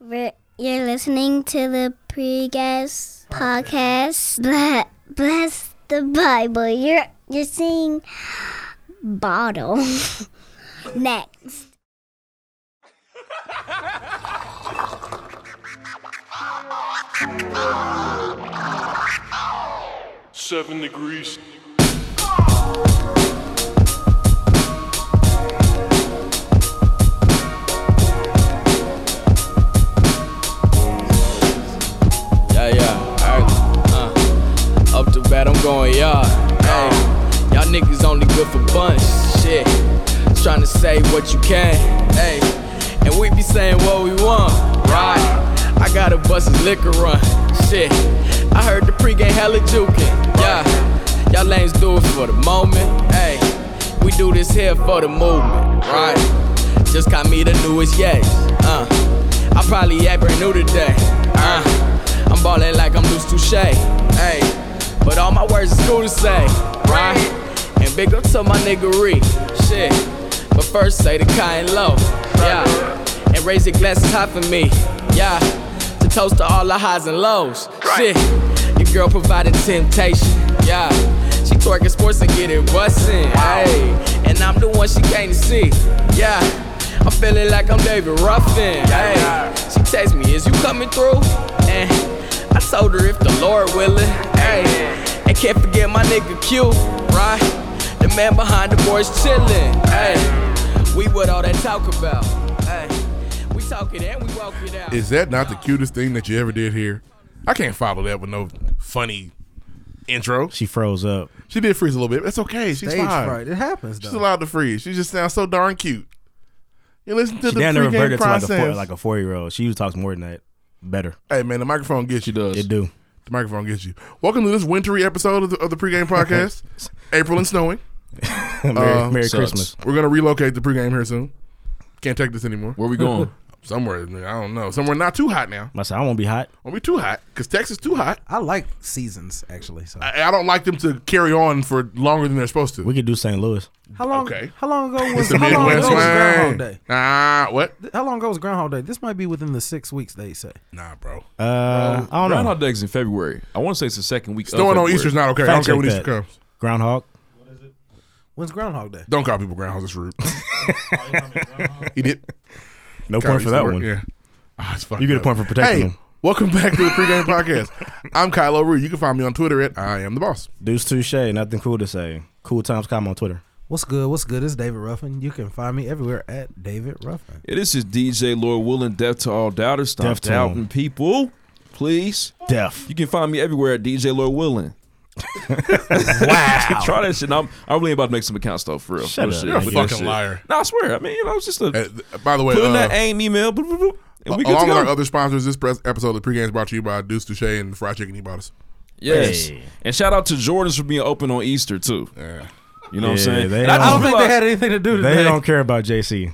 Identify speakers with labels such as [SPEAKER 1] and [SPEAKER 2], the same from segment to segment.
[SPEAKER 1] We're, you're listening to the pre-guest podcast. Bla- bless the Bible. You're you're seeing bottle next.
[SPEAKER 2] Seven degrees.
[SPEAKER 3] Yeah, yeah, alright. Uh, up to bat, I'm going yard. Hey, y'all niggas only good for bunch. Shit, trying to say what you can. Hey, and we be saying what we want. Right, I got a bus's liquor run. Shit, I heard the pregame hella jukin'. Yeah, y'all lanes do it for the moment. Hey, we do this here for the movement. Right, just got me the newest yes. Uh, I probably act brand new today. Uh, I'm ballin' like I'm loose touche. Hey, but all my words is cool to say, right? And big up to my niggery, shit. But first say the kind low, yeah. And raise your glasses high for me, yeah. To toast to all the highs and lows, shit. Your girl provided temptation, yeah. She twerking sports and get it bustin', hey. And I'm the one she came to see, yeah. I'm feeling like I'm David Ruffin. Hey, she text me, is you coming through? And I told her if the Lord willing. Hey, and can't forget my nigga Q, right? The man behind the boys chillin'. Hey, we what all that talk about. Hey, we talk it and we walk it out.
[SPEAKER 4] Is that not the cutest thing that you ever did here? I can't follow that with no funny intro.
[SPEAKER 5] She froze up.
[SPEAKER 4] She did freeze a little bit. But that's okay. She's
[SPEAKER 6] Stage
[SPEAKER 4] fine.
[SPEAKER 6] fright. It happens though.
[SPEAKER 4] She's allowed to freeze. She just sounds so darn cute. You listen to
[SPEAKER 5] She
[SPEAKER 4] the
[SPEAKER 5] down there reverted
[SPEAKER 4] pregame
[SPEAKER 5] to like a
[SPEAKER 4] process.
[SPEAKER 5] four, like a four year old. She talks more than that, better.
[SPEAKER 4] hey man, the microphone gets you. Does
[SPEAKER 5] It do.
[SPEAKER 4] the microphone gets you? Welcome to this wintry episode of the, of the pregame podcast. April and snowing.
[SPEAKER 5] Merry,
[SPEAKER 4] Uh,
[SPEAKER 5] Merry
[SPEAKER 4] sucks.
[SPEAKER 5] Christmas.
[SPEAKER 4] We're gonna relocate the pregame here soon. Can't take this anymore.
[SPEAKER 3] Where we going?
[SPEAKER 4] Somewhere I don't know. Somewhere not too hot now.
[SPEAKER 5] I said I won't be hot.
[SPEAKER 4] Won't be too hot because Texas too hot.
[SPEAKER 6] I like seasons actually. So
[SPEAKER 4] I, I don't like them to carry on for longer than they're supposed to.
[SPEAKER 5] We could do St. Louis.
[SPEAKER 6] how long?
[SPEAKER 4] okay.
[SPEAKER 6] How long ago was
[SPEAKER 4] the
[SPEAKER 6] how long ago
[SPEAKER 4] Midwest
[SPEAKER 6] was Groundhog Day?
[SPEAKER 4] way. Nah, what?
[SPEAKER 6] Th- How long ago was Groundhog Day? This might be within the six weeks they say.
[SPEAKER 4] Nah, bro.
[SPEAKER 5] Uh, I don't know.
[SPEAKER 7] Groundhog Day's in February. I want to say it's the second week.
[SPEAKER 4] Snowing
[SPEAKER 7] of
[SPEAKER 4] on
[SPEAKER 7] February.
[SPEAKER 4] Easter's not okay. I don't
[SPEAKER 5] Fact
[SPEAKER 4] care when
[SPEAKER 5] check
[SPEAKER 4] Easter
[SPEAKER 5] that.
[SPEAKER 4] comes.
[SPEAKER 5] Groundhog.
[SPEAKER 6] When's Groundhog Day?
[SPEAKER 4] Don't call people groundhogs. That's rude. he did.
[SPEAKER 5] No point for that one.
[SPEAKER 4] Yeah. Ah, it's fucked
[SPEAKER 5] You get a
[SPEAKER 4] up.
[SPEAKER 5] point for protecting
[SPEAKER 4] Hey,
[SPEAKER 5] them.
[SPEAKER 4] welcome back to the pregame podcast. I'm Kylo Rue. You can find me on Twitter at I am the boss.
[SPEAKER 5] Deuce Touche. Nothing cool to say. Cool times come on Twitter.
[SPEAKER 6] What's good? What's good? It's David Ruffin. You can find me everywhere at David Ruffin.
[SPEAKER 7] Yeah, this is DJ Lord Willing, death to all doubters. Stop
[SPEAKER 5] Death to 'em.
[SPEAKER 7] doubting people, please.
[SPEAKER 5] Deaf.
[SPEAKER 7] You can find me everywhere at DJ Lord Willing. wow. Try that shit. I'm, I'm really about to make some accounts though, for real.
[SPEAKER 5] Shut
[SPEAKER 7] No
[SPEAKER 5] up.
[SPEAKER 7] shit.
[SPEAKER 5] You're a
[SPEAKER 7] But that
[SPEAKER 4] fucking
[SPEAKER 7] shit-
[SPEAKER 4] liar.
[SPEAKER 7] No, I swear. I mean, you know, it's just a,
[SPEAKER 4] Uh, by the way,
[SPEAKER 7] put in that
[SPEAKER 4] uh,
[SPEAKER 7] AIM email, boop, boop, boop, and we good to
[SPEAKER 4] along with our
[SPEAKER 7] go.
[SPEAKER 4] other sponsors, this press episode of the pregame is brought to you by Deuce Touche and the Fried Chicken He Bought Us.
[SPEAKER 7] Yes.
[SPEAKER 5] Hey.
[SPEAKER 7] And shout out to Jordans for being open on Easter too. You know what
[SPEAKER 5] Yeah,
[SPEAKER 7] I'm saying?
[SPEAKER 5] they
[SPEAKER 7] And I
[SPEAKER 5] don't-
[SPEAKER 7] just
[SPEAKER 6] I don't think they
[SPEAKER 7] realized-
[SPEAKER 6] had anything to do today.
[SPEAKER 5] They don't care about JC.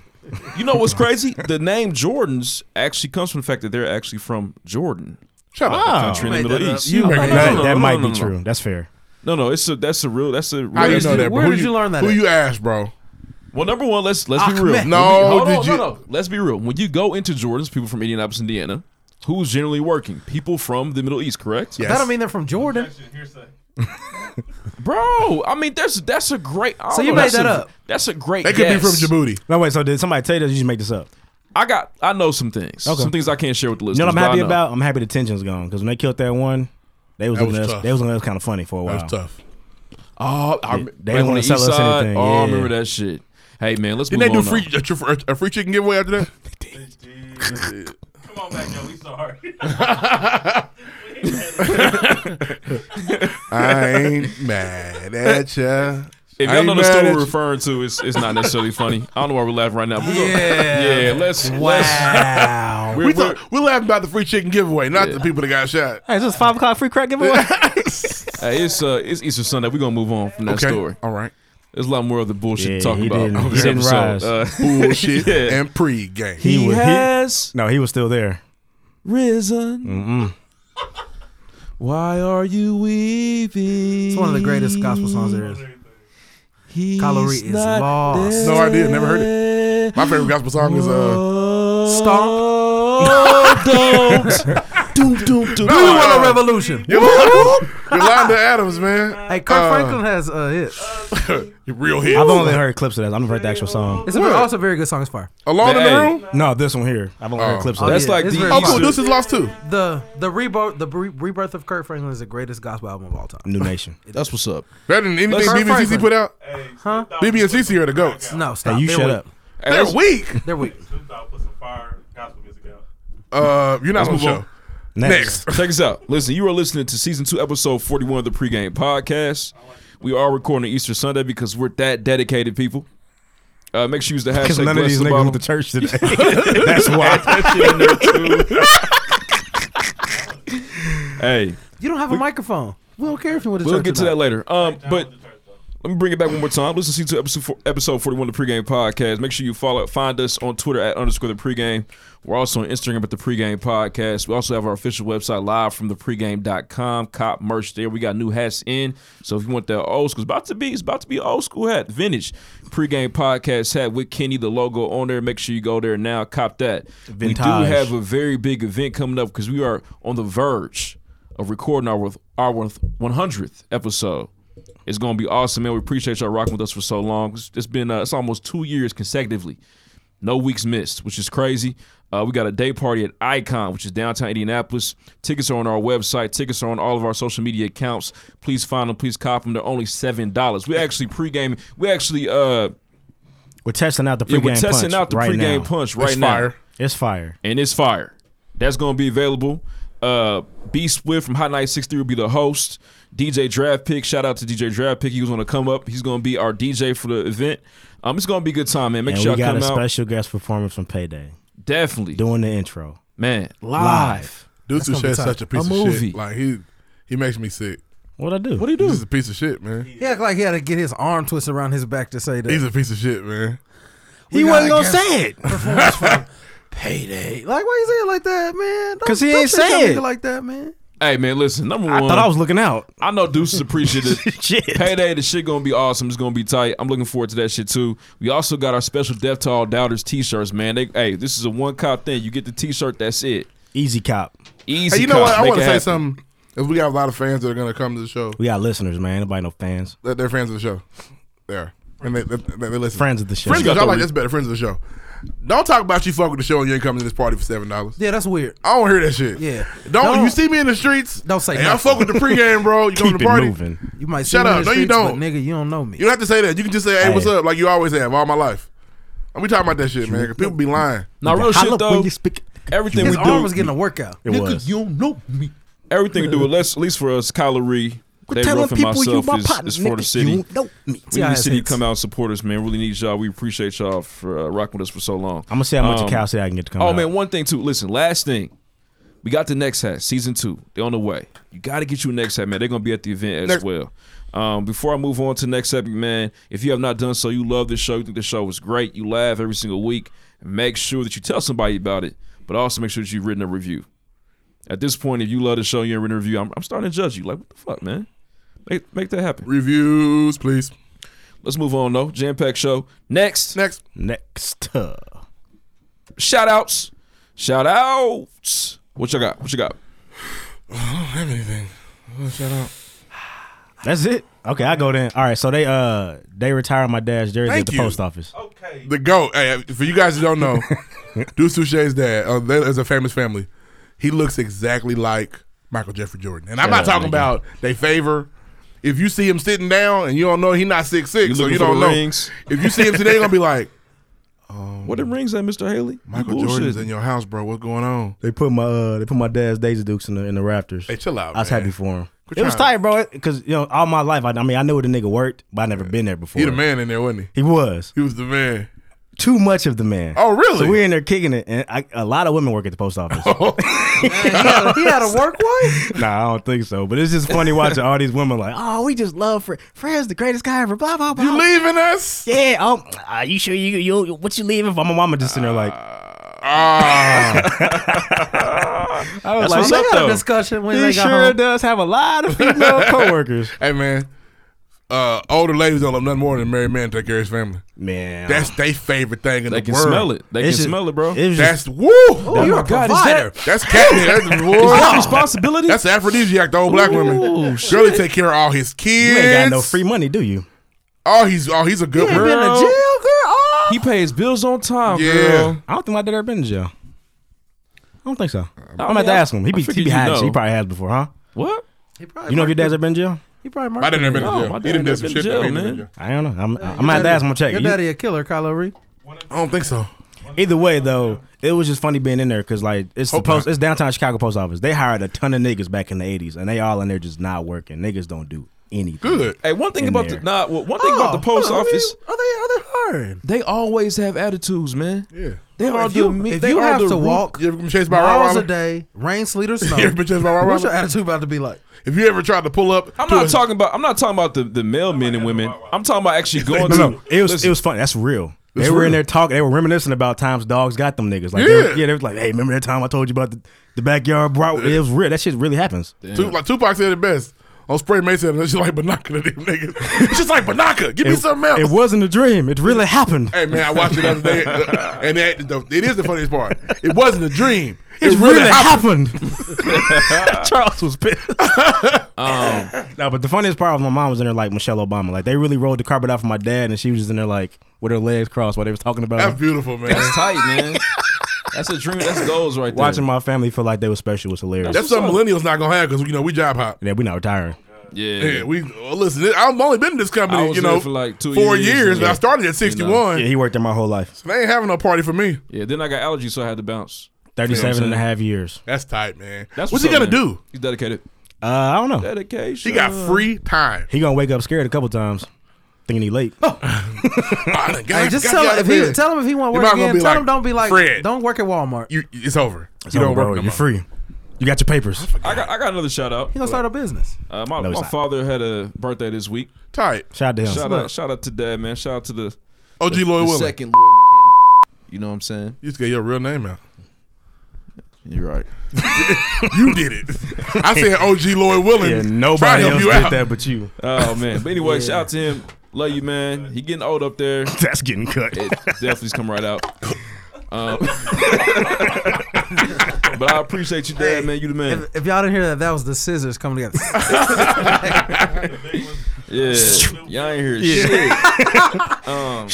[SPEAKER 7] You know what's crazy? The name Jordans actually comes from the fact that they're actually from Jordan.
[SPEAKER 4] Shut up.
[SPEAKER 5] Oh,
[SPEAKER 7] Country in the Middle East.
[SPEAKER 4] You make
[SPEAKER 5] that,
[SPEAKER 4] it up.
[SPEAKER 5] that might
[SPEAKER 7] uh, no, no,
[SPEAKER 5] be
[SPEAKER 7] no.
[SPEAKER 5] true. That's fair.
[SPEAKER 7] No, no, it's a that's a real that's a
[SPEAKER 4] How
[SPEAKER 7] real.
[SPEAKER 4] you
[SPEAKER 6] did
[SPEAKER 4] know
[SPEAKER 6] you-
[SPEAKER 4] that? but
[SPEAKER 6] where
[SPEAKER 4] who
[SPEAKER 6] did you learn that
[SPEAKER 4] Who
[SPEAKER 6] at?
[SPEAKER 4] you asked, bro?
[SPEAKER 7] Well, number one, let's let's be
[SPEAKER 6] Ahmed.
[SPEAKER 4] No,
[SPEAKER 7] real. When you- hold
[SPEAKER 4] did
[SPEAKER 7] on,
[SPEAKER 4] you-
[SPEAKER 7] no, no. Let's be real. When you go into Jordans, people from Indianapolis, Indiana, who's generally working? People from the Middle East, correct?
[SPEAKER 4] Yes.
[SPEAKER 6] That don't mean they're from Jordan.
[SPEAKER 7] Bro, I mean that's that's a great. I don't
[SPEAKER 6] So you
[SPEAKER 7] know,
[SPEAKER 6] made
[SPEAKER 7] that's
[SPEAKER 6] that
[SPEAKER 7] a-
[SPEAKER 6] up.
[SPEAKER 7] That's a great.
[SPEAKER 4] They could be from
[SPEAKER 7] guess.
[SPEAKER 4] Djibouti.
[SPEAKER 5] No, wait. So did somebody tell you that? or You just make this up.
[SPEAKER 7] I got. I know some things.
[SPEAKER 5] Okay.
[SPEAKER 7] Some things I can't share with the
[SPEAKER 5] You know
[SPEAKER 7] listeners.
[SPEAKER 5] what I'm
[SPEAKER 7] but I
[SPEAKER 5] happy
[SPEAKER 7] know.
[SPEAKER 5] about? I'm happy the tension's gone because when they killed that one, they was
[SPEAKER 4] That
[SPEAKER 5] looking
[SPEAKER 4] was
[SPEAKER 5] at us.
[SPEAKER 4] tough.
[SPEAKER 5] They was looking at us kind of funny for a while.
[SPEAKER 4] That was tough.
[SPEAKER 7] Oh, I, rem-
[SPEAKER 5] They
[SPEAKER 7] back
[SPEAKER 5] don't
[SPEAKER 7] on
[SPEAKER 5] wanna
[SPEAKER 7] the
[SPEAKER 5] sell
[SPEAKER 7] east
[SPEAKER 5] us
[SPEAKER 7] side.
[SPEAKER 5] anything,
[SPEAKER 7] Oh, I
[SPEAKER 5] yeah.
[SPEAKER 7] remember that shit. Hey man, let's
[SPEAKER 4] Didn't they
[SPEAKER 7] move
[SPEAKER 4] do
[SPEAKER 7] on.
[SPEAKER 4] free
[SPEAKER 7] now.
[SPEAKER 4] a, tr- a free chicken giveaway after that? I ain't mad at ya.
[SPEAKER 7] If
[SPEAKER 4] I
[SPEAKER 7] y'all
[SPEAKER 4] ain't
[SPEAKER 7] know the
[SPEAKER 4] mad
[SPEAKER 7] story
[SPEAKER 4] at
[SPEAKER 7] we're
[SPEAKER 4] you.
[SPEAKER 7] referring to, it's, it's not necessarily funny. I don't know why we're laughing right now. We're Gonna, yeah, let's. Let's,
[SPEAKER 6] Wow.
[SPEAKER 7] we're,
[SPEAKER 4] We
[SPEAKER 7] we
[SPEAKER 4] talk, we're laughing about the free chicken giveaway, not the people that got shot.
[SPEAKER 5] Hey, is this five o'clock free crack giveaway?
[SPEAKER 7] hey, it's uh, it's Easter Sunday. We're gonna move on from that story.
[SPEAKER 4] All right.
[SPEAKER 7] There's a lot more of the bullshit
[SPEAKER 5] Yeah,
[SPEAKER 7] to talk
[SPEAKER 5] he
[SPEAKER 7] about.
[SPEAKER 5] didn't- he
[SPEAKER 7] this
[SPEAKER 5] didn't
[SPEAKER 7] episode.
[SPEAKER 5] rise.
[SPEAKER 4] Bullshit
[SPEAKER 7] Yeah.
[SPEAKER 4] and pregame.
[SPEAKER 5] He
[SPEAKER 7] he
[SPEAKER 5] was- he-
[SPEAKER 7] has
[SPEAKER 5] no, he was still there.
[SPEAKER 7] risen. Why are you weeping?
[SPEAKER 6] It's one of the greatest gospel songs there is.
[SPEAKER 7] He's
[SPEAKER 6] Calorie is
[SPEAKER 7] not
[SPEAKER 6] lost.
[SPEAKER 7] dead.
[SPEAKER 4] No idea. Never heard it. My favorite gospel song is uh.
[SPEAKER 7] Stomp. No, don't. doom, doom, doom.
[SPEAKER 4] No,
[SPEAKER 6] We
[SPEAKER 4] uh,
[SPEAKER 6] want a revolution.
[SPEAKER 4] Yolanda, Yolanda Adams, man.
[SPEAKER 6] Hey, Kirk
[SPEAKER 4] Uh,
[SPEAKER 6] Franklin has a hit.
[SPEAKER 4] Real hit.
[SPEAKER 5] I've only heard clips of that. I've never heard the actual song.
[SPEAKER 6] It's a,
[SPEAKER 4] what?
[SPEAKER 6] also a very good song. It's fire.
[SPEAKER 4] Alone in the
[SPEAKER 7] Hey.
[SPEAKER 4] room.
[SPEAKER 5] No, this one here. I've only
[SPEAKER 4] Oh.
[SPEAKER 5] heard clips of
[SPEAKER 7] That's
[SPEAKER 5] that.
[SPEAKER 6] yeah,
[SPEAKER 7] like
[SPEAKER 6] it's
[SPEAKER 7] the
[SPEAKER 6] very
[SPEAKER 4] Oh,
[SPEAKER 6] Easter-
[SPEAKER 4] cool. This is lost too.
[SPEAKER 6] The the rebirth the re- rebirth of Kurt Franklin is the greatest gospel album of all time.
[SPEAKER 5] New Nation.
[SPEAKER 7] That's what's up.
[SPEAKER 4] Better than anything
[SPEAKER 6] Kirk
[SPEAKER 4] BBCC
[SPEAKER 6] Franklin.
[SPEAKER 4] put out.
[SPEAKER 6] Huh?
[SPEAKER 4] BB and CC are the goats.
[SPEAKER 6] No, stop.
[SPEAKER 5] Hey, you
[SPEAKER 6] They're
[SPEAKER 5] shut
[SPEAKER 6] weak.
[SPEAKER 5] up.
[SPEAKER 7] Hey,
[SPEAKER 4] They're
[SPEAKER 7] that's-
[SPEAKER 4] weak.
[SPEAKER 6] They're weak.
[SPEAKER 8] put some fire gospel music out.
[SPEAKER 4] Uh, you're not on the
[SPEAKER 7] move
[SPEAKER 4] show.
[SPEAKER 7] on.
[SPEAKER 4] Next.
[SPEAKER 7] Check us out. Listen, you are listening to season two, episode 41 of the pregame podcast. We are recording Easter Sunday because we're that dedicated people. Uh, make sure you use the
[SPEAKER 5] Because
[SPEAKER 7] hashtag
[SPEAKER 5] none of
[SPEAKER 7] bless
[SPEAKER 5] these
[SPEAKER 7] the
[SPEAKER 5] niggas
[SPEAKER 7] Bible.
[SPEAKER 5] went to church today. That's why.
[SPEAKER 7] That shit in there, too. hey,
[SPEAKER 6] You don't have a microphone. We don't care if you want to.
[SPEAKER 7] we'll get to that later. Um, but let me bring it back one more time. Listen to season two, episode, four, episode 41 of the pregame podcast. Make sure you follow, find us on Twitter at underscore the pregame. We're also on Instagram at the pregame podcast. We also have our official website live from the pregame.com. Cop merch there. We got new hats in. So if you want that old school, it's about to be, it's about to be an old school hat, vintage pregame podcast hat with Kenny, the logo on there. Make sure you go there now. Cop that.
[SPEAKER 5] Vintage.
[SPEAKER 7] We do have a very big event coming up because we are on the verge of recording our our 100th episode. It's gonna be awesome, man. We appreciate y'all rocking with us for so long. It's, it's been uh, it's almost two years consecutively, no weeks missed, which is crazy. Uh, we got a day party at Icon, which is downtown Indianapolis. Tickets are on our website. Tickets are on all of our social media accounts. Please find them. Please cop them. They're only seven dollars. We actually pre-gaming. We actually uh,
[SPEAKER 5] We're testing out the pregame
[SPEAKER 7] yeah, we're testing
[SPEAKER 5] punch
[SPEAKER 7] out the
[SPEAKER 5] right
[SPEAKER 7] pregame
[SPEAKER 5] now.
[SPEAKER 7] punch right
[SPEAKER 4] It's
[SPEAKER 7] now
[SPEAKER 4] fire.
[SPEAKER 5] It's fire.
[SPEAKER 7] and it's fire. That's gonna be available. Uh, B Swift from Hot 963 will be the host. DJ Draft Pick, shout out to DJ Draft Pick. He was gonna come up. He's gonna be our DJ for the event. Um, it's gonna be a good time, man. Make
[SPEAKER 5] And
[SPEAKER 7] sure
[SPEAKER 5] we
[SPEAKER 7] y'all
[SPEAKER 5] got
[SPEAKER 7] come
[SPEAKER 5] a
[SPEAKER 7] out.
[SPEAKER 5] special guest performance from Payday
[SPEAKER 7] Definitely,
[SPEAKER 5] doing the intro.
[SPEAKER 7] man.
[SPEAKER 5] Live.
[SPEAKER 4] Dude,
[SPEAKER 6] gonna be
[SPEAKER 4] Touchet's
[SPEAKER 6] tough.
[SPEAKER 4] such a piece of
[SPEAKER 7] A movie.
[SPEAKER 4] shit. Like he, he makes me sick.
[SPEAKER 5] What'd I do?
[SPEAKER 7] What do you
[SPEAKER 4] He's
[SPEAKER 7] do?
[SPEAKER 4] just a piece of shit, man.
[SPEAKER 6] He act like he had to get his arm twisted around his back to say that.
[SPEAKER 4] He's a piece of shit, man.
[SPEAKER 6] We
[SPEAKER 5] he wasn't
[SPEAKER 6] got a
[SPEAKER 5] gonna
[SPEAKER 6] guest
[SPEAKER 5] say it.
[SPEAKER 6] performance from Payday. Like, why you say it like that, man? Don't-
[SPEAKER 5] 'Cause he
[SPEAKER 6] don't
[SPEAKER 5] ain't
[SPEAKER 6] treat that
[SPEAKER 5] say it.
[SPEAKER 6] nigga like that, man.
[SPEAKER 7] Hey, man, listen. Number one,
[SPEAKER 5] I thought I was looking out.
[SPEAKER 7] I know Deuce is appreciative.
[SPEAKER 5] Shit.
[SPEAKER 7] Payday, the shit gonna be awesome. It's gonna be tight. I'm looking forward to that shit too. We also got our special Death to All Doubters T-shirts, man. They, hey, this is a one cop thing. You get the T-shirt, that's it.
[SPEAKER 5] Easy cop.
[SPEAKER 7] Easy.
[SPEAKER 4] Hey, you know
[SPEAKER 7] cop.
[SPEAKER 4] what? I
[SPEAKER 7] Make
[SPEAKER 4] want to
[SPEAKER 7] it
[SPEAKER 4] say
[SPEAKER 7] happen.
[SPEAKER 4] something. Cause we got a lot of fans that are gonna come to the show.
[SPEAKER 5] We got listeners, man. Nobody no fans.
[SPEAKER 4] That they're fans of the show. They are, and they, they, they they listen.
[SPEAKER 5] Friends of the show.
[SPEAKER 4] Friends
[SPEAKER 7] got
[SPEAKER 4] of the show. I
[SPEAKER 7] the
[SPEAKER 4] like
[SPEAKER 7] re-
[SPEAKER 4] that's better. Friends of the show. Don't talk about you fuck with the show and you ain't coming to this party for seven dollars.
[SPEAKER 6] Yeah, that's weird.
[SPEAKER 4] I don't hear that shit.
[SPEAKER 6] Yeah.
[SPEAKER 4] Don't,
[SPEAKER 6] Don't-
[SPEAKER 4] you see me in the streets?
[SPEAKER 6] Don't say
[SPEAKER 4] Hey, I
[SPEAKER 6] nothing.
[SPEAKER 4] fuck with the pregame, bro. You come to
[SPEAKER 5] Keep
[SPEAKER 4] the
[SPEAKER 5] it
[SPEAKER 4] party.
[SPEAKER 5] moving.
[SPEAKER 6] You
[SPEAKER 4] Shut
[SPEAKER 6] might see me in
[SPEAKER 4] up.
[SPEAKER 6] the
[SPEAKER 4] No, you
[SPEAKER 6] streets,
[SPEAKER 4] don't.
[SPEAKER 6] But nigga, you don't know me.
[SPEAKER 4] You don't have to say that. You can just say, "Hey, what's
[SPEAKER 5] Hey.
[SPEAKER 4] up?" Like you always have all my life. And we talking about that shit, man. 'cause people be lying.
[SPEAKER 7] Now, real
[SPEAKER 5] Holla
[SPEAKER 7] shit though.
[SPEAKER 5] when you speak.
[SPEAKER 7] Everything
[SPEAKER 6] his
[SPEAKER 7] we do,
[SPEAKER 6] arm was getting a workout.
[SPEAKER 5] It was.
[SPEAKER 7] you don't know me. Everything we do, unless, at least for us, Kyrie, they Ruff, and myself is, is for the city. We need the
[SPEAKER 6] T.I.'s
[SPEAKER 7] city to
[SPEAKER 6] hits.
[SPEAKER 7] come out and support us, man. Really need y'all. We appreciate y'all for uh, rocking with us for so long.
[SPEAKER 5] I'm gonna see how much
[SPEAKER 7] Um,
[SPEAKER 5] of Cal City I can get to come.
[SPEAKER 7] Oh
[SPEAKER 5] out.
[SPEAKER 7] man, one thing too. Listen, last thing, we got the next hat, season two. They're on the way. You got to get you a next hat, man. They're gonna be at the event as
[SPEAKER 4] Next-
[SPEAKER 7] well. Um, before I move on to the next segment, man, if you have not done so, you love this show, you think the show is great, you laugh every single week. Make sure that you tell somebody about it, but also make sure that you've written a review. At this point, if you love the show, you ain't written a review. I'm, I'm starting to judge you. Like, what the fuck, man? Make, make that happen.
[SPEAKER 4] Reviews, please.
[SPEAKER 7] Let's move on though. Jam Pack Show. Next,
[SPEAKER 4] Next.
[SPEAKER 5] Next. Uh,
[SPEAKER 7] shout outs. Shout outs. What you got? What you got?
[SPEAKER 4] I don't have anything. Oh, shout out.
[SPEAKER 5] that's it. Okay, I go then. All right, so they uh they retired my dad's jersey
[SPEAKER 4] Thank
[SPEAKER 5] at the
[SPEAKER 4] you.
[SPEAKER 5] post office.
[SPEAKER 8] Okay.
[SPEAKER 4] The goat. Hey, for you guys who don't know, Deuce Touche's dad uh, there is a famous family. He looks exactly like Michael Jeffrey Jordan, and I'm
[SPEAKER 5] Shut
[SPEAKER 4] not
[SPEAKER 5] up,
[SPEAKER 4] talking
[SPEAKER 5] nigga.
[SPEAKER 4] about they favor. If you see him sitting down and you don't know he not six six,
[SPEAKER 7] You
[SPEAKER 4] so
[SPEAKER 7] looking
[SPEAKER 4] you
[SPEAKER 7] for
[SPEAKER 4] don't
[SPEAKER 7] the
[SPEAKER 4] know.
[SPEAKER 7] rings?
[SPEAKER 4] If you see him today, they gonna be like
[SPEAKER 7] What the rings at, Mr. Haley?
[SPEAKER 4] Michael
[SPEAKER 7] You
[SPEAKER 4] Jordan's
[SPEAKER 7] bullshitting.
[SPEAKER 4] in your house, bro. What's going on?
[SPEAKER 5] They put my uh they put my dad's Daisy Dukes in the in the Raptors.
[SPEAKER 4] Hey, chill out.
[SPEAKER 5] I was
[SPEAKER 4] man.
[SPEAKER 5] happy for him.
[SPEAKER 4] Quit
[SPEAKER 5] It was
[SPEAKER 4] trying.
[SPEAKER 5] tight, bro. Because you know, all my life, I, I mean, I knew where the nigga worked, but I never been there before.
[SPEAKER 4] He the man in there, wasn't he?
[SPEAKER 5] He was
[SPEAKER 4] He was the man.
[SPEAKER 5] too much of the man.
[SPEAKER 4] Oh, really? Oh,
[SPEAKER 5] So we're in there kicking it, and I, a lot of women work at the post office.
[SPEAKER 6] he, had a, he had a work wife.
[SPEAKER 5] nah, I don't think so. But it's just funny watching all these women like, oh, we just love Fred. Fred's the greatest guy ever. Blah blah blah.
[SPEAKER 4] You leaving us?
[SPEAKER 5] Yeah. Um. Are you sure you you what you leaving? for? my mama just sitting there like,
[SPEAKER 4] Uh, Ah,
[SPEAKER 5] I was like,
[SPEAKER 7] That's what's
[SPEAKER 6] They
[SPEAKER 7] up,
[SPEAKER 6] got
[SPEAKER 7] though.
[SPEAKER 6] a discussion when
[SPEAKER 5] he
[SPEAKER 6] they got
[SPEAKER 5] sure
[SPEAKER 6] home.
[SPEAKER 5] does have a lot of female coworkers.
[SPEAKER 4] hey man, uh, older ladies don't love nothing more than a married man to take care of his family.
[SPEAKER 5] man.
[SPEAKER 4] That's their favorite thing in
[SPEAKER 7] They
[SPEAKER 4] the
[SPEAKER 7] can
[SPEAKER 4] world.
[SPEAKER 7] smell it. They can
[SPEAKER 5] It's just-
[SPEAKER 7] smell it, bro.
[SPEAKER 5] It was just,
[SPEAKER 4] That's woo.
[SPEAKER 6] Oh, you're a
[SPEAKER 7] God, is
[SPEAKER 6] provider.
[SPEAKER 4] That's catnip. That's,
[SPEAKER 7] That
[SPEAKER 4] whoa.
[SPEAKER 7] responsibility.
[SPEAKER 4] That's aphrodisiac to old black women. Shirley take care of all his kids.
[SPEAKER 5] you ain't got no free money, do you?
[SPEAKER 4] Oh, he's oh he's a good
[SPEAKER 7] ain't been
[SPEAKER 4] girl.
[SPEAKER 7] to
[SPEAKER 6] Jail girl. Oh.
[SPEAKER 7] he pays bills on time,
[SPEAKER 4] Yeah.
[SPEAKER 7] girl.
[SPEAKER 5] I don't think my dad ever been in jail. I don't think so. I'm
[SPEAKER 7] mean,
[SPEAKER 5] about to
[SPEAKER 7] I-
[SPEAKER 5] ask him. He
[SPEAKER 7] I
[SPEAKER 5] be, he
[SPEAKER 7] figured
[SPEAKER 5] be
[SPEAKER 7] you
[SPEAKER 5] hiding. shit. He
[SPEAKER 7] know.
[SPEAKER 5] probably has before, huh?
[SPEAKER 7] What?
[SPEAKER 6] He probably
[SPEAKER 5] You know if your
[SPEAKER 6] marked
[SPEAKER 5] dad's
[SPEAKER 6] it.
[SPEAKER 5] ever been in jail?
[SPEAKER 6] He probably
[SPEAKER 4] I
[SPEAKER 6] marked
[SPEAKER 4] done
[SPEAKER 6] it.
[SPEAKER 4] never been to
[SPEAKER 7] No,
[SPEAKER 4] jail.
[SPEAKER 7] my
[SPEAKER 4] He done
[SPEAKER 7] dad
[SPEAKER 4] did some
[SPEAKER 7] been
[SPEAKER 4] shit.
[SPEAKER 7] to jail,
[SPEAKER 4] that we didn't
[SPEAKER 7] man.
[SPEAKER 4] do.
[SPEAKER 5] I don't know. I'm, I'm gonna have to ask him. I'm gonna check.
[SPEAKER 6] Your
[SPEAKER 5] You-
[SPEAKER 6] daddy a killer, Kylo Ree.
[SPEAKER 4] I don't think so.
[SPEAKER 5] Either way, though, it was just funny being in there because like it's the
[SPEAKER 4] Hope not.
[SPEAKER 5] post, it's downtown Chicago post office. They hired a ton of niggas back in the '80s, and they all in there just not working. Niggas don't do anything.
[SPEAKER 4] Good.
[SPEAKER 7] Hey, one thing
[SPEAKER 5] In
[SPEAKER 7] about
[SPEAKER 5] there.
[SPEAKER 7] the nah, well, one thing about the
[SPEAKER 6] Oh.
[SPEAKER 7] post office,
[SPEAKER 6] Are they are they hard?
[SPEAKER 7] they always have attitudes, man.
[SPEAKER 4] Yeah.
[SPEAKER 7] They all
[SPEAKER 6] If you,
[SPEAKER 7] do. me-
[SPEAKER 6] if
[SPEAKER 7] they
[SPEAKER 6] you
[SPEAKER 7] all
[SPEAKER 6] have
[SPEAKER 7] do
[SPEAKER 6] to
[SPEAKER 7] rude-
[SPEAKER 6] walk
[SPEAKER 4] You ever been chased by a
[SPEAKER 6] miles a
[SPEAKER 4] Rottweiler?
[SPEAKER 6] day, rain, sleet, or snow,
[SPEAKER 4] You ever been chased by a
[SPEAKER 6] what's your
[SPEAKER 4] Rottweiler?
[SPEAKER 6] attitude about to be like?
[SPEAKER 4] If you ever tried to pull up,
[SPEAKER 7] I'm
[SPEAKER 4] to
[SPEAKER 7] not
[SPEAKER 4] a-
[SPEAKER 7] talking about. I'm not talking about the the male men and women. I'm talking about actually going
[SPEAKER 5] No,
[SPEAKER 7] to.
[SPEAKER 5] no, it was
[SPEAKER 7] listen,
[SPEAKER 5] it was funny. That's real. They
[SPEAKER 4] It's
[SPEAKER 5] were in
[SPEAKER 4] real.
[SPEAKER 5] there talking. They were reminiscing about times dogs got them niggas. Like, they were- yeah,
[SPEAKER 4] Yeah.
[SPEAKER 5] they were like, hey, remember that time I told you about the, the backyard? Bro, it was real. That shit really happens.
[SPEAKER 4] Tup- like Tupac said it best. On Spray Mason, it's just like Banaka to them niggas. It's just like Banaka. Give me something else.
[SPEAKER 5] It wasn't a dream. It really happened.
[SPEAKER 4] Hey man, I watched it the other day, uh, and that, the, it is the funniest part. It wasn't a dream. It's
[SPEAKER 5] it really, happened. Charles was pissed. no, but the funniest part was my mom was in there like Michelle Obama. Like they really rolled the carpet out for my dad, and she was just in there like with her legs crossed while they was talking about
[SPEAKER 4] That's
[SPEAKER 5] him.
[SPEAKER 4] beautiful, man.
[SPEAKER 7] That's tight, man. That's a dream. That's goals right there.
[SPEAKER 5] Watching my family feel like they were special was hilarious.
[SPEAKER 4] That's something millennials not gonna have because you know we job hop.
[SPEAKER 5] yeah, we not retiring.
[SPEAKER 7] yeah.
[SPEAKER 4] Yeah, we well, listen. I've only been in this
[SPEAKER 7] I
[SPEAKER 4] company,
[SPEAKER 7] was
[SPEAKER 4] you
[SPEAKER 7] there
[SPEAKER 4] know,
[SPEAKER 7] for like two
[SPEAKER 4] four
[SPEAKER 7] years,
[SPEAKER 4] years. but
[SPEAKER 7] yeah.
[SPEAKER 4] I started at sixty one.
[SPEAKER 5] Yeah, he worked there my whole life.
[SPEAKER 4] They ain't having no party for me.
[SPEAKER 7] yeah. Then I got allergies, so I had to bounce.
[SPEAKER 5] 37 and a
[SPEAKER 7] saying?
[SPEAKER 5] half years.
[SPEAKER 4] That's tight, man.
[SPEAKER 7] That's
[SPEAKER 4] what's he
[SPEAKER 7] what's
[SPEAKER 4] gonna
[SPEAKER 7] up, man.
[SPEAKER 4] do?
[SPEAKER 7] He's dedicated.
[SPEAKER 5] Uh, I don't know.
[SPEAKER 7] Dedication.
[SPEAKER 4] He got free time.
[SPEAKER 5] He gonna wake up scared a couple times, thinking he late.
[SPEAKER 4] Hey,
[SPEAKER 6] Hey, just tell him if he tell him if he
[SPEAKER 4] Your mom
[SPEAKER 6] want to work
[SPEAKER 4] gonna
[SPEAKER 6] again.
[SPEAKER 4] be
[SPEAKER 6] Tell
[SPEAKER 4] like,
[SPEAKER 6] him don't be like
[SPEAKER 4] "Fred."
[SPEAKER 6] don't work at Walmart.
[SPEAKER 4] you, it's over.
[SPEAKER 5] It's
[SPEAKER 4] you
[SPEAKER 5] over,
[SPEAKER 4] don't
[SPEAKER 5] bro.
[SPEAKER 4] work no
[SPEAKER 5] You're
[SPEAKER 4] more.
[SPEAKER 5] free. You got your papers.
[SPEAKER 7] I got. I got another shout out.
[SPEAKER 6] He gonna start a business.
[SPEAKER 7] Uh, my
[SPEAKER 5] No, he's
[SPEAKER 7] my
[SPEAKER 5] not.
[SPEAKER 7] father had a birthday this week.
[SPEAKER 4] Tight.
[SPEAKER 5] Shout out to him.
[SPEAKER 7] Shout out. Shout out to dad, man. Shout out to the,
[SPEAKER 4] OG Lloyd
[SPEAKER 7] the
[SPEAKER 4] Willis.
[SPEAKER 7] second Lloyd McKinney. You know what I'm saying?
[SPEAKER 4] You just get your real name out.
[SPEAKER 7] You're right.
[SPEAKER 4] You did it. I said OG Lloyd Willis.
[SPEAKER 5] Yeah,
[SPEAKER 4] Try to
[SPEAKER 5] nobody
[SPEAKER 4] help
[SPEAKER 5] else
[SPEAKER 4] you
[SPEAKER 5] did
[SPEAKER 4] out.
[SPEAKER 5] that but you.
[SPEAKER 7] Oh man. But anyway, shout out to him. Love you, man. He getting old up there.
[SPEAKER 5] That's getting cut.
[SPEAKER 7] it definitely's come right out. Um, but I appreciate you, Dad, man. You the man.
[SPEAKER 6] If, if y'all didn't hear that, that was the scissors coming together.
[SPEAKER 7] Yeah. Y'all ain't hear shit. Um,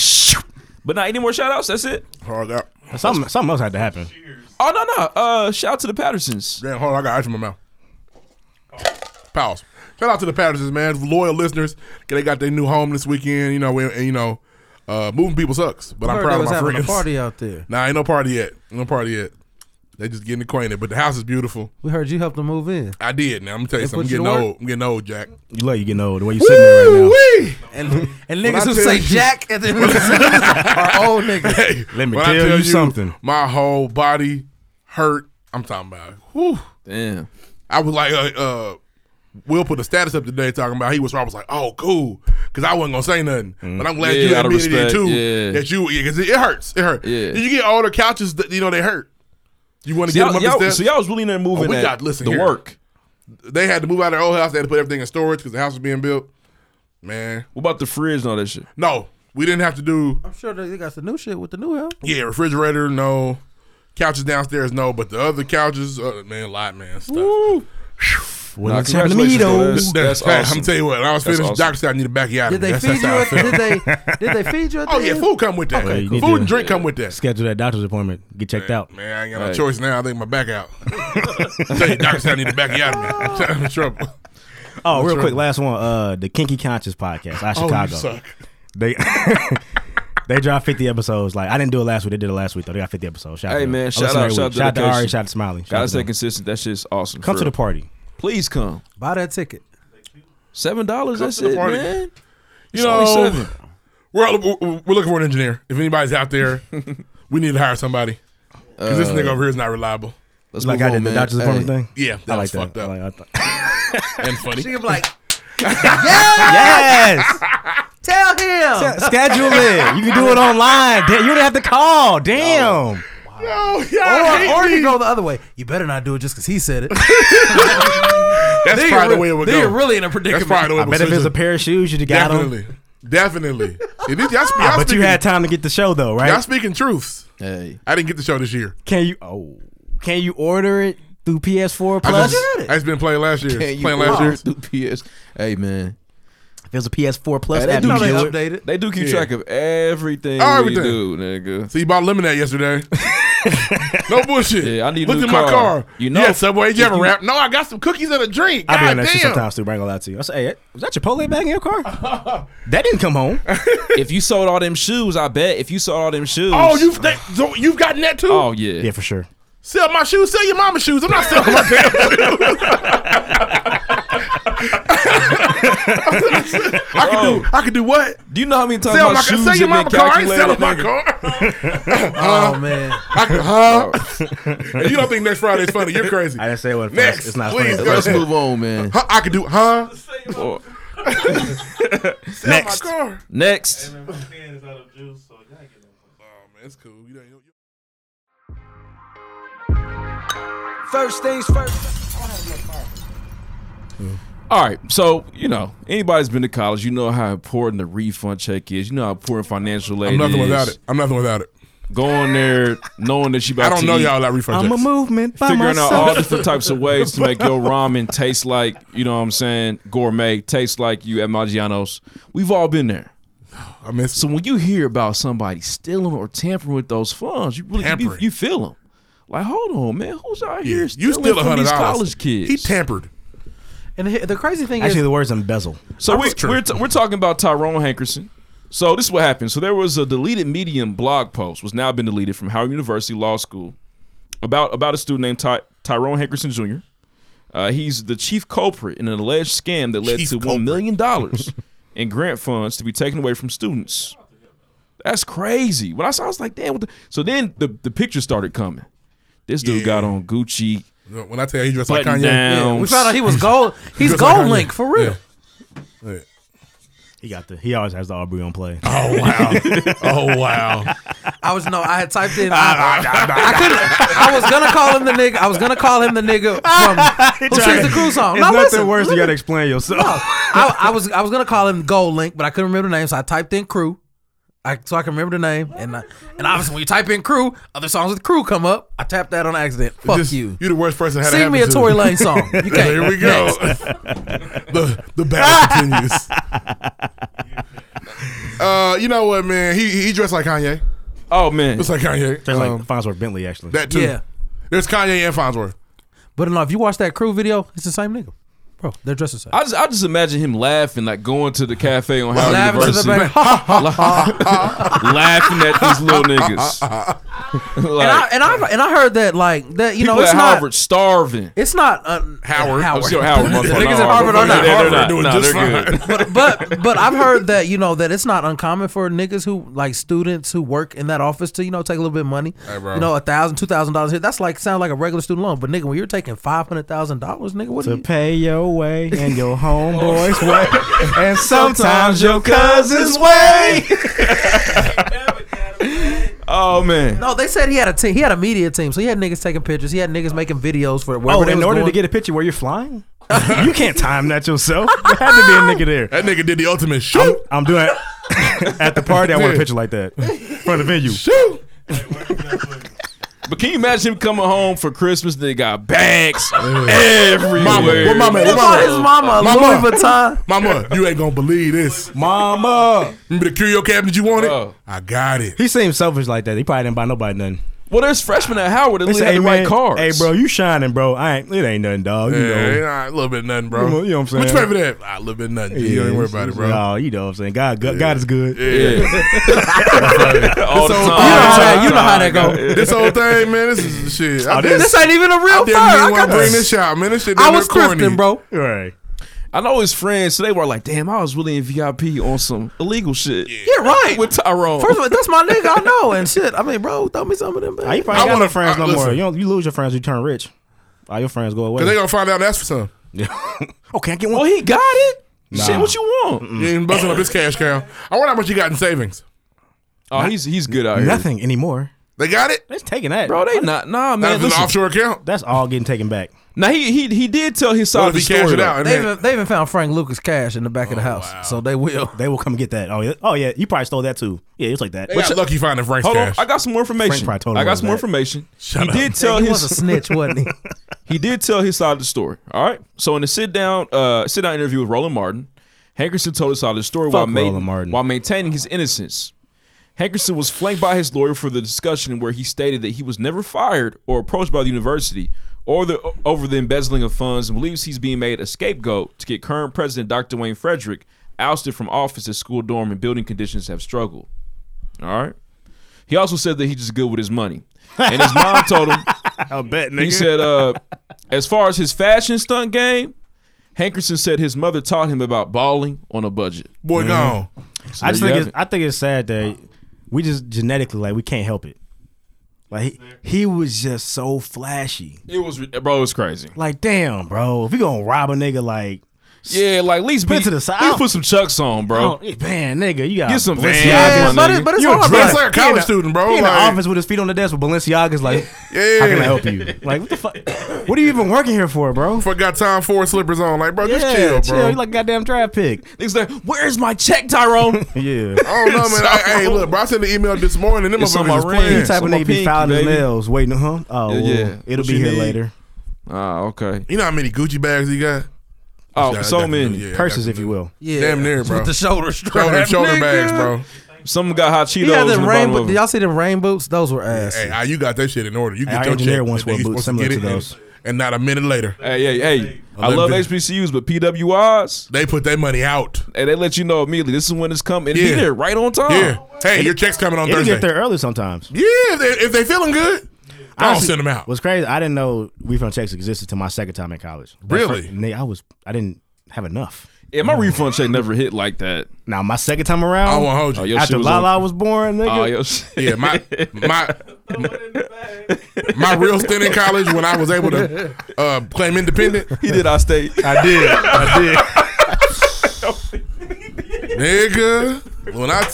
[SPEAKER 7] but not any more shout outs. That's it.
[SPEAKER 4] Hard out.
[SPEAKER 5] Something, something else had to happen.
[SPEAKER 7] Oh, no, no. Uh, shout out to the Pattersons.
[SPEAKER 4] Damn, hold on. I got ice in my mouth. Pause. Shout out to the Pattersons, man. Loyal listeners. They got their new home this weekend. You know, we, and, you know, uh, moving people sucks, but I'm
[SPEAKER 6] Heard
[SPEAKER 4] proud
[SPEAKER 6] they
[SPEAKER 4] of
[SPEAKER 6] was
[SPEAKER 4] my
[SPEAKER 6] having
[SPEAKER 4] friends.
[SPEAKER 6] a party out there.
[SPEAKER 4] Nah, ain't no party yet. No party yet. They just getting acquainted, but the house is beautiful.
[SPEAKER 6] We heard you helped them move in.
[SPEAKER 4] I did. Now I'm gonna tell you
[SPEAKER 6] They
[SPEAKER 4] something. I'm
[SPEAKER 6] put you
[SPEAKER 4] getting
[SPEAKER 6] to work?
[SPEAKER 4] old. I'm getting old, Jack.
[SPEAKER 5] You love you getting old. The way you sitting there right now.
[SPEAKER 4] Woo-wee!
[SPEAKER 6] And, and
[SPEAKER 4] When I
[SPEAKER 6] niggas who
[SPEAKER 4] tell
[SPEAKER 6] say
[SPEAKER 4] you-
[SPEAKER 6] Jack at the end of the sentence are old niggas.
[SPEAKER 4] Hey,
[SPEAKER 5] Let me
[SPEAKER 4] when
[SPEAKER 5] tell,
[SPEAKER 4] I
[SPEAKER 5] you, something.
[SPEAKER 4] My whole body hurt. I'm talking about. Whew.
[SPEAKER 7] Damn.
[SPEAKER 4] I was like, uh, uh, Will put a status up today talking about he was. I was like, oh, cool, because I wasn't gonna say nothing, but I'm glad
[SPEAKER 7] Mm. Yeah,
[SPEAKER 4] you
[SPEAKER 7] out of
[SPEAKER 4] admitted it
[SPEAKER 7] respect,
[SPEAKER 4] too.
[SPEAKER 7] yeah.
[SPEAKER 4] That you, because it, it hurts. It hurt.
[SPEAKER 7] Yeah.
[SPEAKER 4] Did you get older couches? That, you know they hurt. You want to
[SPEAKER 7] So
[SPEAKER 4] get them
[SPEAKER 7] y'all,
[SPEAKER 4] up
[SPEAKER 7] y'all-
[SPEAKER 4] the
[SPEAKER 7] so
[SPEAKER 4] steps?
[SPEAKER 7] y'all was really in there moving
[SPEAKER 4] Oh, we
[SPEAKER 7] that-
[SPEAKER 4] got- listen
[SPEAKER 7] the
[SPEAKER 4] here.
[SPEAKER 7] work.
[SPEAKER 4] they had to move out of their old house. They had to put everything in storage because the house was being built. Man,
[SPEAKER 7] What about the fridge and all that shit?
[SPEAKER 4] no, we didn't have to do.
[SPEAKER 6] I'm sure they got some new shit with the new house.
[SPEAKER 4] Yeah, refrigerator, no. Couches downstairs, no. But the other couches, uh, man, lot, man, stuff.
[SPEAKER 5] Well,
[SPEAKER 7] Nah,
[SPEAKER 5] it's happening to me though.
[SPEAKER 7] congratulations, though. That's- that's
[SPEAKER 4] hey,
[SPEAKER 7] awesome.
[SPEAKER 4] I'm tell you what, when I was
[SPEAKER 7] That's
[SPEAKER 4] finished,
[SPEAKER 7] awesome.
[SPEAKER 4] doctor said I need a back
[SPEAKER 6] Did they
[SPEAKER 4] that's,
[SPEAKER 6] feed
[SPEAKER 4] that's how I
[SPEAKER 6] you?
[SPEAKER 4] felt.
[SPEAKER 6] At, did they? Did they feed you? At the
[SPEAKER 4] Oh yeah,
[SPEAKER 6] end?
[SPEAKER 4] food come with that.
[SPEAKER 5] Okay, you
[SPEAKER 4] food
[SPEAKER 5] need to-
[SPEAKER 4] and drink come with that.
[SPEAKER 5] Schedule that doctor's appointment. Get checked out.
[SPEAKER 4] Man, I ain't got no
[SPEAKER 7] Right.
[SPEAKER 4] choice now. I think my back out. tell you, doctor said I need a back out. Man, I'm in trouble.
[SPEAKER 5] Oh, real
[SPEAKER 4] right.
[SPEAKER 5] quick, last one. Uh, the Kinky Conscious podcast out of
[SPEAKER 4] Oh, you
[SPEAKER 5] Chicago.
[SPEAKER 4] suck.
[SPEAKER 5] They they dropped fifty episodes. Like I didn't do it last week. They did it last week though. They got fifty episodes. Shout out
[SPEAKER 7] Hey,
[SPEAKER 5] to them.
[SPEAKER 7] man,
[SPEAKER 5] I
[SPEAKER 7] shout
[SPEAKER 5] listen
[SPEAKER 7] out,
[SPEAKER 5] every
[SPEAKER 7] shout
[SPEAKER 5] week.
[SPEAKER 7] out,
[SPEAKER 5] shout out to
[SPEAKER 7] dedication.
[SPEAKER 5] Ari, shout out to Smiley. Shout out
[SPEAKER 7] Gotta
[SPEAKER 5] to
[SPEAKER 7] stay
[SPEAKER 5] them.
[SPEAKER 7] consistent. That shit's awesome.
[SPEAKER 5] Come
[SPEAKER 7] for
[SPEAKER 5] to the
[SPEAKER 7] real.
[SPEAKER 5] party.
[SPEAKER 7] Please come.
[SPEAKER 6] Buy that ticket.
[SPEAKER 7] Seven dollars. That's
[SPEAKER 4] to the
[SPEAKER 7] it,
[SPEAKER 4] party.
[SPEAKER 7] man.
[SPEAKER 4] You
[SPEAKER 7] It's only
[SPEAKER 4] know,
[SPEAKER 7] seven.
[SPEAKER 4] we're, we're we're looking for an engineer. If anybody's out there, we need to hire somebody because this nigga over here is not reliable.
[SPEAKER 7] Let's
[SPEAKER 5] Like
[SPEAKER 7] move
[SPEAKER 5] I
[SPEAKER 7] on,
[SPEAKER 5] did the
[SPEAKER 7] man.
[SPEAKER 5] doctor's
[SPEAKER 7] Hey.
[SPEAKER 5] appointment thing.
[SPEAKER 4] Yeah, that
[SPEAKER 5] Uh, I like
[SPEAKER 4] was
[SPEAKER 5] that.
[SPEAKER 4] fucked up
[SPEAKER 5] I like- I thought-
[SPEAKER 4] and funny.
[SPEAKER 6] Nigga be like,
[SPEAKER 5] yes,
[SPEAKER 6] tell him.
[SPEAKER 5] schedule it. You can do it online. Damn, You don't have to call. Damn.
[SPEAKER 4] No, Oh, yeah, I hate
[SPEAKER 6] Or, or you
[SPEAKER 4] these.
[SPEAKER 6] go the other way. You better not do it just because he said it.
[SPEAKER 4] That's
[SPEAKER 6] They
[SPEAKER 4] probably
[SPEAKER 6] are
[SPEAKER 4] the way it would
[SPEAKER 6] they
[SPEAKER 4] go.
[SPEAKER 6] are really in a
[SPEAKER 4] That's
[SPEAKER 6] predicament.
[SPEAKER 4] probably the way
[SPEAKER 5] I
[SPEAKER 4] it would
[SPEAKER 5] bet if
[SPEAKER 4] go.
[SPEAKER 5] it's a pair of shoes, you'd have got them.
[SPEAKER 4] Definitely. Definitely. It is- y'all spe- y'all
[SPEAKER 5] But you
[SPEAKER 4] speaking-
[SPEAKER 5] had time to get the show
[SPEAKER 4] Y'all
[SPEAKER 5] though, right?
[SPEAKER 4] speaking truths.
[SPEAKER 3] Hey.
[SPEAKER 4] I didn't get the show this year.
[SPEAKER 5] Can you? Oh, can you order it through PS4
[SPEAKER 4] I
[SPEAKER 5] Plus?
[SPEAKER 4] just, I just been playing last year.
[SPEAKER 3] Can you
[SPEAKER 4] Playing last
[SPEAKER 3] order
[SPEAKER 4] year.
[SPEAKER 3] it through PS? Hey man,
[SPEAKER 5] If it's a PS4 Plus,
[SPEAKER 3] Hey, they
[SPEAKER 5] app,
[SPEAKER 3] do
[SPEAKER 5] you
[SPEAKER 6] You
[SPEAKER 5] can
[SPEAKER 6] know
[SPEAKER 5] do it.
[SPEAKER 6] they updated.
[SPEAKER 7] They do keep
[SPEAKER 4] Yeah.
[SPEAKER 7] track of everything,
[SPEAKER 4] Everything.
[SPEAKER 7] we do, nigga.
[SPEAKER 4] So you bought lemonade yesterday. no bullshit.
[SPEAKER 7] Yeah, I need a
[SPEAKER 4] Looked
[SPEAKER 7] new
[SPEAKER 4] in my
[SPEAKER 7] car.
[SPEAKER 4] car.
[SPEAKER 7] You know-
[SPEAKER 4] yeah, Subway. You have a
[SPEAKER 7] you-
[SPEAKER 4] wrap? No, I got some cookies and a drink.
[SPEAKER 5] I be
[SPEAKER 4] God
[SPEAKER 5] on that shit
[SPEAKER 4] damn.
[SPEAKER 5] sometimes too. Bring all that to you. I say, hey, was that Chipotle bag in your car? that didn't come home.
[SPEAKER 7] if you sold all them shoes, I bet. If you sold all them shoes,
[SPEAKER 4] Oh, you've that, so you've gotten that too.
[SPEAKER 7] Oh yeah.
[SPEAKER 5] yeah, for sure.
[SPEAKER 4] Sell my shoes. Sell your mama's shoes. I'm not selling my damn shoes. I can do. I can do what?
[SPEAKER 7] Do you know how many times
[SPEAKER 4] Sell
[SPEAKER 7] my
[SPEAKER 4] my,
[SPEAKER 7] shoes
[SPEAKER 4] sell your
[SPEAKER 7] have
[SPEAKER 4] mama
[SPEAKER 7] been
[SPEAKER 4] car. I ain't
[SPEAKER 7] calculated?
[SPEAKER 4] selling my
[SPEAKER 7] nigga?
[SPEAKER 4] car. Uh-huh.
[SPEAKER 6] Oh man,
[SPEAKER 4] I can, huh? And you don't think next Friday's funny? You're crazy.
[SPEAKER 5] I didn't say it wasn't
[SPEAKER 4] Next,
[SPEAKER 5] fast. It's not
[SPEAKER 4] please
[SPEAKER 5] fast.
[SPEAKER 4] go.
[SPEAKER 3] let's move on, man.
[SPEAKER 4] Huh, I can do. Huh?
[SPEAKER 7] Oh,
[SPEAKER 4] Sell
[SPEAKER 5] Next.
[SPEAKER 4] my car.
[SPEAKER 7] Next,
[SPEAKER 8] My stand is out of juice, so y'all ain't getting no
[SPEAKER 4] Oh man, it's cool. You don't- you-
[SPEAKER 6] first things first.
[SPEAKER 7] all right. So you know, anybody's been to college, you know how important the refund check is. You know how important financial aid
[SPEAKER 4] I'm nothing
[SPEAKER 7] is.
[SPEAKER 4] without it. I'm nothing without it.
[SPEAKER 7] Going there, knowing that you
[SPEAKER 4] I
[SPEAKER 7] about
[SPEAKER 4] don't
[SPEAKER 7] to
[SPEAKER 4] know
[SPEAKER 7] eat,
[SPEAKER 4] y'all that refund
[SPEAKER 5] I'm a
[SPEAKER 4] checks.
[SPEAKER 5] movement by
[SPEAKER 7] figuring out
[SPEAKER 5] myself.
[SPEAKER 7] all different types of ways to make your ramen taste like you know what I'm saying gourmet, taste like you at Maggiano's. We've all been there.
[SPEAKER 4] I miss.
[SPEAKER 7] So when you hear about somebody stealing or tampering with those funds, you really you,
[SPEAKER 4] Tampering.
[SPEAKER 7] you feel them. Like, hold on, man, who's out
[SPEAKER 4] Yeah,
[SPEAKER 7] here
[SPEAKER 4] you
[SPEAKER 7] stealing
[SPEAKER 4] still a
[SPEAKER 7] from
[SPEAKER 4] hundred
[SPEAKER 7] these
[SPEAKER 4] dollars.
[SPEAKER 7] college kids?
[SPEAKER 4] He tampered.
[SPEAKER 6] And the, the crazy thing
[SPEAKER 5] Actually,
[SPEAKER 6] is,
[SPEAKER 5] the word's embezzle.
[SPEAKER 7] so we,
[SPEAKER 4] That's true.
[SPEAKER 7] we're t- we're talking about Tyrone Hankerson. So this is what happened. So there was a deleted Medium blog post was now been deleted from Howard University Law School about about a student named Ty- Tyrone Hankerson Jr. Uh, he's the chief culprit in an alleged scam that led
[SPEAKER 4] Chief
[SPEAKER 7] to
[SPEAKER 4] culprit.
[SPEAKER 7] one million dollars in grant funds to be taken away from students. That's crazy. When I saw, I was like, damn. What the? So then the the pictures started coming. This dude
[SPEAKER 4] Yeah.
[SPEAKER 7] got on Gucci
[SPEAKER 4] When I tell you he dressed like
[SPEAKER 7] button
[SPEAKER 4] Kanye,
[SPEAKER 7] down.
[SPEAKER 6] we found out he was gold. He's
[SPEAKER 4] Just like
[SPEAKER 6] gold
[SPEAKER 4] Kanye.
[SPEAKER 6] link for real.
[SPEAKER 4] Yeah. Yeah.
[SPEAKER 5] He got the. He always has the Aubrey on play.
[SPEAKER 4] Oh wow! oh wow!
[SPEAKER 6] I was no, I had typed in. I, I couldn't. I was gonna call him the nigga. I was gonna call him the nigga from who sings the crew song.
[SPEAKER 5] It's
[SPEAKER 6] No,
[SPEAKER 5] nothing
[SPEAKER 6] listen,
[SPEAKER 5] worse.
[SPEAKER 6] listen.
[SPEAKER 5] You gotta explain yourself.
[SPEAKER 6] I, I was I was gonna call him Gold Link, but I couldn't remember the name, so I typed in Crew. I, so I can remember the name, and I, and obviously when you type in Crew, other songs with Crew come up. I tapped that on accident. Fuck
[SPEAKER 4] Just-
[SPEAKER 6] you.
[SPEAKER 4] You the worst person. Had
[SPEAKER 6] Sing me a Tory Lane song. You can't.
[SPEAKER 4] Here we go. the the battle continues. Uh, you know what, man? He he dressed like Kanye.
[SPEAKER 7] Oh man,
[SPEAKER 4] It's like Kanye.
[SPEAKER 5] That's like
[SPEAKER 4] Um,
[SPEAKER 5] Farnsworth Bentley, actually.
[SPEAKER 4] that too.
[SPEAKER 6] Yeah,
[SPEAKER 4] There's Kanye and Fonzworth.
[SPEAKER 6] but no, if you watch that Crew video, it's the same nigga, bro. They're dressed the same.
[SPEAKER 7] I just I just imagine him laughing, like going to the cafe on Howard
[SPEAKER 6] Laughing to the
[SPEAKER 7] University,
[SPEAKER 6] bank. Ha, ha.
[SPEAKER 7] laughing at these little niggas. like,
[SPEAKER 6] and I and I and I heard that like that you
[SPEAKER 7] people
[SPEAKER 6] know it's
[SPEAKER 7] at
[SPEAKER 6] not
[SPEAKER 7] Harvard starving.
[SPEAKER 6] it's not un-
[SPEAKER 4] Howard.
[SPEAKER 7] I'm
[SPEAKER 6] Howard.
[SPEAKER 7] sure Howard.
[SPEAKER 6] the niggas
[SPEAKER 7] motherfucker, no,
[SPEAKER 6] at Harvard are
[SPEAKER 7] they're-
[SPEAKER 6] not.
[SPEAKER 7] They're,
[SPEAKER 4] Harvard
[SPEAKER 7] not.
[SPEAKER 4] are doing
[SPEAKER 7] Nah,
[SPEAKER 4] just
[SPEAKER 7] they're good.
[SPEAKER 6] but but I've heard that you know that it's not uncommon for niggas who like students who work in that office to you know take a little bit of money.
[SPEAKER 4] Hey, bro.
[SPEAKER 6] You know, a thousand, two thousand dollars here. That's like sound like a regular student loan. But nigga, when you're taking five hundred thousand dollars, nigga, what?
[SPEAKER 5] to
[SPEAKER 6] Are you,
[SPEAKER 5] pay your way and your homeboys way, and sometimes
[SPEAKER 7] Sometimes your
[SPEAKER 5] your cousins way.
[SPEAKER 7] Oh man,
[SPEAKER 6] no, they said he had a team. He had a media team, so he had niggas taking pictures. He had niggas making videos for wherever
[SPEAKER 5] Oh,
[SPEAKER 6] they
[SPEAKER 5] in
[SPEAKER 6] was
[SPEAKER 5] order to
[SPEAKER 6] going.
[SPEAKER 5] get a picture where you're flying, you can't time that yourself. There had to be a nigga there.
[SPEAKER 4] That nigga did the ultimate shoot.
[SPEAKER 5] I'm doing at the party. I want
[SPEAKER 4] Yeah.
[SPEAKER 5] a picture like that in front of the venue.
[SPEAKER 4] Shoot.
[SPEAKER 7] but can you imagine him coming home for Christmas? They got bags everywhere.
[SPEAKER 4] Mama, where mama? at?
[SPEAKER 6] He
[SPEAKER 4] Where
[SPEAKER 6] bought his
[SPEAKER 4] mama?
[SPEAKER 6] mama, a
[SPEAKER 4] Mama.
[SPEAKER 6] Louis Vuitton.
[SPEAKER 4] at? Mama, you ain't gonna believe this.
[SPEAKER 5] Mama,
[SPEAKER 4] Remember the curio cabinet you wanted?
[SPEAKER 7] Oh.
[SPEAKER 4] I got it.
[SPEAKER 5] he seemed selfish like that. He probably didn't buy nobody nothing.
[SPEAKER 7] Well, there's freshmen at Howard that
[SPEAKER 5] They
[SPEAKER 7] really
[SPEAKER 5] said,
[SPEAKER 7] had
[SPEAKER 5] "Hey
[SPEAKER 7] the
[SPEAKER 5] man,
[SPEAKER 7] right cars.
[SPEAKER 5] hey bro, you shining, bro. I ain't. It ain't nothing, dog. You
[SPEAKER 4] Yeah,
[SPEAKER 5] know.
[SPEAKER 4] nah, a little bit of nothing, bro.
[SPEAKER 5] You know- you know what I'm
[SPEAKER 4] What you
[SPEAKER 5] saying?
[SPEAKER 4] pay for that? Ah, a little bit of nothing. you don't even worry about it, bro.
[SPEAKER 5] No, you know what I'm saying. God, God, God is good.
[SPEAKER 7] Yeah. All the
[SPEAKER 4] So-
[SPEAKER 7] time.
[SPEAKER 4] You know
[SPEAKER 6] how- you know how that go.
[SPEAKER 4] This whole thing, man, this is shit. I
[SPEAKER 5] Oh,
[SPEAKER 4] didn't-
[SPEAKER 6] This ain't even a
[SPEAKER 4] I
[SPEAKER 6] real fur.
[SPEAKER 4] didn't even
[SPEAKER 6] I,
[SPEAKER 4] want
[SPEAKER 6] got
[SPEAKER 4] to bring
[SPEAKER 6] this.
[SPEAKER 4] this out, man. This shit.
[SPEAKER 6] I
[SPEAKER 4] damn
[SPEAKER 6] was
[SPEAKER 4] near corny.
[SPEAKER 6] thrifting, bro.
[SPEAKER 5] Right.
[SPEAKER 7] I know his friends, so they were like, damn, I was really in VIP on some illegal shit.
[SPEAKER 6] Yeah, right.
[SPEAKER 7] With Tyrone.
[SPEAKER 6] First of all, that's my nigga. I know and shit. I mean, bro, throw me some of them.
[SPEAKER 5] I
[SPEAKER 6] Baby.
[SPEAKER 5] ain't probably
[SPEAKER 4] I
[SPEAKER 5] got
[SPEAKER 4] wanna-
[SPEAKER 5] no friends
[SPEAKER 4] I-
[SPEAKER 5] no more.
[SPEAKER 4] listen.
[SPEAKER 5] You don't, you lose your friends, you turn rich. All your friends go away.
[SPEAKER 4] Cause they gonna find out that's for some.
[SPEAKER 5] oh, can I get
[SPEAKER 7] well,
[SPEAKER 5] one?
[SPEAKER 7] he got it. Shit,
[SPEAKER 5] Nah.
[SPEAKER 7] what you want?
[SPEAKER 4] You ain't busting up this cash cow. I wonder how much you got in savings.
[SPEAKER 7] Oh, he's he's good out here.
[SPEAKER 5] Nothing anymore.
[SPEAKER 4] They got it.
[SPEAKER 5] It's taking that.
[SPEAKER 7] Bro, they not. Nah,
[SPEAKER 4] That
[SPEAKER 7] man.
[SPEAKER 4] is an
[SPEAKER 7] listen.
[SPEAKER 4] offshore account.
[SPEAKER 5] That's all getting taken back.
[SPEAKER 7] Now he he he did tell his side
[SPEAKER 4] What
[SPEAKER 7] of the
[SPEAKER 4] if he cash
[SPEAKER 7] story.
[SPEAKER 4] it out?
[SPEAKER 7] though.
[SPEAKER 4] And
[SPEAKER 6] They
[SPEAKER 4] then,
[SPEAKER 6] even, they even found Frank Lucas cash in the back of the house, so they will.
[SPEAKER 5] They will come get that. Oh yeah. Oh yeah. You probably stole that too. Yeah, it's like that.
[SPEAKER 4] they got lucky finding Frank's
[SPEAKER 7] Hold on,
[SPEAKER 4] cash.
[SPEAKER 7] I got some more information. I
[SPEAKER 5] probably told him
[SPEAKER 7] got some more
[SPEAKER 5] about that.
[SPEAKER 7] information. he
[SPEAKER 4] up.
[SPEAKER 7] did tell
[SPEAKER 6] he
[SPEAKER 7] his
[SPEAKER 6] was a snitch, wasn't he?
[SPEAKER 7] he did tell his side of the story. All right. So in the sit down uh, sit down interview with Roland Martin, Hankerson told his side of the story while, ma-
[SPEAKER 5] Roland Martin.
[SPEAKER 7] while maintaining his innocence. Hankerson was flanked by his lawyer for the discussion where he stated that he was never fired or approached by the university or the over the embezzling of funds and believes he's being made a scapegoat to get current president Dr. Wayne Frederick ousted from office as school dorm and building conditions have struggled. All right. He also said that he's just good with his money. And his mom told him
[SPEAKER 5] I bet
[SPEAKER 7] he said, uh, as far as his fashion stunt game, Hankerson said his mother taught him about balling on a budget.
[SPEAKER 4] Boy gone.
[SPEAKER 5] I just
[SPEAKER 7] There you
[SPEAKER 5] think
[SPEAKER 7] have
[SPEAKER 5] it's, I think it's sad that we just genetically like we can't help it. Like he, he was just so flashy.
[SPEAKER 7] It was bro, it was crazy.
[SPEAKER 5] Like damn, bro, if you gonna rob a nigga, like
[SPEAKER 7] Yeah, like at least
[SPEAKER 5] Put it
[SPEAKER 7] be-
[SPEAKER 5] to the side.
[SPEAKER 7] at least put some chucks on, bro.
[SPEAKER 5] oh, man, nigga, you got
[SPEAKER 7] Get some Vans,
[SPEAKER 6] Yeah,
[SPEAKER 7] my
[SPEAKER 6] but, it,
[SPEAKER 7] nigga.
[SPEAKER 6] but it's
[SPEAKER 5] You're a
[SPEAKER 6] hard.
[SPEAKER 5] drug
[SPEAKER 4] That's like a
[SPEAKER 5] He in
[SPEAKER 4] college
[SPEAKER 5] the-
[SPEAKER 4] student,
[SPEAKER 5] He
[SPEAKER 4] bro.
[SPEAKER 5] in the
[SPEAKER 4] Like,
[SPEAKER 5] office with his feet on the desk with Balenciaga's like, how can I
[SPEAKER 4] yeah.
[SPEAKER 5] help you? Like, what the fuck? What are you even working here for, bro?
[SPEAKER 4] Forgot Tom Ford slippers on. Like, bro, just chill, bro.
[SPEAKER 5] You like a goddamn draft pick.
[SPEAKER 7] Niggas like, where's my check, Tyrone?
[SPEAKER 5] Yeah.
[SPEAKER 4] I don't know, man. I, hey, look, bro. I sent an email this morning. Them
[SPEAKER 7] It's on
[SPEAKER 4] motherfuckers
[SPEAKER 7] my
[SPEAKER 4] was
[SPEAKER 7] ring.
[SPEAKER 5] You
[SPEAKER 4] playing.
[SPEAKER 5] type of
[SPEAKER 7] on my
[SPEAKER 5] nigga be
[SPEAKER 7] pinky,
[SPEAKER 5] filing his
[SPEAKER 7] baby.
[SPEAKER 5] nails, waiting, huh? Oh, well,
[SPEAKER 7] Yeah, yeah.
[SPEAKER 5] it'll
[SPEAKER 7] What
[SPEAKER 5] be
[SPEAKER 7] you
[SPEAKER 5] here
[SPEAKER 7] need?
[SPEAKER 5] later.
[SPEAKER 7] ah, okay.
[SPEAKER 4] You know how many Gucci bags he got?
[SPEAKER 7] Oh,
[SPEAKER 4] Yeah,
[SPEAKER 7] so
[SPEAKER 4] definitely.
[SPEAKER 7] many.
[SPEAKER 4] Yeah,
[SPEAKER 5] Purses,
[SPEAKER 4] definitely.
[SPEAKER 5] if you will.
[SPEAKER 6] Yeah,
[SPEAKER 4] Damn near, bro.
[SPEAKER 6] With the shoulder strap,
[SPEAKER 4] Shoulder, shoulder
[SPEAKER 6] nigga.
[SPEAKER 4] bags, bro.
[SPEAKER 7] Some got hot
[SPEAKER 6] He had
[SPEAKER 7] Cheetos in
[SPEAKER 6] them rain.
[SPEAKER 7] the bottom of
[SPEAKER 6] But,
[SPEAKER 7] them.
[SPEAKER 6] y'all see them rain boots? Those were ass.
[SPEAKER 4] Hey, ah, you got that shit in order. You get
[SPEAKER 5] Our
[SPEAKER 4] your
[SPEAKER 5] engineer
[SPEAKER 4] check,
[SPEAKER 5] once
[SPEAKER 4] and
[SPEAKER 5] wore
[SPEAKER 4] you
[SPEAKER 5] boots
[SPEAKER 4] supposed to
[SPEAKER 5] similar
[SPEAKER 4] get
[SPEAKER 5] to
[SPEAKER 4] it in.
[SPEAKER 5] those.
[SPEAKER 4] And not a minute later,
[SPEAKER 7] Hey, hey, hey. I
[SPEAKER 4] Eleven.
[SPEAKER 7] love HBCUs, but PWIs,
[SPEAKER 4] they put that money out.
[SPEAKER 7] hey, they let you know immediately. This is when it's coming. And be
[SPEAKER 4] Yeah.
[SPEAKER 7] there right on time.
[SPEAKER 4] Yeah. Hey, your check's coming on
[SPEAKER 5] It'll
[SPEAKER 4] Thursday.
[SPEAKER 5] get there early sometimes.
[SPEAKER 4] Yeah, if they, if they feeling good, I don't
[SPEAKER 5] Honestly,
[SPEAKER 4] send them out.
[SPEAKER 5] What's crazy, I didn't know refund checks existed till my second time in college. That
[SPEAKER 4] Really?
[SPEAKER 5] fir- nigga, I was, I didn't have enough.
[SPEAKER 7] Yeah, my refund check never hit like that.
[SPEAKER 5] Now, my second time
[SPEAKER 4] I
[SPEAKER 5] around,
[SPEAKER 4] won't hold you.
[SPEAKER 7] Oh, your shit
[SPEAKER 5] after
[SPEAKER 7] was on-
[SPEAKER 5] Lala was born, nigga.
[SPEAKER 7] Oh, your shit.
[SPEAKER 4] Yeah, my my my real stint in college when I was able to uh, claim independent.
[SPEAKER 7] He did our state.
[SPEAKER 4] I did, I did. Nigga, when I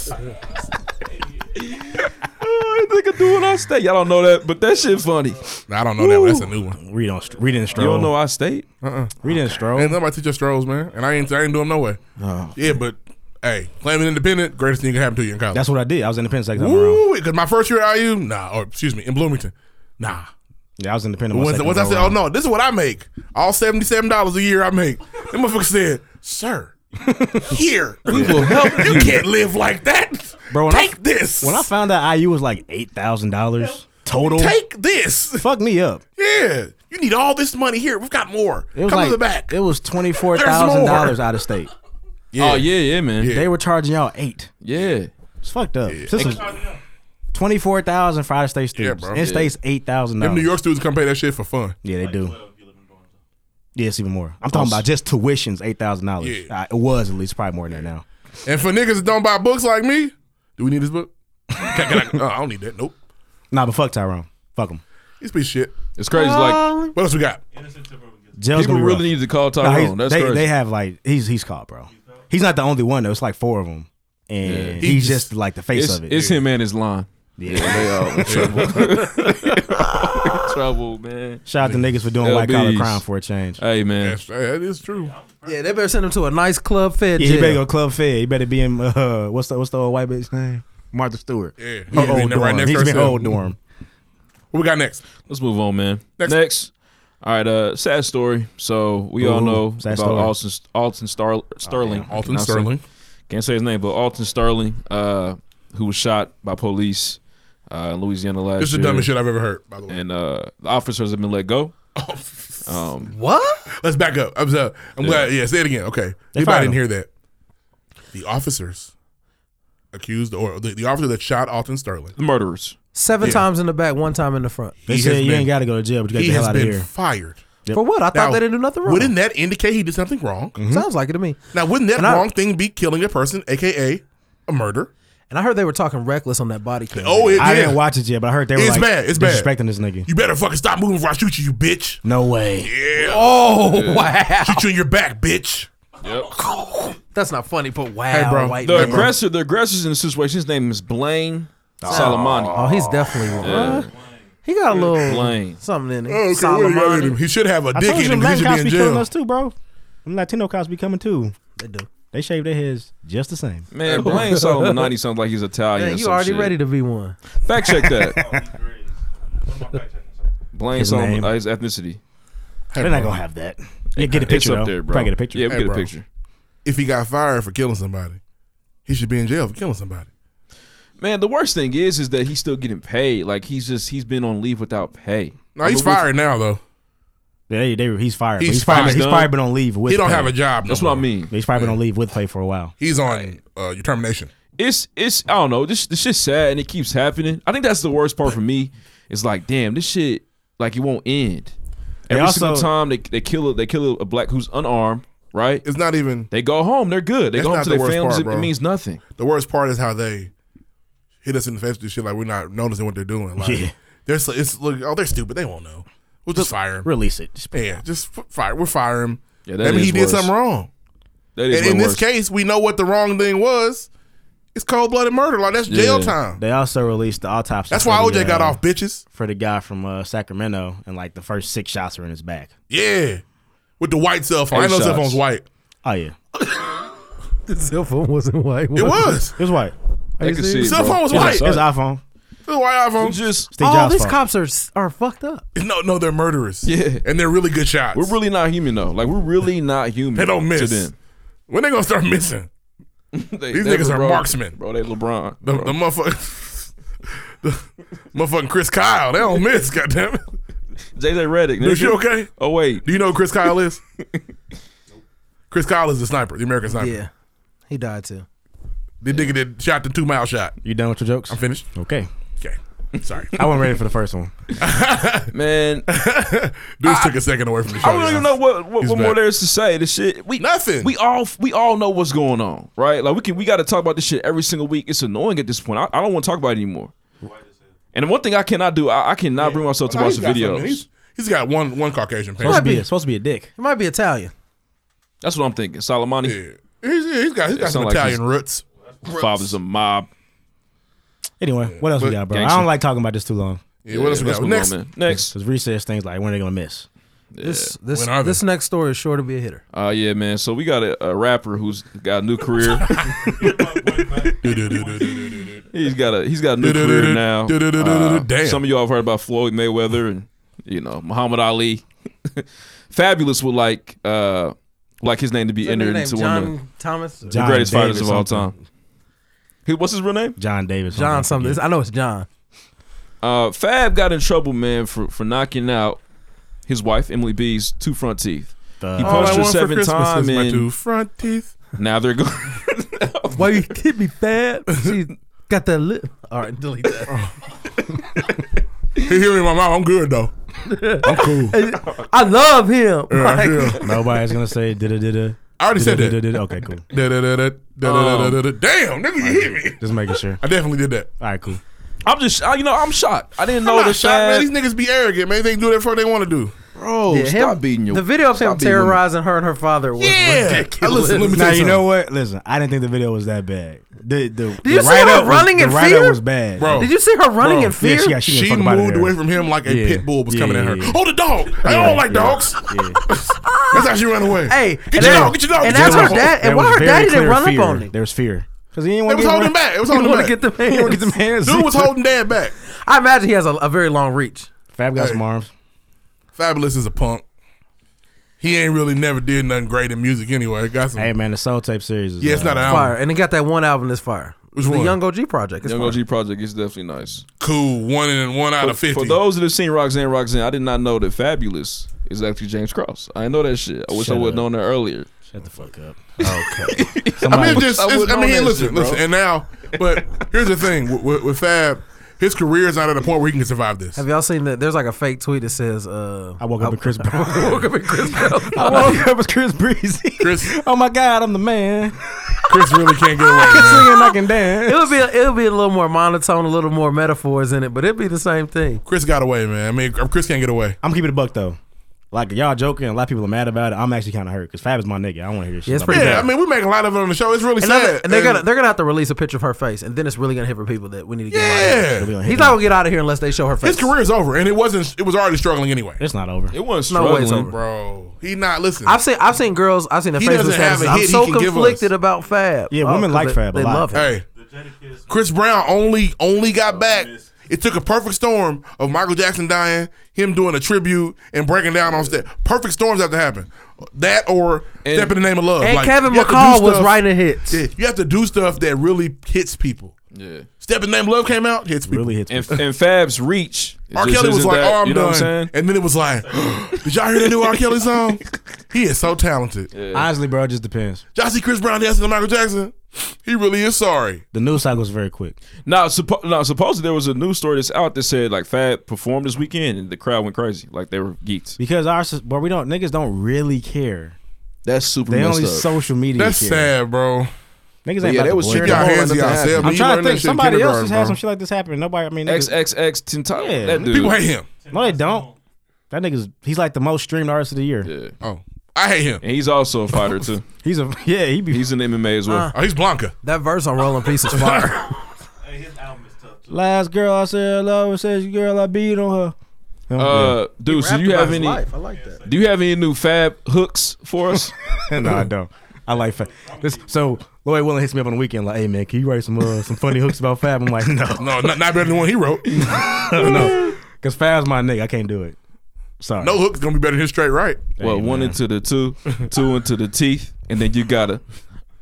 [SPEAKER 7] nigga doing our state. Y'all don't know that, but that shit funny.
[SPEAKER 4] I don't know that one. That's a new one.
[SPEAKER 5] Read on, read in
[SPEAKER 7] You
[SPEAKER 5] stroll.
[SPEAKER 7] don't know our state?
[SPEAKER 5] Read in stroll.
[SPEAKER 4] Ain't nobody teach us strolls, man. And I ain't I ain't doing no way. Yeah, but hey, claiming independent, greatest thing that happened to you in college.
[SPEAKER 5] That's what I did. I was independent second time around.
[SPEAKER 4] Ooh, because my first year at IU, nah, or excuse me, in Bloomington, nah.
[SPEAKER 5] Yeah, I was independent. my
[SPEAKER 4] Once,
[SPEAKER 5] second
[SPEAKER 4] once I
[SPEAKER 5] time
[SPEAKER 4] said, "Oh
[SPEAKER 5] around.
[SPEAKER 4] no, this is what I make. All seventy-seven dollars a year I make." Them motherfucker said, "Sir, here we will help you. can't live like that,
[SPEAKER 5] Bro, when I-
[SPEAKER 4] Take this.
[SPEAKER 5] When I found out IU was like eight thousand dollars total,
[SPEAKER 4] take this.
[SPEAKER 5] fuck me up.
[SPEAKER 4] Yeah, you need all this money here. We've got more.
[SPEAKER 5] It
[SPEAKER 4] Come
[SPEAKER 5] was
[SPEAKER 4] to
[SPEAKER 5] like
[SPEAKER 4] the back.
[SPEAKER 5] it was twenty four thousand dollars out of state.
[SPEAKER 7] Oh yeah, yeah, man. Yeah.
[SPEAKER 5] They were charging y'all eight. It's fucked up. twenty four thousand for out of state students.
[SPEAKER 4] bro.
[SPEAKER 5] In state's eight thousand
[SPEAKER 4] Them New
[SPEAKER 5] dollars.
[SPEAKER 4] York students come pay that shit for fun.
[SPEAKER 5] Yeah, they do. Yeah, it's even more. I'm talking about just tuitions, eight thousand dollars.
[SPEAKER 4] Yeah.
[SPEAKER 5] Uh, it was at least probably more than that now.
[SPEAKER 4] And for niggas that don't buy books like me, do we need this book? Can- can I, no, I don't need that. Nope.
[SPEAKER 5] Nah, but fuck Tyrone. Fuck him.
[SPEAKER 4] This piece of shit.
[SPEAKER 7] It's crazy. Like
[SPEAKER 4] What else we got?
[SPEAKER 5] Jail's
[SPEAKER 7] people
[SPEAKER 5] gonna be rough.
[SPEAKER 7] really need to call
[SPEAKER 5] Nah,
[SPEAKER 7] Tyrone.
[SPEAKER 5] he's-
[SPEAKER 7] Oh, That's
[SPEAKER 5] they,
[SPEAKER 7] crazy.
[SPEAKER 5] they have like he's he's caught, bro. He's not the only one though. It's like four of them, and he's,
[SPEAKER 4] He's-
[SPEAKER 5] just like the face
[SPEAKER 7] it's
[SPEAKER 5] of it.
[SPEAKER 7] it's him and his line.
[SPEAKER 5] Yeah.
[SPEAKER 7] they all in trouble. trouble, man.
[SPEAKER 5] Shout out to niggas for doing white collar
[SPEAKER 7] LBs.
[SPEAKER 5] crime for a change.
[SPEAKER 7] Hey, man.
[SPEAKER 4] That's, uh, that is true.
[SPEAKER 6] Yeah, they better send him to a nice club fed
[SPEAKER 5] Yeah, he better
[SPEAKER 6] jail.
[SPEAKER 5] go club fed. He better be in uh, what's the what's the old white bitch name? Martha Stewart.
[SPEAKER 4] Yeah, he's
[SPEAKER 5] Her
[SPEAKER 4] been
[SPEAKER 5] old dorm. he's
[SPEAKER 4] to
[SPEAKER 5] been
[SPEAKER 4] herself.
[SPEAKER 5] old dorm.
[SPEAKER 4] What we got next?
[SPEAKER 7] Let's move on, man.
[SPEAKER 4] Next.
[SPEAKER 7] Next. All right, uh, sad story. So we all
[SPEAKER 5] Ooh,
[SPEAKER 7] know
[SPEAKER 5] sad
[SPEAKER 7] about
[SPEAKER 5] story.
[SPEAKER 7] Alton, Alton Star, Sterling.
[SPEAKER 4] Alton
[SPEAKER 7] Now, so-
[SPEAKER 4] Oh, Sterling.
[SPEAKER 7] can't say his name, but Alton Sterling, uh, who was shot by police uh, in Louisiana last
[SPEAKER 4] This is
[SPEAKER 7] year.
[SPEAKER 4] the dumbest shit I've ever heard. By the way.
[SPEAKER 7] And uh, the officers have been let go.
[SPEAKER 6] What?
[SPEAKER 4] Let's back up. I'm, sorry. I'm glad. Yeah, say it again. Okay. Anybody
[SPEAKER 5] fired
[SPEAKER 4] didn't
[SPEAKER 5] him.
[SPEAKER 4] hear that? The officers accused, or the, the officer that shot Alton Sterling,
[SPEAKER 7] The murderers.
[SPEAKER 6] Seven
[SPEAKER 4] Yeah.
[SPEAKER 6] times in the back, one time in the front.
[SPEAKER 5] They
[SPEAKER 4] He
[SPEAKER 5] said
[SPEAKER 4] has
[SPEAKER 5] you
[SPEAKER 4] been-
[SPEAKER 5] ain't got to go to jail, but you got to
[SPEAKER 4] he
[SPEAKER 5] get the
[SPEAKER 4] has
[SPEAKER 5] hell out of
[SPEAKER 4] been
[SPEAKER 5] here.
[SPEAKER 4] fired.
[SPEAKER 6] For what? I thought
[SPEAKER 4] Now,
[SPEAKER 6] they didn't do nothing wrong.
[SPEAKER 4] Wouldn't that indicate he did something wrong?
[SPEAKER 5] Mm-hmm.
[SPEAKER 6] Sounds like it to me.
[SPEAKER 4] Now, wouldn't that
[SPEAKER 6] And I-
[SPEAKER 4] wrong thing be killing a person, aka a murder?
[SPEAKER 6] And I heard they were talking reckless on that body cam.
[SPEAKER 4] Oh, it,
[SPEAKER 5] I
[SPEAKER 4] yeah.
[SPEAKER 5] didn't watch it yet, but I heard they were
[SPEAKER 4] It's
[SPEAKER 5] like
[SPEAKER 4] bad, it's bad.
[SPEAKER 5] disrespecting this nigga.
[SPEAKER 4] You better fucking stop moving before I shoot you, you bitch.
[SPEAKER 5] No way.
[SPEAKER 4] Yeah.
[SPEAKER 6] Oh, wow.
[SPEAKER 4] Shoot you in your back, bitch.
[SPEAKER 6] That's not funny, but wow,
[SPEAKER 4] Hey, bro.
[SPEAKER 6] white
[SPEAKER 7] The
[SPEAKER 6] man.
[SPEAKER 7] aggressor, the aggressors in the situation. His name is Blaine Salamani.
[SPEAKER 6] Oh, he's definitely one. He got a little
[SPEAKER 7] Lane.
[SPEAKER 6] something in him.
[SPEAKER 4] Okay, well,
[SPEAKER 6] Solomon.
[SPEAKER 4] you got him. He should have a
[SPEAKER 5] I
[SPEAKER 4] dick
[SPEAKER 5] told you,
[SPEAKER 4] in
[SPEAKER 5] them
[SPEAKER 4] him. He should
[SPEAKER 5] Latin
[SPEAKER 4] be
[SPEAKER 5] cops
[SPEAKER 4] in
[SPEAKER 5] be killing
[SPEAKER 4] jail.
[SPEAKER 5] us too, bro. Them Latino cops be coming too.
[SPEAKER 6] They do.
[SPEAKER 5] They shave their heads just the same.
[SPEAKER 7] Man, Blaine Solomani sounds like he's Italian.
[SPEAKER 6] Man,
[SPEAKER 7] or
[SPEAKER 6] you
[SPEAKER 7] some
[SPEAKER 6] already
[SPEAKER 7] shit.
[SPEAKER 6] ready to be one.
[SPEAKER 7] Fact check
[SPEAKER 8] What am
[SPEAKER 7] that.
[SPEAKER 8] I fact checking, sir?
[SPEAKER 7] Blaine
[SPEAKER 5] Oh, His
[SPEAKER 7] Solomon,
[SPEAKER 5] name.
[SPEAKER 7] uh, his ethnicity.
[SPEAKER 5] They're not gonna have that. Yeah, get a
[SPEAKER 7] It's
[SPEAKER 5] picture
[SPEAKER 7] up
[SPEAKER 5] though.
[SPEAKER 7] there, bro.
[SPEAKER 5] Probably get a picture.
[SPEAKER 7] Yeah, we
[SPEAKER 4] Hey,
[SPEAKER 7] get a
[SPEAKER 4] bro.
[SPEAKER 7] picture.
[SPEAKER 4] If he got fired for killing somebody, he should be in jail for killing somebody.
[SPEAKER 7] Man, the worst thing is, is that he's still getting paid. Like he's just he's been on leave without pay.
[SPEAKER 4] No, he's fired now though.
[SPEAKER 5] They, they, he's fired. but
[SPEAKER 4] He's
[SPEAKER 5] He's, probably,
[SPEAKER 4] fired.
[SPEAKER 5] he's
[SPEAKER 7] Done.
[SPEAKER 5] probably been on leave with.
[SPEAKER 4] He don't
[SPEAKER 5] pay.
[SPEAKER 4] have a job. no
[SPEAKER 7] That's what I
[SPEAKER 4] more.
[SPEAKER 7] mean.
[SPEAKER 5] He's probably been on leave with pay for a while.
[SPEAKER 4] He's on uh, your termination.
[SPEAKER 7] It's it's I don't know. This this shit's sad and it keeps happening. I think that's the worst part for me. It's like damn, this shit like it won't end.
[SPEAKER 5] They
[SPEAKER 7] Every single
[SPEAKER 5] also-
[SPEAKER 7] time they they kill a, they kill a black who's unarmed, right?
[SPEAKER 4] It's not even
[SPEAKER 7] They go home. They're good. They
[SPEAKER 4] That's
[SPEAKER 7] go home
[SPEAKER 4] not
[SPEAKER 7] to
[SPEAKER 4] the
[SPEAKER 7] their
[SPEAKER 4] worst
[SPEAKER 7] families.
[SPEAKER 4] part,
[SPEAKER 7] it, it
[SPEAKER 4] bro.
[SPEAKER 7] means nothing.
[SPEAKER 4] the worst part is how they hit us in the face with this shit like we're not noticing what they're doing. Like
[SPEAKER 5] Yeah.
[SPEAKER 4] they're so, it's look oh they're stupid. They won't know. We'll just fire him.
[SPEAKER 5] Release it. Just-
[SPEAKER 4] Yeah, just f- fire. We're firing him.
[SPEAKER 7] Yeah, that
[SPEAKER 4] Maybe
[SPEAKER 7] is
[SPEAKER 4] he did
[SPEAKER 7] worse.
[SPEAKER 4] something wrong.
[SPEAKER 7] That is
[SPEAKER 4] And in
[SPEAKER 7] way
[SPEAKER 4] this
[SPEAKER 7] worse.
[SPEAKER 4] case, we know what the wrong thing was. It's cold blooded murder. Like that's jail
[SPEAKER 7] Yeah.
[SPEAKER 4] time.
[SPEAKER 5] They also released the autopsy.
[SPEAKER 4] That's
[SPEAKER 5] for
[SPEAKER 4] why
[SPEAKER 5] the,
[SPEAKER 4] OJ got
[SPEAKER 5] uh,
[SPEAKER 4] off bitches.
[SPEAKER 5] for the guy from uh, Sacramento, and like the first six shots were in his back.
[SPEAKER 4] Yeah. With the white cell phone. I know
[SPEAKER 7] Eight
[SPEAKER 4] cell
[SPEAKER 7] shots.
[SPEAKER 4] phone's white.
[SPEAKER 5] Oh yeah,
[SPEAKER 6] The cell phone wasn't white.
[SPEAKER 4] It was.
[SPEAKER 5] it was white.
[SPEAKER 7] I can see it,
[SPEAKER 4] Cell
[SPEAKER 7] bro.
[SPEAKER 4] phone was
[SPEAKER 7] Yeah,
[SPEAKER 4] white.
[SPEAKER 5] It's
[SPEAKER 7] sorry.
[SPEAKER 5] iPhone.
[SPEAKER 4] It's a white
[SPEAKER 7] We
[SPEAKER 4] iPhone.
[SPEAKER 7] just
[SPEAKER 5] Steve
[SPEAKER 6] All
[SPEAKER 5] Jobs'
[SPEAKER 6] these
[SPEAKER 5] phone.
[SPEAKER 6] cops are s- are fucked up.
[SPEAKER 4] No, no, they're murderers.
[SPEAKER 7] Yeah.
[SPEAKER 4] And they're really good shots.
[SPEAKER 7] we're really not human though. Like we're really not human.
[SPEAKER 4] They don't
[SPEAKER 7] To
[SPEAKER 4] miss.
[SPEAKER 7] them.
[SPEAKER 4] when they gonna start missing?
[SPEAKER 7] They-
[SPEAKER 4] These
[SPEAKER 7] they
[SPEAKER 4] niggas are
[SPEAKER 7] LeBron.
[SPEAKER 4] marksmen.
[SPEAKER 7] bro. They LeBron.
[SPEAKER 4] The, the motherfucker. the motherfucking Chris Kyle. They don't miss, goddamn it.
[SPEAKER 7] JJ Redick.
[SPEAKER 4] Is
[SPEAKER 7] nigga.
[SPEAKER 4] you okay?
[SPEAKER 7] Oh wait,
[SPEAKER 4] Do you know who Chris Kyle is? Chris Kyle is the sniper, the American sniper.
[SPEAKER 6] Yeah, he died too.
[SPEAKER 4] The nigga that shot the two mile shot.
[SPEAKER 5] You done with your jokes?
[SPEAKER 4] I'm finished.
[SPEAKER 5] Okay.
[SPEAKER 4] Okay. Sorry.
[SPEAKER 5] I wasn't ready for the first one.
[SPEAKER 7] man.
[SPEAKER 4] Dudes took a second away from the show.
[SPEAKER 7] I don't even know what what,
[SPEAKER 4] He's
[SPEAKER 7] what more
[SPEAKER 4] back.
[SPEAKER 7] there is to say. This shit, we
[SPEAKER 4] Nothing.
[SPEAKER 7] We all we all know what's going on, right? Like we can we got to talk about this shit every single week. It's annoying at this point. I, I don't want to talk about it anymore. And the one thing I cannot do, I, I cannot bring myself to
[SPEAKER 4] Nah,
[SPEAKER 7] watch
[SPEAKER 4] he's
[SPEAKER 7] the
[SPEAKER 4] got something.
[SPEAKER 7] videos.
[SPEAKER 4] He's- he's got one one Caucasian
[SPEAKER 5] Supposed to
[SPEAKER 4] parent.
[SPEAKER 5] be, supposed to be a dick.
[SPEAKER 6] He might be Italian.
[SPEAKER 7] That's what I'm thinking.
[SPEAKER 4] Yeah.
[SPEAKER 7] Salamani,
[SPEAKER 4] He's, he's got he's got
[SPEAKER 7] It
[SPEAKER 4] some
[SPEAKER 7] sound like
[SPEAKER 4] Italian roots.
[SPEAKER 7] his father's a mob.
[SPEAKER 5] Anyway, what else we
[SPEAKER 4] But-
[SPEAKER 5] got, bro?
[SPEAKER 7] Gangsta.
[SPEAKER 5] I don't like talking about this too long.
[SPEAKER 4] Yeah, what else we
[SPEAKER 7] let's
[SPEAKER 4] got?
[SPEAKER 7] move on,
[SPEAKER 4] Next,
[SPEAKER 7] man. next.
[SPEAKER 5] Because Reese says things like, when are they going to miss?
[SPEAKER 6] This this
[SPEAKER 4] When are they?
[SPEAKER 6] this next story is sure to be a hitter.
[SPEAKER 7] Uh, yeah, man. So we got a, a rapper who's got a new career.
[SPEAKER 4] Do-do-do-do-do-do-do-do.
[SPEAKER 7] he's got a he's got a new career now.
[SPEAKER 4] Do-do-do-do-do-do.
[SPEAKER 7] Uh,
[SPEAKER 4] Damn.
[SPEAKER 7] Some of y'all have heard about Floyd Mayweather and you know Muhammad Ali. Fabulous would like uh like his name to be entered into one of the
[SPEAKER 6] John Thomas.
[SPEAKER 5] John
[SPEAKER 7] greatest fighters
[SPEAKER 5] Davis
[SPEAKER 7] of all
[SPEAKER 5] something.
[SPEAKER 7] time. He- What's his real name?
[SPEAKER 5] John Davis.
[SPEAKER 6] John something. I know it's John.
[SPEAKER 7] Uh, Fab got in trouble, man, for, for knocking out his wife Emily B's two front teeth.
[SPEAKER 5] The-
[SPEAKER 7] he
[SPEAKER 5] All
[SPEAKER 4] All I
[SPEAKER 7] punched her
[SPEAKER 4] want for
[SPEAKER 7] seven
[SPEAKER 4] Christmas
[SPEAKER 7] times,
[SPEAKER 4] is my
[SPEAKER 7] and
[SPEAKER 4] two front teeth.
[SPEAKER 7] now they're going.
[SPEAKER 6] Why you hit me, Fab? She got that lip. All right, delete that.
[SPEAKER 4] He hear me in my mouth. I'm good though. I'm cool.
[SPEAKER 6] I love him.
[SPEAKER 4] Yeah, I
[SPEAKER 6] Like,
[SPEAKER 4] hear him.
[SPEAKER 5] Nobody's going to say, did did
[SPEAKER 4] I already said that.
[SPEAKER 5] Okay, cool.
[SPEAKER 4] Da-da-da-da, da-da-da-da-da. Damn, nigga, you hit me.
[SPEAKER 5] Just making sure.
[SPEAKER 4] I definitely did that.
[SPEAKER 5] All right, cool.
[SPEAKER 7] I'm just, I, you know, I'm shocked. I didn't know
[SPEAKER 4] I'm
[SPEAKER 7] that
[SPEAKER 4] not shocked, man.
[SPEAKER 7] Fab.
[SPEAKER 4] These niggas be arrogant, man. They do that for what they want to do.
[SPEAKER 7] bro,
[SPEAKER 6] yeah,
[SPEAKER 7] stop
[SPEAKER 6] him-
[SPEAKER 7] beating you.
[SPEAKER 6] The video of him terrorizing her and her father was
[SPEAKER 4] Yeah. Now,
[SPEAKER 6] ridiculous.
[SPEAKER 4] listen, let me
[SPEAKER 5] Now,
[SPEAKER 4] tell
[SPEAKER 5] you
[SPEAKER 4] you
[SPEAKER 5] know
[SPEAKER 4] something.
[SPEAKER 5] what? Listen, I didn't think the video was that bad. The, the, Did
[SPEAKER 6] you see her running
[SPEAKER 5] was,
[SPEAKER 6] in
[SPEAKER 5] the write-up
[SPEAKER 6] fear?
[SPEAKER 5] was bad.
[SPEAKER 4] Bro.
[SPEAKER 6] Did you see her running
[SPEAKER 4] Bro,
[SPEAKER 6] in fear?
[SPEAKER 5] Yeah, she got she,
[SPEAKER 4] She
[SPEAKER 5] getting fucked up out of
[SPEAKER 4] moved
[SPEAKER 5] there.
[SPEAKER 4] away from him like a
[SPEAKER 5] Yeah.
[SPEAKER 4] pit bull was
[SPEAKER 5] Yeah,
[SPEAKER 4] coming at
[SPEAKER 5] yeah,
[SPEAKER 4] her.
[SPEAKER 5] yeah.
[SPEAKER 4] Oh, the dog! I don't like
[SPEAKER 5] yeah.
[SPEAKER 4] dogs. That's how she ran away.
[SPEAKER 6] Hey,
[SPEAKER 4] get
[SPEAKER 6] and
[SPEAKER 4] your
[SPEAKER 6] that-
[SPEAKER 4] dog! Get your dog!
[SPEAKER 6] and
[SPEAKER 4] get your
[SPEAKER 6] that's her
[SPEAKER 4] dog.
[SPEAKER 6] dad-
[SPEAKER 5] There
[SPEAKER 6] why
[SPEAKER 5] was
[SPEAKER 6] her
[SPEAKER 5] very
[SPEAKER 6] daddy didn't
[SPEAKER 5] clear
[SPEAKER 6] run up
[SPEAKER 5] fear.
[SPEAKER 6] on him?
[SPEAKER 5] There was fear. Because he didn't
[SPEAKER 4] It
[SPEAKER 5] want
[SPEAKER 4] was
[SPEAKER 5] to
[SPEAKER 4] holding back. It was holding
[SPEAKER 6] wanna
[SPEAKER 4] back.
[SPEAKER 6] get them
[SPEAKER 4] He wanna
[SPEAKER 6] hands.
[SPEAKER 4] get them
[SPEAKER 5] hands.
[SPEAKER 4] Dude was holding dad back.
[SPEAKER 6] I imagine he has a, a very long reach.
[SPEAKER 5] Fab got
[SPEAKER 4] Hey.
[SPEAKER 5] some arms.
[SPEAKER 4] Fabulous is a punk. He ain't really never did nothing great in music anyway. Got some.
[SPEAKER 5] Hey, man, the Soul Tape series is
[SPEAKER 4] yeah, it's
[SPEAKER 5] uh,
[SPEAKER 4] not an
[SPEAKER 6] Fire,
[SPEAKER 4] album.
[SPEAKER 6] and he got that one album that's fire.
[SPEAKER 4] Oh. Which
[SPEAKER 6] the
[SPEAKER 4] one?
[SPEAKER 6] Young OG project. It's
[SPEAKER 7] Young
[SPEAKER 6] fire.
[SPEAKER 7] OG project is definitely nice.
[SPEAKER 4] Cool. One in one out
[SPEAKER 7] For,
[SPEAKER 4] of fifty.
[SPEAKER 7] for those that have seen Roxanne, Roxanne, I did not know that Fabulous is actually James Cross. I didn't know that shit. I wish I
[SPEAKER 5] Shut
[SPEAKER 7] would have
[SPEAKER 5] up.
[SPEAKER 7] known that earlier.
[SPEAKER 5] Shut the fuck up.
[SPEAKER 4] I mean, it's just,
[SPEAKER 7] I
[SPEAKER 4] it's-
[SPEAKER 7] would've
[SPEAKER 4] I
[SPEAKER 7] known
[SPEAKER 4] mean,
[SPEAKER 7] that
[SPEAKER 4] listen,
[SPEAKER 7] shit, bro.
[SPEAKER 4] listen. And now, but here's the thing with, with, with Fab, his career is not at a point where he can survive this.
[SPEAKER 6] Have y'all seen that? There's like a fake tweet that says, uh,
[SPEAKER 5] I woke up with Chris Brown.
[SPEAKER 6] I woke up in Chris Brown.
[SPEAKER 5] I woke up with Chris Breezy.
[SPEAKER 4] Chris,
[SPEAKER 5] Oh my God, I'm the man.
[SPEAKER 4] Chris really can't get away. man.
[SPEAKER 5] Singing, I can dance.
[SPEAKER 6] It would be a, it would be a little more monotone, a little more metaphors in it, but it'd be the same thing.
[SPEAKER 4] Chris got away, man. I mean, Chris can't get away.
[SPEAKER 5] I'm keeping it a buck though. Like y'all joking, a lot of people are mad about it. I'm actually kind of hurt because Fab is my nigga. I want to hear this shit.
[SPEAKER 6] Yeah, it's
[SPEAKER 5] about
[SPEAKER 6] pretty
[SPEAKER 5] me.
[SPEAKER 4] Yeah,
[SPEAKER 6] Yeah.
[SPEAKER 4] I mean, we make a lot of it on the show. It's really
[SPEAKER 6] And,
[SPEAKER 4] sad.
[SPEAKER 6] other- and they're gonna they're gonna have to release a picture of her face, and then it's really gonna hit for people that we need to get. him out of here.
[SPEAKER 4] yeah.
[SPEAKER 5] It'll be on
[SPEAKER 6] He's
[SPEAKER 5] his-
[SPEAKER 6] not gonna get out of here unless they show her face.
[SPEAKER 4] His career's over, and it wasn't. It was already struggling anyway,
[SPEAKER 5] It's not over.
[SPEAKER 7] It wasn't
[SPEAKER 6] No way
[SPEAKER 7] struggling.
[SPEAKER 6] it's over.
[SPEAKER 4] bro. He not listen.
[SPEAKER 6] I've seen I've seen girls I've seen their
[SPEAKER 4] He
[SPEAKER 6] faces.
[SPEAKER 4] doesn't have
[SPEAKER 6] statuses.
[SPEAKER 4] a
[SPEAKER 6] I'm
[SPEAKER 4] hit he
[SPEAKER 6] so
[SPEAKER 4] can give us.
[SPEAKER 6] conflicted about Fab.
[SPEAKER 5] Yeah,
[SPEAKER 6] Oh,
[SPEAKER 5] women
[SPEAKER 6] 'cause
[SPEAKER 5] like
[SPEAKER 6] they-
[SPEAKER 5] Fab a
[SPEAKER 6] They
[SPEAKER 5] lot.
[SPEAKER 6] love him.
[SPEAKER 4] hey, Chris Brown only only got back. It took a perfect storm of Michael Jackson dying, him doing a tribute and breaking down on stage. Perfect storms have to happen. That or
[SPEAKER 7] And-
[SPEAKER 4] step in the name of love.
[SPEAKER 6] And
[SPEAKER 4] Like,
[SPEAKER 6] Kevin
[SPEAKER 4] you have to do
[SPEAKER 6] McCall was
[SPEAKER 4] stuff-
[SPEAKER 6] writing hits.
[SPEAKER 4] Yeah, you have to do stuff that really hits people.
[SPEAKER 7] Yeah.
[SPEAKER 4] Step in the name of love came out, hits people.
[SPEAKER 5] Really hits. me.
[SPEAKER 7] And, and Fab's reach. it
[SPEAKER 4] R.
[SPEAKER 7] just
[SPEAKER 4] Kelly was
[SPEAKER 7] isn't
[SPEAKER 4] like,
[SPEAKER 7] that-
[SPEAKER 4] "Oh, I'm
[SPEAKER 7] you know
[SPEAKER 4] done,"
[SPEAKER 7] what I'm saying?
[SPEAKER 4] and then it was like, "Did y'all hear that new R. Kelly song? He is so talented."
[SPEAKER 5] Honestly, bro, it just depends.
[SPEAKER 4] Y'all see Chris Brown dancing to Michael Jackson? He really is sorry.
[SPEAKER 5] The news cycle is very quick.
[SPEAKER 7] Now, suppo- now, supposedly there was a news story that's out that said like Fab performed this weekend and the crowd went crazy, like they were geeks.
[SPEAKER 5] Because our but we don't niggas don't really care.
[SPEAKER 7] That's super
[SPEAKER 5] They
[SPEAKER 7] messed
[SPEAKER 5] only
[SPEAKER 7] up.
[SPEAKER 5] social media.
[SPEAKER 4] That's
[SPEAKER 5] care.
[SPEAKER 4] sad, bro.
[SPEAKER 5] Niggas ain't
[SPEAKER 7] Yeah,
[SPEAKER 5] about
[SPEAKER 7] they
[SPEAKER 5] to
[SPEAKER 7] was
[SPEAKER 5] boycott.
[SPEAKER 7] cheering
[SPEAKER 4] Y'all
[SPEAKER 7] Y'all
[SPEAKER 4] hands to
[SPEAKER 7] nothing
[SPEAKER 4] yourself.
[SPEAKER 7] happened.
[SPEAKER 5] I'm
[SPEAKER 4] You
[SPEAKER 5] trying to
[SPEAKER 4] learned that
[SPEAKER 5] think.
[SPEAKER 4] shit in
[SPEAKER 5] Somebody else
[SPEAKER 4] kindergarten,
[SPEAKER 5] has had
[SPEAKER 4] bro.
[SPEAKER 5] some shit like this happen. Nobody. I mean, niggas,
[SPEAKER 7] XXX Tentacion.
[SPEAKER 5] Yeah.
[SPEAKER 7] That dude.
[SPEAKER 4] People hate him.
[SPEAKER 5] no, they don't. That nigga's he's like the most streamed artist of the year.
[SPEAKER 7] Yeah.
[SPEAKER 4] Oh, I hate him.
[SPEAKER 7] And he's also a fighter too.
[SPEAKER 5] He's a yeah. He be
[SPEAKER 7] He's in MMA as well.
[SPEAKER 4] Oh, he's Blanca.
[SPEAKER 6] That verse on Rolling Peace is fire.
[SPEAKER 8] Hey, his album is tough too.
[SPEAKER 5] last girl I said I love her says girl I beat on her.
[SPEAKER 7] Uh, dude, so you have any?
[SPEAKER 6] Life. I like that.
[SPEAKER 7] Do you have any new Fab hooks for us?
[SPEAKER 5] no, I don't. I like Fab. This, so Lloyd Willing hits me up on the weekend like, hey man, can you write some uh, some funny hooks about Fab? I'm like, no,
[SPEAKER 4] No, not, not better than the one he wrote.
[SPEAKER 5] no, because Fab's my nigga. I can't do it. Sorry.
[SPEAKER 4] No hook's gonna be better than his straight right.
[SPEAKER 7] well, one into the two, two into the teeth, and then you gotta.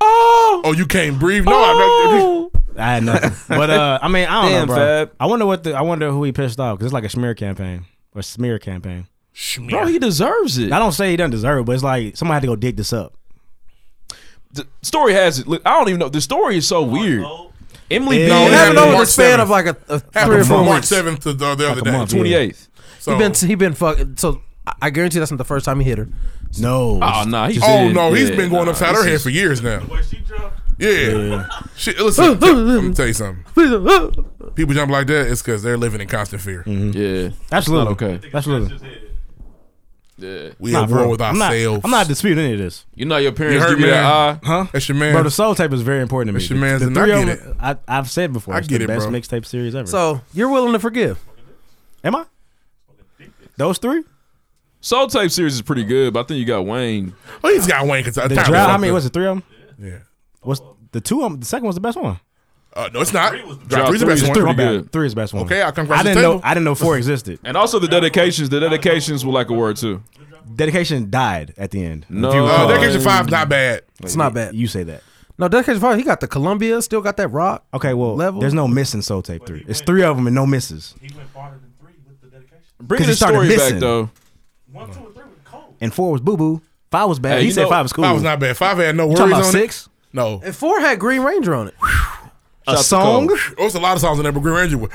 [SPEAKER 4] Oh, you can't breathe. No,
[SPEAKER 5] Oh!
[SPEAKER 4] I'm not.
[SPEAKER 5] I had nothing. But uh, I mean, I don't
[SPEAKER 7] Damn,
[SPEAKER 5] know, bro.
[SPEAKER 7] Fab.
[SPEAKER 5] I wonder what the I wonder who he pissed off because it's like a smear campaign or smear campaign.
[SPEAKER 4] Schmear.
[SPEAKER 7] Bro, he deserves it.
[SPEAKER 5] I don't say he doesn't deserve it, but it's like somebody had to go dig this up.
[SPEAKER 7] The story has it. Look, I don't even know. The story is so weird.
[SPEAKER 5] Yeah.
[SPEAKER 7] Emily B.
[SPEAKER 5] No,
[SPEAKER 6] It
[SPEAKER 5] it
[SPEAKER 7] had
[SPEAKER 6] happened
[SPEAKER 4] happened
[SPEAKER 7] it
[SPEAKER 6] over the
[SPEAKER 4] March
[SPEAKER 6] span
[SPEAKER 4] 7th.
[SPEAKER 6] of like a, a three or
[SPEAKER 4] happened
[SPEAKER 6] four
[SPEAKER 4] from March
[SPEAKER 6] months. He's
[SPEAKER 4] seventh to the, the other
[SPEAKER 5] a
[SPEAKER 4] day.
[SPEAKER 5] month, yeah.
[SPEAKER 7] 28th.
[SPEAKER 4] So,
[SPEAKER 6] been he been fucking. So I- I guarantee that's not the first time he hit her.
[SPEAKER 5] No.
[SPEAKER 7] Oh no, he's
[SPEAKER 4] oh
[SPEAKER 7] dead.
[SPEAKER 4] no, he's
[SPEAKER 7] Yeah,
[SPEAKER 4] been going
[SPEAKER 7] nah,
[SPEAKER 4] upside
[SPEAKER 7] this
[SPEAKER 4] her head
[SPEAKER 7] is-
[SPEAKER 4] for years now.
[SPEAKER 8] Where she dropped?
[SPEAKER 4] Yeah. Shit, listen, t- let me tell you something.
[SPEAKER 5] uh,
[SPEAKER 4] People jump like that, it's because they're living in constant fear.
[SPEAKER 5] Mm-hmm.
[SPEAKER 7] Yeah,
[SPEAKER 5] Absolutely.
[SPEAKER 7] It's not okay.
[SPEAKER 5] Absolutely.
[SPEAKER 8] His head.
[SPEAKER 7] yeah.
[SPEAKER 4] We
[SPEAKER 5] Nah,
[SPEAKER 4] at
[SPEAKER 5] bro.
[SPEAKER 4] war with
[SPEAKER 5] I'm not,
[SPEAKER 4] ourselves.
[SPEAKER 5] I'm not disputing any of this.
[SPEAKER 7] You know your parents
[SPEAKER 4] You heard
[SPEAKER 7] give you
[SPEAKER 4] me
[SPEAKER 7] that eye.
[SPEAKER 4] there.
[SPEAKER 5] Huh?
[SPEAKER 4] That's your man.
[SPEAKER 5] Bro, the soul tape is very important to me. That's your man's,
[SPEAKER 4] The
[SPEAKER 5] and
[SPEAKER 4] three
[SPEAKER 5] I
[SPEAKER 4] of
[SPEAKER 5] get it. I, I've said before,
[SPEAKER 4] I
[SPEAKER 5] it's
[SPEAKER 4] get
[SPEAKER 5] the
[SPEAKER 4] it,
[SPEAKER 5] best
[SPEAKER 4] bro.
[SPEAKER 5] mixtape series ever.
[SPEAKER 6] So you're willing to forgive?
[SPEAKER 5] am I? Those three?
[SPEAKER 7] Soul Tape series is pretty good, but I think you got Wayne.
[SPEAKER 4] oh, he's got Wayne. Cause I
[SPEAKER 5] The
[SPEAKER 4] kinda
[SPEAKER 5] drought. I
[SPEAKER 4] fucked
[SPEAKER 5] mean,
[SPEAKER 4] up.
[SPEAKER 5] was it three of them?
[SPEAKER 4] Yeah.
[SPEAKER 5] What's the two of them? The second one's the best one.
[SPEAKER 4] Uh, no, it's not.
[SPEAKER 7] Drought
[SPEAKER 4] Drought three's the
[SPEAKER 7] three
[SPEAKER 4] best
[SPEAKER 7] is
[SPEAKER 4] one.
[SPEAKER 5] Three, my
[SPEAKER 7] pretty
[SPEAKER 5] bad.
[SPEAKER 7] good.
[SPEAKER 5] Three is the best one.
[SPEAKER 4] Okay, I come across
[SPEAKER 5] I
[SPEAKER 4] the
[SPEAKER 5] didn't know.
[SPEAKER 4] table.
[SPEAKER 5] I didn't know four existed.
[SPEAKER 7] And also the dedications. The dedications were like a word too.
[SPEAKER 5] Dedication died at the end.
[SPEAKER 7] No,
[SPEAKER 4] Uh, that gives you five. Not bad.
[SPEAKER 6] It's not bad.
[SPEAKER 5] You say that.
[SPEAKER 6] No, Dedication Fire. He got the Columbia. Still got that rock.
[SPEAKER 5] Okay, well,
[SPEAKER 6] Level.
[SPEAKER 5] there's no missing Soul Tape 3. It's three of them and no misses.
[SPEAKER 8] He went farther than three with the dedication.
[SPEAKER 5] 'Cause
[SPEAKER 7] Bringing
[SPEAKER 5] he
[SPEAKER 7] the
[SPEAKER 5] started
[SPEAKER 7] story
[SPEAKER 5] missing.
[SPEAKER 7] back though.
[SPEAKER 8] One, two, and three with cold.
[SPEAKER 5] And four was boo boo. Five was bad.
[SPEAKER 7] Hey,
[SPEAKER 5] he
[SPEAKER 7] you
[SPEAKER 5] said
[SPEAKER 7] know-
[SPEAKER 5] five was cool.
[SPEAKER 4] Five was not bad. Five had no
[SPEAKER 5] You
[SPEAKER 4] worries
[SPEAKER 5] talking
[SPEAKER 4] on
[SPEAKER 5] about
[SPEAKER 4] it.
[SPEAKER 5] six?
[SPEAKER 4] No.
[SPEAKER 6] And four had Green Ranger on it.
[SPEAKER 5] A
[SPEAKER 7] Shout out to
[SPEAKER 5] song?
[SPEAKER 7] Cole.
[SPEAKER 4] There was a lot of songs in there, but Green Ranger was.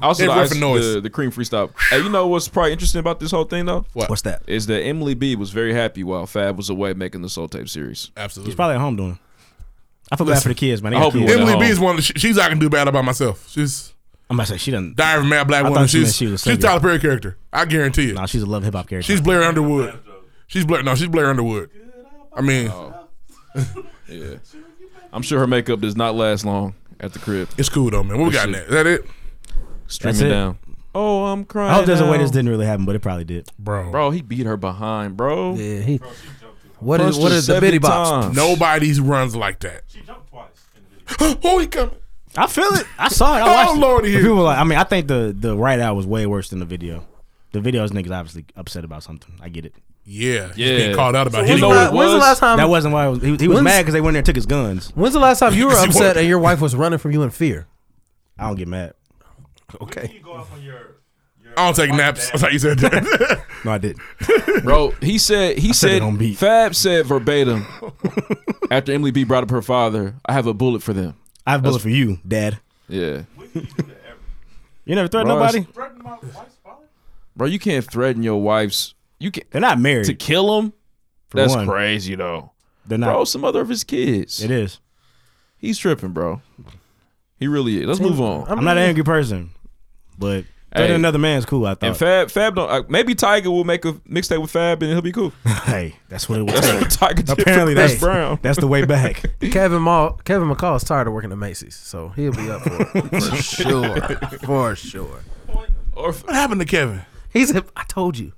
[SPEAKER 7] I Also,
[SPEAKER 4] It
[SPEAKER 7] the,
[SPEAKER 4] was
[SPEAKER 7] ice-
[SPEAKER 4] noise.
[SPEAKER 7] the, the cream freestyle. Hey, you know what's probably interesting about this whole thing though?
[SPEAKER 4] What?
[SPEAKER 5] What's that?
[SPEAKER 7] Is that Emily B was very happy while Fab was away making the Soul Tape series.
[SPEAKER 4] Absolutely.
[SPEAKER 5] He's probably at home doing it. I feel bad for the kids, man. They
[SPEAKER 7] I
[SPEAKER 5] got
[SPEAKER 7] hope he
[SPEAKER 5] kids.
[SPEAKER 7] went
[SPEAKER 4] Emily
[SPEAKER 7] at
[SPEAKER 4] B
[SPEAKER 7] home.
[SPEAKER 4] is one. Of the, she- she's I can do bad about myself. She's
[SPEAKER 5] I'm about to say, she doesn't.
[SPEAKER 4] Diary of a Mad Black
[SPEAKER 5] I
[SPEAKER 4] Woman.
[SPEAKER 5] thought you meant
[SPEAKER 4] She's
[SPEAKER 5] she was
[SPEAKER 4] she's
[SPEAKER 5] single.
[SPEAKER 4] Tyler Perry character. I guarantee it.
[SPEAKER 5] Nah, she's a love hip hop character.
[SPEAKER 4] She's Blair Underwood. She's Blair. No, she's Blair Underwood. I mean,
[SPEAKER 7] Oh. I'm sure her makeup does not last long at the crib.
[SPEAKER 4] it's cool though, man. What we got
[SPEAKER 7] Shit.
[SPEAKER 4] next? Is that it,
[SPEAKER 7] Streaming
[SPEAKER 5] it.
[SPEAKER 7] down. Oh, I'm crying.
[SPEAKER 5] I hope there's a way
[SPEAKER 7] now.
[SPEAKER 5] this didn't really happen, but it probably did.
[SPEAKER 4] bro?
[SPEAKER 7] Bro, he beat her behind, bro.
[SPEAKER 6] Yeah. He. What
[SPEAKER 7] Punched
[SPEAKER 6] is what
[SPEAKER 7] her
[SPEAKER 6] is the
[SPEAKER 7] seven
[SPEAKER 6] bitty box?
[SPEAKER 7] times.
[SPEAKER 4] Nobody's runs like that.
[SPEAKER 8] She jumped twice in the video.
[SPEAKER 4] oh, he coming.
[SPEAKER 5] I feel it. I saw it.
[SPEAKER 4] Oh,
[SPEAKER 5] I watched it.
[SPEAKER 4] Lord,
[SPEAKER 5] But
[SPEAKER 4] he-
[SPEAKER 5] People were like, I mean, I think the the write out was way worse than the video. The video is niggas obviously upset about something. I get it.
[SPEAKER 4] Yeah, he's
[SPEAKER 7] Yeah.
[SPEAKER 4] being called out about.
[SPEAKER 7] You
[SPEAKER 4] hitting
[SPEAKER 7] know
[SPEAKER 4] her.
[SPEAKER 7] what it
[SPEAKER 6] When's the
[SPEAKER 7] was?
[SPEAKER 6] last time?
[SPEAKER 5] That wasn't why I was, he, he was
[SPEAKER 6] Um, When's-
[SPEAKER 5] mad because they went there and took his guns.
[SPEAKER 6] When's the last time you were
[SPEAKER 4] She was-
[SPEAKER 6] upset and your wife was running from you in fear?
[SPEAKER 5] I don't get mad.
[SPEAKER 6] Okay.
[SPEAKER 8] You go off on your. your
[SPEAKER 4] I don't take naps. That's how you said that.
[SPEAKER 5] No, I didn't.
[SPEAKER 7] Bro, he said he
[SPEAKER 5] said it
[SPEAKER 7] said,
[SPEAKER 5] on beat.
[SPEAKER 7] Fab said verbatim after Emily B brought up her father, I have a bullet for them.
[SPEAKER 5] I have a bullet for you, Dad.
[SPEAKER 7] Yeah.
[SPEAKER 5] You never threatened
[SPEAKER 7] Bro, it's-
[SPEAKER 5] nobody.
[SPEAKER 8] Threatened my wife's father?
[SPEAKER 7] Bro, you can't threaten your wife's you can
[SPEAKER 5] They're not married.
[SPEAKER 7] to kill him?
[SPEAKER 5] for
[SPEAKER 7] That's
[SPEAKER 5] one.
[SPEAKER 7] crazy though.
[SPEAKER 5] They're not.
[SPEAKER 7] Bro, some other of his kids.
[SPEAKER 5] It is.
[SPEAKER 7] He's tripping, bro. He really is. Let's move on.
[SPEAKER 5] I'm not an angry person, but Better
[SPEAKER 7] Hey.
[SPEAKER 5] than another man's cool. I
[SPEAKER 7] And
[SPEAKER 5] thought.
[SPEAKER 7] Fab, Fab don't. Uh, maybe Tiger will make a mixtape with Fab, and he'll be cool.
[SPEAKER 5] hey, that's what it was.
[SPEAKER 7] That's what Tiger did for
[SPEAKER 5] Apparently,
[SPEAKER 7] Chris
[SPEAKER 5] that's
[SPEAKER 7] Brown.
[SPEAKER 5] That's the way back.
[SPEAKER 6] Kevin Ma- Kevin McCall is tired of working at Macy's, so he'll be up for it for sure, for sure.
[SPEAKER 7] Or,
[SPEAKER 4] What happened to Kevin?
[SPEAKER 6] He's. A, I told you.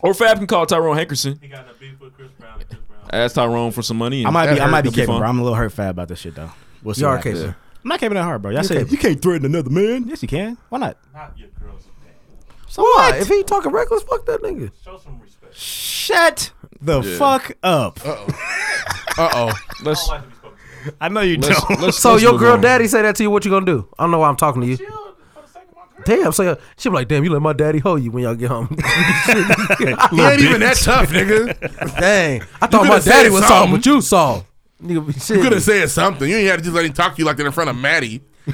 [SPEAKER 7] or Fab can call Tyrone Hankerson.
[SPEAKER 8] He got in a beef with Chris Brown. and Chris Brown.
[SPEAKER 7] Ask Tyrone for some money. and
[SPEAKER 5] I might be.
[SPEAKER 7] that
[SPEAKER 5] I might
[SPEAKER 7] hurt.
[SPEAKER 5] be
[SPEAKER 7] It'll
[SPEAKER 5] capable.
[SPEAKER 7] fun.
[SPEAKER 5] bro. I'm a little hurt fat about this shit though. We'll see
[SPEAKER 6] You
[SPEAKER 5] what
[SPEAKER 6] are
[SPEAKER 5] happens.
[SPEAKER 6] capable.
[SPEAKER 5] I'm not caping that hard, bro. Y'all said you can't threaten another man. Yes, you can. Why not?
[SPEAKER 8] Not your girl's dad.
[SPEAKER 6] So what? If he talking reckless, fuck that nigga.
[SPEAKER 8] Show some respect.
[SPEAKER 5] Shut the fuck up.
[SPEAKER 4] Uh oh.
[SPEAKER 7] Let's
[SPEAKER 8] I like to be spoken to.
[SPEAKER 5] I know you
[SPEAKER 7] let's,
[SPEAKER 5] don't.
[SPEAKER 7] let's-
[SPEAKER 6] So
[SPEAKER 7] let's
[SPEAKER 6] your
[SPEAKER 7] move
[SPEAKER 6] girl
[SPEAKER 7] on.
[SPEAKER 6] daddy say that to you, what you gonna do? I don't know why I'm talking to you.
[SPEAKER 8] Yo, for the sake of my girl.
[SPEAKER 6] Damn, so she be like, damn, you let my daddy hold you when y'all get home.
[SPEAKER 4] He ain't even that tough, nigga.
[SPEAKER 6] Dang, I thought
[SPEAKER 4] coulda
[SPEAKER 6] my daddy
[SPEAKER 4] said
[SPEAKER 6] was something,
[SPEAKER 4] something.
[SPEAKER 6] but you saw. Nigga, be shit.
[SPEAKER 4] You could have said something. You ain't had to just let him talk to you like that in front of Maddie.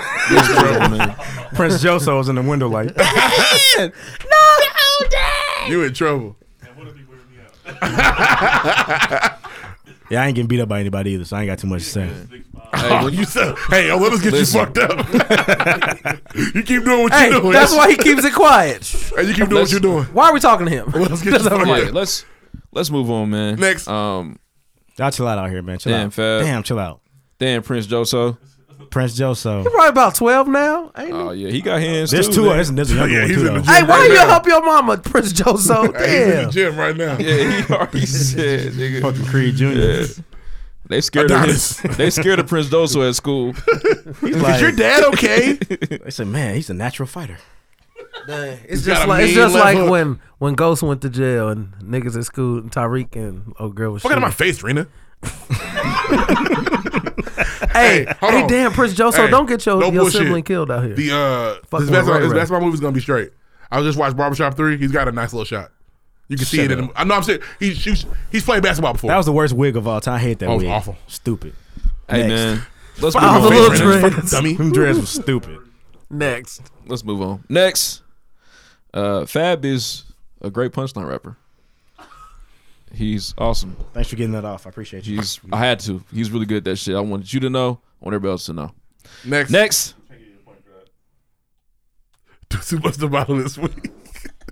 [SPEAKER 5] Prince Joso was in the window like.
[SPEAKER 6] Oh,
[SPEAKER 1] No, Dad.
[SPEAKER 4] You in trouble.
[SPEAKER 8] And what if he wear me out?
[SPEAKER 5] Yeah, I ain't getting beat up by anybody either, so I ain't got too much to say.
[SPEAKER 7] Hey,
[SPEAKER 4] You said, hey, yo, let us get
[SPEAKER 7] Listen.
[SPEAKER 4] you fucked up. you keep doing what
[SPEAKER 6] Hey,
[SPEAKER 4] you're doing.
[SPEAKER 6] that's why he keeps it quiet.
[SPEAKER 4] And you keep doing what you're doing.
[SPEAKER 6] Why are we talking to him?
[SPEAKER 4] Let's get you fucked
[SPEAKER 7] yeah,
[SPEAKER 4] up.
[SPEAKER 7] let's let's move on, man.
[SPEAKER 4] Next.
[SPEAKER 7] um,
[SPEAKER 5] Y'all chill out out here, man. Chill
[SPEAKER 7] Damn,
[SPEAKER 5] out.
[SPEAKER 7] Fab.
[SPEAKER 5] Damn, chill out.
[SPEAKER 7] damn Prince Joso.
[SPEAKER 5] Prince Joso.
[SPEAKER 6] Probably about twelve now. Ain't
[SPEAKER 7] Oh yeah, he got hands.
[SPEAKER 5] There's
[SPEAKER 7] too,
[SPEAKER 5] two.
[SPEAKER 7] man.
[SPEAKER 5] There's, there's another
[SPEAKER 4] Yeah,
[SPEAKER 5] one
[SPEAKER 4] he's in
[SPEAKER 5] too.
[SPEAKER 4] the
[SPEAKER 5] though.
[SPEAKER 4] gym.
[SPEAKER 6] Hey, why
[SPEAKER 4] Right
[SPEAKER 6] you
[SPEAKER 4] now.
[SPEAKER 6] help your mama, Prince Jozo?
[SPEAKER 4] Hey, he's in the
[SPEAKER 6] Damn.
[SPEAKER 4] gym right now.
[SPEAKER 7] Yeah, he already said, nigga.
[SPEAKER 5] Fucking Creed Jr.
[SPEAKER 7] Yeah. They scared of him.
[SPEAKER 4] Adonis.
[SPEAKER 7] They scared of Prince Doso at school.
[SPEAKER 5] He's
[SPEAKER 4] Is your
[SPEAKER 5] like,
[SPEAKER 4] dad okay?
[SPEAKER 5] they said, man, he's a natural fighter.
[SPEAKER 6] It's
[SPEAKER 4] got
[SPEAKER 6] just
[SPEAKER 4] a
[SPEAKER 6] like it's
[SPEAKER 4] mean
[SPEAKER 6] just
[SPEAKER 4] left
[SPEAKER 6] like
[SPEAKER 4] hook.
[SPEAKER 6] when when Ghost went to jail and niggas at school and Tyreek and oh girl was
[SPEAKER 4] Fuck out of my
[SPEAKER 6] shooting.
[SPEAKER 4] face, Rena.
[SPEAKER 6] Hey, hey,
[SPEAKER 4] hold on.
[SPEAKER 6] damn, Prince Joso,
[SPEAKER 4] Hey,
[SPEAKER 6] don't get your,
[SPEAKER 4] no
[SPEAKER 6] your
[SPEAKER 4] bullshit.
[SPEAKER 6] sibling killed out here.
[SPEAKER 4] The uh,
[SPEAKER 6] Fuck
[SPEAKER 4] this
[SPEAKER 6] with
[SPEAKER 4] basketball,
[SPEAKER 6] Ray
[SPEAKER 4] his
[SPEAKER 6] Ray.
[SPEAKER 4] basketball movie's gonna be straight. I was just watching Barbershop Three. He's got a nice little shot. You can see
[SPEAKER 5] Shut
[SPEAKER 4] it in.
[SPEAKER 5] up.
[SPEAKER 4] Him. I know. I'm saying he shoots. He's played basketball before.
[SPEAKER 5] That was the worst wig of all time. I hate that
[SPEAKER 4] Oh, it was
[SPEAKER 5] wig.
[SPEAKER 4] awful.
[SPEAKER 5] Stupid.
[SPEAKER 7] Hey
[SPEAKER 5] Next.
[SPEAKER 7] man, let's move
[SPEAKER 4] Fuck
[SPEAKER 6] All
[SPEAKER 4] out
[SPEAKER 6] the
[SPEAKER 4] of
[SPEAKER 7] on.
[SPEAKER 4] my
[SPEAKER 6] little
[SPEAKER 4] face, Rena.
[SPEAKER 6] dreads.
[SPEAKER 4] Dummy.
[SPEAKER 5] Them dreads was stupid.
[SPEAKER 6] Next.
[SPEAKER 7] Let's move on. Next, uh, Fab is a great punchline rapper. He's awesome.
[SPEAKER 5] Thanks for getting that off. I appreciate you.
[SPEAKER 7] He's I had to. He's really good at that shit. I wanted you to know. I want everybody else to know.
[SPEAKER 4] Next,
[SPEAKER 7] Next,
[SPEAKER 4] too much to bottle this week.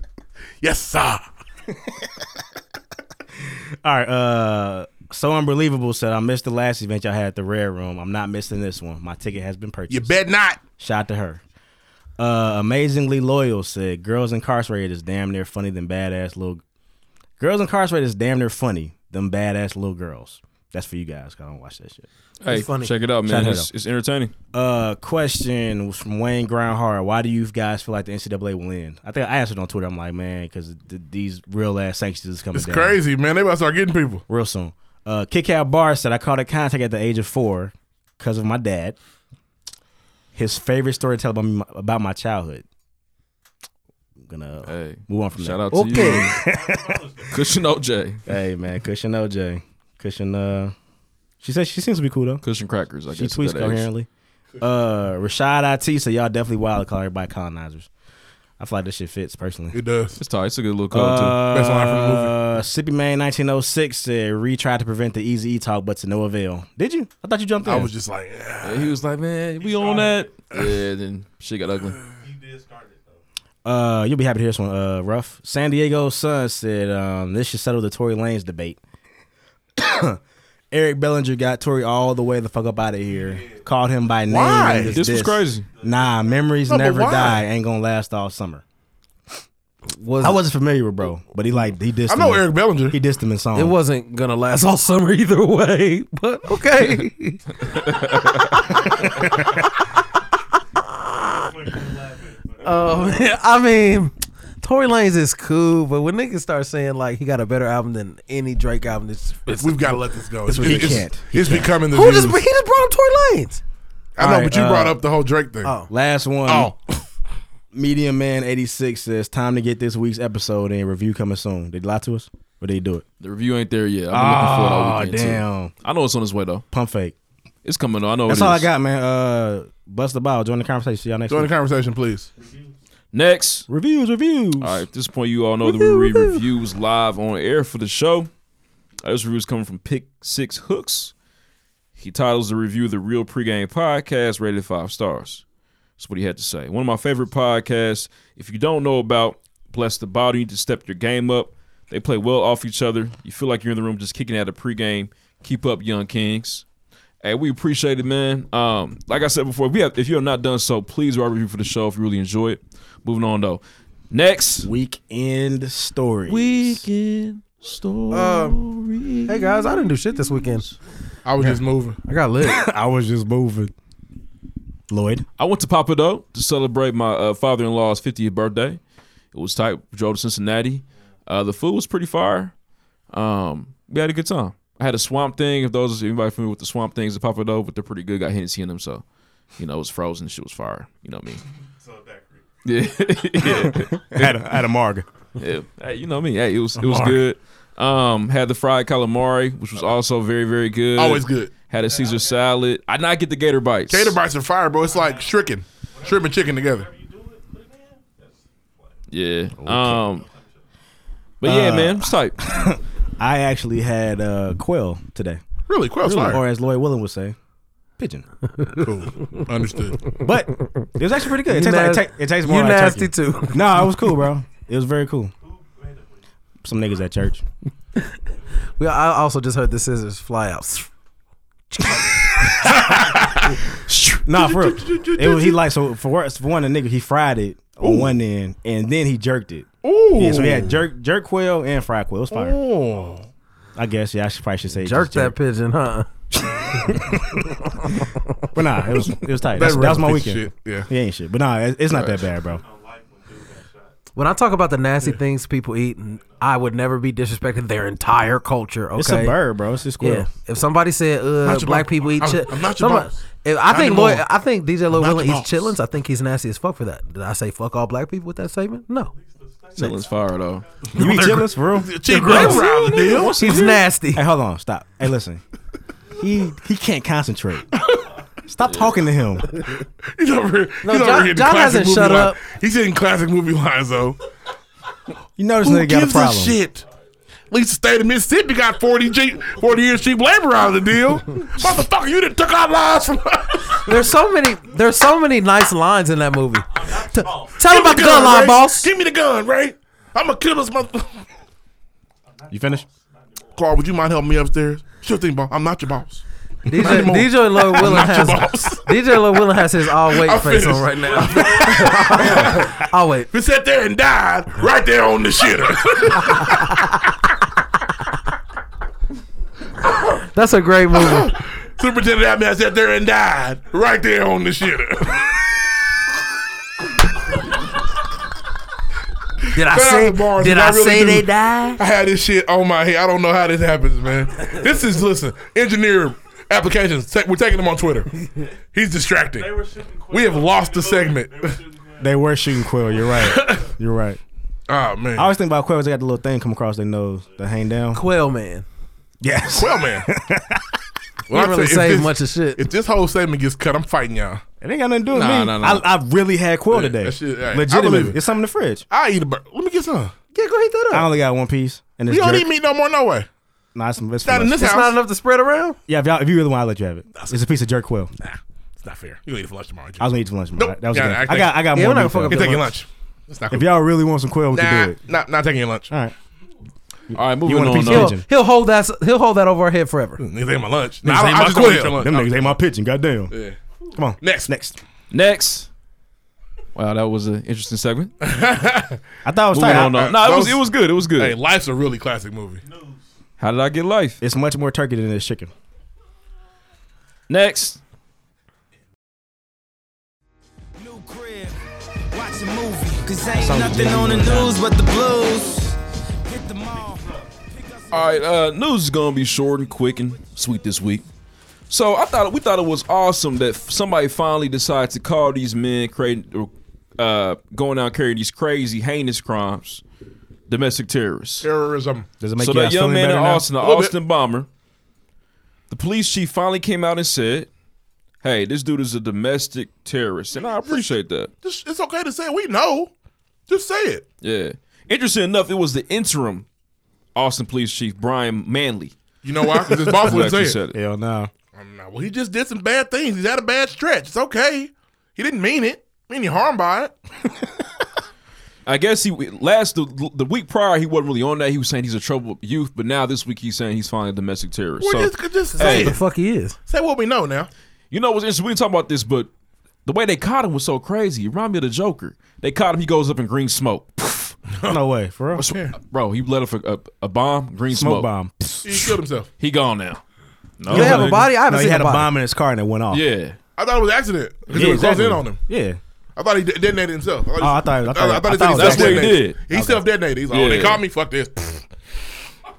[SPEAKER 4] yes, sir.
[SPEAKER 5] All right. Uh, so unbelievable said I missed the last event y'all had at the Red Room. I'm not missing this one. My ticket has been purchased.
[SPEAKER 4] You bet not.
[SPEAKER 5] Shout out to her. Uh, amazingly loyal said, "Girls incarcerated is damn near funny than badass little girls incarcerated is damn near funny than badass little girls." That's for you guys. 'cause I don't watch that shit.
[SPEAKER 7] hey,
[SPEAKER 6] funny.
[SPEAKER 7] check it out,
[SPEAKER 5] Shout
[SPEAKER 7] man.
[SPEAKER 5] it
[SPEAKER 7] It's,
[SPEAKER 5] out.
[SPEAKER 7] it's entertaining.
[SPEAKER 5] Uh, question was from Wayne Groundhard. Why do you guys feel like the NCAA will end? I think I asked it on Twitter. I'm like, man, because th- these real ass sanctions is coming.
[SPEAKER 4] It's
[SPEAKER 5] down.
[SPEAKER 4] crazy, man. They about to start getting people.
[SPEAKER 5] real soon. Uh, Kick Out Bar said, I caught a contact at the age of four because of my dad. His favorite story to tell about, me, about my childhood. I'm gonna uh,
[SPEAKER 7] Hey,
[SPEAKER 5] move on from
[SPEAKER 7] shout
[SPEAKER 5] that.
[SPEAKER 7] out to you, Cushion OJ,
[SPEAKER 5] Hey man, Cushion OJ, Cushion. Uh, she says she seems to be cool though.
[SPEAKER 7] Cushion Crackers. I
[SPEAKER 5] She
[SPEAKER 7] guess at
[SPEAKER 5] tweets
[SPEAKER 7] that age.
[SPEAKER 5] coherently. Uh, Rashad It said, y'all definitely wild to call everybody colonizers. I feel like this shit fits personally.
[SPEAKER 4] It does.
[SPEAKER 7] It's tight. It's a good little color too.
[SPEAKER 5] Uh,
[SPEAKER 4] Best line from the movie.
[SPEAKER 5] Sippy Man 1906 said, "Re tried to prevent the Easy E talk, but to no avail." Did you? I thought you jumped in.
[SPEAKER 4] I was just like, yeah.
[SPEAKER 7] Yeah, he was like, man, we on that. Yeah, then shit got ugly.
[SPEAKER 8] He did start it though.
[SPEAKER 5] Uh, you'll be happy to hear this one. Uh, rough. San Diego Sun said, um, this should settle the Tory Lanez debate. Eric Bellinger got Tory all the way the fuck up out of here. Called him by name.
[SPEAKER 4] Why?
[SPEAKER 5] and
[SPEAKER 7] This was
[SPEAKER 5] this.
[SPEAKER 7] crazy.
[SPEAKER 5] Nah, memories
[SPEAKER 4] No, but
[SPEAKER 5] never
[SPEAKER 4] why?
[SPEAKER 5] die. Ain't gonna last all summer.
[SPEAKER 6] Was
[SPEAKER 5] I wasn't familiar with bro, but he like he dissed.
[SPEAKER 4] I know
[SPEAKER 5] him.
[SPEAKER 4] Eric Bellinger.
[SPEAKER 5] He dissed him in song.
[SPEAKER 6] It wasn't gonna last all summer either way, but okay. um, I mean, Tory Lanez is cool, but when niggas start saying like he got a better album than any Drake album, it's, it's
[SPEAKER 4] We've got to let this go. It's,
[SPEAKER 5] he
[SPEAKER 4] it's-
[SPEAKER 5] can't.
[SPEAKER 4] it's becoming the.
[SPEAKER 6] who just he
[SPEAKER 4] views.
[SPEAKER 6] just brought up Tory Lanez.
[SPEAKER 4] I know,
[SPEAKER 5] All
[SPEAKER 4] but you
[SPEAKER 5] right,
[SPEAKER 4] brought
[SPEAKER 5] uh,
[SPEAKER 4] up the whole Drake thing.
[SPEAKER 6] Oh.
[SPEAKER 5] Last one.
[SPEAKER 4] Oh.
[SPEAKER 5] Medium Man 86 says, time to get this week's episode and review coming soon. They lie to us? Or they do it?
[SPEAKER 7] The review ain't there yet.
[SPEAKER 4] Ah,
[SPEAKER 7] I've been looking for it all weekend too.
[SPEAKER 5] Ah, damn.
[SPEAKER 7] I know it's on its way though.
[SPEAKER 5] Pump fake.
[SPEAKER 7] It's coming though. I know
[SPEAKER 5] That's
[SPEAKER 7] it
[SPEAKER 5] all I
[SPEAKER 7] is.
[SPEAKER 5] got, man. Uh, bust the ball. Join the conversation. See y'all next
[SPEAKER 4] Join the
[SPEAKER 5] week.
[SPEAKER 4] conversation, please.
[SPEAKER 7] Next.
[SPEAKER 5] reviews, reviews.
[SPEAKER 7] All right, at this point, you all know that we read reviews live on air for the show. Uh, this review is coming from Pick Six Hooks. He titles the review "The Real Pregame Podcast," rated five stars. That's what he had to say. One of my favorite podcasts. If you don't know about Bless the Body, you need to step your game up. They play well off each other. You feel like you're in the room just kicking out a pregame. Keep up, young kings. Hey, we appreciate it, man. Um, like I said before, we have if you have not done so, please write a review for the show if you really enjoy it. Moving on though. Next
[SPEAKER 5] Weekend story.
[SPEAKER 7] weekend story.
[SPEAKER 8] Um,
[SPEAKER 6] Hey guys, I didn't do shit this weekend.
[SPEAKER 4] I was just moving.
[SPEAKER 6] I got lit.
[SPEAKER 5] I was just moving. Lloyd.
[SPEAKER 7] I went to Papa Doe to celebrate my uh, father-in-law's 50th birthday. It was tight. We drove to Cincinnati. Uh, the food was pretty fire. Um, we had a good time. I had a swamp thing. If those anybody familiar with the swamp things at Papa Doe, but they're pretty good. Got Hennessy in them, so you know it was frozen. Shit was fire. You know me.
[SPEAKER 8] So that creep.
[SPEAKER 7] Yeah, yeah.
[SPEAKER 5] Had a, had a marg.
[SPEAKER 7] Yeah. Hey, you know me. Hey, it was it was good. Um, had the fried calamari, which was also very very good.
[SPEAKER 4] Always good.
[SPEAKER 7] Had a Caesar salad. I not get the gator bites.
[SPEAKER 4] Gator bites are fire, bro. It's like shrimp shrimp and chicken together.
[SPEAKER 8] You do it, put it in. That's what.
[SPEAKER 7] Yeah.
[SPEAKER 4] Oh,
[SPEAKER 7] Um. But
[SPEAKER 5] Uh,
[SPEAKER 7] yeah, man, it's tight.
[SPEAKER 5] I actually had uh, quail today,
[SPEAKER 4] Really, quail's
[SPEAKER 5] or
[SPEAKER 4] fire.
[SPEAKER 5] as Lloyd Willen would say, pigeon.
[SPEAKER 4] Cool. Understood.
[SPEAKER 5] But it was actually pretty good. It
[SPEAKER 6] You
[SPEAKER 5] tastes like
[SPEAKER 6] nas-
[SPEAKER 5] it ta- it tastes more
[SPEAKER 6] you
[SPEAKER 5] like
[SPEAKER 6] nasty
[SPEAKER 5] turkey.
[SPEAKER 6] too.
[SPEAKER 5] No, it was cool, bro. It was very cool. Some niggas at church.
[SPEAKER 6] We, I also just heard the scissors fly out.
[SPEAKER 5] Nah, for real. It was, he like so for worse- for one the nigga he fried it on one end and then he jerked it.
[SPEAKER 4] Ooh.
[SPEAKER 5] Yeah, so he had jerk jerk quail and fried quail. It was fire.
[SPEAKER 4] Ooh.
[SPEAKER 5] I guess yeah, I should probably should say
[SPEAKER 6] Jerk
[SPEAKER 5] just
[SPEAKER 6] that pigeon, huh?
[SPEAKER 5] But nah, it was it was tight. That's, that was my
[SPEAKER 4] recipe
[SPEAKER 5] weekend.
[SPEAKER 4] shit, Yeah.
[SPEAKER 5] He ain't shit. But nah, it- it's not that bad, bro.
[SPEAKER 6] When I talk about the nasty things people eat, I would never be disrespecting their entire culture. Okay,
[SPEAKER 5] It's a bird, bro. It's a squirrel.
[SPEAKER 6] Yeah. If somebody said, uh,
[SPEAKER 4] your
[SPEAKER 6] black
[SPEAKER 4] boss.
[SPEAKER 6] people eat
[SPEAKER 4] I'm-
[SPEAKER 6] chitlins.
[SPEAKER 4] I'm not your boss.
[SPEAKER 6] If, I
[SPEAKER 4] Not
[SPEAKER 6] think
[SPEAKER 4] your
[SPEAKER 6] Lloyd,
[SPEAKER 4] boss.
[SPEAKER 6] I think DJ Lloyd
[SPEAKER 4] not
[SPEAKER 6] Willen
[SPEAKER 4] your boss.
[SPEAKER 6] eats chitlins. I think he's nasty as fuck for that. Did I say fuck all black people with that statement? No.
[SPEAKER 7] Chillin's fire though.
[SPEAKER 5] You eat chillers for real?
[SPEAKER 4] Chicken wraps around the deal.
[SPEAKER 6] He's nasty.
[SPEAKER 5] Hey, hold on, stop. Hey, listen. He he can't concentrate. Stop talking to him.
[SPEAKER 4] He's over here. He's over
[SPEAKER 6] John-
[SPEAKER 4] here in
[SPEAKER 6] John
[SPEAKER 4] classic
[SPEAKER 6] hasn't
[SPEAKER 4] movie
[SPEAKER 6] shut
[SPEAKER 4] line.
[SPEAKER 6] up.
[SPEAKER 4] He's in classic movie lines though.
[SPEAKER 5] You know this
[SPEAKER 4] Who
[SPEAKER 5] nigga got a
[SPEAKER 4] gives a,
[SPEAKER 5] problem.
[SPEAKER 4] shit? At least the state of Mississippi got 40, cheap, 40 years cheap labor out of the deal. Motherfucker, you done took our lives from us.
[SPEAKER 6] There's so many. There's so many nice lines in that movie. T- tell him
[SPEAKER 4] Give me
[SPEAKER 6] about the gun line,
[SPEAKER 4] Ray.
[SPEAKER 6] boss.
[SPEAKER 4] Give me the gun, Ray. I'm going to kill this motherfucker.
[SPEAKER 5] You finished?
[SPEAKER 4] Carl, would you mind helping me upstairs? Sure thing, boss. I'm not your boss.
[SPEAKER 6] DJ, DJ Lloyd Willen
[SPEAKER 4] Not your
[SPEAKER 6] has.
[SPEAKER 4] boss.
[SPEAKER 6] DJ Lloyd Willen has his all weight
[SPEAKER 4] I'm
[SPEAKER 6] face on
[SPEAKER 4] finished.
[SPEAKER 6] right now. I'll wait.
[SPEAKER 4] If it sat there and died right there on the shitter.
[SPEAKER 6] That's a great movie.
[SPEAKER 4] Superintendent that man sat there and died right there on the shitter.
[SPEAKER 6] Did I
[SPEAKER 4] Shout out
[SPEAKER 6] say?
[SPEAKER 4] to Barnes,
[SPEAKER 6] Did
[SPEAKER 4] I
[SPEAKER 6] I
[SPEAKER 4] really
[SPEAKER 6] say
[SPEAKER 4] do.
[SPEAKER 6] they died?
[SPEAKER 4] I had this shit on my head. I don't know how this happens, man. This is listen, engineer applications. Ta- We're taking him on Twitter. He's distracting.
[SPEAKER 8] They were shooting quick.
[SPEAKER 4] We have lost the segment.
[SPEAKER 8] They were shooting quick.
[SPEAKER 5] They were shooting Quill. You're right. You're right.
[SPEAKER 4] Oh
[SPEAKER 5] I
[SPEAKER 4] man.
[SPEAKER 5] always think about Quill. 'cause They got the little thing come across their nose, the hang down.
[SPEAKER 6] Quail man.
[SPEAKER 5] Yes.
[SPEAKER 4] Well, man. Well,
[SPEAKER 6] He
[SPEAKER 4] I
[SPEAKER 6] really
[SPEAKER 4] tell you, if
[SPEAKER 6] saved
[SPEAKER 4] this-
[SPEAKER 6] much of shit.
[SPEAKER 4] If this whole segment gets cut, I'm fighting y'all.
[SPEAKER 5] It ain't got nothing to do with
[SPEAKER 7] Nah,
[SPEAKER 5] me.
[SPEAKER 7] nah, nah.
[SPEAKER 5] I, I really had Quill
[SPEAKER 4] Yeah,
[SPEAKER 5] today.
[SPEAKER 4] that shit, hey, I believe
[SPEAKER 5] Legitimately,
[SPEAKER 4] it.
[SPEAKER 5] it's something in the fridge.
[SPEAKER 4] I eat a bird. Let me get some.
[SPEAKER 6] Yeah, go heat that
[SPEAKER 5] I
[SPEAKER 6] up.
[SPEAKER 5] only got one piece, and it's
[SPEAKER 4] You don't
[SPEAKER 5] jerk.
[SPEAKER 4] eat meat no more, no way.
[SPEAKER 5] Nah, it's, it's
[SPEAKER 4] Not in
[SPEAKER 5] for
[SPEAKER 4] this
[SPEAKER 5] lunch.
[SPEAKER 6] It's
[SPEAKER 4] house.
[SPEAKER 6] not enough to spread around.
[SPEAKER 5] Yeah, if, y'all, if you really want, I'll let you have it. It's a piece of jerk Quill.
[SPEAKER 4] It's not fair. You gonna eat it for lunch tomorrow.
[SPEAKER 5] I was gonna eat some lunch. tomorrow.
[SPEAKER 4] Nope.
[SPEAKER 5] That was
[SPEAKER 4] Yeah,
[SPEAKER 5] good.
[SPEAKER 4] I
[SPEAKER 5] I,
[SPEAKER 4] think-
[SPEAKER 5] got. I got
[SPEAKER 6] Yeah,
[SPEAKER 5] more.
[SPEAKER 6] we're not
[SPEAKER 5] beef,
[SPEAKER 6] gonna fuck
[SPEAKER 5] though.
[SPEAKER 4] You're
[SPEAKER 6] up
[SPEAKER 4] taking
[SPEAKER 6] lunch.
[SPEAKER 4] lunch. It's not
[SPEAKER 5] If
[SPEAKER 4] cool.
[SPEAKER 5] y'all really want some Quill, we
[SPEAKER 4] Nah,
[SPEAKER 5] can do it.
[SPEAKER 4] not not taking your lunch.
[SPEAKER 5] All right.
[SPEAKER 7] All right,
[SPEAKER 5] You
[SPEAKER 7] moving
[SPEAKER 5] want a
[SPEAKER 7] on
[SPEAKER 5] piece of
[SPEAKER 7] though.
[SPEAKER 5] pigeon?
[SPEAKER 6] He'll hold that. He'll hold that over our head forever.
[SPEAKER 4] Niggas ain't my lunch.
[SPEAKER 5] Niggas
[SPEAKER 4] Nah, I,
[SPEAKER 5] ain't
[SPEAKER 4] I
[SPEAKER 5] my
[SPEAKER 4] just
[SPEAKER 5] quill.
[SPEAKER 4] want to eat your lunch.
[SPEAKER 5] Them niggas ain't my pigeon. Goddamn.
[SPEAKER 4] Yeah.
[SPEAKER 5] Come on.
[SPEAKER 4] Next.
[SPEAKER 5] Next.
[SPEAKER 7] Next. Wow, that was an interesting segment.
[SPEAKER 5] I thought it was
[SPEAKER 7] Moving
[SPEAKER 5] tight.
[SPEAKER 7] on
[SPEAKER 5] I-
[SPEAKER 7] though. No, it was
[SPEAKER 4] those-
[SPEAKER 7] it was good. It was good.
[SPEAKER 4] Hey, life's a really classic movie.
[SPEAKER 7] How did I get life?
[SPEAKER 5] It's much more turkey than this chicken.
[SPEAKER 7] Next.
[SPEAKER 9] New crib, watch a movie, cause ain't nothing on the news but the blues. Hit the mall.
[SPEAKER 7] All right, uh, news is gonna be short and quick and sweet this week. So I thought we thought it was awesome that somebody finally decided to call these men creating, uh, going out carrying these crazy heinous crimes, domestic terrorists.
[SPEAKER 4] Terrorism.
[SPEAKER 5] Does it make
[SPEAKER 7] so
[SPEAKER 5] you
[SPEAKER 7] that young man in
[SPEAKER 5] better now?
[SPEAKER 7] Austin, the
[SPEAKER 4] A little bit.
[SPEAKER 7] Austin bomber, the police chief finally came out and said, "Hey, this dude is a domestic terrorist," and I appreciate that.
[SPEAKER 4] Just, it's okay to say it. We know. Just say it.
[SPEAKER 7] Yeah. Interesting enough, it was the interim Austin police chief Brian Manley
[SPEAKER 4] You know why? Because his boss
[SPEAKER 7] who
[SPEAKER 4] would say
[SPEAKER 7] actually
[SPEAKER 4] it.
[SPEAKER 7] said it.
[SPEAKER 5] Hell no.
[SPEAKER 4] Um, nah, well, he just did some bad things. He's had a bad stretch. It's okay. He didn't mean it. Any harm by it?
[SPEAKER 7] I guess he last the the week prior he wasn't really on that. He was saying he's a troubled youth, but now this week he's saying he's finally a domestic terrorist.
[SPEAKER 4] Well,
[SPEAKER 7] so
[SPEAKER 4] just, just say,
[SPEAKER 6] The
[SPEAKER 4] it.
[SPEAKER 6] fuck he is.
[SPEAKER 4] say what we know now.
[SPEAKER 7] you know what's interesting? We didn't talk about this, but the way they caught him was so crazy. It reminded me of the Joker. They caught him. He goes up in green smoke.
[SPEAKER 5] No way, for real.
[SPEAKER 7] Sw- Bro, he let off a, a, a bomb, green smoke.
[SPEAKER 5] Smoke bomb.
[SPEAKER 4] He killed himself.
[SPEAKER 7] He gone now. No,
[SPEAKER 6] Do they have a body? I haven't
[SPEAKER 5] No, he
[SPEAKER 6] seen
[SPEAKER 5] had
[SPEAKER 6] a
[SPEAKER 5] a
[SPEAKER 6] body.
[SPEAKER 5] bomb in his car and it went off.
[SPEAKER 7] Yeah.
[SPEAKER 4] I thought it was an accident because
[SPEAKER 5] Yeah,
[SPEAKER 4] it was close
[SPEAKER 5] exactly.
[SPEAKER 4] in on him.
[SPEAKER 5] Yeah.
[SPEAKER 4] I thought he de- detonated himself. I thought, he-
[SPEAKER 5] Oh, I thought- I thought- I
[SPEAKER 4] he
[SPEAKER 5] thought
[SPEAKER 4] said
[SPEAKER 5] it was
[SPEAKER 4] he
[SPEAKER 5] accident.
[SPEAKER 4] self-detonated.
[SPEAKER 7] That's what
[SPEAKER 4] He self-detonated. He's like, oh, they
[SPEAKER 7] Yeah.
[SPEAKER 4] caught me. Fuck this.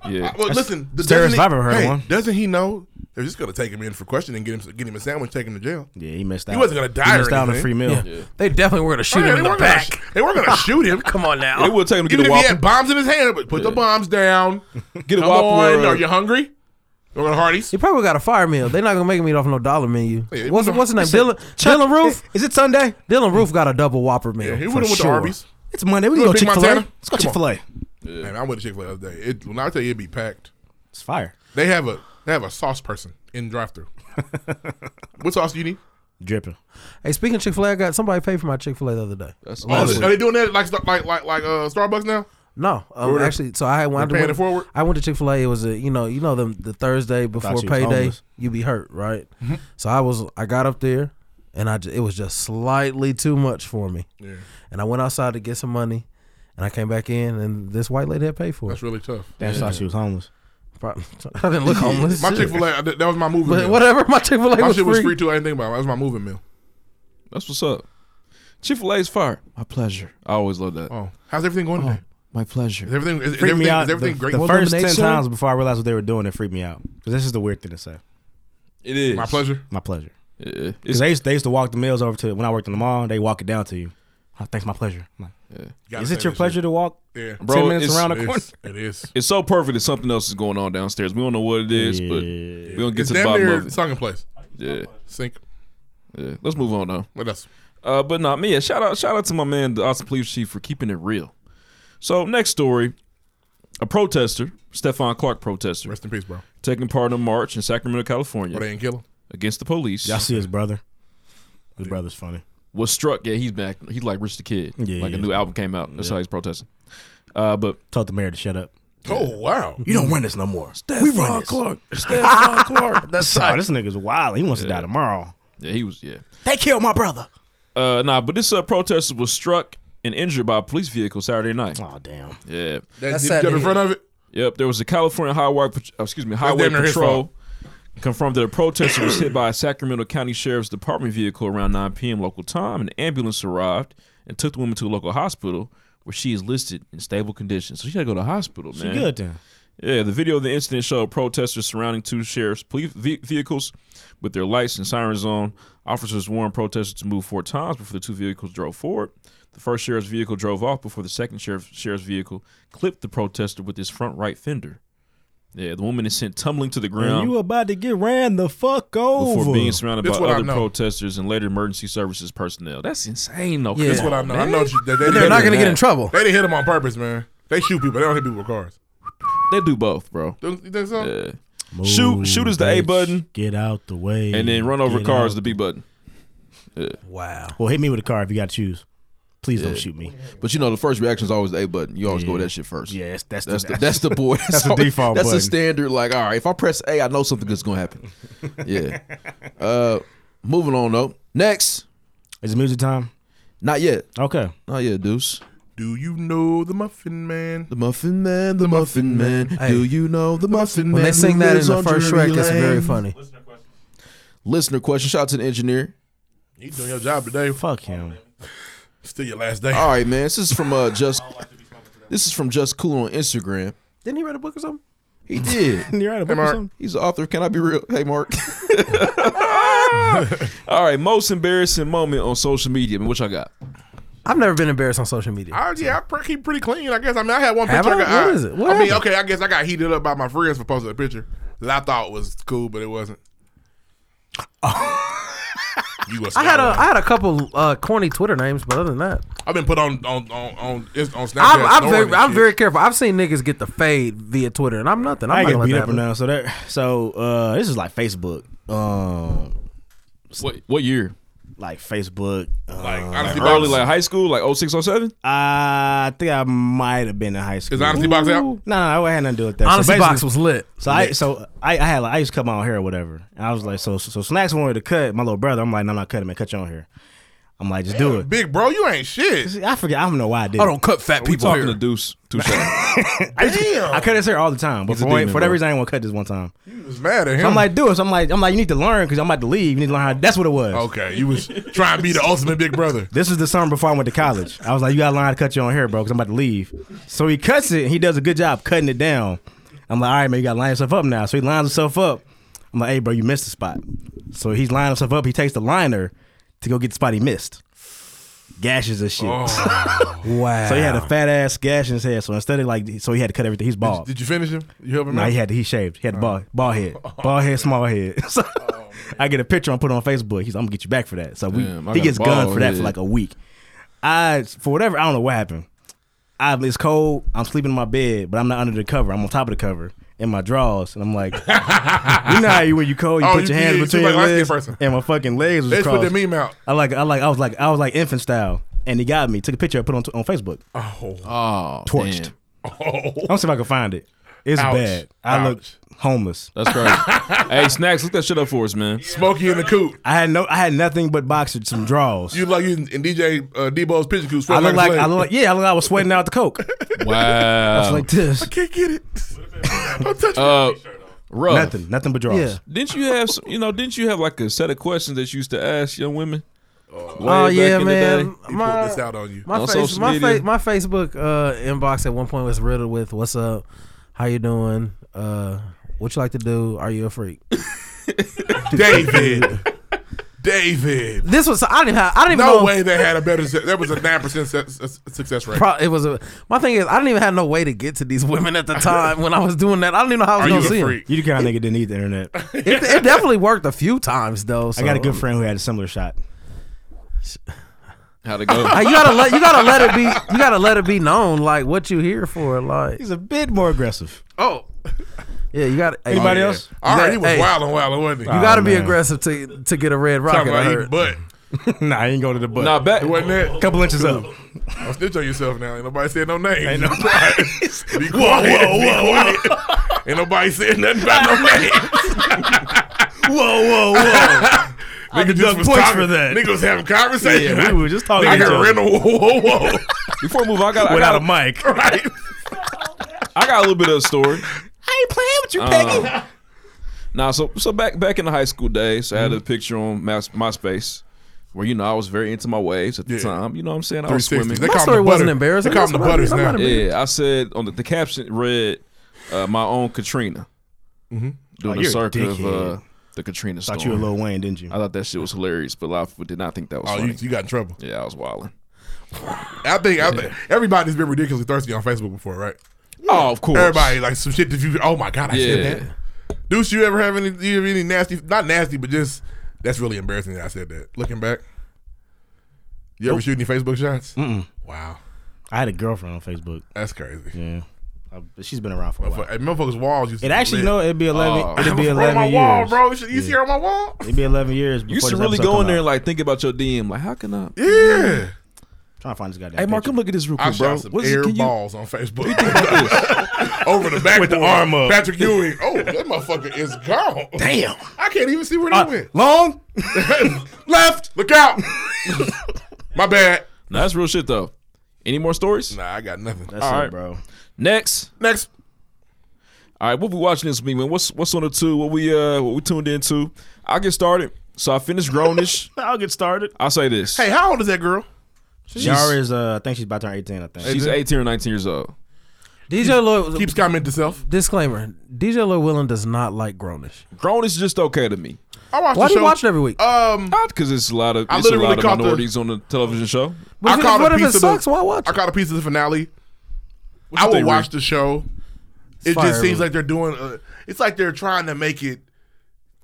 [SPEAKER 7] Yeah.
[SPEAKER 4] Well, listen, the
[SPEAKER 5] terrorist I've ever heard of one.
[SPEAKER 4] Doesn't he know they're just gonna take him in for questioning, get him, get him a sandwich, take him to jail?
[SPEAKER 5] Yeah, he missed out.
[SPEAKER 4] wasn't gonna die
[SPEAKER 5] He
[SPEAKER 4] or
[SPEAKER 5] missed out on a
[SPEAKER 4] anything.
[SPEAKER 5] free meal.
[SPEAKER 6] They definitely were gonna shoot
[SPEAKER 4] Oh, Yeah,
[SPEAKER 6] him in the
[SPEAKER 4] weren't gonna
[SPEAKER 6] back.
[SPEAKER 4] sh- they weren't gonna shoot him.
[SPEAKER 6] Come on now.
[SPEAKER 7] It would take him to
[SPEAKER 4] Even
[SPEAKER 7] get a
[SPEAKER 4] if he had
[SPEAKER 7] whopper.
[SPEAKER 4] bombs in his hand, but put the bombs down.
[SPEAKER 7] Get a
[SPEAKER 4] Come
[SPEAKER 7] whopper. uh,
[SPEAKER 4] on,
[SPEAKER 7] or-
[SPEAKER 4] are you hungry? We're gonna Hardee's.
[SPEAKER 6] He probably got a fire meal. They're not gonna make him eat off no dollar menu.
[SPEAKER 4] Yeah,
[SPEAKER 6] What's
[SPEAKER 4] it's a-
[SPEAKER 6] what's the name? Dylan Dylan Roof.
[SPEAKER 5] Is it Sunday?
[SPEAKER 6] Dylan Roof got a double Whopper meal.
[SPEAKER 4] Yeah, he
[SPEAKER 6] for
[SPEAKER 4] would have went to
[SPEAKER 6] sure.
[SPEAKER 4] Arby's.
[SPEAKER 5] It's Monday. We
[SPEAKER 4] You
[SPEAKER 5] can go
[SPEAKER 4] wanna pick
[SPEAKER 5] Chick Fil A.
[SPEAKER 4] Montana?
[SPEAKER 5] Let's go
[SPEAKER 4] Come
[SPEAKER 5] Chick Fil A.
[SPEAKER 4] Man, I went to Chick Fil A the other day. It, when I tell you, it'd be packed.
[SPEAKER 5] It's fire.
[SPEAKER 4] They have a they have a sauce person in drive through. what sauce do you need?
[SPEAKER 5] Dripping.
[SPEAKER 6] Hey, speaking of Chick Fil A, I got somebody paid for my Chick Fil A the other day.
[SPEAKER 7] That's
[SPEAKER 4] Oh,
[SPEAKER 7] awesome.
[SPEAKER 4] are they doing that like like like like uh, Starbucks now?
[SPEAKER 6] No, um,
[SPEAKER 4] Order.
[SPEAKER 6] actually, so I had when I
[SPEAKER 4] They're paying
[SPEAKER 6] went,
[SPEAKER 4] it forward?
[SPEAKER 6] I went to Chick Fil A. It was a you know you know the the Thursday before
[SPEAKER 5] you was
[SPEAKER 6] payday,
[SPEAKER 5] homeless.
[SPEAKER 6] you be hurt right.
[SPEAKER 4] Mm-hmm.
[SPEAKER 6] So I was I got up there, and I ju- it was just slightly too much for me,
[SPEAKER 4] Yeah,
[SPEAKER 6] and I went outside to get some money, and I came back in, and this white lady had paid for it.
[SPEAKER 4] that's really tough.
[SPEAKER 5] Damn, thought she was homeless.
[SPEAKER 6] Probably- I didn't look homeless.
[SPEAKER 4] My Chick Fil A that was my movie.
[SPEAKER 6] but
[SPEAKER 4] meal.
[SPEAKER 6] whatever. My Chick Fil A
[SPEAKER 4] My
[SPEAKER 6] was,
[SPEAKER 4] shit was free
[SPEAKER 6] free.
[SPEAKER 4] too. I didn't think about it. That was my moving meal.
[SPEAKER 7] That's what's up. Chick fil A's fire. My pleasure. I always love that.
[SPEAKER 4] Oh, how's everything going today?
[SPEAKER 7] My
[SPEAKER 4] Is
[SPEAKER 7] pleasure.
[SPEAKER 4] everything is, is
[SPEAKER 5] Freaked
[SPEAKER 4] everything,
[SPEAKER 5] me out.
[SPEAKER 4] is everything
[SPEAKER 5] the,
[SPEAKER 4] great?
[SPEAKER 5] the
[SPEAKER 6] Well,
[SPEAKER 5] first ten
[SPEAKER 6] elimination?
[SPEAKER 5] times before I realized what they were doing, it freaked me out. Because this is the weird thing to say.
[SPEAKER 7] It is.
[SPEAKER 4] my pleasure.
[SPEAKER 5] My pleasure.
[SPEAKER 7] Yeah.
[SPEAKER 5] Because
[SPEAKER 7] It's,
[SPEAKER 5] they used, they used to walk the meals over to when I worked in the mall. They walk it down to you. Oh, thanks, my pleasure. I'm like,
[SPEAKER 4] Gotta
[SPEAKER 5] is
[SPEAKER 4] say
[SPEAKER 5] it your
[SPEAKER 4] that
[SPEAKER 5] pleasure to walk
[SPEAKER 4] shit. Yeah,
[SPEAKER 7] Bro,
[SPEAKER 5] ten minutes
[SPEAKER 7] it's-
[SPEAKER 5] around the
[SPEAKER 4] It
[SPEAKER 5] corner?
[SPEAKER 4] is. It is.
[SPEAKER 7] it's so perfect that something else is going on downstairs. We don't know what it is, but we don't get
[SPEAKER 4] It's
[SPEAKER 7] to the
[SPEAKER 4] damn
[SPEAKER 7] bottom
[SPEAKER 4] near
[SPEAKER 7] of it.
[SPEAKER 4] song in place.
[SPEAKER 7] Yeah.
[SPEAKER 4] Sink.
[SPEAKER 7] yeah. Let's move on though.
[SPEAKER 4] What else?
[SPEAKER 7] Uh, but not me. Yeah, shout out, shout out to my man, the Austin Police Chief, for keeping it real. So next story, a protester, Stefan Clark protester,
[SPEAKER 4] Rest in peace, bro.
[SPEAKER 7] taking part in a march in Sacramento,
[SPEAKER 4] Oh,
[SPEAKER 7] California,
[SPEAKER 4] they ain't kill him.
[SPEAKER 7] against the police,
[SPEAKER 5] Y'all see his brother? His brother's funny.
[SPEAKER 7] was struck. Yeah, he's back. He's like Rich the Kid.
[SPEAKER 5] Yeah,
[SPEAKER 7] like a
[SPEAKER 5] yeah.
[SPEAKER 7] new album came out. That's how he's protesting. Uh, but
[SPEAKER 5] Told the mayor to shut up.
[SPEAKER 4] Oh wow.
[SPEAKER 5] You don't run this no more. we run this. Clark. Stefan Clark. That's oh, this nigga's wild. He wants to die tomorrow.
[SPEAKER 7] yeah, he was yeah.
[SPEAKER 5] They killed my brother.
[SPEAKER 7] Uh, nah, but this uh, protester was struck and injured by a police vehicle Saturday night.
[SPEAKER 5] Oh damn.
[SPEAKER 7] Yeah.
[SPEAKER 4] That, did
[SPEAKER 6] That's
[SPEAKER 4] you
[SPEAKER 6] sad
[SPEAKER 4] jump
[SPEAKER 6] to
[SPEAKER 4] in front of it?
[SPEAKER 7] Yep, there was a California highway, pat- uh, excuse me, highway
[SPEAKER 4] damn near his
[SPEAKER 7] patrol confirmed that a protester was hit by a Sacramento County Sheriff's Department vehicle around 9 p.m. local time. An ambulance arrived and took the woman to a local hospital where she is listed in stable condition. So she had to go to the hospital, man.
[SPEAKER 5] Good then.
[SPEAKER 7] Yeah, the video of the incident showed protesters surrounding two sheriff's police ve- vehicles with their lights and sirens on. Officers warned protesters to move four times before the two vehicles drove forward. The first sheriff's vehicle drove off before the second sheriff, sheriff's vehicle clipped the protester with his front right fender. Yeah, the woman is sent tumbling to the
[SPEAKER 5] And
[SPEAKER 7] ground
[SPEAKER 5] you about to get ran the fuck over.
[SPEAKER 7] before being surrounded
[SPEAKER 4] This
[SPEAKER 7] by
[SPEAKER 4] what I
[SPEAKER 7] other
[SPEAKER 4] know.
[SPEAKER 7] protesters and later emergency services personnel. That's insane, though.
[SPEAKER 6] Yeah.
[SPEAKER 7] Come
[SPEAKER 4] That's what I
[SPEAKER 7] on,
[SPEAKER 4] know.
[SPEAKER 7] man.
[SPEAKER 4] I know she, that they,
[SPEAKER 6] They're not
[SPEAKER 7] than
[SPEAKER 6] gonna get
[SPEAKER 7] that.
[SPEAKER 6] in trouble.
[SPEAKER 4] They didn't hit him on purpose, man. They shoot people. They don't hit people with cars.
[SPEAKER 7] They do both, bro.
[SPEAKER 4] Don't you think so?
[SPEAKER 7] Yeah. Shoot, shoot is the A
[SPEAKER 5] bitch.
[SPEAKER 7] button,
[SPEAKER 5] Get out the way.
[SPEAKER 7] and then run over
[SPEAKER 5] Get
[SPEAKER 7] cars the
[SPEAKER 5] out.
[SPEAKER 7] B button.
[SPEAKER 6] Wow.
[SPEAKER 5] Well, hit me with a car if you got to choose. Please don't shoot me.
[SPEAKER 7] But you know, the first reaction is always the A button. You always go with
[SPEAKER 5] Yeah.
[SPEAKER 7] that shit first.
[SPEAKER 5] Yeah, that's that's,
[SPEAKER 7] That's the that's the boy. That's,
[SPEAKER 5] the
[SPEAKER 7] always-
[SPEAKER 5] default
[SPEAKER 7] That's the
[SPEAKER 5] button.
[SPEAKER 7] standard. Like, all right, if I press A, I know something good's gonna happen. Yeah. Uh, moving on though. Next,
[SPEAKER 5] Is it music time?
[SPEAKER 7] not yet,
[SPEAKER 5] Okay.
[SPEAKER 7] not yet, Deuce.
[SPEAKER 4] Do you know the Muffin Man?
[SPEAKER 7] The Muffin Man, the Muffin Man. Do you know the Muffin
[SPEAKER 6] When
[SPEAKER 7] Man?
[SPEAKER 6] they sing
[SPEAKER 7] who
[SPEAKER 6] that in
[SPEAKER 7] lives
[SPEAKER 6] the
[SPEAKER 7] on
[SPEAKER 6] first
[SPEAKER 7] Drury
[SPEAKER 6] track, that's
[SPEAKER 7] Lane?
[SPEAKER 6] very funny.
[SPEAKER 8] Listener questions.
[SPEAKER 7] Listener question. Shout out to the engineer.
[SPEAKER 4] You doing your job today?
[SPEAKER 5] Fuck him.
[SPEAKER 4] Still your last day.
[SPEAKER 7] All right, man. This is from uh just. This is from Just Cool on Instagram.
[SPEAKER 6] Didn't he write a book or something?
[SPEAKER 7] He did.
[SPEAKER 5] You're right.
[SPEAKER 4] Mark.
[SPEAKER 7] He's the author. of Can I be real? Hey, Mark. All right. Most embarrassing moment on social media. Man, What y'all got?
[SPEAKER 6] I've never been embarrassed on social media.
[SPEAKER 4] I, yeah, I pre- keep pretty clean. I guess. I mean, I had one
[SPEAKER 6] Have
[SPEAKER 4] picture.
[SPEAKER 6] I?
[SPEAKER 4] got,
[SPEAKER 6] What
[SPEAKER 4] I-
[SPEAKER 6] is it? What
[SPEAKER 4] I mean,
[SPEAKER 6] happened?
[SPEAKER 4] okay. I guess I got heated up by my friends for posting a picture that I thought was cool, but it wasn't. you
[SPEAKER 6] I had a I had a couple uh, corny Twitter names, but other than that,
[SPEAKER 4] I've been put on on on on, Inst- on Snapchat.
[SPEAKER 6] I'm, I'm
[SPEAKER 4] snoring
[SPEAKER 6] very
[SPEAKER 4] and
[SPEAKER 6] I'm
[SPEAKER 4] shit.
[SPEAKER 6] very careful. I've seen niggas get the fade via Twitter, and I'm nothing. I'm
[SPEAKER 5] I
[SPEAKER 6] not
[SPEAKER 5] get
[SPEAKER 6] gonna
[SPEAKER 5] beat
[SPEAKER 6] let
[SPEAKER 5] up
[SPEAKER 6] that happen.
[SPEAKER 5] now. So that so uh, this is like Facebook. Um,
[SPEAKER 7] What, what year?
[SPEAKER 5] like Facebook.
[SPEAKER 4] Like,
[SPEAKER 5] uh,
[SPEAKER 4] honestly,
[SPEAKER 7] Early like high school, like 06, 07?
[SPEAKER 5] I think I might have been in high school.
[SPEAKER 4] is honesty box out?
[SPEAKER 5] No, no, I had nothing to do with that.
[SPEAKER 6] Honesty
[SPEAKER 5] so
[SPEAKER 6] box
[SPEAKER 5] basically-
[SPEAKER 6] was lit.
[SPEAKER 5] So I so I, I had like, I used to cut my own hair or whatever. And I was like, so so snacks wanted to cut my little brother. I'm like, no, I'm not cutting man, cut your own hair. I'm like, just do it.
[SPEAKER 4] Big bro, you ain't shit.
[SPEAKER 5] I forget. I don't know why I did.
[SPEAKER 6] I
[SPEAKER 5] it.
[SPEAKER 6] don't cut fat
[SPEAKER 7] We
[SPEAKER 6] people
[SPEAKER 7] talking to
[SPEAKER 5] Ah.
[SPEAKER 6] here.
[SPEAKER 7] Deuce. Touche.
[SPEAKER 5] I, used to-
[SPEAKER 4] Damn.
[SPEAKER 5] I cut his hair all the time, but
[SPEAKER 7] He's a
[SPEAKER 5] for, one-
[SPEAKER 7] demon,
[SPEAKER 5] for whatever
[SPEAKER 7] bro.
[SPEAKER 5] reason, I didn't want to cut this one time.
[SPEAKER 4] You was mad at him.
[SPEAKER 5] So I'm like, do it. So I'm like, I'm like, you need to learn because I'm about to leave. You need to learn how. That's what it was.
[SPEAKER 4] okay, you was trying to be the ultimate big brother.
[SPEAKER 5] This is the summer before I went to college. I was like, you gotta learn how to cut your own hair, bro, because I'm about to leave. So he cuts it, and he does a good job cutting it down. I'm like, all right, man, you gotta line yourself up now. So he lines himself up. I'm like, hey, bro, you missed the spot. So he's lining himself up. He takes the liner to go get the spot he missed. Gashes and shit.
[SPEAKER 4] Oh,
[SPEAKER 6] Wow.
[SPEAKER 5] So he had a fat ass gash in his head. So instead of like, so he had to cut everything. He's bald.
[SPEAKER 4] Did you finish him? You help him
[SPEAKER 5] No,
[SPEAKER 4] out?
[SPEAKER 5] he had he shaved. He had the bald, bald head,
[SPEAKER 4] Oh,
[SPEAKER 5] bald head, small head. So I get a picture and put it on Facebook. He's, I'm gonna get you back for that. So we
[SPEAKER 7] Damn, I
[SPEAKER 5] he
[SPEAKER 7] got
[SPEAKER 5] gets
[SPEAKER 7] a bald
[SPEAKER 5] gunned for that for
[SPEAKER 7] head.
[SPEAKER 5] like a week. I for whatever I don't know what happened. I it's cold. I'm sleeping in my bed, but I'm not under the cover. I'm on top of the cover in my drawers, and I'm like, you know how you when you cold, you
[SPEAKER 4] Oh,
[SPEAKER 5] put
[SPEAKER 4] you-
[SPEAKER 5] your
[SPEAKER 4] yeah,
[SPEAKER 5] hands
[SPEAKER 4] you
[SPEAKER 5] between
[SPEAKER 4] look
[SPEAKER 5] your
[SPEAKER 4] like a light-skinned
[SPEAKER 5] legs,
[SPEAKER 4] person.
[SPEAKER 5] and my fucking legs was
[SPEAKER 4] Let's put that
[SPEAKER 5] crossed.
[SPEAKER 4] meme out.
[SPEAKER 5] I like I like I was like I was like infant style, and he got me. Took a picture, I put it on on Facebook.
[SPEAKER 7] Oh,
[SPEAKER 5] Torched.
[SPEAKER 7] damn.
[SPEAKER 5] I'm see if I can find it. It's
[SPEAKER 4] Ouch.
[SPEAKER 5] bad. I look
[SPEAKER 4] Ouch.
[SPEAKER 5] homeless.
[SPEAKER 7] That's crazy. hey, Snacks, look that shit up for us, man.
[SPEAKER 4] Smokey in the coop.
[SPEAKER 5] I had no, I had nothing but boxers, some draws.
[SPEAKER 4] You like you in DJ uh, Debo's pigeon coop.
[SPEAKER 5] I
[SPEAKER 4] sweating
[SPEAKER 5] look
[SPEAKER 4] a
[SPEAKER 5] like,
[SPEAKER 4] slave.
[SPEAKER 5] I look like, yeah, I look like I was sweating out the coke. It's
[SPEAKER 7] Wow.
[SPEAKER 5] like this,
[SPEAKER 4] can't get it. I'm touching.
[SPEAKER 7] uh, rough.
[SPEAKER 5] nothing, nothing but draws.
[SPEAKER 6] Yeah.
[SPEAKER 7] Didn't you have some, you know? Didn't you have like a set of questions that you used to ask young women?
[SPEAKER 6] Oh
[SPEAKER 7] way
[SPEAKER 6] yeah,
[SPEAKER 7] back in the day?
[SPEAKER 6] man.
[SPEAKER 4] he
[SPEAKER 6] My-
[SPEAKER 4] pulled this out on you.
[SPEAKER 6] My
[SPEAKER 7] On
[SPEAKER 6] face,
[SPEAKER 7] social
[SPEAKER 6] my,
[SPEAKER 7] media.
[SPEAKER 6] fa- my Facebook uh, inbox at one point was riddled with "What's up? How you doing? Uh, what you like to do? Are you a freak?"
[SPEAKER 4] David. David.
[SPEAKER 6] This was I didn't have I didn't even
[SPEAKER 4] No
[SPEAKER 6] know
[SPEAKER 4] way they had a better. That was a nine percent success rate.
[SPEAKER 6] Pro- it was a my thing is I didn't even have no way to get to these women at the time when I was doing that. I didn't even know how I was
[SPEAKER 4] Are you
[SPEAKER 6] gonna
[SPEAKER 4] a
[SPEAKER 6] see 'em.
[SPEAKER 4] freak?
[SPEAKER 5] You the kind of nigga didn't need the internet.
[SPEAKER 6] It, it definitely worked a few times though.
[SPEAKER 5] I got a
[SPEAKER 6] so-
[SPEAKER 5] good friend who had a similar shot.
[SPEAKER 7] How'd it go?
[SPEAKER 6] Like, you gotta let you gotta let it be you gotta let it be known like what you here for like
[SPEAKER 5] He's a bit more aggressive.
[SPEAKER 4] Oh,
[SPEAKER 6] yeah you got to
[SPEAKER 5] Anybody
[SPEAKER 6] you
[SPEAKER 5] else?
[SPEAKER 4] all right.
[SPEAKER 6] got-
[SPEAKER 4] He was
[SPEAKER 6] hey.
[SPEAKER 4] wild and wild, wasn't he?
[SPEAKER 5] You
[SPEAKER 6] gotta
[SPEAKER 5] Oh,
[SPEAKER 6] be
[SPEAKER 5] man.
[SPEAKER 6] aggressive to to get a red rocket.
[SPEAKER 4] talking
[SPEAKER 6] I
[SPEAKER 4] about
[SPEAKER 6] heard.
[SPEAKER 4] eating butt.
[SPEAKER 5] nah, I ain't go to the butt.
[SPEAKER 7] nah, back.
[SPEAKER 4] It wasn't
[SPEAKER 5] a
[SPEAKER 4] it?
[SPEAKER 5] couple inches up.
[SPEAKER 4] Don't snitch on yourself now. Ain't nobody said no name.
[SPEAKER 5] Ain't nobody-
[SPEAKER 4] be quiet. Whoa, whoa, whoa. Ain't nobody said nothing about no name.
[SPEAKER 5] whoa, whoa, whoa!
[SPEAKER 4] Nigga
[SPEAKER 5] deduct
[SPEAKER 4] just was
[SPEAKER 5] points
[SPEAKER 4] talking.
[SPEAKER 5] for that.
[SPEAKER 4] Nigga was having conversation.
[SPEAKER 5] Yeah, we were just talking
[SPEAKER 4] Nigga
[SPEAKER 5] to
[SPEAKER 4] got
[SPEAKER 5] each other.
[SPEAKER 4] rental. Whoa, whoa, whoa.
[SPEAKER 7] Before I move, I got, I
[SPEAKER 5] Without a
[SPEAKER 7] got,
[SPEAKER 5] mic, I
[SPEAKER 4] right.
[SPEAKER 7] I got a little bit of a story. Uh,
[SPEAKER 5] ain't playing with you, Peggy.
[SPEAKER 7] Nah, so so back back in the high school days, I had
[SPEAKER 5] Mm-hmm.
[SPEAKER 7] a picture on Mas- MySpace where you know I was very into my waves at the
[SPEAKER 4] Yeah.
[SPEAKER 7] time. You know what I'm saying? I was
[SPEAKER 4] 360.
[SPEAKER 7] swimming.
[SPEAKER 4] They call
[SPEAKER 6] story
[SPEAKER 4] them the
[SPEAKER 6] wasn't
[SPEAKER 4] butter-
[SPEAKER 6] embarrassing.
[SPEAKER 4] They call them
[SPEAKER 6] That's
[SPEAKER 4] the
[SPEAKER 6] what I-
[SPEAKER 4] butters
[SPEAKER 6] I'm
[SPEAKER 4] now.
[SPEAKER 6] not
[SPEAKER 7] Yeah, I said on the, the caption read uh, my own Katrina
[SPEAKER 5] Oh,
[SPEAKER 7] during the
[SPEAKER 5] you're a
[SPEAKER 7] circle of
[SPEAKER 5] dickhead.
[SPEAKER 7] uh, the Katrina storm.
[SPEAKER 5] Thought you were Lil Wayne, didn't you?
[SPEAKER 7] Oh. I thought that shit was hilarious, but a lot of people did not think that was
[SPEAKER 4] Oh,
[SPEAKER 7] funny.
[SPEAKER 4] you, you got in trouble.
[SPEAKER 7] yeah, I was wilding.
[SPEAKER 4] I think, I think everybody's been ridiculously thirsty on Facebook before, right?
[SPEAKER 7] Oh, of course.
[SPEAKER 4] Everybody like some shit that you. Oh my god, I
[SPEAKER 7] Yeah.
[SPEAKER 4] said that. Deuce, you ever have any? You have any nasty? Not nasty, but just that's really embarrassing that I said that. Looking back, you ever shoot any Facebook shots? Mm-mm. Wow,
[SPEAKER 5] I had a girlfriend on Facebook.
[SPEAKER 4] that's crazy.
[SPEAKER 5] Yeah, I- but she's been around for a
[SPEAKER 4] Fuck,
[SPEAKER 5] while.
[SPEAKER 4] hey, motherfuckers' walls used to
[SPEAKER 5] It
[SPEAKER 4] be
[SPEAKER 5] actually
[SPEAKER 4] lit.
[SPEAKER 5] no, it'd be eleven.
[SPEAKER 7] Oh.
[SPEAKER 5] it'd be
[SPEAKER 4] Bro,
[SPEAKER 5] eleven
[SPEAKER 4] my
[SPEAKER 5] years.
[SPEAKER 4] wall, bro. You should- You see her on my wall?
[SPEAKER 5] It'd be eleven years.
[SPEAKER 7] You should
[SPEAKER 5] before this
[SPEAKER 7] really
[SPEAKER 5] episode
[SPEAKER 7] go
[SPEAKER 5] come
[SPEAKER 7] in there
[SPEAKER 5] out.
[SPEAKER 7] and like think about your DM. Like, how can I?
[SPEAKER 4] Yeah.
[SPEAKER 5] trying to find this goddamn.
[SPEAKER 7] Hey, Mark,
[SPEAKER 5] picture.
[SPEAKER 7] come look at this real
[SPEAKER 4] I
[SPEAKER 7] quick, bro.
[SPEAKER 4] shot some
[SPEAKER 7] What is
[SPEAKER 4] air
[SPEAKER 7] it? Can you?
[SPEAKER 4] balls on Facebook over the back with the arm up. Patrick Ewing. Oh, that motherfucker is gone. Damn, I can't even see where he went.
[SPEAKER 5] long.
[SPEAKER 4] Left, look out. My bad.
[SPEAKER 7] Nah, that's real shit though. Any more stories?
[SPEAKER 4] Nah, I got nothing.
[SPEAKER 5] All right,
[SPEAKER 7] right.
[SPEAKER 5] bro.
[SPEAKER 7] Next.
[SPEAKER 4] Next.
[SPEAKER 7] All right, what we watching this week, man? What's what's on the two? What we uh what we tuned into? I'll get started. So I finished Grownish.
[SPEAKER 5] I'll get started.
[SPEAKER 7] I'll say this.
[SPEAKER 4] Hey, how old is that girl?
[SPEAKER 5] Yara is, uh, I think she's about to turn 18, I think.
[SPEAKER 7] She's 18 or 19 years old.
[SPEAKER 6] DJ Lloyd
[SPEAKER 4] Keeps commenting to self.
[SPEAKER 6] disclaimer DJ Lloyd Willen does not like Grownish.
[SPEAKER 7] Grownish is just okay to me.
[SPEAKER 4] I watched
[SPEAKER 6] Why
[SPEAKER 4] the
[SPEAKER 6] do you
[SPEAKER 4] show.
[SPEAKER 6] watch it every week?
[SPEAKER 4] Um,
[SPEAKER 7] Not because it's a lot of
[SPEAKER 4] I
[SPEAKER 7] it's a
[SPEAKER 4] literally
[SPEAKER 7] lot of
[SPEAKER 4] caught the-
[SPEAKER 7] minorities on the television show.
[SPEAKER 6] But
[SPEAKER 4] I
[SPEAKER 6] if it-
[SPEAKER 4] caught a
[SPEAKER 6] what if
[SPEAKER 4] piece
[SPEAKER 6] it
[SPEAKER 4] of the-
[SPEAKER 6] sucks? Why watch
[SPEAKER 4] I
[SPEAKER 6] it?
[SPEAKER 4] caught a piece of the finale. I
[SPEAKER 7] you
[SPEAKER 4] will
[SPEAKER 7] think,
[SPEAKER 4] watch
[SPEAKER 7] Reed?
[SPEAKER 4] the show. It
[SPEAKER 6] fire,
[SPEAKER 4] just seems
[SPEAKER 6] Reed.
[SPEAKER 4] like they're doing. uh it's like they're trying to make it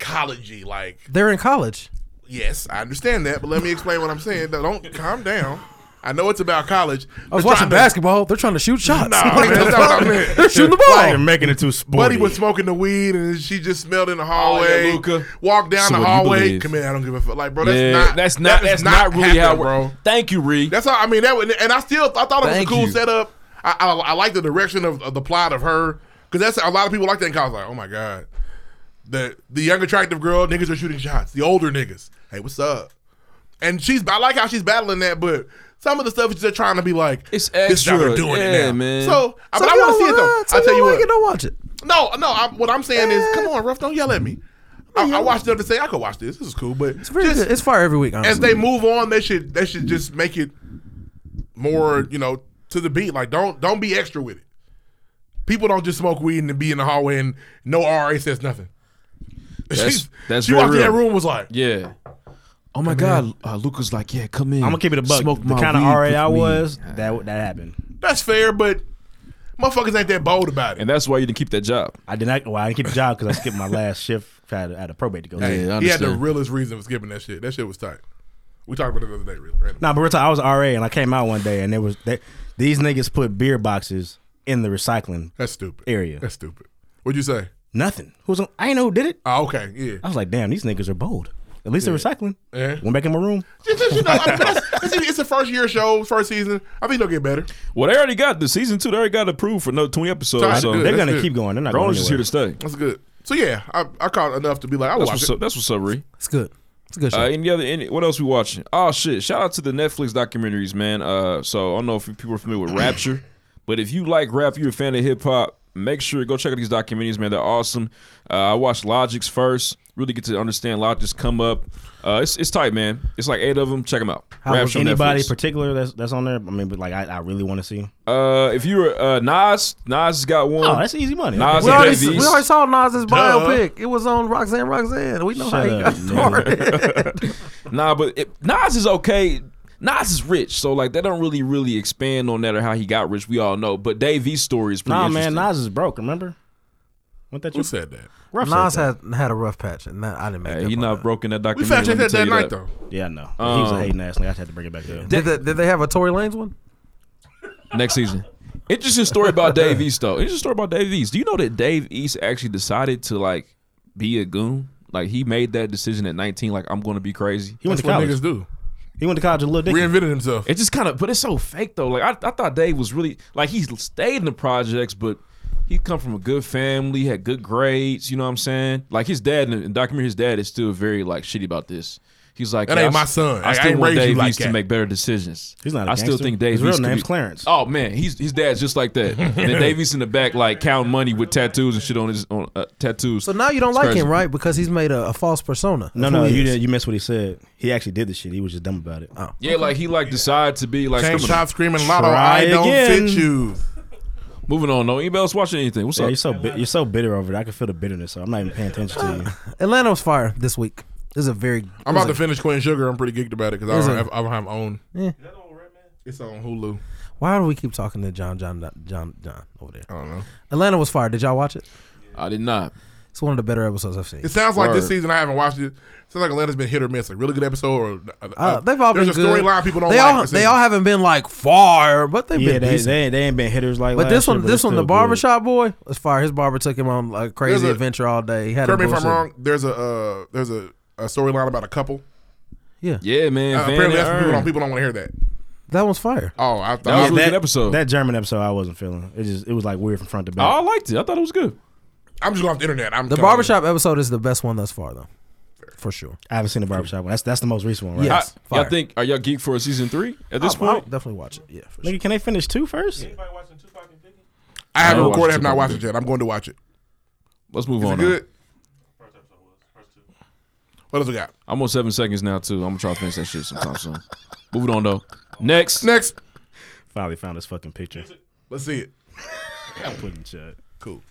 [SPEAKER 4] collegey. Like,
[SPEAKER 6] They're in college.
[SPEAKER 4] yes, I understand that, but let me explain what I'm saying. Don't calm down. I know it's about college.
[SPEAKER 6] I was
[SPEAKER 4] They're
[SPEAKER 6] watching
[SPEAKER 4] trying to-
[SPEAKER 6] basketball. They're trying to shoot shots.
[SPEAKER 4] Nah,
[SPEAKER 6] Like,
[SPEAKER 4] man, that's not what I meant.
[SPEAKER 6] They're shooting the
[SPEAKER 5] Like, they're
[SPEAKER 6] ball.
[SPEAKER 5] making it too sporty.
[SPEAKER 4] Oh. Buddy was smoking the weed and she just smelled in the hallway.
[SPEAKER 7] yeah, Luca.
[SPEAKER 4] Walked down
[SPEAKER 7] So what
[SPEAKER 4] the
[SPEAKER 7] you
[SPEAKER 4] hallway.
[SPEAKER 7] believe.
[SPEAKER 4] Come in, I don't give a fuck. Like, bro, that's
[SPEAKER 7] Yeah,
[SPEAKER 4] not
[SPEAKER 7] that's not
[SPEAKER 4] that is
[SPEAKER 7] that's not, really how
[SPEAKER 4] happening,
[SPEAKER 7] it
[SPEAKER 4] bro.
[SPEAKER 7] bro. Thank you, Reed.
[SPEAKER 4] That's how I mean that. would- And I still I thought it was a
[SPEAKER 7] Thank
[SPEAKER 4] cool
[SPEAKER 7] you.
[SPEAKER 4] setup. I, I I like the direction of, of the plot of her because that's a lot of people like that in college. Like, oh my god, the the young attractive girl niggas are shooting shots. The older niggas, hey, what's up? And she's I like how she's battling that, but some of the stuff is just trying to be like
[SPEAKER 7] It's
[SPEAKER 4] This is how
[SPEAKER 7] extra.
[SPEAKER 4] they're doing it
[SPEAKER 7] Yeah,
[SPEAKER 4] now,
[SPEAKER 7] man.
[SPEAKER 4] So, I-
[SPEAKER 6] So
[SPEAKER 4] but I
[SPEAKER 6] you
[SPEAKER 4] want to
[SPEAKER 6] don't-
[SPEAKER 4] see it though.
[SPEAKER 6] so
[SPEAKER 4] I tell you
[SPEAKER 6] don't like
[SPEAKER 4] what,
[SPEAKER 6] it, Don't watch it.
[SPEAKER 4] no, no. I, what I'm saying is, come on, Ruff, don't yell at me. I, I watched the other say I could watch this. This is cool, but
[SPEAKER 6] It's really good. It's fire every week. Honestly.
[SPEAKER 4] as they move on, they should they should just make it more, you know, to the beat. Like don't don't be extra with it. People don't just smoke weed and be in the hallway and no RA says nothing.
[SPEAKER 7] That's- that's
[SPEAKER 4] she
[SPEAKER 7] very
[SPEAKER 4] walked in that
[SPEAKER 7] real.
[SPEAKER 4] room and was like,
[SPEAKER 7] yeah. Oh my God, uh, Luca's like, yeah, come in.
[SPEAKER 5] I'm gonna keep it a buck.
[SPEAKER 7] Smoke
[SPEAKER 5] the
[SPEAKER 7] my
[SPEAKER 5] kind of
[SPEAKER 7] weed
[SPEAKER 5] RA
[SPEAKER 7] with
[SPEAKER 5] I
[SPEAKER 7] me.
[SPEAKER 5] was, that that happened.
[SPEAKER 4] "That's fair, but motherfuckers ain't that bold about it."
[SPEAKER 7] and that's why you didn't keep that job.
[SPEAKER 5] I did not. Well, I didn't keep the job because I skipped my last shift. I had, I had a probate to go.
[SPEAKER 4] Hey,
[SPEAKER 5] to.
[SPEAKER 7] Yeah, I
[SPEAKER 4] he had the
[SPEAKER 7] understand.
[SPEAKER 4] realest reason for skipping that shit. That shit was tight. We talked about it the other day, really. Random.
[SPEAKER 5] Nah, but real talk, I was RA and I came out one day and there was they, these niggas put beer boxes in the recycling.
[SPEAKER 4] That's stupid.
[SPEAKER 5] Area.
[SPEAKER 4] That's stupid. What'd you say?
[SPEAKER 5] Nothing. Who's on, I ain't know who did it.
[SPEAKER 4] Oh, okay, yeah.
[SPEAKER 5] I was like, damn, these niggas are bold. At least they're recycling.
[SPEAKER 4] Yeah.
[SPEAKER 5] Went back in my room.
[SPEAKER 4] Just, just, you know, I mean, that's- it's, it's the first year show, first season. I think they'll get better.
[SPEAKER 7] Well, they already got the season two. They already got approved for another 20
[SPEAKER 4] Sorry,
[SPEAKER 7] episodes. So
[SPEAKER 4] dude.
[SPEAKER 5] They're
[SPEAKER 4] that's
[SPEAKER 5] gonna
[SPEAKER 4] good.
[SPEAKER 5] keep going. They're not going
[SPEAKER 7] Grown is here
[SPEAKER 5] anywhere.
[SPEAKER 7] to stay.
[SPEAKER 4] That's good. So yeah, I, I caught enough to be like, I
[SPEAKER 7] That's
[SPEAKER 4] watch
[SPEAKER 7] what's
[SPEAKER 4] it.
[SPEAKER 7] up. That's what's up, Ree.
[SPEAKER 6] it's good. It's a good show.
[SPEAKER 7] Uh, any other? Any, what else we watching? Oh shit! Shout out to the Netflix documentaries, man. Uh, so I don't know if people are familiar with Rapture, but if you like rap, you're a fan of hip hop. Make sure go check out these documentaries, man. They're awesome. Uh, I watched Logic's first. Really get to understand Logic's come up. Uh, it's it's tight, man. It's like eight of them. Check them out.
[SPEAKER 5] How was
[SPEAKER 7] Rapture on
[SPEAKER 5] anybody
[SPEAKER 7] Netflix.
[SPEAKER 5] particular that's that's on there? I mean, but like I, I really want to see.
[SPEAKER 7] uh, if you were uh, Nas, Nas has got one.
[SPEAKER 5] Oh, that's easy money.
[SPEAKER 7] Nas
[SPEAKER 6] we,
[SPEAKER 7] and
[SPEAKER 6] already,
[SPEAKER 7] Jay-Z's.
[SPEAKER 6] we already saw Nas's biopic. It was on Roxanne. Roxanne. We know how
[SPEAKER 5] Shut
[SPEAKER 6] he
[SPEAKER 5] up,
[SPEAKER 6] got started.
[SPEAKER 7] Nah, but it, Nas is okay. Nas is rich, so like they don't really really expand on that or how he got rich. We all know, but Dave E's story is pretty
[SPEAKER 5] Nah, man,
[SPEAKER 7] interesting.
[SPEAKER 5] Nas is broke. Remember? What that
[SPEAKER 4] Who
[SPEAKER 5] you
[SPEAKER 4] said that?
[SPEAKER 5] Ruff said
[SPEAKER 6] Nas
[SPEAKER 5] that.
[SPEAKER 6] had had a rough patch, and that, I didn't make.
[SPEAKER 7] Hey,
[SPEAKER 6] that
[SPEAKER 7] he
[SPEAKER 6] part
[SPEAKER 7] not
[SPEAKER 6] up.
[SPEAKER 7] broken that
[SPEAKER 4] We
[SPEAKER 7] documentary.
[SPEAKER 4] fact checked
[SPEAKER 7] let me
[SPEAKER 4] that
[SPEAKER 7] tell
[SPEAKER 4] that
[SPEAKER 7] you
[SPEAKER 4] night
[SPEAKER 7] that.
[SPEAKER 4] though.
[SPEAKER 5] Yeah, no. he was a
[SPEAKER 7] Um,
[SPEAKER 5] hating ass. Like I just had to bring it back up.
[SPEAKER 6] Did they, did they have a Tory Lanez one?
[SPEAKER 7] Next season. Interesting story about Dave East though. Interesting story about Dave East. Do you know that Dave East actually decided to like be a goon? Like he made that decision at 19. Like I'm going to be crazy.
[SPEAKER 5] He went
[SPEAKER 4] That's
[SPEAKER 5] to
[SPEAKER 4] what
[SPEAKER 5] college.
[SPEAKER 4] niggas do.
[SPEAKER 5] He went to college with Lil Dicky.
[SPEAKER 4] Reinvented himself.
[SPEAKER 7] It just kind of, but it's so fake though. Like I, I thought Dave was really like he stayed in the projects, but he come from a good family, had good grades. You know what I'm saying? Like his dad in the documentary, his dad is still very like shitty about this. He's like,
[SPEAKER 4] That
[SPEAKER 7] "Yeah,
[SPEAKER 4] ain't
[SPEAKER 7] I
[SPEAKER 4] my
[SPEAKER 7] s-
[SPEAKER 4] son.
[SPEAKER 7] I
[SPEAKER 4] I
[SPEAKER 7] still
[SPEAKER 4] ain't
[SPEAKER 7] want
[SPEAKER 4] raised you
[SPEAKER 7] Dave
[SPEAKER 4] like
[SPEAKER 7] East to
[SPEAKER 4] that."
[SPEAKER 7] make better decisions.
[SPEAKER 5] He's not. a
[SPEAKER 7] I still
[SPEAKER 5] gangster.
[SPEAKER 7] think Dave
[SPEAKER 5] His real
[SPEAKER 7] East could
[SPEAKER 5] name's
[SPEAKER 7] be-
[SPEAKER 5] Clarence.
[SPEAKER 7] Oh man, he's his dad's just like that. and then Dave East in the back like counting money with tattoos and shit on his on uh, tattoos.
[SPEAKER 6] So now you don't
[SPEAKER 7] It's
[SPEAKER 6] like
[SPEAKER 7] crazy.
[SPEAKER 6] him, right? Because he's made a, a false persona.
[SPEAKER 5] No,
[SPEAKER 6] of
[SPEAKER 5] no,
[SPEAKER 6] who he
[SPEAKER 5] you
[SPEAKER 6] is.
[SPEAKER 5] did. You missed what he said. He actually did the shit. He was just dumb about it.
[SPEAKER 7] Yeah, like he like decided to be like
[SPEAKER 4] Can't
[SPEAKER 7] criminal.
[SPEAKER 4] stop screaming lotto.
[SPEAKER 5] Try
[SPEAKER 4] I don't
[SPEAKER 5] again.
[SPEAKER 4] fit you.
[SPEAKER 7] moving on. No anybody else watching anything? What's
[SPEAKER 5] Yeah,
[SPEAKER 7] up?
[SPEAKER 5] you're so bi- you're so bitter over it. I can feel the bitterness. So I'm not even paying attention to you.
[SPEAKER 6] Atlanta was fire this week. This is a very.
[SPEAKER 4] I'm
[SPEAKER 6] it was
[SPEAKER 4] about to
[SPEAKER 6] a-
[SPEAKER 4] finish Queen Sugar. I'm pretty geeked about it because I
[SPEAKER 6] Is
[SPEAKER 4] don't
[SPEAKER 6] it?
[SPEAKER 4] have I don't have my own.
[SPEAKER 8] that on Red Man?
[SPEAKER 4] It's on Hulu.
[SPEAKER 6] Why do we keep talking to John, John, John, John over there?
[SPEAKER 4] I don't know.
[SPEAKER 6] Atlanta was fire. Did y'all watch it?
[SPEAKER 7] I did not.
[SPEAKER 6] It's one of the better episodes I've seen.
[SPEAKER 4] It sounds like this
[SPEAKER 7] Word.
[SPEAKER 4] season I haven't watched it. Sounds like Atlanta's been hit or miss. Like really good episode or uh,
[SPEAKER 6] Uh, they've all
[SPEAKER 4] there's
[SPEAKER 6] been
[SPEAKER 4] a
[SPEAKER 6] good.
[SPEAKER 4] storyline people don't
[SPEAKER 6] they
[SPEAKER 4] like.
[SPEAKER 6] all
[SPEAKER 4] this
[SPEAKER 6] they
[SPEAKER 4] season.
[SPEAKER 6] all haven't been like far, but they've
[SPEAKER 5] Yeah,
[SPEAKER 6] been
[SPEAKER 5] they,
[SPEAKER 6] decent.
[SPEAKER 5] they, they ain't been hitters like.
[SPEAKER 6] but
[SPEAKER 5] last
[SPEAKER 6] this
[SPEAKER 5] year,
[SPEAKER 6] one,
[SPEAKER 5] it's
[SPEAKER 6] this one,
[SPEAKER 5] still
[SPEAKER 6] the
[SPEAKER 5] good.
[SPEAKER 6] barbershop boy was fire. His barber took him on a crazy
[SPEAKER 4] There's a-
[SPEAKER 6] adventure all day. He had
[SPEAKER 4] Correct
[SPEAKER 6] a
[SPEAKER 4] me if I'm
[SPEAKER 6] bullshit-
[SPEAKER 4] wrong. There's a uh, there's a, a storyline about a couple.
[SPEAKER 7] Yeah, man.
[SPEAKER 4] Uh,
[SPEAKER 7] Van
[SPEAKER 4] apparently,
[SPEAKER 7] and
[SPEAKER 4] that's what people
[SPEAKER 7] Earn.
[SPEAKER 4] don't people don't want to hear that.
[SPEAKER 6] That one's fire.
[SPEAKER 4] Oh, I
[SPEAKER 7] That was
[SPEAKER 4] thought
[SPEAKER 7] really
[SPEAKER 5] that-
[SPEAKER 7] good episode. Oh.
[SPEAKER 5] That German episode, I wasn't feeling. It just it was like weird from front to back.
[SPEAKER 7] I liked it. I thought it was good.
[SPEAKER 4] I'm just going off the internet. I'm
[SPEAKER 6] The
[SPEAKER 4] coming.
[SPEAKER 6] barbershop episode is the best one thus far, though, for sure.
[SPEAKER 5] I haven't seen the barbershop one. That's that's the most recent one, right?
[SPEAKER 6] Yes.
[SPEAKER 7] I, Uh, y'all
[SPEAKER 6] Fire.
[SPEAKER 7] think are y'all geek for a season three at this
[SPEAKER 5] Oh,
[SPEAKER 6] I'll- I'll
[SPEAKER 7] point?
[SPEAKER 6] definitely watch it. Yeah, for sure.
[SPEAKER 5] Nigga, can they finish two first?
[SPEAKER 8] Anybody watching Tupac and Biggie?
[SPEAKER 4] I haven't
[SPEAKER 7] I watched
[SPEAKER 4] recorded.
[SPEAKER 7] it.
[SPEAKER 4] Have not watched it yet. I'm going to watch it.
[SPEAKER 7] Let's move
[SPEAKER 4] Is it
[SPEAKER 7] on.
[SPEAKER 4] good?
[SPEAKER 8] First episode was. First two.
[SPEAKER 4] What else we got?
[SPEAKER 7] now. I'm on seven seconds now too. I'm gonna try to finish that shit sometime soon. Moving on though. Next.
[SPEAKER 4] Next.
[SPEAKER 5] Finally found this fucking picture.
[SPEAKER 4] Let's see it.
[SPEAKER 5] I put in chat.
[SPEAKER 4] Cool.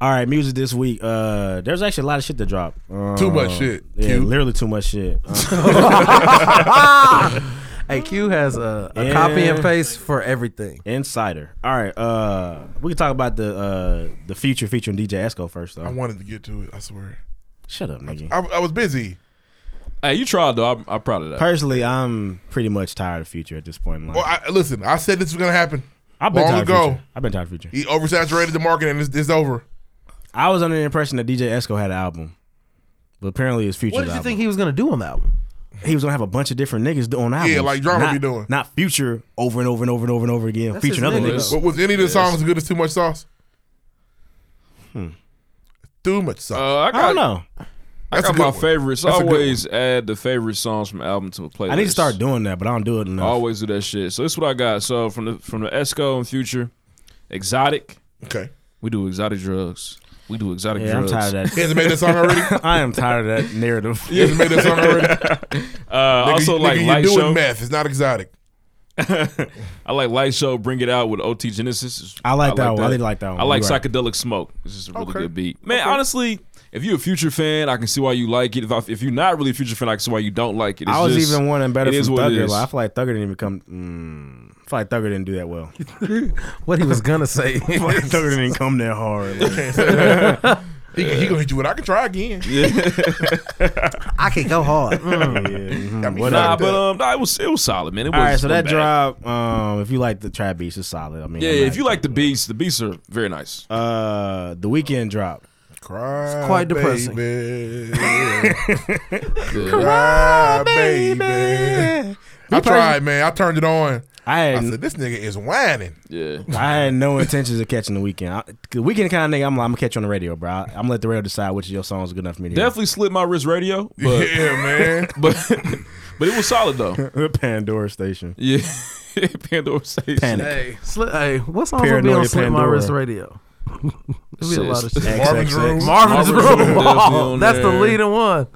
[SPEAKER 5] All right, music this week. Uh, there's actually a lot of shit to drop. Uh,
[SPEAKER 4] Too much shit.
[SPEAKER 5] Yeah,
[SPEAKER 4] Cute.
[SPEAKER 5] literally too much shit. Uh,
[SPEAKER 6] Hey, Q has a, a
[SPEAKER 5] Yeah.
[SPEAKER 6] copy and paste for everything.
[SPEAKER 5] Insider. All right, uh, we can talk about the uh the future featuring DJ Esco first
[SPEAKER 4] I
[SPEAKER 5] though.
[SPEAKER 4] wanted to get to it. I swear.
[SPEAKER 5] Shut up, nigga.
[SPEAKER 4] I, I was busy.
[SPEAKER 7] Hey, you tried though. I'm, I'm proud of that.
[SPEAKER 5] Personally, I'm pretty much tired of Future at this point. in life.
[SPEAKER 4] Well, I, listen, I said this was gonna happen.
[SPEAKER 5] I've been
[SPEAKER 4] long
[SPEAKER 5] tired
[SPEAKER 4] ago.
[SPEAKER 5] Of Future. I've been tired of Future.
[SPEAKER 4] He oversaturated the market, and it's, it's over.
[SPEAKER 5] I was under the impression that DJ Esco had an album, but apparently it's Future's
[SPEAKER 6] What did you
[SPEAKER 5] album.
[SPEAKER 6] think he was gonna do on that one?
[SPEAKER 5] he was gonna have a bunch of different niggas doing albums.
[SPEAKER 4] like Drama
[SPEAKER 5] not,
[SPEAKER 4] be doing.
[SPEAKER 5] Not Future over and over and over and over and over again.
[SPEAKER 6] That's
[SPEAKER 5] featuring
[SPEAKER 6] his
[SPEAKER 5] other
[SPEAKER 6] nigga,
[SPEAKER 5] niggas.
[SPEAKER 7] though.
[SPEAKER 4] But was any of the songs as good as Too Much Sauce? Hmm. Too much sauce.
[SPEAKER 7] Uh, I, got,
[SPEAKER 5] I don't know.
[SPEAKER 7] I
[SPEAKER 4] That's a
[SPEAKER 7] got
[SPEAKER 4] good
[SPEAKER 7] my
[SPEAKER 4] one.
[SPEAKER 7] favorites. I
[SPEAKER 5] That's a good
[SPEAKER 7] always add the favorite songs from album to a playlist.
[SPEAKER 5] I need to start doing that, but I don't do it enough.
[SPEAKER 7] I always do that shit. So this is what I got. So from the from the Esco and Future, Exotic.
[SPEAKER 4] okay.
[SPEAKER 7] We do exotic drugs. We do exotic
[SPEAKER 5] yeah, I'm
[SPEAKER 7] drugs.
[SPEAKER 5] tired of
[SPEAKER 4] He
[SPEAKER 5] that.
[SPEAKER 4] hasn't made that song already.
[SPEAKER 5] I am tired of that narrative.
[SPEAKER 4] He hasn't made that song already.
[SPEAKER 7] Uh,
[SPEAKER 4] Nigga,
[SPEAKER 7] also
[SPEAKER 4] nigga,
[SPEAKER 7] like
[SPEAKER 4] you're
[SPEAKER 7] light
[SPEAKER 4] doing
[SPEAKER 7] show.
[SPEAKER 4] meth. It's not exotic.
[SPEAKER 7] I like light show. Bring it out with OT Genesis.
[SPEAKER 5] I like that one. I did like that one.
[SPEAKER 7] I like
[SPEAKER 5] You're right.
[SPEAKER 7] psychedelic smoke. This is a really good beat. Man, honestly, if you're a Future fan, I can see why you like it. If, I, if you're not really a Future fan, I can see why you don't like it. It's
[SPEAKER 5] I was
[SPEAKER 7] just-
[SPEAKER 5] even wanting better
[SPEAKER 7] it
[SPEAKER 5] from
[SPEAKER 7] is what it
[SPEAKER 5] Thugger.
[SPEAKER 7] is.
[SPEAKER 5] Like, I feel like Thugger didn't even come. Mm, I feel like Thugger didn't do that well. I
[SPEAKER 6] What he was gonna say?
[SPEAKER 5] feel like Thugger didn't come that hard. Like,
[SPEAKER 4] He, he gonna hit you with. I can try again.
[SPEAKER 6] I can go hard. Mm.
[SPEAKER 5] yeah, mhm.
[SPEAKER 4] I mean,
[SPEAKER 5] What
[SPEAKER 7] Nah,
[SPEAKER 4] fuck
[SPEAKER 7] but
[SPEAKER 4] that.
[SPEAKER 7] um, nah, it was it was solid, man. It was
[SPEAKER 5] All right, so that
[SPEAKER 7] bad.
[SPEAKER 5] drop, um, if you like the trap beats, it's solid. I mean,
[SPEAKER 7] Yeah,
[SPEAKER 5] I'm
[SPEAKER 7] yeah,
[SPEAKER 5] not-
[SPEAKER 7] if you like the beats, the beats are very nice.
[SPEAKER 5] uh, the weekend drop.
[SPEAKER 4] Cry,
[SPEAKER 6] It's quite depressing.
[SPEAKER 4] Baby.
[SPEAKER 7] Yeah.
[SPEAKER 4] Cry, baby. I tried, man. I turned it on.
[SPEAKER 5] I
[SPEAKER 4] I
[SPEAKER 5] had
[SPEAKER 4] said, this nigga is whining.
[SPEAKER 7] yeah.
[SPEAKER 5] I had no intentions of catching the weekend. I, the weekend kind of nigga, I'm, like, I'm gonna catch you on the radio, bro. I, am gonna let the radio decide which of your songs are good enough for me to hear.
[SPEAKER 7] Definitely slid my wrist radio, but
[SPEAKER 4] yeah, man.
[SPEAKER 7] but but it was solid though.
[SPEAKER 5] Pandora station.
[SPEAKER 7] Yeah. Pandora Station.
[SPEAKER 5] Panic.
[SPEAKER 6] hey, sli- hey, what songs will be
[SPEAKER 5] Paranoia
[SPEAKER 6] on Slit My
[SPEAKER 5] Pandora.
[SPEAKER 6] Wrist Radio? There'll be a lot of shit.
[SPEAKER 4] Marvin's
[SPEAKER 5] XXX.
[SPEAKER 4] Room.
[SPEAKER 6] Marvin's
[SPEAKER 7] Marvin's Room
[SPEAKER 6] Room.
[SPEAKER 7] definitely on
[SPEAKER 6] That's the
[SPEAKER 7] there.
[SPEAKER 6] leading one.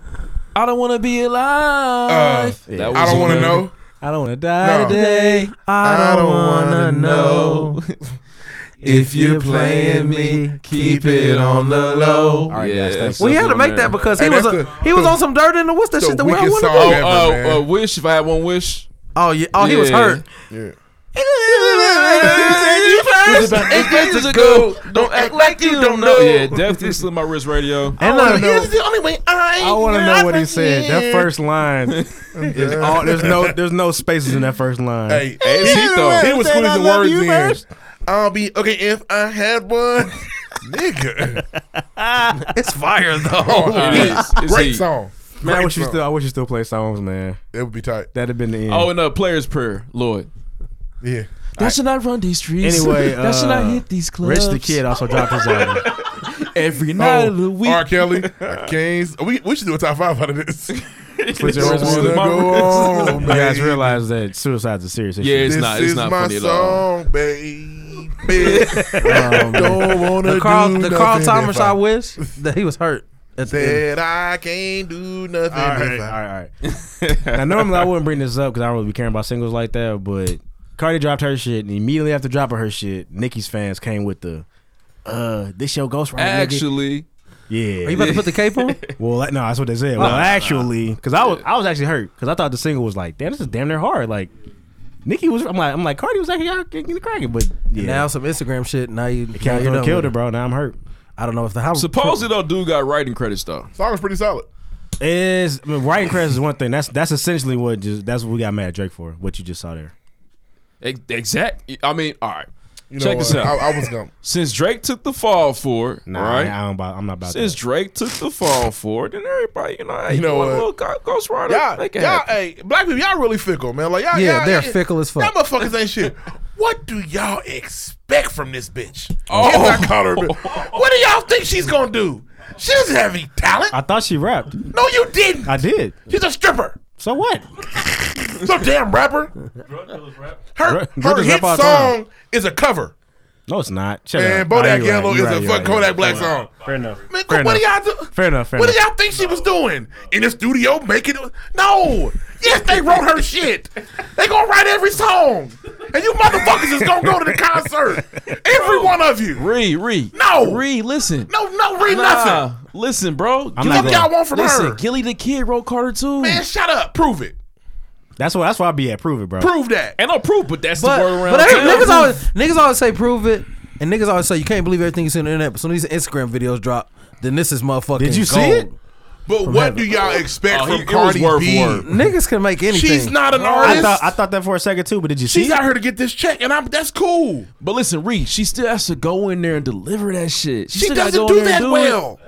[SPEAKER 7] I don't want to be
[SPEAKER 4] Uh,
[SPEAKER 7] alive.
[SPEAKER 5] Yeah.
[SPEAKER 4] I don't want to
[SPEAKER 7] to
[SPEAKER 4] know.
[SPEAKER 5] I don't wanna die
[SPEAKER 4] No.
[SPEAKER 5] today.
[SPEAKER 6] I
[SPEAKER 4] don't
[SPEAKER 6] don't wanna
[SPEAKER 4] wanna
[SPEAKER 6] know if you're playing me. Keep it on the low.
[SPEAKER 5] All right, guys, thanks.
[SPEAKER 6] We had to make that because he
[SPEAKER 4] Hey,
[SPEAKER 6] was
[SPEAKER 4] that's
[SPEAKER 6] a,
[SPEAKER 4] the-
[SPEAKER 6] he was on some dirt in the what's that
[SPEAKER 4] the
[SPEAKER 6] shit the way I
[SPEAKER 4] weakest
[SPEAKER 6] want to
[SPEAKER 4] song
[SPEAKER 6] go.
[SPEAKER 7] Oh,
[SPEAKER 4] Never, man.
[SPEAKER 7] uh, uh, wish if I had one wish.
[SPEAKER 6] Oh yeah, oh he was
[SPEAKER 7] Yeah.
[SPEAKER 6] hurt.
[SPEAKER 4] Yeah.
[SPEAKER 7] Expect to go. Don't act like you don't know. Yeah, definitely slid my wrist radio.
[SPEAKER 6] And uh, here's the-
[SPEAKER 4] only way I.
[SPEAKER 5] I want to know what he said. That first line is all. There's no. There's no spaces in that first line.
[SPEAKER 4] Hey,
[SPEAKER 7] Hey, it's heat, though.
[SPEAKER 4] he was
[SPEAKER 5] Said I
[SPEAKER 4] squeezing
[SPEAKER 5] love
[SPEAKER 4] words
[SPEAKER 5] you
[SPEAKER 4] in.
[SPEAKER 5] first.
[SPEAKER 4] I'll be okay if I had one. Nigga.
[SPEAKER 6] it's fire though.
[SPEAKER 4] Oh,
[SPEAKER 7] It
[SPEAKER 4] yeah.
[SPEAKER 7] is. It's
[SPEAKER 4] great
[SPEAKER 7] heat.
[SPEAKER 4] song.
[SPEAKER 5] man, I
[SPEAKER 4] great
[SPEAKER 5] wish you
[SPEAKER 4] song.
[SPEAKER 5] still. I wish you still play songs, man.
[SPEAKER 4] It would be tight.
[SPEAKER 5] That'd have been the end.
[SPEAKER 7] Oh, and uh, player's prayer, Lloyd.
[SPEAKER 4] Yeah.
[SPEAKER 7] That should not run these streets.
[SPEAKER 5] Anyway,
[SPEAKER 7] that should
[SPEAKER 5] uh,
[SPEAKER 7] not hit these clubs.
[SPEAKER 5] Rich the Kid also dropped his uh, album.
[SPEAKER 7] every night of the
[SPEAKER 4] Oh,
[SPEAKER 7] week.
[SPEAKER 4] R. Kelly, Kings. We we should do a top five out of this.
[SPEAKER 5] Put your
[SPEAKER 4] Don't
[SPEAKER 5] wrist
[SPEAKER 7] This is
[SPEAKER 5] on
[SPEAKER 4] wanna
[SPEAKER 5] it.
[SPEAKER 7] my
[SPEAKER 4] go
[SPEAKER 7] wrist.
[SPEAKER 4] on,
[SPEAKER 5] You guys
[SPEAKER 4] baby.
[SPEAKER 5] realize that suicide's a serious issue.
[SPEAKER 7] Yeah, it's
[SPEAKER 4] this
[SPEAKER 7] not.
[SPEAKER 4] is
[SPEAKER 7] It's not
[SPEAKER 4] my
[SPEAKER 7] funny at all.
[SPEAKER 4] song, baby.
[SPEAKER 5] Um,
[SPEAKER 4] Don't wanna
[SPEAKER 6] The Carl
[SPEAKER 4] do
[SPEAKER 6] the Carl
[SPEAKER 4] nothing
[SPEAKER 6] Thomas
[SPEAKER 4] if I
[SPEAKER 6] I wish that he was hurt. At the end.
[SPEAKER 4] Said I can't do nothing.
[SPEAKER 5] All right,
[SPEAKER 4] if
[SPEAKER 5] all
[SPEAKER 4] I-
[SPEAKER 5] right, all right. now, normally I wouldn't bring this up because I don't really be caring about singles like that, but Cardi dropped her shit, and immediately after dropping her shit, Nicki's fans came with the, uh, this your ghostwriter. nigga?
[SPEAKER 7] Actually,
[SPEAKER 5] Yeah.
[SPEAKER 6] Are you about to put the cape on?
[SPEAKER 5] Well, that- no, that's what they said. Well, actually, because I was I was actually hurt because I thought the single was like, damn, this is damn near hard. Like, Nicki was, I'm like, I'm like, Cardi was actually out getting the cracking, but yeah,
[SPEAKER 6] Now some Instagram shit. Now you now
[SPEAKER 5] Count
[SPEAKER 6] you're done
[SPEAKER 5] killed
[SPEAKER 6] with
[SPEAKER 5] her, bro. Now I'm hurt.
[SPEAKER 6] I don't know if the house
[SPEAKER 7] supposedly though, dude got writing credits though.
[SPEAKER 4] Song was pretty solid.
[SPEAKER 5] Is I mean, writing credits is one thing. That's that's essentially what just that's what we got mad at Drake for. What you just saw there.
[SPEAKER 7] Ex- E, Exact. I mean, all right.
[SPEAKER 4] You
[SPEAKER 7] Check
[SPEAKER 4] know,
[SPEAKER 7] this
[SPEAKER 4] uh,
[SPEAKER 7] out.
[SPEAKER 4] I, I was gum.
[SPEAKER 7] Since Drake took the fall for it,
[SPEAKER 5] Nah,
[SPEAKER 7] all right.
[SPEAKER 5] I, I don't. Buy, I'm not about
[SPEAKER 7] Since
[SPEAKER 5] that.
[SPEAKER 7] Drake took the fall for it, then everybody, you know, hey, you
[SPEAKER 4] know
[SPEAKER 7] know
[SPEAKER 4] what?
[SPEAKER 7] what? Ghost Rider,
[SPEAKER 4] Y'all,
[SPEAKER 7] make it
[SPEAKER 4] y'all,
[SPEAKER 7] happen.
[SPEAKER 4] hey, black people, y'all really fickle, man. Like y'all,
[SPEAKER 6] Yeah,
[SPEAKER 4] y'all-
[SPEAKER 6] they're
[SPEAKER 4] y'all-
[SPEAKER 6] fickle as fuck.
[SPEAKER 4] Y'all motherfuckers ain't shit. What do y'all expect from this bitch?
[SPEAKER 7] Oh.
[SPEAKER 4] If I call her, what do y'all think she's gonna do? She doesn't have any talent.
[SPEAKER 5] I thought she rapped.
[SPEAKER 4] no, you didn't.
[SPEAKER 5] I did.
[SPEAKER 4] She's a stripper.
[SPEAKER 5] So what?
[SPEAKER 4] Some damn rapper.
[SPEAKER 8] Drug dealers rap.
[SPEAKER 4] Her,
[SPEAKER 5] Dr-
[SPEAKER 4] her
[SPEAKER 5] Drake
[SPEAKER 4] hit
[SPEAKER 5] rap all the time.
[SPEAKER 4] song is a cover.
[SPEAKER 5] No, it's not. Shut
[SPEAKER 4] And
[SPEAKER 5] up. Oh,
[SPEAKER 4] Bodak
[SPEAKER 5] you're right,
[SPEAKER 4] Yellow
[SPEAKER 5] you're
[SPEAKER 4] is
[SPEAKER 5] right,
[SPEAKER 4] a
[SPEAKER 5] you're
[SPEAKER 4] fuck
[SPEAKER 5] right, you're
[SPEAKER 4] Kodak
[SPEAKER 5] right.
[SPEAKER 4] Black song.
[SPEAKER 5] Fair enough.
[SPEAKER 4] Man,
[SPEAKER 5] Fair
[SPEAKER 4] what do
[SPEAKER 5] enough.
[SPEAKER 4] y'all do?
[SPEAKER 5] Fair enough. Fair
[SPEAKER 4] What do
[SPEAKER 5] enough.
[SPEAKER 4] y'all think she was doing in the studio making? No, yes, they wrote her shit. They gonna write every song, and you motherfuckers is gonna go to the concert, every one of you.
[SPEAKER 7] Re, re,
[SPEAKER 4] No.
[SPEAKER 7] re, listen,
[SPEAKER 4] No, no, read
[SPEAKER 7] nah,
[SPEAKER 4] nothing.
[SPEAKER 7] listen, bro.
[SPEAKER 4] What
[SPEAKER 5] I'm not
[SPEAKER 4] do
[SPEAKER 5] going.
[SPEAKER 4] y'all want from
[SPEAKER 7] listen,
[SPEAKER 4] her?
[SPEAKER 7] Gilly the Kid wrote Carter too,
[SPEAKER 4] Man, shut up. Prove it.
[SPEAKER 5] That's what. That's why I be at. Prove it, bro.
[SPEAKER 4] Prove that.
[SPEAKER 7] and I'll prove, but that's
[SPEAKER 6] But,
[SPEAKER 7] the word around.
[SPEAKER 6] but every-
[SPEAKER 7] town.
[SPEAKER 6] niggas always niggas always say prove it, and niggas always say you can't believe everything you see on the internet. But some of these Instagram videos drop, then this is motherfucking.
[SPEAKER 5] Did you see
[SPEAKER 6] gold.
[SPEAKER 5] it?
[SPEAKER 4] But
[SPEAKER 5] from
[SPEAKER 4] what
[SPEAKER 5] heaven.
[SPEAKER 4] do y'all expect
[SPEAKER 7] Oh, he-
[SPEAKER 4] from
[SPEAKER 7] it was
[SPEAKER 4] Cardi
[SPEAKER 7] word for
[SPEAKER 4] B?
[SPEAKER 7] word.
[SPEAKER 6] Niggas can make anything.
[SPEAKER 4] She's not an
[SPEAKER 5] I
[SPEAKER 4] artist.
[SPEAKER 5] thought I thought that for a second too, but did you
[SPEAKER 4] She's
[SPEAKER 5] see?
[SPEAKER 4] out here to get this check, and I'm that's cool.
[SPEAKER 7] But listen, Reed, she still has to go in there and deliver that shit.
[SPEAKER 4] She
[SPEAKER 7] still gotta
[SPEAKER 4] doesn't
[SPEAKER 7] go
[SPEAKER 4] do
[SPEAKER 7] in there
[SPEAKER 4] that
[SPEAKER 7] and it.
[SPEAKER 4] well.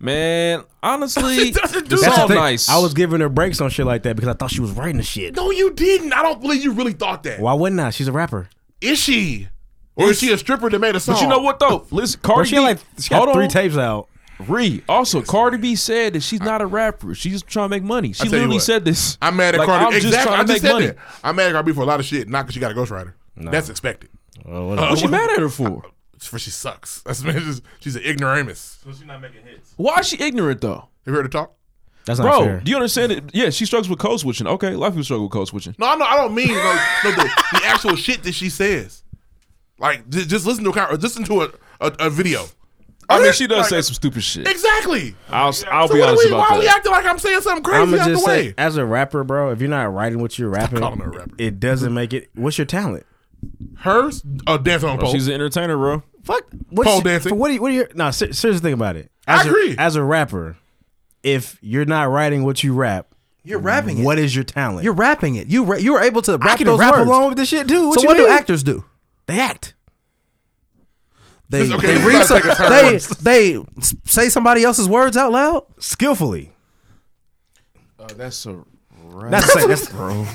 [SPEAKER 7] Man, honestly,
[SPEAKER 4] She doesn't do
[SPEAKER 7] it's
[SPEAKER 4] that.
[SPEAKER 7] all
[SPEAKER 5] the thing.
[SPEAKER 7] nice.
[SPEAKER 5] I was giving her breaks on shit like that because I thought she was writing the shit.
[SPEAKER 4] No, you didn't. I don't believe you really thought that. Is
[SPEAKER 5] Why wouldn't I? She's a rapper.
[SPEAKER 4] she? Or is she a stripper that made a song?
[SPEAKER 7] But you know what though? Listen, Cardi
[SPEAKER 5] Bro, she had
[SPEAKER 7] B,
[SPEAKER 5] like she got
[SPEAKER 7] hold
[SPEAKER 5] three
[SPEAKER 7] on.
[SPEAKER 5] tapes out.
[SPEAKER 7] Ree. Also, Cardi B said that she's not a rapper. She's just trying to make money. She
[SPEAKER 4] tell you
[SPEAKER 7] literally
[SPEAKER 4] what.
[SPEAKER 7] said this.
[SPEAKER 4] I'm mad at
[SPEAKER 7] Like,
[SPEAKER 4] Cardi.
[SPEAKER 7] I'm just
[SPEAKER 4] exactly.
[SPEAKER 7] trying
[SPEAKER 4] I
[SPEAKER 7] to
[SPEAKER 4] just
[SPEAKER 7] make
[SPEAKER 4] said
[SPEAKER 7] money.
[SPEAKER 4] that. I'm mad at Cardi B for a lot of shit, not because she got a ghostwriter. That's expected.
[SPEAKER 7] What she mad at her for?
[SPEAKER 4] It's for she sucks. That's I mean, she's, she's an ignoramus.
[SPEAKER 8] So she's not making hits.
[SPEAKER 7] Why is she ignorant though?
[SPEAKER 4] Have you heard her talk?
[SPEAKER 5] That's not
[SPEAKER 7] Bro,
[SPEAKER 5] fair.
[SPEAKER 7] do you understand it? Yeah, she struggles with code switching. Okay, a lot of people struggle with code switching.
[SPEAKER 4] No, I know. I don't mean like no, the, the actual shit that she says. Like just, just listen to a con- or listen to a, a, a video.
[SPEAKER 7] I mean, she does
[SPEAKER 4] Like,
[SPEAKER 7] say some stupid shit.
[SPEAKER 4] Exactly.
[SPEAKER 7] I'll, I'll
[SPEAKER 4] So
[SPEAKER 7] be
[SPEAKER 4] what are
[SPEAKER 7] honest
[SPEAKER 4] we, why
[SPEAKER 7] about
[SPEAKER 4] are we
[SPEAKER 7] that.
[SPEAKER 4] acting like I'm saying something
[SPEAKER 5] I'm
[SPEAKER 4] crazy
[SPEAKER 5] gonna
[SPEAKER 4] out the
[SPEAKER 5] just
[SPEAKER 4] way?
[SPEAKER 5] say, as a rapper, bro, if you're not writing what you're rapping,
[SPEAKER 4] calling her a rapper.
[SPEAKER 5] it doesn't make it. What's your talent?
[SPEAKER 4] Hers, a dance on a pole.
[SPEAKER 7] She's an entertainer, bro.
[SPEAKER 5] Fuck. What's
[SPEAKER 4] Pole dancing.
[SPEAKER 5] For what? Are you, what are your? No, ser- seriously, think about it.
[SPEAKER 4] I
[SPEAKER 5] As a-
[SPEAKER 4] agree.
[SPEAKER 5] as a rapper, if you're not writing what you rap,
[SPEAKER 6] You're rapping it.
[SPEAKER 5] what is your talent?
[SPEAKER 6] You're rapping it. You ra- you're able to
[SPEAKER 5] I
[SPEAKER 6] rap
[SPEAKER 5] can
[SPEAKER 6] those
[SPEAKER 5] rap
[SPEAKER 6] words.
[SPEAKER 5] along with this shit too. What
[SPEAKER 6] so
[SPEAKER 5] you
[SPEAKER 6] what do
[SPEAKER 5] mean?
[SPEAKER 6] actors do?
[SPEAKER 5] They act.
[SPEAKER 6] They
[SPEAKER 4] Okay,
[SPEAKER 6] they
[SPEAKER 4] this
[SPEAKER 6] read
[SPEAKER 4] is
[SPEAKER 6] some,
[SPEAKER 4] about to take a turn.
[SPEAKER 6] they they s- say somebody else's words out loud.
[SPEAKER 5] skillfully.
[SPEAKER 7] Oh, that's a
[SPEAKER 5] That's, that's,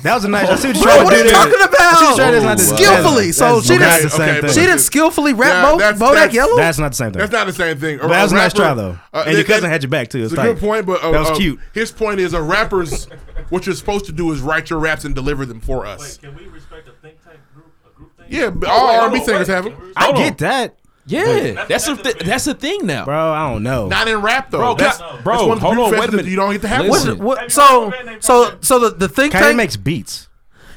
[SPEAKER 5] that was a nice. I see what you're trying
[SPEAKER 6] what
[SPEAKER 5] to
[SPEAKER 6] are you
[SPEAKER 5] do there.
[SPEAKER 6] talking about?
[SPEAKER 5] She's trying to- it's not the-
[SPEAKER 6] Skillfully.
[SPEAKER 5] that's-
[SPEAKER 6] So
[SPEAKER 5] that's-
[SPEAKER 6] she
[SPEAKER 5] that's
[SPEAKER 4] didn't-
[SPEAKER 5] the same
[SPEAKER 4] okay,
[SPEAKER 5] thing.
[SPEAKER 4] but-
[SPEAKER 6] She didn't skillfully
[SPEAKER 4] Yeah,
[SPEAKER 6] rap
[SPEAKER 4] that's-
[SPEAKER 6] Bo- Bodak
[SPEAKER 4] that's-
[SPEAKER 6] Yellow.
[SPEAKER 5] That's not the same thing.
[SPEAKER 4] That's not the same thing. A-
[SPEAKER 5] That was a nice
[SPEAKER 4] rapper-
[SPEAKER 5] try, though.
[SPEAKER 4] uh,
[SPEAKER 5] And your
[SPEAKER 4] that-
[SPEAKER 5] cousin
[SPEAKER 4] that-
[SPEAKER 5] had your back too.
[SPEAKER 4] It's
[SPEAKER 5] It's
[SPEAKER 4] a
[SPEAKER 5] tight.
[SPEAKER 4] good point, but uh,
[SPEAKER 5] That was
[SPEAKER 4] uh,
[SPEAKER 5] cute.
[SPEAKER 4] His point is a rapper's what you're supposed to do is write your raps and deliver them for
[SPEAKER 8] Wait,
[SPEAKER 4] us.
[SPEAKER 8] can we respect a think tank group? A group thing?
[SPEAKER 4] Yeah, but all
[SPEAKER 7] wait,
[SPEAKER 4] R&B
[SPEAKER 7] oh,
[SPEAKER 4] singers
[SPEAKER 7] wait.
[SPEAKER 4] have them.
[SPEAKER 5] I
[SPEAKER 7] Hold on.
[SPEAKER 5] get that,
[SPEAKER 7] Yeah, that's a thi- that's a thing now, bro.
[SPEAKER 5] bro. I don't know.
[SPEAKER 4] Not in rap though.
[SPEAKER 7] Bro,
[SPEAKER 4] that's,
[SPEAKER 7] can I-
[SPEAKER 4] that's
[SPEAKER 7] bro,
[SPEAKER 4] one of the
[SPEAKER 7] hold
[SPEAKER 4] few
[SPEAKER 7] on, wait a
[SPEAKER 4] festivals
[SPEAKER 7] minute.
[SPEAKER 4] You don't get to have
[SPEAKER 7] Listen.
[SPEAKER 4] one.
[SPEAKER 6] What- what-
[SPEAKER 8] Have
[SPEAKER 6] so
[SPEAKER 8] you heard of
[SPEAKER 6] so
[SPEAKER 8] Bodak?
[SPEAKER 6] so the, the think
[SPEAKER 5] Kanye
[SPEAKER 6] tank.
[SPEAKER 5] makes beats.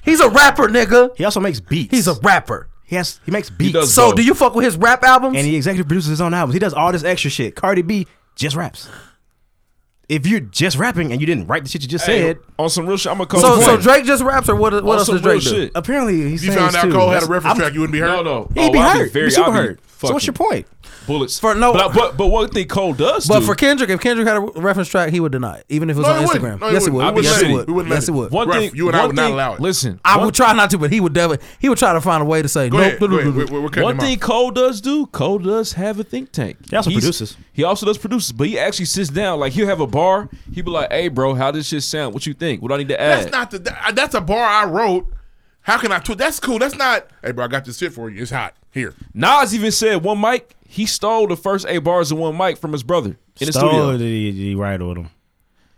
[SPEAKER 6] he's a rapper, nigga.
[SPEAKER 5] He also makes beats.
[SPEAKER 6] He's a rapper.
[SPEAKER 5] he has he makes beats.
[SPEAKER 7] does
[SPEAKER 6] So
[SPEAKER 7] both.
[SPEAKER 6] do you fuck with his rap albums?
[SPEAKER 5] and he executive produces his own albums. He does all this extra shit. Cardi B just raps. If you're just rapping and you didn't write the shit you just
[SPEAKER 7] Hey,
[SPEAKER 5] said,
[SPEAKER 7] on some real shit, I'm gonna call
[SPEAKER 6] so
[SPEAKER 7] the
[SPEAKER 6] so
[SPEAKER 7] point.
[SPEAKER 6] Drake just raps, or what?
[SPEAKER 7] On
[SPEAKER 6] What else
[SPEAKER 7] some
[SPEAKER 6] does Drake
[SPEAKER 7] real
[SPEAKER 6] do?
[SPEAKER 7] shit.
[SPEAKER 5] apparently he's
[SPEAKER 4] If you
[SPEAKER 5] saying
[SPEAKER 4] found
[SPEAKER 5] this
[SPEAKER 4] out
[SPEAKER 5] too.
[SPEAKER 4] Cole had a
[SPEAKER 5] That's-
[SPEAKER 4] reference
[SPEAKER 5] I'm-
[SPEAKER 4] track, you wouldn't be hurt.
[SPEAKER 7] No, no.
[SPEAKER 5] He'd
[SPEAKER 7] Oh,
[SPEAKER 5] be
[SPEAKER 7] I'd
[SPEAKER 5] hurt. He'd be
[SPEAKER 7] very-
[SPEAKER 5] super
[SPEAKER 7] I'd be
[SPEAKER 5] hurt. So what's
[SPEAKER 7] fucking
[SPEAKER 5] your point?
[SPEAKER 7] Bullets
[SPEAKER 6] For no-
[SPEAKER 7] But, but but one thing Cole does,
[SPEAKER 6] But
[SPEAKER 7] do,
[SPEAKER 6] for Kendrick, if Kendrick had a reference track, he would deny it, even if it was
[SPEAKER 4] No,
[SPEAKER 6] on
[SPEAKER 4] he wouldn't.
[SPEAKER 6] Instagram.
[SPEAKER 4] No, he
[SPEAKER 6] yes, he would.
[SPEAKER 4] wouldn't.
[SPEAKER 7] I
[SPEAKER 6] Yes,
[SPEAKER 7] wouldn't.
[SPEAKER 6] he would.
[SPEAKER 4] We wouldn't let
[SPEAKER 6] Yes, he
[SPEAKER 4] it.
[SPEAKER 6] would.
[SPEAKER 7] one
[SPEAKER 4] Ref,
[SPEAKER 7] thing,
[SPEAKER 4] you and I
[SPEAKER 7] one
[SPEAKER 4] would not
[SPEAKER 7] thing-
[SPEAKER 4] allow it.
[SPEAKER 7] Listen,
[SPEAKER 6] I
[SPEAKER 7] one-
[SPEAKER 6] would try not to, but he would definitely. He would try to find a way to say
[SPEAKER 4] Go
[SPEAKER 6] no.
[SPEAKER 4] ahead, go ahead. We're, we're cutting
[SPEAKER 7] One
[SPEAKER 4] him
[SPEAKER 7] thing
[SPEAKER 4] off.
[SPEAKER 7] Cole does do, Cole does have a think tank.
[SPEAKER 5] He also
[SPEAKER 7] He's-
[SPEAKER 5] produces.
[SPEAKER 7] He also does produces, but he actually sits down. Like he'll have a bar. He'll be like, "Hey, bro, how this shit sound? What you think? What I need to add?"
[SPEAKER 4] That's not the. that- That's a bar I wrote. How can I tweet? That's cool. That's not. Hey, bro, I got this shit for you. It's hot here.
[SPEAKER 7] Nas even said one mic. He stole the first eight bars of one mic from his brother in the
[SPEAKER 5] Stole
[SPEAKER 7] studio.
[SPEAKER 5] the, the ride with him.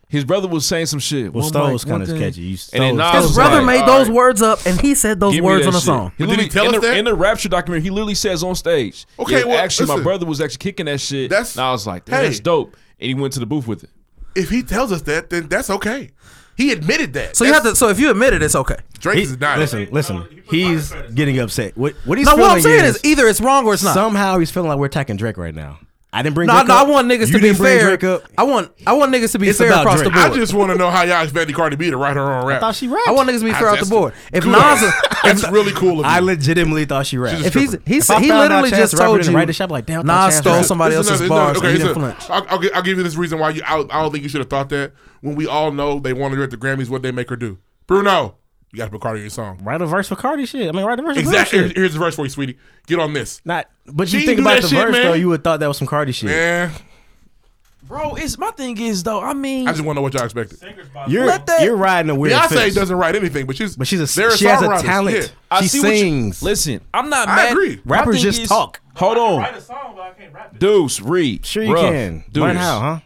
[SPEAKER 7] His brother was saying some shit.
[SPEAKER 5] Well,
[SPEAKER 7] One
[SPEAKER 5] Stone's
[SPEAKER 7] mic, one
[SPEAKER 5] kind of
[SPEAKER 7] thing.
[SPEAKER 5] sketchy. You
[SPEAKER 7] And then
[SPEAKER 5] Stone-
[SPEAKER 7] Nas
[SPEAKER 6] His
[SPEAKER 7] was
[SPEAKER 6] brother
[SPEAKER 7] like,
[SPEAKER 6] made
[SPEAKER 7] "All
[SPEAKER 6] those
[SPEAKER 7] right,
[SPEAKER 6] words up, and he said those
[SPEAKER 7] give me
[SPEAKER 6] words
[SPEAKER 7] that
[SPEAKER 6] on the
[SPEAKER 7] shit."
[SPEAKER 6] song.
[SPEAKER 7] He
[SPEAKER 4] But did he
[SPEAKER 7] literally-
[SPEAKER 4] tell
[SPEAKER 7] in
[SPEAKER 4] us
[SPEAKER 7] the,
[SPEAKER 4] that?
[SPEAKER 7] in the rapture documentary? He literally says on stage.
[SPEAKER 4] Okay,
[SPEAKER 7] yeah,
[SPEAKER 4] well,
[SPEAKER 7] actually, my
[SPEAKER 4] listen.
[SPEAKER 7] brother was actually kicking that shit.
[SPEAKER 4] That's-
[SPEAKER 7] and I was like, "That's
[SPEAKER 4] Hey.
[SPEAKER 7] dope," and he went to the booth with it.
[SPEAKER 4] If he tells us that, then that's okay. He admitted that.
[SPEAKER 6] So you have
[SPEAKER 4] That's-
[SPEAKER 6] to. So if you admit it, it's okay.
[SPEAKER 4] Drake
[SPEAKER 5] He-
[SPEAKER 4] is not.
[SPEAKER 5] listen, listen. He's getting upset. What what he's
[SPEAKER 6] No,
[SPEAKER 5] feeling
[SPEAKER 6] what I'm saying
[SPEAKER 5] is,
[SPEAKER 6] is either it's wrong or it's not.
[SPEAKER 5] somehow he's feeling like we're attacking Drake right now. I didn't bring.
[SPEAKER 6] No,
[SPEAKER 5] Drake
[SPEAKER 6] no, I
[SPEAKER 5] up.
[SPEAKER 6] want niggas
[SPEAKER 5] You
[SPEAKER 6] to be
[SPEAKER 5] didn't bring
[SPEAKER 6] fair.
[SPEAKER 5] Drake up.
[SPEAKER 6] I want I want niggas to be
[SPEAKER 5] It's
[SPEAKER 6] fair
[SPEAKER 5] about
[SPEAKER 6] across
[SPEAKER 5] Drake.
[SPEAKER 6] the
[SPEAKER 4] I
[SPEAKER 6] board. I,
[SPEAKER 4] just want to know how y'all expected Cardi B to write her own rap.
[SPEAKER 5] thought she rapped.
[SPEAKER 6] want niggas to be
[SPEAKER 4] I-
[SPEAKER 6] fair off the
[SPEAKER 4] that's
[SPEAKER 6] board. If
[SPEAKER 4] good.
[SPEAKER 6] Nas, if,
[SPEAKER 4] that's really cool of you.
[SPEAKER 5] I legitimately thought she rapped.
[SPEAKER 4] She's a
[SPEAKER 6] if he's he
[SPEAKER 5] If I
[SPEAKER 6] said he
[SPEAKER 5] found out
[SPEAKER 6] literally
[SPEAKER 5] Chance
[SPEAKER 6] just
[SPEAKER 5] the Rapper
[SPEAKER 6] told
[SPEAKER 5] didn't
[SPEAKER 6] you
[SPEAKER 5] write this shit, I'd be like, damn, I thought
[SPEAKER 6] Nas
[SPEAKER 5] Chance
[SPEAKER 6] stole
[SPEAKER 5] rapped.
[SPEAKER 6] somebody
[SPEAKER 4] This is
[SPEAKER 6] else's
[SPEAKER 4] another-
[SPEAKER 6] bars
[SPEAKER 4] okay,
[SPEAKER 6] and he
[SPEAKER 4] this
[SPEAKER 6] didn't
[SPEAKER 4] is-
[SPEAKER 6] flinch.
[SPEAKER 4] I'll, I'll, gi- I'll give you this reason why you. I, I don't think you should have thought that. When we all know they wanted her at the Grammys, what they make her do? Bruno, you got to put Cardi in your song.
[SPEAKER 5] Write a verse for Cardi shit. I mean, write a verse
[SPEAKER 4] Exactly.
[SPEAKER 5] for
[SPEAKER 4] Here-
[SPEAKER 5] Cardi shit.
[SPEAKER 4] Here's the verse for you, sweetie. Get on this.
[SPEAKER 5] Not, but
[SPEAKER 4] She
[SPEAKER 5] you
[SPEAKER 4] didn't
[SPEAKER 5] think
[SPEAKER 4] do
[SPEAKER 5] about
[SPEAKER 4] that
[SPEAKER 5] the
[SPEAKER 4] shit,
[SPEAKER 5] verse
[SPEAKER 4] man.
[SPEAKER 5] though, you would have thought that was some Cardi shit.
[SPEAKER 4] Man,
[SPEAKER 7] Bro, it's my thing is though. I mean,
[SPEAKER 4] I just want to know what y'all expected.
[SPEAKER 8] Singers by
[SPEAKER 5] You're
[SPEAKER 6] Let that-
[SPEAKER 5] you're riding a weird.
[SPEAKER 4] Beyonce
[SPEAKER 5] fence.
[SPEAKER 4] doesn't write anything, but she's
[SPEAKER 5] but she's
[SPEAKER 4] they're
[SPEAKER 5] a she has a
[SPEAKER 4] songwriters.
[SPEAKER 5] talent.
[SPEAKER 4] Yeah.
[SPEAKER 7] I
[SPEAKER 5] She
[SPEAKER 7] see what you-
[SPEAKER 5] sings.
[SPEAKER 7] listen, I'm not
[SPEAKER 4] I
[SPEAKER 7] mad.
[SPEAKER 4] agree.
[SPEAKER 7] My
[SPEAKER 5] Rappers
[SPEAKER 7] thing
[SPEAKER 5] just talk.
[SPEAKER 7] Hold
[SPEAKER 8] write
[SPEAKER 7] on,
[SPEAKER 8] a song, but I can't rap it.
[SPEAKER 7] Deuce, Reed.
[SPEAKER 5] Sure you
[SPEAKER 7] bruh,
[SPEAKER 5] can.
[SPEAKER 7] Deuce.
[SPEAKER 5] Learn how, huh?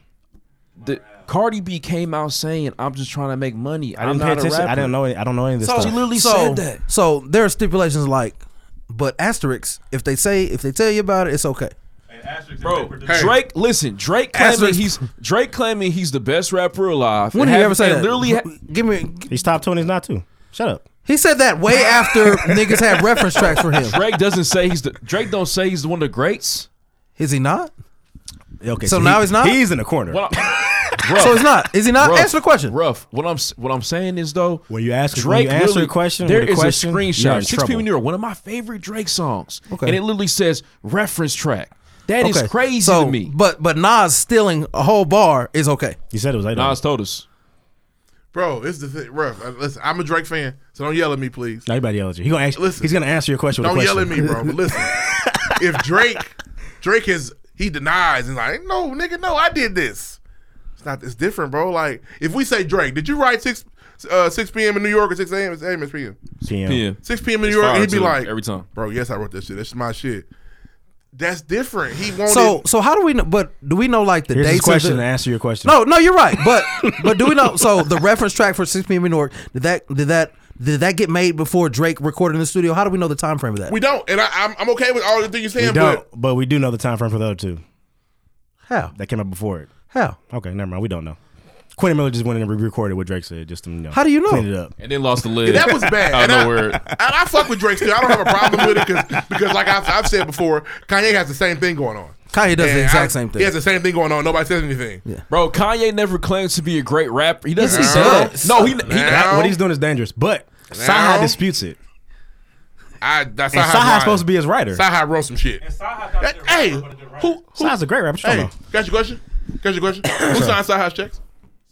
[SPEAKER 7] The, Cardi B came out saying, "I'm just trying to make money.
[SPEAKER 5] I
[SPEAKER 7] I'm
[SPEAKER 5] didn't
[SPEAKER 7] not
[SPEAKER 5] pay
[SPEAKER 7] a
[SPEAKER 5] attention.
[SPEAKER 7] rapper."
[SPEAKER 5] I didn't know. Any, I don't know any of this
[SPEAKER 6] So
[SPEAKER 5] stuff.
[SPEAKER 7] literally
[SPEAKER 6] so,
[SPEAKER 7] said that.
[SPEAKER 6] So there are stipulations like, but asterisks. If they say if they tell you about it, it's okay.
[SPEAKER 8] And Asterisk,
[SPEAKER 7] Bro,
[SPEAKER 8] Bro,
[SPEAKER 4] Hey.
[SPEAKER 7] Drake, listen, Drake claiming
[SPEAKER 6] Asterisk.
[SPEAKER 7] he's Drake claiming he's the best rapper alive.
[SPEAKER 6] When
[SPEAKER 7] And
[SPEAKER 6] did he
[SPEAKER 7] have-
[SPEAKER 6] ever say
[SPEAKER 7] and
[SPEAKER 6] that?
[SPEAKER 7] Literally, ha-
[SPEAKER 6] Give me.
[SPEAKER 5] He's top twenty. He's not too. Shut up.
[SPEAKER 6] He said that way after niggas had reference tracks for him.
[SPEAKER 7] Drake doesn't say he's the Drake don't say he's one of the greats.
[SPEAKER 6] Is he not?
[SPEAKER 5] Okay.
[SPEAKER 6] So now
[SPEAKER 5] he-
[SPEAKER 6] he's not?
[SPEAKER 5] He's in the corner.
[SPEAKER 7] What I- Bruh,
[SPEAKER 6] So he's not. Is he not?
[SPEAKER 7] bruh,
[SPEAKER 6] Answer the question.
[SPEAKER 7] Rough. What I'm s- what I'm saying is though,
[SPEAKER 5] When you ask- when you answer a question
[SPEAKER 7] there
[SPEAKER 5] with a
[SPEAKER 7] is
[SPEAKER 5] question,
[SPEAKER 7] a
[SPEAKER 5] you're in
[SPEAKER 7] screenshot. Six
[SPEAKER 5] trouble.
[SPEAKER 7] people near one of my favorite Drake songs,
[SPEAKER 6] Okay.
[SPEAKER 7] and it literally says reference track. That is crazy
[SPEAKER 6] so,
[SPEAKER 7] to me.
[SPEAKER 6] But but Nas stealing a whole bar is okay.
[SPEAKER 5] You said it was eight.
[SPEAKER 7] Nas
[SPEAKER 5] dollars.
[SPEAKER 7] told us.
[SPEAKER 4] Bro, it's the thing. Bro, uh, listen, I'm a Drake fan, so don't yell at me, please.
[SPEAKER 5] No, everybody yell at you. He gonna ask,
[SPEAKER 4] Listen.
[SPEAKER 5] he's gonna answer your question. with a
[SPEAKER 4] Don't yell at
[SPEAKER 5] question.
[SPEAKER 4] me, bro. But listen, if Drake, Drake has he denies and like, no, nigga, no, I did this. It's not. It's different, bro. Like if we say Drake, did you write six uh, six p.m. in New York or six a.m. It's a.m. It's p.m.
[SPEAKER 5] PM.
[SPEAKER 7] Yeah.
[SPEAKER 4] Six p.m. in New York,
[SPEAKER 7] fire,
[SPEAKER 4] and he'd be
[SPEAKER 7] too,
[SPEAKER 4] like,
[SPEAKER 7] every time.
[SPEAKER 4] bro. Yes, I wrote that shit. That's my shit. That's different. He wanted.
[SPEAKER 6] So so how do we know? But do we know like the
[SPEAKER 5] Here's his
[SPEAKER 6] dates? of
[SPEAKER 5] question to
[SPEAKER 6] the-
[SPEAKER 5] answer your question.
[SPEAKER 6] No, no, you're right. But but do we know? So the reference track for Six PM in New York did that did that did that get made before Drake recorded in the studio? How do we know the time frame of that?
[SPEAKER 4] we don't, and I, I'm, I'm okay with all the things you're
[SPEAKER 5] we
[SPEAKER 4] saying,
[SPEAKER 5] don't.
[SPEAKER 4] but
[SPEAKER 5] But, we do know the time frame for the other two
[SPEAKER 6] how
[SPEAKER 5] that came out before it.
[SPEAKER 6] how
[SPEAKER 5] Okay, never mind. We don't know. Quentin Miller just went in and re-recorded what Drake said. Just to, you know,
[SPEAKER 6] How do you know?
[SPEAKER 5] Clean it up.
[SPEAKER 7] And then lost the lid.
[SPEAKER 4] that was bad.
[SPEAKER 7] Out
[SPEAKER 4] and
[SPEAKER 7] of
[SPEAKER 4] I-
[SPEAKER 7] nowhere.
[SPEAKER 4] And I fuck with Drake still. I don't have a problem with it cause, because, like I've, I've said before, Kanye has the same thing going on.
[SPEAKER 6] Kanye does the
[SPEAKER 4] And
[SPEAKER 6] exact
[SPEAKER 4] I-
[SPEAKER 6] same thing.
[SPEAKER 4] He has the same thing going on. Nobody says anything.
[SPEAKER 7] Bro, Kanye never claims to be a great rapper. He doesn't
[SPEAKER 6] Yes, he
[SPEAKER 7] say
[SPEAKER 6] does.
[SPEAKER 7] that. No, he, he
[SPEAKER 4] Now-
[SPEAKER 5] What he's doing is dangerous. But
[SPEAKER 4] Now-
[SPEAKER 5] Saha disputes it.
[SPEAKER 4] I that's
[SPEAKER 5] And
[SPEAKER 4] not
[SPEAKER 5] Saha's supposed to be his writer.
[SPEAKER 4] Saha wrote some shit. Hey, hey, who? who
[SPEAKER 5] Saha's a great rapper. What you
[SPEAKER 4] hey,
[SPEAKER 5] talking
[SPEAKER 4] got your question? Got your question? Who signed Saha's checks?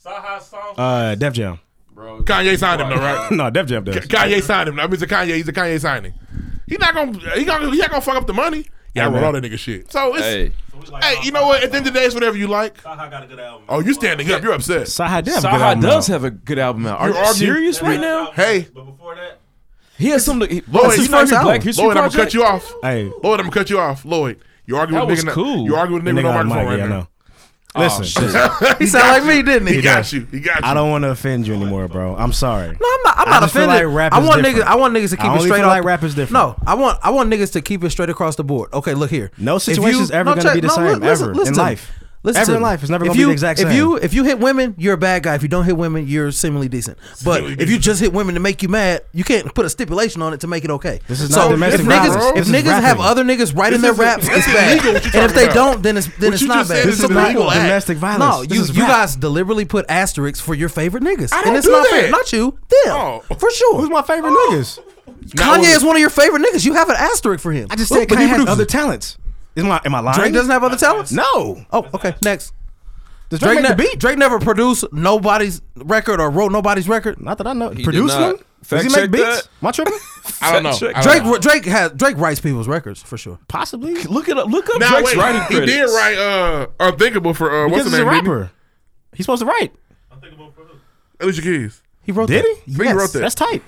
[SPEAKER 5] about? Uh, Def Jam.
[SPEAKER 4] Kanye signed him, though, right?
[SPEAKER 5] No, Def Jam does.
[SPEAKER 4] Kanye signed him. I mean, it's a Kanye. He's a Kanye signing. He not gonna. He gonna. He not gonna fuck up the money. Yeah, I wrote
[SPEAKER 5] man.
[SPEAKER 4] all that nigga shit. So it's. Hey.
[SPEAKER 7] Hey.
[SPEAKER 4] you know what? At the end of the day, it's whatever you like.
[SPEAKER 8] Saha got a good album.
[SPEAKER 4] Oh, you standing up? You're upset.
[SPEAKER 5] Saha did. have a good
[SPEAKER 7] Saha
[SPEAKER 5] album
[SPEAKER 7] does
[SPEAKER 5] out.
[SPEAKER 7] have a good album out. Are
[SPEAKER 4] You're
[SPEAKER 7] you
[SPEAKER 4] arguing-
[SPEAKER 7] serious
[SPEAKER 8] Last
[SPEAKER 7] right now?
[SPEAKER 8] album,
[SPEAKER 4] Hey.
[SPEAKER 8] But before that,
[SPEAKER 7] He has something. He,
[SPEAKER 4] Lloyd,
[SPEAKER 7] Listen,
[SPEAKER 4] you
[SPEAKER 7] you
[SPEAKER 4] know
[SPEAKER 7] know
[SPEAKER 4] his
[SPEAKER 7] your
[SPEAKER 4] album.
[SPEAKER 7] Black History
[SPEAKER 4] Lloyd, I'm gonna
[SPEAKER 7] Project?
[SPEAKER 4] cut you off.
[SPEAKER 5] Hey.
[SPEAKER 4] Lloyd, I'm gonna cut you off. Lloyd, you arguing
[SPEAKER 7] That
[SPEAKER 4] with
[SPEAKER 7] was
[SPEAKER 4] nigga.
[SPEAKER 7] cool.
[SPEAKER 4] You arguing with
[SPEAKER 5] Nigga
[SPEAKER 4] nigga
[SPEAKER 5] on
[SPEAKER 4] on
[SPEAKER 5] the
[SPEAKER 4] microphone
[SPEAKER 5] mic,
[SPEAKER 4] right
[SPEAKER 5] yeah, I
[SPEAKER 4] now.
[SPEAKER 5] know.
[SPEAKER 7] Oh,
[SPEAKER 5] Listen,
[SPEAKER 7] shit.
[SPEAKER 6] he sound like me, didn't he?
[SPEAKER 4] He got you. He got you.
[SPEAKER 5] I don't want to offend you anymore, bro. I'm sorry.
[SPEAKER 6] No, I'm not. I'm
[SPEAKER 5] I
[SPEAKER 6] not
[SPEAKER 5] just feel
[SPEAKER 6] offended.
[SPEAKER 5] like rap
[SPEAKER 6] I
[SPEAKER 5] is
[SPEAKER 6] want
[SPEAKER 5] different.
[SPEAKER 6] niggas. I want niggas to keep
[SPEAKER 5] I
[SPEAKER 6] it
[SPEAKER 5] only
[SPEAKER 6] straight
[SPEAKER 5] feel
[SPEAKER 6] up.
[SPEAKER 5] like rap is different.
[SPEAKER 6] No, I want. I want niggas to keep it straight across the board. Okay, look here.
[SPEAKER 5] No
[SPEAKER 6] If
[SPEAKER 5] situation's ever gonna
[SPEAKER 6] check-
[SPEAKER 5] be the same,
[SPEAKER 6] li-
[SPEAKER 5] ever, in
[SPEAKER 6] to me.
[SPEAKER 5] life.
[SPEAKER 6] Listen
[SPEAKER 5] Ever
[SPEAKER 6] to
[SPEAKER 5] in
[SPEAKER 6] me.
[SPEAKER 5] life, it's never
[SPEAKER 6] If
[SPEAKER 5] gonna be the
[SPEAKER 6] you-
[SPEAKER 5] exact
[SPEAKER 6] If
[SPEAKER 5] same.
[SPEAKER 6] you if you hit women, you're a bad guy. If you don't hit women, you're seemingly decent. But
[SPEAKER 4] Seemingly
[SPEAKER 6] if you
[SPEAKER 4] decent.
[SPEAKER 6] just hit women to make you mad, you can't put a stipulation on it to make it okay.
[SPEAKER 5] This is
[SPEAKER 6] so
[SPEAKER 5] not domestic
[SPEAKER 6] if
[SPEAKER 5] violence,
[SPEAKER 6] niggas,
[SPEAKER 5] bro.
[SPEAKER 6] if
[SPEAKER 5] This is
[SPEAKER 6] niggas have
[SPEAKER 5] rapping.
[SPEAKER 6] other niggas writing their
[SPEAKER 4] This is-
[SPEAKER 6] raps,
[SPEAKER 4] this
[SPEAKER 6] it's
[SPEAKER 4] is
[SPEAKER 6] bad.
[SPEAKER 4] illegal, what you
[SPEAKER 6] And if
[SPEAKER 4] talking
[SPEAKER 6] they
[SPEAKER 4] about.
[SPEAKER 6] don't, then it's then
[SPEAKER 4] What
[SPEAKER 6] it's
[SPEAKER 4] you
[SPEAKER 6] not
[SPEAKER 4] just said
[SPEAKER 6] bad.
[SPEAKER 4] is
[SPEAKER 5] This is not
[SPEAKER 4] illegal act.
[SPEAKER 5] domestic violence.
[SPEAKER 6] No,
[SPEAKER 5] This
[SPEAKER 6] you
[SPEAKER 5] is
[SPEAKER 6] you
[SPEAKER 5] rap.
[SPEAKER 6] guys deliberately put asterisks for your favorite niggas,
[SPEAKER 4] I don't
[SPEAKER 6] and it's
[SPEAKER 4] do
[SPEAKER 6] not
[SPEAKER 4] that.
[SPEAKER 6] fair. Not you, them,
[SPEAKER 4] Oh.
[SPEAKER 6] for sure.
[SPEAKER 5] Who's my favorite niggas?
[SPEAKER 4] Now
[SPEAKER 6] Kanye
[SPEAKER 4] it-
[SPEAKER 6] is one of your favorite niggas. You have an asterisk for him.
[SPEAKER 5] I just
[SPEAKER 6] Well,
[SPEAKER 5] said
[SPEAKER 6] but
[SPEAKER 5] Kanye
[SPEAKER 6] he
[SPEAKER 5] has
[SPEAKER 6] produces.
[SPEAKER 5] other talents. Is my am I lying?
[SPEAKER 6] Drake doesn't have other talents.
[SPEAKER 5] No.
[SPEAKER 6] Oh, okay. Next.
[SPEAKER 5] Does Drake,
[SPEAKER 6] Drake,
[SPEAKER 5] make
[SPEAKER 6] ne-
[SPEAKER 5] the beat?
[SPEAKER 6] Drake never produced nobody's record or wrote nobody's record.
[SPEAKER 5] Not that I know.
[SPEAKER 7] did
[SPEAKER 5] Produced
[SPEAKER 7] not.
[SPEAKER 5] them? Does he
[SPEAKER 7] Fact
[SPEAKER 5] make
[SPEAKER 7] check
[SPEAKER 5] beats?
[SPEAKER 7] that.
[SPEAKER 5] Am I tripping?
[SPEAKER 4] I don't know.
[SPEAKER 7] Fact check.
[SPEAKER 4] I don't
[SPEAKER 6] Drake
[SPEAKER 4] know.
[SPEAKER 6] Drake has Drake writes people's records for sure.
[SPEAKER 5] Possibly.
[SPEAKER 7] Look it up. Look up
[SPEAKER 4] Now
[SPEAKER 7] Drake's
[SPEAKER 4] wait,
[SPEAKER 7] writing
[SPEAKER 4] he
[SPEAKER 7] credits.
[SPEAKER 4] did write uh Unthinkable for uh what's
[SPEAKER 5] Because he's
[SPEAKER 4] the
[SPEAKER 5] a
[SPEAKER 4] name? didn't
[SPEAKER 5] rapper. He's supposed to write.
[SPEAKER 8] unthinkable for who?
[SPEAKER 4] he? Alicia Keys.
[SPEAKER 6] He wrote
[SPEAKER 5] Did
[SPEAKER 6] that.
[SPEAKER 5] he?
[SPEAKER 4] He wrote that.
[SPEAKER 5] That's tight.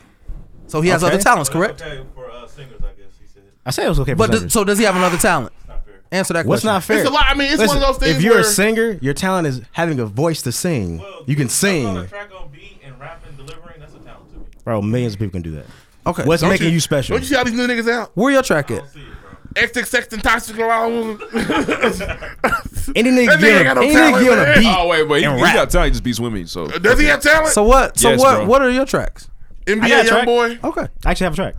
[SPEAKER 6] So he has
[SPEAKER 5] Okay.
[SPEAKER 6] other talents, correct?
[SPEAKER 8] Okay, for uh, singers, I guess he said.
[SPEAKER 5] I said it was okay.
[SPEAKER 6] But
[SPEAKER 5] But
[SPEAKER 6] does, so does he have another talent?
[SPEAKER 8] Not fair.
[SPEAKER 6] Answer that
[SPEAKER 5] what's
[SPEAKER 6] question.
[SPEAKER 5] not fair?
[SPEAKER 4] It's a lot. I mean, it's one of those things.
[SPEAKER 5] If you're
[SPEAKER 4] where,
[SPEAKER 5] a singer, your talent is having a voice to sing.
[SPEAKER 8] Well,
[SPEAKER 5] you can
[SPEAKER 8] that's On a
[SPEAKER 5] sing,
[SPEAKER 8] track on beat and rapping, delivering, that's a talent to me.
[SPEAKER 5] bro. Millions of people can do that.
[SPEAKER 6] Okay.
[SPEAKER 5] What's making you, special?
[SPEAKER 4] Don't you see all these new niggas out?
[SPEAKER 6] Where your track at?
[SPEAKER 8] See it, bro.
[SPEAKER 4] X Sexton Toxic Alarm.
[SPEAKER 5] any
[SPEAKER 4] That nigga
[SPEAKER 5] nigga get
[SPEAKER 4] ain't
[SPEAKER 5] on,
[SPEAKER 4] got no
[SPEAKER 5] any
[SPEAKER 4] talent,
[SPEAKER 5] nigga get on a
[SPEAKER 4] man.
[SPEAKER 5] beat.
[SPEAKER 7] Oh wait, wait. He,
[SPEAKER 5] and
[SPEAKER 7] he
[SPEAKER 5] rap.
[SPEAKER 7] got talent. He just beats women. So
[SPEAKER 4] Does he have talent?
[SPEAKER 6] So what? So
[SPEAKER 7] Yes,
[SPEAKER 6] what?
[SPEAKER 7] bro.
[SPEAKER 6] What are your tracks?
[SPEAKER 5] I
[SPEAKER 4] NBA
[SPEAKER 5] got a
[SPEAKER 4] young
[SPEAKER 5] track.
[SPEAKER 4] boy.
[SPEAKER 6] Okay.
[SPEAKER 5] I actually have a track.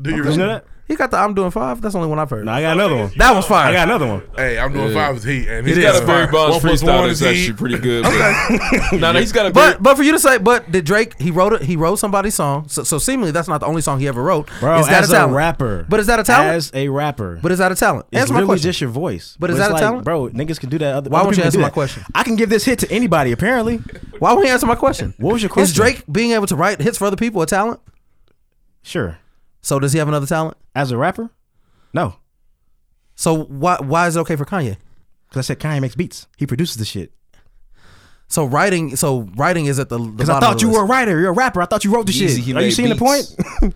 [SPEAKER 4] Do you
[SPEAKER 5] Did you know that?
[SPEAKER 6] He got the I'm doing five. That's the only one I've heard.
[SPEAKER 5] No, I got another one.
[SPEAKER 6] That was fire.
[SPEAKER 5] I got another one.
[SPEAKER 4] Hey, I'm doing five is heat, and
[SPEAKER 7] He's
[SPEAKER 4] he
[SPEAKER 7] got
[SPEAKER 4] is
[SPEAKER 7] a Barry
[SPEAKER 4] fire.
[SPEAKER 7] Bonds
[SPEAKER 4] One plus
[SPEAKER 7] freestyle
[SPEAKER 4] one is
[SPEAKER 7] that's actually
[SPEAKER 4] heat.
[SPEAKER 7] pretty good. Okay. no, no, he's got a
[SPEAKER 6] But
[SPEAKER 7] Barry-
[SPEAKER 6] but for you to say, but did Drake? He wrote it. He wrote somebody's song. So, so seemingly that's not the only song he ever wrote.
[SPEAKER 5] Bro,
[SPEAKER 6] is that
[SPEAKER 5] as
[SPEAKER 6] a talent?
[SPEAKER 5] rapper.
[SPEAKER 6] But is that a talent?
[SPEAKER 5] As a rapper.
[SPEAKER 6] but is that a talent?
[SPEAKER 5] It's
[SPEAKER 6] Answer my
[SPEAKER 5] really
[SPEAKER 6] question.
[SPEAKER 5] just your voice.
[SPEAKER 6] But is
[SPEAKER 5] it's
[SPEAKER 6] that a
[SPEAKER 5] like,
[SPEAKER 6] talent?
[SPEAKER 5] Bro, niggas can do that. Other,
[SPEAKER 6] Why
[SPEAKER 5] other
[SPEAKER 6] won't
[SPEAKER 5] people
[SPEAKER 6] you
[SPEAKER 5] can
[SPEAKER 6] answer
[SPEAKER 5] do
[SPEAKER 6] my
[SPEAKER 5] that.
[SPEAKER 6] question?
[SPEAKER 5] I can give this hit to anybody, apparently.
[SPEAKER 6] Why won't he answer my question?
[SPEAKER 5] What was your
[SPEAKER 6] Is
[SPEAKER 5] question?
[SPEAKER 6] Drake being able to write hits for other people a talent?
[SPEAKER 5] Sure.
[SPEAKER 6] So does he have another talent?
[SPEAKER 5] As a rapper? No.
[SPEAKER 6] So why why is it okay for Kanye?
[SPEAKER 5] Because I said Kanye makes beats. He produces the shit.
[SPEAKER 6] So writing so writing is at the
[SPEAKER 5] Because I thought you were a writer. You're a rapper. I thought you wrote the
[SPEAKER 7] Yeezy, he
[SPEAKER 5] shit. Are you
[SPEAKER 7] made
[SPEAKER 5] seeing the
[SPEAKER 7] beats.
[SPEAKER 5] point?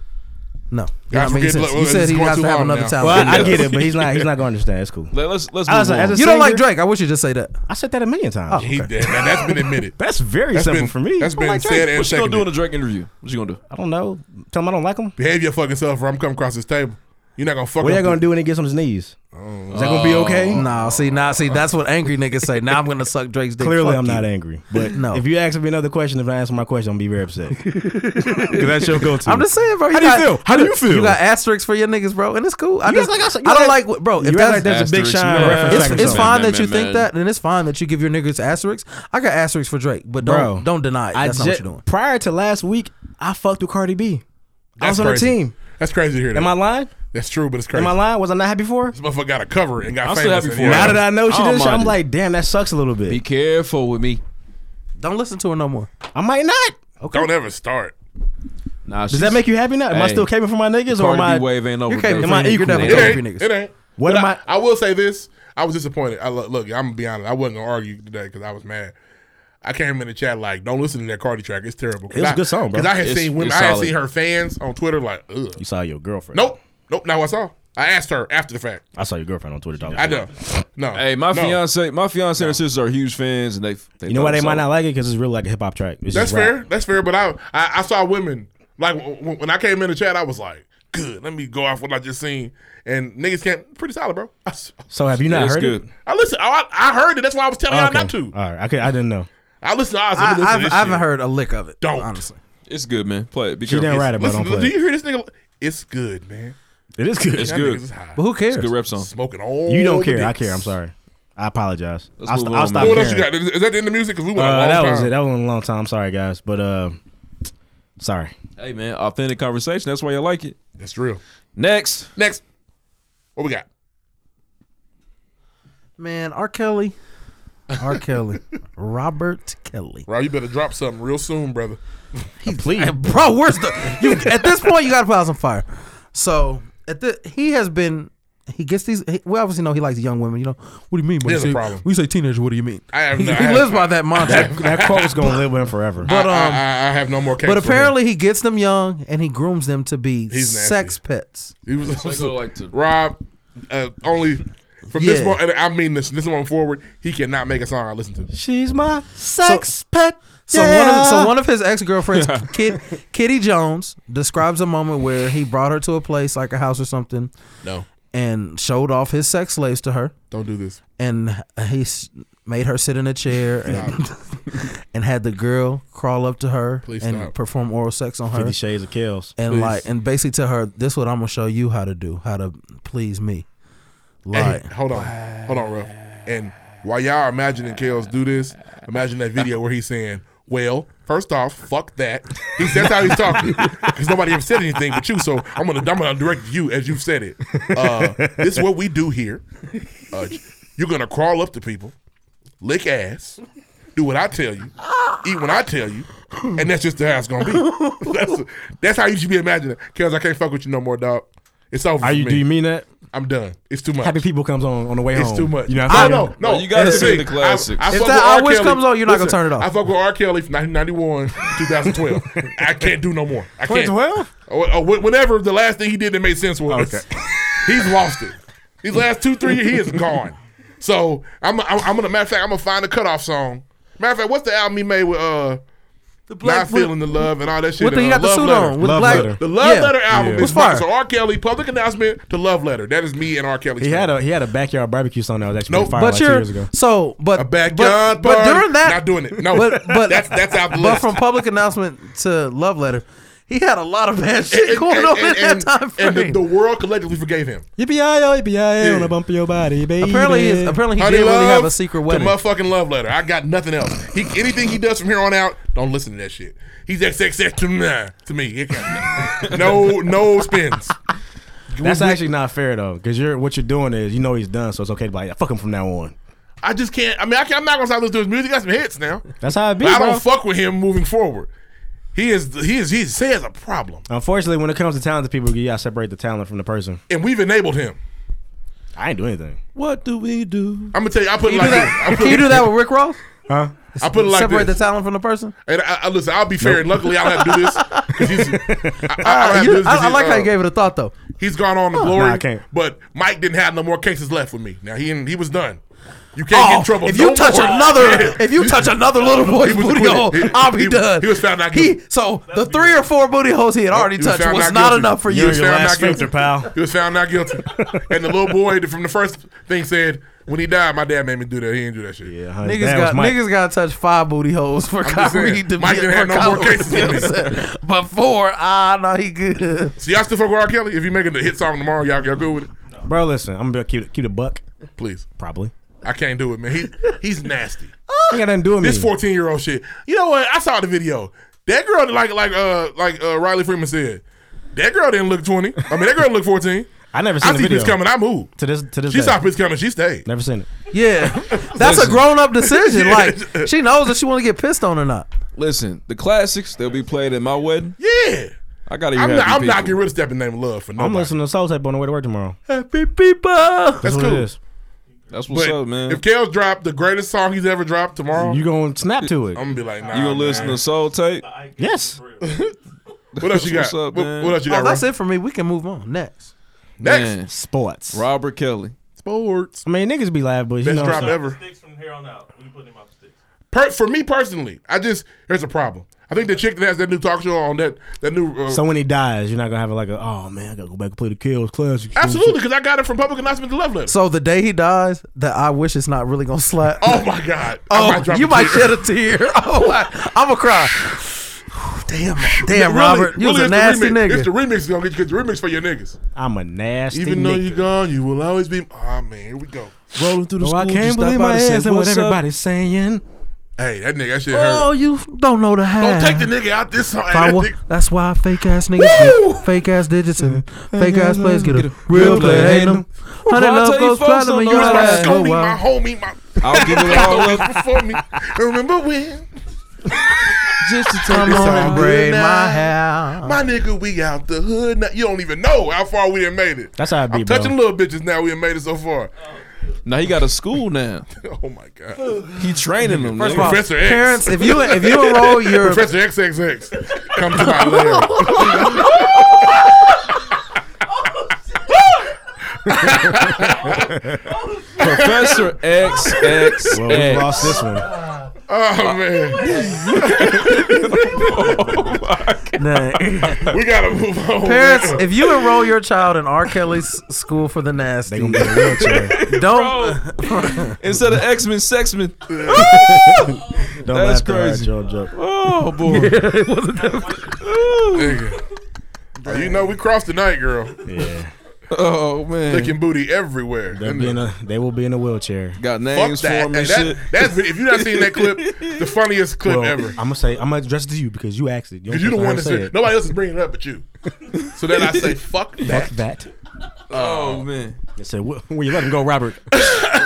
[SPEAKER 6] no.
[SPEAKER 4] Guys,
[SPEAKER 6] Not making
[SPEAKER 4] forget-
[SPEAKER 6] sense.
[SPEAKER 4] look,
[SPEAKER 6] You
[SPEAKER 4] this
[SPEAKER 6] said
[SPEAKER 4] is
[SPEAKER 6] he
[SPEAKER 4] going
[SPEAKER 6] has to
[SPEAKER 4] too
[SPEAKER 6] have
[SPEAKER 4] long
[SPEAKER 6] another
[SPEAKER 4] now.
[SPEAKER 6] talent.
[SPEAKER 5] Well, I, I get it, but he's not. He's not going to understand. It's cool.
[SPEAKER 7] Let- let's let's
[SPEAKER 5] I was
[SPEAKER 7] move
[SPEAKER 5] like, as
[SPEAKER 7] on.
[SPEAKER 5] a-
[SPEAKER 6] you don't like
[SPEAKER 5] singer-
[SPEAKER 6] Drake. I wish you just say that.
[SPEAKER 5] I said that a million times.
[SPEAKER 4] He did. Now, that's been admitted.
[SPEAKER 5] That's very
[SPEAKER 4] That's
[SPEAKER 5] simple
[SPEAKER 4] been
[SPEAKER 5] for me.
[SPEAKER 4] That's
[SPEAKER 5] I don't
[SPEAKER 4] been
[SPEAKER 5] like Drake.
[SPEAKER 4] said and
[SPEAKER 7] What you gonna do in
[SPEAKER 4] seconded.
[SPEAKER 7] a Drake interview? What you gonna do?
[SPEAKER 5] I don't know. Tell him I don't like him.
[SPEAKER 4] Behave your fucking self, or I'm coming across this table. You're not gonna fuck.
[SPEAKER 5] What are
[SPEAKER 4] up
[SPEAKER 5] you gonna
[SPEAKER 4] the-
[SPEAKER 5] do when he gets on his knees?
[SPEAKER 4] Oh.
[SPEAKER 5] Is that gonna be okay?
[SPEAKER 6] No, see, now see, that's what angry niggas say. Now I'm gonna suck Drake's dick.
[SPEAKER 5] Clearly,
[SPEAKER 6] Fuck
[SPEAKER 5] I'm
[SPEAKER 6] you.
[SPEAKER 5] not angry. But
[SPEAKER 6] No.
[SPEAKER 5] if you ask me another question, if I answer my question, I'm gonna be very upset. Because that's your go-to.
[SPEAKER 6] I'm just saying, bro.
[SPEAKER 5] How do you feel? How do you feel?
[SPEAKER 6] You got asterisks for your niggas, bro, and it's cool. I
[SPEAKER 5] You
[SPEAKER 6] just,
[SPEAKER 5] act like I said- you
[SPEAKER 6] I don't
[SPEAKER 5] act-
[SPEAKER 6] like, what- bro.
[SPEAKER 5] You
[SPEAKER 6] If
[SPEAKER 5] act
[SPEAKER 6] that's,
[SPEAKER 5] like that's a big
[SPEAKER 7] Asterisk,
[SPEAKER 5] shine
[SPEAKER 7] man.
[SPEAKER 5] reference. back or
[SPEAKER 6] it's, it's
[SPEAKER 5] something.
[SPEAKER 6] fine
[SPEAKER 7] Man,
[SPEAKER 6] that you
[SPEAKER 7] man,
[SPEAKER 6] think
[SPEAKER 7] man.
[SPEAKER 6] that, and it's fine that you give your niggas asterisks. I got asterisks for Drake, but don't
[SPEAKER 5] Bro,
[SPEAKER 6] don't deny it.
[SPEAKER 5] I
[SPEAKER 6] That's not
[SPEAKER 5] just-
[SPEAKER 6] what you're doing.
[SPEAKER 5] Prior to last week, I fucked with Cardi B. I
[SPEAKER 4] That's
[SPEAKER 5] was on her
[SPEAKER 4] crazy.
[SPEAKER 5] team.
[SPEAKER 4] That's crazy to hear. That.
[SPEAKER 5] Am I lying?
[SPEAKER 4] That's true, but it's crazy.
[SPEAKER 5] Am I lying? Was I not happy for? her?
[SPEAKER 4] this motherfucker got a cover and got
[SPEAKER 7] I'm still
[SPEAKER 4] famous.
[SPEAKER 7] happy
[SPEAKER 4] and
[SPEAKER 7] for
[SPEAKER 4] yeah.
[SPEAKER 7] it.
[SPEAKER 5] Now that I know she
[SPEAKER 7] I don't
[SPEAKER 5] did, shit,
[SPEAKER 7] mind
[SPEAKER 5] I'm
[SPEAKER 7] it.
[SPEAKER 5] like, damn, that sucks a little bit.
[SPEAKER 7] Be careful with me.
[SPEAKER 6] Don't listen to her no more.
[SPEAKER 5] I might not. Okay.
[SPEAKER 4] Don't ever start.
[SPEAKER 7] Nah,
[SPEAKER 5] Does that make you happy now? Am I
[SPEAKER 7] Hey.
[SPEAKER 5] still caping for my niggas or am
[SPEAKER 7] Cardi
[SPEAKER 5] I?
[SPEAKER 7] B wave ain't over?
[SPEAKER 6] You can't
[SPEAKER 7] baby.
[SPEAKER 5] Am I
[SPEAKER 6] You're
[SPEAKER 5] equal,
[SPEAKER 6] definitely
[SPEAKER 5] man?
[SPEAKER 4] It
[SPEAKER 5] Don't
[SPEAKER 6] coming
[SPEAKER 4] ain't.
[SPEAKER 6] for niggas.
[SPEAKER 4] It ain't.
[SPEAKER 5] What
[SPEAKER 4] But
[SPEAKER 5] am
[SPEAKER 4] I,
[SPEAKER 5] I?
[SPEAKER 4] I will say this. I was disappointed. I look, look I'm gonna be honest. I wasn't gonna argue today because I was mad. I came in the chat like, don't listen to that Cardi track. It's terrible.
[SPEAKER 5] It was a good song, bro.
[SPEAKER 4] Because I had
[SPEAKER 7] It's-
[SPEAKER 4] seen women,
[SPEAKER 7] it's
[SPEAKER 4] I had
[SPEAKER 7] solid.
[SPEAKER 4] seen her fans on Twitter like, ugh.
[SPEAKER 5] You saw your girlfriend.
[SPEAKER 4] Nope, nope. Now I saw. I asked her after the fact.
[SPEAKER 5] I saw your girlfriend on Twitter. talking
[SPEAKER 4] I
[SPEAKER 5] shit.
[SPEAKER 4] know. No.
[SPEAKER 7] Hey, my
[SPEAKER 4] no.
[SPEAKER 7] fiance, my fiance and her sisters are huge fans, and they. they
[SPEAKER 5] You know why
[SPEAKER 7] thought
[SPEAKER 5] they
[SPEAKER 7] so.
[SPEAKER 5] might not like it? Because it's really like a hip hop track. It's
[SPEAKER 4] That's
[SPEAKER 5] just rap.
[SPEAKER 4] fair. That's fair. But I, I, I saw women like w- w- when I came in the chat. I was like, good. Let me go off what I just seen. And niggas can't pretty solid, bro. I, s-
[SPEAKER 5] So have you not
[SPEAKER 7] It's
[SPEAKER 5] heard
[SPEAKER 7] good.
[SPEAKER 5] it?
[SPEAKER 4] I listen. I, I heard it. That's why I was telling y'all not to.
[SPEAKER 5] All right. I, could, I didn't know.
[SPEAKER 4] I listened. I, was like,
[SPEAKER 6] I,
[SPEAKER 4] listen to
[SPEAKER 6] I've,
[SPEAKER 4] this
[SPEAKER 6] I haven't
[SPEAKER 4] shit.
[SPEAKER 6] heard a lick of it.
[SPEAKER 4] Don't.
[SPEAKER 6] honestly.
[SPEAKER 7] It's good, man. Play it. Be
[SPEAKER 5] She
[SPEAKER 7] careful.
[SPEAKER 5] didn't write it, but
[SPEAKER 4] Listen,
[SPEAKER 5] don't
[SPEAKER 4] do
[SPEAKER 5] play.
[SPEAKER 4] you
[SPEAKER 5] it.
[SPEAKER 4] hear this nigga? It's good, man.
[SPEAKER 5] It is good.
[SPEAKER 7] It's
[SPEAKER 4] Y'all
[SPEAKER 7] good.
[SPEAKER 4] niggas is high.
[SPEAKER 6] But who cares?
[SPEAKER 7] It's a good rap song.
[SPEAKER 4] Smoking all.
[SPEAKER 5] You don't
[SPEAKER 4] the
[SPEAKER 5] care. I
[SPEAKER 4] dicks.
[SPEAKER 5] care. I'm sorry. I apologize.
[SPEAKER 7] Let's
[SPEAKER 5] I'll,
[SPEAKER 7] move
[SPEAKER 5] st-
[SPEAKER 7] on,
[SPEAKER 5] I'll stop
[SPEAKER 7] man.
[SPEAKER 4] What
[SPEAKER 5] caring.
[SPEAKER 4] else you got? Is is that the end of music? Because we went a
[SPEAKER 5] Uh,
[SPEAKER 4] long
[SPEAKER 5] that
[SPEAKER 4] time.
[SPEAKER 5] was it. That was a long time. Sorry, guys. But uh, sorry.
[SPEAKER 7] Hey, man, authentic conversation. That's why you like it.
[SPEAKER 4] That's real.
[SPEAKER 7] Next,
[SPEAKER 4] Next, what we got?
[SPEAKER 6] Man, R. Kelly. R. Kelly. Robert Kelly.
[SPEAKER 4] Bro, you better drop something real soon, brother.
[SPEAKER 5] Please.
[SPEAKER 6] And bro, where's the you at this point you gotta put out some fire. So at the he has been he gets these he, we obviously know he likes young women, you know. What do you mean
[SPEAKER 4] He
[SPEAKER 6] when you
[SPEAKER 4] has a
[SPEAKER 6] say,
[SPEAKER 4] problem.
[SPEAKER 6] when you say teenager, what do you mean?
[SPEAKER 4] I have
[SPEAKER 6] he,
[SPEAKER 4] no-
[SPEAKER 6] he
[SPEAKER 4] I have-
[SPEAKER 6] lives by that mantra.
[SPEAKER 5] that quote's gonna live with him forever.
[SPEAKER 6] But,
[SPEAKER 4] I,
[SPEAKER 6] um,
[SPEAKER 4] I, I have no more. Case
[SPEAKER 6] but
[SPEAKER 4] for him.
[SPEAKER 6] apparently he gets them young and he grooms them to be
[SPEAKER 4] He's nasty.
[SPEAKER 6] sex pets.
[SPEAKER 4] he was
[SPEAKER 7] They go like to-
[SPEAKER 4] Rob. Uh, only from this
[SPEAKER 6] Yeah.
[SPEAKER 4] point, and I mean this. This one forward, he cannot make a song I listen to.
[SPEAKER 5] She's my
[SPEAKER 6] sex
[SPEAKER 5] pet.
[SPEAKER 6] So one of so one of his ex girlfriends, Kid Kitty Jones, describes a moment where he brought her to a place like a house or something,
[SPEAKER 4] No,
[SPEAKER 6] and showed off his sex slaves to her,
[SPEAKER 4] don't do this.
[SPEAKER 6] and he s- made her sit in a chair and and had the girl crawl up to her
[SPEAKER 4] Please
[SPEAKER 6] and
[SPEAKER 4] stop.
[SPEAKER 6] perform oral sex on her,
[SPEAKER 5] Fifty Shades of Kills.
[SPEAKER 6] and
[SPEAKER 4] please.
[SPEAKER 6] like and basically tell her, "This what I'm gonna show you how to do, how to please me."
[SPEAKER 4] Hey,
[SPEAKER 6] Like
[SPEAKER 4] hold on, hold on, Ruff. And while y'all are imagining Kales do this, imagine that video where he's saying, "Well, first off, fuck that." He's, that's how he's talking because nobody ever said anything but you. So I'm gonna I'm gonna direct you as you've said it. Uh, this is what we do here. Uh, you're gonna crawl up to people, lick ass, do what I tell you, eat when I tell you, and that's just how it's gonna be. that's that's how you should be imagining. it. Kales, I can't fuck with you no more, dog. It's over.
[SPEAKER 5] Are
[SPEAKER 4] for
[SPEAKER 5] you?
[SPEAKER 4] me.
[SPEAKER 5] Do you mean that?
[SPEAKER 4] I'm done. It's too much.
[SPEAKER 5] Happy People comes on on the way
[SPEAKER 4] It's
[SPEAKER 5] home.
[SPEAKER 4] too much.
[SPEAKER 5] You know what
[SPEAKER 4] I
[SPEAKER 5] I'm
[SPEAKER 4] know.
[SPEAKER 5] saying?
[SPEAKER 4] No,
[SPEAKER 7] Well, you gotta
[SPEAKER 4] that's
[SPEAKER 7] sing
[SPEAKER 4] thing.
[SPEAKER 7] the classics.
[SPEAKER 4] I, I
[SPEAKER 6] If
[SPEAKER 4] fuck
[SPEAKER 6] that
[SPEAKER 4] with R.
[SPEAKER 6] always
[SPEAKER 4] Kelly.
[SPEAKER 6] comes on, you're not gonna
[SPEAKER 4] Listen,
[SPEAKER 6] turn it off.
[SPEAKER 4] I fuck with R. Kelly from 1991, 2012. I can't do no more. I can't.
[SPEAKER 5] 2012?
[SPEAKER 4] Or- or wh- Whenever the last thing he did that made sense was.
[SPEAKER 5] Okay.
[SPEAKER 4] He's lost it. These last two, three years, he is gone. So I'm, I'm, I'm gonna. Matter of fact, I'm gonna find a cutoff song. Matter of fact, what's the album he made with uh,
[SPEAKER 6] the
[SPEAKER 4] not feeling the love and all that shit?
[SPEAKER 6] what the,
[SPEAKER 4] and,
[SPEAKER 6] he
[SPEAKER 4] uh,
[SPEAKER 6] got the
[SPEAKER 4] Love
[SPEAKER 6] suit
[SPEAKER 4] Letter.
[SPEAKER 6] on with
[SPEAKER 5] Love
[SPEAKER 6] black,
[SPEAKER 5] Letter.
[SPEAKER 4] The Love
[SPEAKER 6] yeah.
[SPEAKER 4] Letter album
[SPEAKER 5] Yeah.
[SPEAKER 4] is
[SPEAKER 6] It's fire.
[SPEAKER 4] So R. Kelly public announcement to Love Letter. That is me and R. Kelly.
[SPEAKER 5] He had a he had a backyard barbecue song that was actually
[SPEAKER 4] Nope.
[SPEAKER 5] fire
[SPEAKER 6] But
[SPEAKER 5] like two
[SPEAKER 6] you're
[SPEAKER 5] years ago.
[SPEAKER 6] so but
[SPEAKER 4] a backyard
[SPEAKER 6] but, but
[SPEAKER 4] party.
[SPEAKER 6] during that
[SPEAKER 4] not doing it. No,
[SPEAKER 6] but but
[SPEAKER 4] that's that's out the
[SPEAKER 6] but
[SPEAKER 4] list.
[SPEAKER 6] from public announcement to love letter, he had a lot of bad shit
[SPEAKER 4] And- and-
[SPEAKER 6] going on
[SPEAKER 4] and-
[SPEAKER 6] in
[SPEAKER 4] and-
[SPEAKER 6] that time frame.
[SPEAKER 4] and the, the world collectively forgave him.
[SPEAKER 5] Yippee-yi-yo, yippee-yi-yo,
[SPEAKER 4] Yeah.
[SPEAKER 5] on the bump of your body, baby.
[SPEAKER 6] apparently, his, apparently he
[SPEAKER 4] Honey
[SPEAKER 6] did really
[SPEAKER 4] love
[SPEAKER 6] have a secret wedding.
[SPEAKER 4] To motherfucking love letter. I got nothing else. He, anything he does from here on out, don't listen to that shit. He's XXX to me. To me. It got- no, no spins.
[SPEAKER 5] That's actually not fair though, because you're what you're doing is you know he's done, so it's okay to be like fuck him from now on.
[SPEAKER 4] I just can't. I mean, I can, I'm not gonna stop listening to his music. He Got some hits now.
[SPEAKER 5] That's how it be,
[SPEAKER 4] But I
[SPEAKER 5] bro.
[SPEAKER 4] don't fuck with him moving forward. He is. He is. He is, he has a problem,
[SPEAKER 5] Unfortunately, when it comes to talented people, you gotta separate the talent from the person.
[SPEAKER 4] and we've enabled him.
[SPEAKER 5] I ain't do anything.
[SPEAKER 6] what do we do?
[SPEAKER 4] I'm gonna tell you. I put it
[SPEAKER 6] Can
[SPEAKER 4] like
[SPEAKER 6] you do
[SPEAKER 4] this. I
[SPEAKER 6] that,
[SPEAKER 4] put,
[SPEAKER 6] Can you do that with Rick Ross?
[SPEAKER 5] Huh?
[SPEAKER 4] I put it like
[SPEAKER 6] Separate
[SPEAKER 4] this.
[SPEAKER 6] the talent from the person.
[SPEAKER 4] And I, I, listen, I'll be fair, and luckily I'll have to do this. 'cause he's- I, I'll have to do
[SPEAKER 6] You-
[SPEAKER 4] this 'cause
[SPEAKER 6] I, I
[SPEAKER 4] he's,
[SPEAKER 6] like how
[SPEAKER 4] uh,
[SPEAKER 6] you gave Oh, it a thought though.
[SPEAKER 4] He's gone on to glory,
[SPEAKER 5] Nah, I can't.
[SPEAKER 4] but Mike didn't have no more cases left with me. Now he he was done. You can't get in trouble.
[SPEAKER 6] Oh, If
[SPEAKER 4] no
[SPEAKER 6] you touch
[SPEAKER 4] more.
[SPEAKER 6] another,
[SPEAKER 4] Yeah.
[SPEAKER 6] if you touch another little
[SPEAKER 4] was
[SPEAKER 6] boy booty
[SPEAKER 4] acquitted.
[SPEAKER 6] hole,
[SPEAKER 4] He-
[SPEAKER 6] I'll be
[SPEAKER 4] he-
[SPEAKER 6] done.
[SPEAKER 4] he was found not
[SPEAKER 6] He-
[SPEAKER 4] guilty.
[SPEAKER 6] so the three or four booty holes he had already
[SPEAKER 4] He was
[SPEAKER 6] touched
[SPEAKER 4] found
[SPEAKER 6] was
[SPEAKER 4] not
[SPEAKER 6] not
[SPEAKER 4] guilty.
[SPEAKER 6] enough for
[SPEAKER 4] He
[SPEAKER 6] you.
[SPEAKER 4] was
[SPEAKER 5] You're your
[SPEAKER 4] found
[SPEAKER 5] last
[SPEAKER 4] not guilty.
[SPEAKER 5] filter, pal.
[SPEAKER 4] He was found not guilty, and the little boy from the first thing said, "When he died, my dad made me do that. He didn't do that shit."
[SPEAKER 5] Yeah, honey,
[SPEAKER 6] Niggas
[SPEAKER 5] that was
[SPEAKER 6] got
[SPEAKER 5] Mike.
[SPEAKER 6] niggas got to touch five booty holes for
[SPEAKER 4] just saying,
[SPEAKER 6] Kyrie to
[SPEAKER 4] Mike
[SPEAKER 6] be
[SPEAKER 4] didn't
[SPEAKER 6] for
[SPEAKER 4] have no more
[SPEAKER 6] Kyrie
[SPEAKER 4] cases than me.
[SPEAKER 6] Simpson. But four, ah, no, he good.
[SPEAKER 4] So y'all still fuck with R. Kelly? If you making the hit song tomorrow, y'all y'all good with it?
[SPEAKER 5] Bro, listen, I'm gonna keep keep a buck,
[SPEAKER 4] Please,
[SPEAKER 5] probably.
[SPEAKER 4] I can't do it, man. He he's nasty.
[SPEAKER 5] I ain't got nothing to do with me.
[SPEAKER 4] This fourteen year old shit. You know what? I saw the video. That girl, like like uh like uh Riley Freeman said, that girl didn't look twenty. I mean, that girl looked fourteen.
[SPEAKER 5] I never seen
[SPEAKER 4] I
[SPEAKER 5] the
[SPEAKER 4] see
[SPEAKER 5] video.
[SPEAKER 4] Prince coming. I moved.
[SPEAKER 5] to this to this
[SPEAKER 4] She
[SPEAKER 5] day.
[SPEAKER 4] saw Prince coming. She stayed.
[SPEAKER 5] Never seen it.
[SPEAKER 6] Yeah, that's a
[SPEAKER 7] Listen.
[SPEAKER 6] grown up decision.
[SPEAKER 4] Yeah.
[SPEAKER 6] Like she knows that she want to get pissed on or not.
[SPEAKER 7] Listen, the classics they'll be played at my wedding.
[SPEAKER 4] Yeah.
[SPEAKER 7] I gotta hear
[SPEAKER 4] I'm
[SPEAKER 7] happy
[SPEAKER 4] not, I'm not
[SPEAKER 7] people.
[SPEAKER 4] getting rid of Step in Name of Love for nobody.
[SPEAKER 5] I'm listening to Soul Tape on the way to work tomorrow.
[SPEAKER 6] Happy people.
[SPEAKER 4] That's
[SPEAKER 5] what
[SPEAKER 4] cool.
[SPEAKER 5] it is.
[SPEAKER 7] That's what's
[SPEAKER 4] But
[SPEAKER 7] up, man.
[SPEAKER 4] if Kale's dropped the greatest song he's ever dropped tomorrow,
[SPEAKER 5] You gonna snap to it?
[SPEAKER 4] I'm gonna be like, nah.
[SPEAKER 7] you gonna listen
[SPEAKER 4] Oh, man.
[SPEAKER 7] to Soul Tape?
[SPEAKER 5] Yes.
[SPEAKER 4] What else you got?
[SPEAKER 7] What's up,
[SPEAKER 4] what,
[SPEAKER 7] man?
[SPEAKER 4] what else you got?
[SPEAKER 6] Oh, that's
[SPEAKER 4] Ron?
[SPEAKER 6] it for me. We can move on next.
[SPEAKER 4] Next
[SPEAKER 7] Man,
[SPEAKER 5] Sports.
[SPEAKER 7] Robert Kelly.
[SPEAKER 4] sports.
[SPEAKER 5] I mean, niggas be loud, but you
[SPEAKER 4] Best
[SPEAKER 5] know,
[SPEAKER 4] drop ever.
[SPEAKER 8] Sticks from here on out. We putting him out sticks.
[SPEAKER 4] Per, for me personally, I just here's a problem. I think the chick that has that new talk show on that that new uh,
[SPEAKER 5] So when he dies, you're not gonna have it like a oh man, I gotta go back and play the Kills classic.
[SPEAKER 4] absolutely because I got it from public announcement to love letter.
[SPEAKER 6] So the day he dies, that I wish it's not really gonna slap.
[SPEAKER 4] oh my god!
[SPEAKER 6] Oh,
[SPEAKER 4] I drop
[SPEAKER 6] you
[SPEAKER 4] a
[SPEAKER 6] might
[SPEAKER 4] tear.
[SPEAKER 6] shed a tear. Oh, I, I'm gonna cry. damn, damn,
[SPEAKER 4] Really-
[SPEAKER 6] Robert, you was
[SPEAKER 4] really,
[SPEAKER 6] a nasty
[SPEAKER 4] it's the remix.
[SPEAKER 6] nigga.
[SPEAKER 4] It's the remix is gonna get you because the remix for your niggas.
[SPEAKER 5] I'm a nasty
[SPEAKER 4] Even though
[SPEAKER 5] nigga.
[SPEAKER 4] you're gone, you will always be. Oh man, here we go.
[SPEAKER 7] Rolling through the
[SPEAKER 5] Oh, I can't believe my ass and what everybody's saying.
[SPEAKER 4] Hey, that nigga, that shit
[SPEAKER 6] oh,
[SPEAKER 4] hurt.
[SPEAKER 6] you don't know the half.
[SPEAKER 4] Don't take the nigga out this song. Hey,
[SPEAKER 6] If I
[SPEAKER 4] that
[SPEAKER 6] wa-
[SPEAKER 4] nigga-
[SPEAKER 6] that's why fake ass niggas, get fake ass digits, and fake ass plays get a real play. Hate them. Honey,
[SPEAKER 7] Well, I
[SPEAKER 6] love
[SPEAKER 7] tell you
[SPEAKER 6] goes
[SPEAKER 7] folks
[SPEAKER 6] platinum.
[SPEAKER 7] don't
[SPEAKER 6] You
[SPEAKER 7] know
[SPEAKER 6] know
[SPEAKER 7] that.
[SPEAKER 4] my
[SPEAKER 6] that. Oh,
[SPEAKER 4] Scoby, my
[SPEAKER 6] wow.
[SPEAKER 4] homie, my
[SPEAKER 7] I'll give it all up
[SPEAKER 4] before me. Remember when
[SPEAKER 7] just to
[SPEAKER 6] Come
[SPEAKER 7] take
[SPEAKER 6] on and braid
[SPEAKER 4] Good
[SPEAKER 6] my
[SPEAKER 4] night.
[SPEAKER 6] hair.
[SPEAKER 4] my nigga, we out the hood. Now. You don't even know how far we done made it.
[SPEAKER 5] That's how I
[SPEAKER 4] I'm
[SPEAKER 5] be, bro.
[SPEAKER 4] touching little bitches now. We done made it so far.
[SPEAKER 7] Now he got a school now.
[SPEAKER 4] Oh my god,
[SPEAKER 7] He training them.
[SPEAKER 6] First
[SPEAKER 7] First
[SPEAKER 6] of all,
[SPEAKER 4] Professor X.
[SPEAKER 6] parents, if you if you enroll your
[SPEAKER 4] Professor XXX, come to my lab.
[SPEAKER 7] Professor X X
[SPEAKER 5] Well, we
[SPEAKER 7] X.
[SPEAKER 5] lost this one.
[SPEAKER 4] Oh man, we gotta move on.
[SPEAKER 6] parents,
[SPEAKER 4] man.
[SPEAKER 6] if you enroll your child in R. Kelly's school for the
[SPEAKER 5] They
[SPEAKER 6] nasty,
[SPEAKER 5] gonna be in a wheelchair.
[SPEAKER 6] don't
[SPEAKER 7] Instead of X Men, Sex Men.
[SPEAKER 5] Don't
[SPEAKER 7] That's
[SPEAKER 5] laugh at that
[SPEAKER 7] crazy.
[SPEAKER 5] Joe joke.
[SPEAKER 7] Oh boy.
[SPEAKER 4] Nigga. Oh, you know we crossed the night, girl.
[SPEAKER 5] Yeah,
[SPEAKER 7] Oh man.
[SPEAKER 4] Licking booty everywhere.
[SPEAKER 5] they'll be in a they will be in a wheelchair.
[SPEAKER 7] Got
[SPEAKER 4] Fuck
[SPEAKER 7] names for
[SPEAKER 4] that.
[SPEAKER 7] him
[SPEAKER 4] And
[SPEAKER 7] and
[SPEAKER 4] that
[SPEAKER 7] shit.
[SPEAKER 4] that's if you not seen that clip, the funniest clip
[SPEAKER 5] Well,
[SPEAKER 4] ever.
[SPEAKER 5] I'm gonna say I'm gonna address it to you because you asked it.
[SPEAKER 4] Because you the
[SPEAKER 5] don't
[SPEAKER 4] one
[SPEAKER 5] want
[SPEAKER 4] that
[SPEAKER 5] to say
[SPEAKER 4] said
[SPEAKER 5] it.
[SPEAKER 4] nobody else is bringing it up but you. So then I say, fuck
[SPEAKER 5] Fuck
[SPEAKER 4] that.
[SPEAKER 5] that.
[SPEAKER 7] Oh man.
[SPEAKER 5] They said "Wh- when you let him
[SPEAKER 4] Oh,
[SPEAKER 5] go, Robert.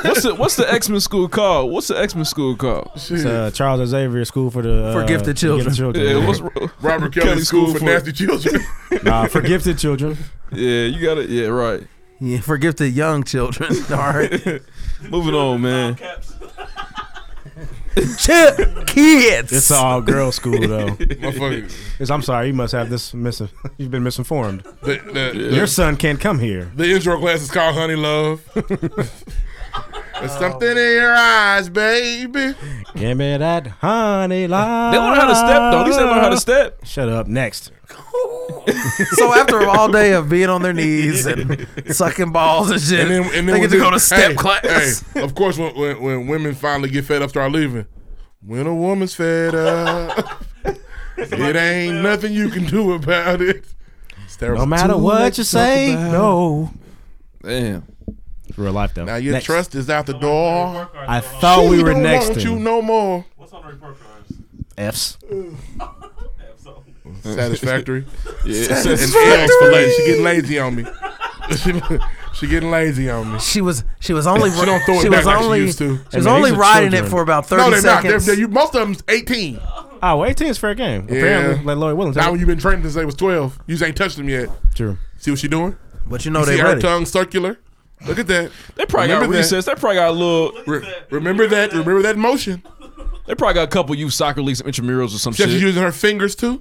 [SPEAKER 7] What's the What's the X Men school called? What's the X Men school called?
[SPEAKER 5] It's, uh, Charles Xavier School for the uh,
[SPEAKER 6] For gifted children.
[SPEAKER 7] Yeah, what's
[SPEAKER 4] Robert Kelly, School, for Nasty Children.
[SPEAKER 5] Nah, for gifted children.
[SPEAKER 7] Yeah, you got it. Yeah, right.
[SPEAKER 6] yeah, for gifted young children. All right,
[SPEAKER 7] Moving on, man.
[SPEAKER 8] Caps.
[SPEAKER 6] Chip kids.
[SPEAKER 5] It's all girl school though.
[SPEAKER 4] Motherfucker.
[SPEAKER 5] It's- I'm sorry, you must have this missing. You've been misinformed.
[SPEAKER 4] The, the,
[SPEAKER 5] Your son can't come here.
[SPEAKER 4] the, the intro class is called Honey Love. There's something in your eyes, baby.
[SPEAKER 5] Give me that honey line.
[SPEAKER 7] They don't know how to step though. At least they learn how to step.
[SPEAKER 5] Shut up. Next.
[SPEAKER 6] So after all day of being on their knees and sucking balls and shit,
[SPEAKER 4] And then, and then
[SPEAKER 6] they
[SPEAKER 4] when
[SPEAKER 6] get to
[SPEAKER 4] this-
[SPEAKER 6] go to step
[SPEAKER 4] hey,
[SPEAKER 6] class.
[SPEAKER 4] hey, of course, when, when, when women finally get fed up, start leaving. When a woman's fed up, it ain't nothing you can do about it. It's terrible.
[SPEAKER 5] No matter what you say, no.
[SPEAKER 7] Damn.
[SPEAKER 5] It's real life though.
[SPEAKER 4] now your
[SPEAKER 5] Next.
[SPEAKER 4] trust is out the door.
[SPEAKER 8] Report cards
[SPEAKER 5] I
[SPEAKER 8] go on.
[SPEAKER 5] thought we
[SPEAKER 4] She
[SPEAKER 5] were
[SPEAKER 4] don't
[SPEAKER 5] next
[SPEAKER 4] want
[SPEAKER 5] to
[SPEAKER 4] you no more.
[SPEAKER 8] What's on the report cards?
[SPEAKER 5] F's.
[SPEAKER 8] Have something.
[SPEAKER 4] Satisfactory.
[SPEAKER 7] Yeah.
[SPEAKER 4] and L's for lazy. She getting lazy on me. she, she getting lazy on me.
[SPEAKER 6] She was she was only
[SPEAKER 4] She don't throw it
[SPEAKER 6] she
[SPEAKER 4] back
[SPEAKER 6] was
[SPEAKER 4] like she
[SPEAKER 6] only
[SPEAKER 4] used to.
[SPEAKER 6] she was
[SPEAKER 5] Hey, man,
[SPEAKER 6] only
[SPEAKER 5] these are
[SPEAKER 6] riding it
[SPEAKER 5] children.
[SPEAKER 6] for about thirty
[SPEAKER 4] No, they're not. They're,
[SPEAKER 6] seconds.
[SPEAKER 4] they're, you, most of them's 18.
[SPEAKER 5] Oh, well, 18 is fair game. Apparently, like Lloyd Williams.
[SPEAKER 4] Now, when you've been training since they was 12, you just ain't touched them yet.
[SPEAKER 5] True.
[SPEAKER 4] See what she doing?
[SPEAKER 6] but you know
[SPEAKER 4] See
[SPEAKER 6] they
[SPEAKER 4] her
[SPEAKER 6] ready.
[SPEAKER 4] tongue circular. Look at that.
[SPEAKER 7] They probably got
[SPEAKER 4] Remember that.
[SPEAKER 7] recess. They probably got a little.
[SPEAKER 4] Re- remember that. Remember that motion.
[SPEAKER 7] They probably got a couple youth soccer leagues, and intramurals, or some
[SPEAKER 4] She's
[SPEAKER 7] shit.
[SPEAKER 4] using her fingers too.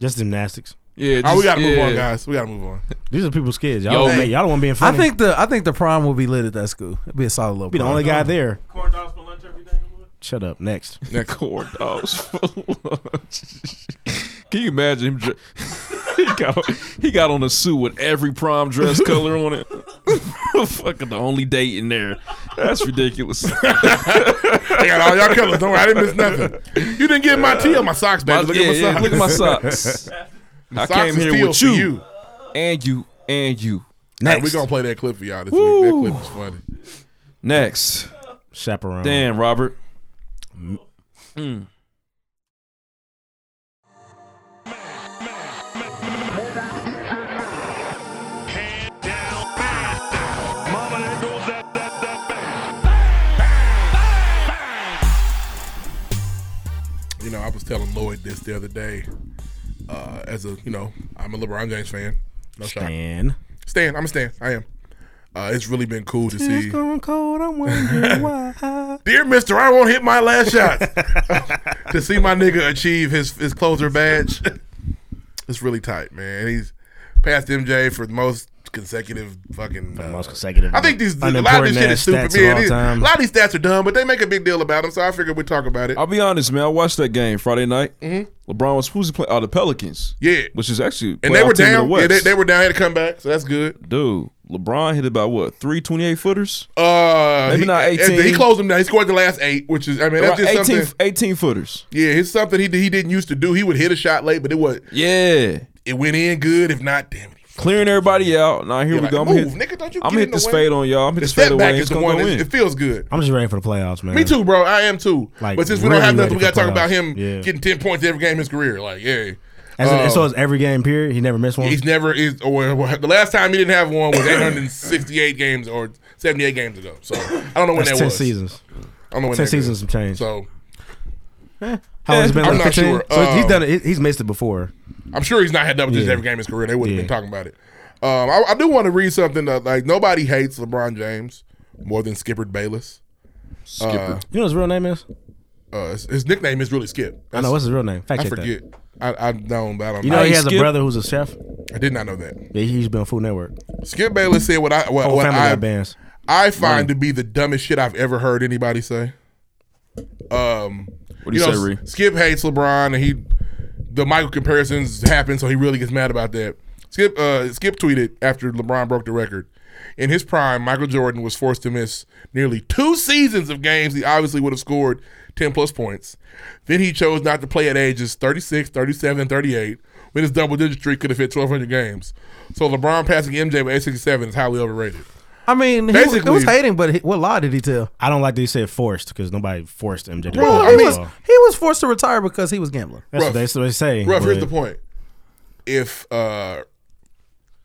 [SPEAKER 5] Just gymnastics.
[SPEAKER 7] Yeah.
[SPEAKER 4] Oh, we
[SPEAKER 7] just-
[SPEAKER 4] gotta move
[SPEAKER 7] yeah.
[SPEAKER 4] on, guys. We gotta move on.
[SPEAKER 5] These are people's kids.
[SPEAKER 7] Yo,
[SPEAKER 5] Y'all, don't
[SPEAKER 7] hey.
[SPEAKER 5] make- y'all don't want to be in
[SPEAKER 6] I
[SPEAKER 5] front.
[SPEAKER 6] think the I think the prom will be lit at that school. It'd be a solid little.
[SPEAKER 5] be the
[SPEAKER 6] prom.
[SPEAKER 5] only
[SPEAKER 4] Oh.
[SPEAKER 5] guy there.
[SPEAKER 8] Corn dogs for lunch every day. Lloyd?
[SPEAKER 5] Shut up. Next.
[SPEAKER 7] That core dogs. for lunch. Can you imagine him? Dr- he got he got on a suit with every prom dress color on it. Fucking the only date in there. That's ridiculous.
[SPEAKER 4] I got all y'all colors. Don't worry, I didn't miss nothing. You didn't get my tea on my socks,
[SPEAKER 7] My-
[SPEAKER 4] baby. Look
[SPEAKER 7] yeah,
[SPEAKER 4] at my
[SPEAKER 7] yeah,
[SPEAKER 4] socks.
[SPEAKER 7] look at my socks. I
[SPEAKER 4] Socks
[SPEAKER 7] came
[SPEAKER 4] is
[SPEAKER 7] here
[SPEAKER 4] teal
[SPEAKER 7] with
[SPEAKER 4] for
[SPEAKER 7] you, and you and you.
[SPEAKER 4] Hey,
[SPEAKER 5] Next.
[SPEAKER 4] we gonna play that clip for y'all this
[SPEAKER 7] Woo.
[SPEAKER 4] week. That clip is funny.
[SPEAKER 7] Next,
[SPEAKER 5] Chaperone.
[SPEAKER 7] damn Robert.
[SPEAKER 10] Head down,
[SPEAKER 4] telling Lloyd this the other day. Uh, as a you know, I'm a LeBron James fan. No shot.
[SPEAKER 5] Stan.
[SPEAKER 4] Stan, I'm a Stan. I am. Uh, it's really been cool to see.
[SPEAKER 5] Going cold, I'm wondering why.
[SPEAKER 4] Dear Mister, I won't hit my last shot. to see my nigga achieve his his closer badge, it's really tight, man. He's passed MJ for the most consecutive fucking. uh,
[SPEAKER 5] Most consecutive.
[SPEAKER 4] I think these a lot of this shit is
[SPEAKER 5] unimportant
[SPEAKER 4] stupid.
[SPEAKER 5] ass stats of
[SPEAKER 4] Man,
[SPEAKER 5] all
[SPEAKER 4] these- a
[SPEAKER 5] time.
[SPEAKER 4] lot of these stats are dumb, but they make a big deal about them, so I figured we'd talk about it.
[SPEAKER 5] Uh,
[SPEAKER 7] I'll be honest, man. I watched that game Friday night.
[SPEAKER 5] Mm-hmm.
[SPEAKER 7] LeBron was who's he playing? Oh, the Pelicans.
[SPEAKER 4] Yeah.
[SPEAKER 7] which is actually
[SPEAKER 4] and they
[SPEAKER 7] playoff
[SPEAKER 4] were
[SPEAKER 7] team in the
[SPEAKER 4] down. Yeah,
[SPEAKER 7] West.
[SPEAKER 4] they, they were down here to come back, so that's good.
[SPEAKER 7] Dude, LeBron hit about what three 28 footers?
[SPEAKER 4] Uh,
[SPEAKER 7] Maybe
[SPEAKER 4] he,
[SPEAKER 7] not 18.
[SPEAKER 4] He closed them down. He scored the last eight, which is I mean that's
[SPEAKER 7] Around
[SPEAKER 4] just
[SPEAKER 7] 18,
[SPEAKER 4] something.
[SPEAKER 7] 18 footers.
[SPEAKER 4] Yeah, it's something he he didn't used to do. He would hit a shot late, but it was
[SPEAKER 7] Yeah,
[SPEAKER 4] it went in good. If not, damn it.
[SPEAKER 7] clearing everybody out. Now here
[SPEAKER 4] You're
[SPEAKER 7] we
[SPEAKER 4] like,
[SPEAKER 7] go. I'm
[SPEAKER 4] move,
[SPEAKER 7] hit,
[SPEAKER 4] nigga, don't you
[SPEAKER 7] I'm
[SPEAKER 4] get
[SPEAKER 7] hit
[SPEAKER 4] in the
[SPEAKER 7] this
[SPEAKER 4] way.
[SPEAKER 7] fade on y'all. I'm hit
[SPEAKER 4] The
[SPEAKER 7] this fade
[SPEAKER 4] step
[SPEAKER 7] away.
[SPEAKER 4] back
[SPEAKER 7] It's
[SPEAKER 4] is the
[SPEAKER 7] gonna
[SPEAKER 4] one.
[SPEAKER 7] go
[SPEAKER 4] It,
[SPEAKER 7] in.
[SPEAKER 4] it feels good.
[SPEAKER 5] I'm just ready for the playoffs, man.
[SPEAKER 4] Me too, bro. I am too.
[SPEAKER 5] Oh, Like,
[SPEAKER 4] but since we
[SPEAKER 5] really
[SPEAKER 4] don't have nothing,
[SPEAKER 5] ready
[SPEAKER 4] we
[SPEAKER 5] for
[SPEAKER 4] gotta talk
[SPEAKER 5] playoffs.
[SPEAKER 4] about him
[SPEAKER 5] Yeah. Oh.
[SPEAKER 4] getting ten points every game in his career. Like, yeah.
[SPEAKER 5] As in,
[SPEAKER 4] Uh,
[SPEAKER 5] so it's every game period. He never missed one.
[SPEAKER 4] He's never is or, or the last time he didn't have one was 868 games or 78 games ago. So I don't know when
[SPEAKER 5] That's
[SPEAKER 4] that
[SPEAKER 5] ten
[SPEAKER 4] was.
[SPEAKER 5] seasons.
[SPEAKER 4] I don't know when that
[SPEAKER 5] Ten
[SPEAKER 4] is.
[SPEAKER 5] seasons some change.
[SPEAKER 4] So
[SPEAKER 5] How long has it been?
[SPEAKER 4] I'm
[SPEAKER 5] Like
[SPEAKER 4] not
[SPEAKER 5] 15?
[SPEAKER 4] sure.
[SPEAKER 5] So he's
[SPEAKER 4] Um,
[SPEAKER 5] done. it. He- He's missed it before.
[SPEAKER 4] I'm sure he's not had double digits
[SPEAKER 5] Yeah.
[SPEAKER 4] every game in his career. They wouldn't have
[SPEAKER 5] Yeah.
[SPEAKER 4] been talking about it. Um, I, I do want to read something that like nobody hates LeBron James more than Skipper Bayless.
[SPEAKER 7] Skipper.
[SPEAKER 5] You know what his real name is?
[SPEAKER 4] Uh, his, his nickname is really Skip.
[SPEAKER 5] I know what's his real name. Fact
[SPEAKER 4] I
[SPEAKER 5] check that.
[SPEAKER 4] forget. I, I don't, but I don't
[SPEAKER 5] You
[SPEAKER 4] know.
[SPEAKER 5] know
[SPEAKER 7] Hey,
[SPEAKER 5] he has a
[SPEAKER 7] Skip.
[SPEAKER 5] brother who's a chef.
[SPEAKER 4] I did not know that.
[SPEAKER 5] Yeah, he's been on Food Network.
[SPEAKER 4] Skip Bayless said what I what,
[SPEAKER 5] Whole
[SPEAKER 4] what
[SPEAKER 5] family
[SPEAKER 4] Oh, I
[SPEAKER 5] got bands.
[SPEAKER 4] I find to be the dumbest shit I've ever heard anybody say. Um,
[SPEAKER 7] What do you,
[SPEAKER 4] know,
[SPEAKER 7] say, Ree?
[SPEAKER 4] Skip hates LeBron, and he the Michael comparisons happen, so he really gets mad about that. Skip uh, Skip tweeted after LeBron broke the record. In his prime, Michael Jordan was forced to miss nearly two seasons of games he obviously would have scored 10 plus points. Then he chose not to play at ages 36, 37, and 38 when his double digit streak could have hit 1,200 games. So LeBron passing MJ with 867 is highly overrated.
[SPEAKER 6] I mean, he was, it was
[SPEAKER 4] Basically-
[SPEAKER 6] hating, but he, what lie did he tell?
[SPEAKER 5] I don't like that he said forced because nobody forced MJ. to
[SPEAKER 4] Bro,
[SPEAKER 5] play
[SPEAKER 4] I
[SPEAKER 6] He
[SPEAKER 4] mean-
[SPEAKER 6] was,
[SPEAKER 5] basketball.
[SPEAKER 6] he was forced to retire because he was gambling.
[SPEAKER 5] That's what
[SPEAKER 4] Ruff.
[SPEAKER 5] they, that's what they say.
[SPEAKER 4] Ruff, here's
[SPEAKER 5] but
[SPEAKER 4] the point. If uh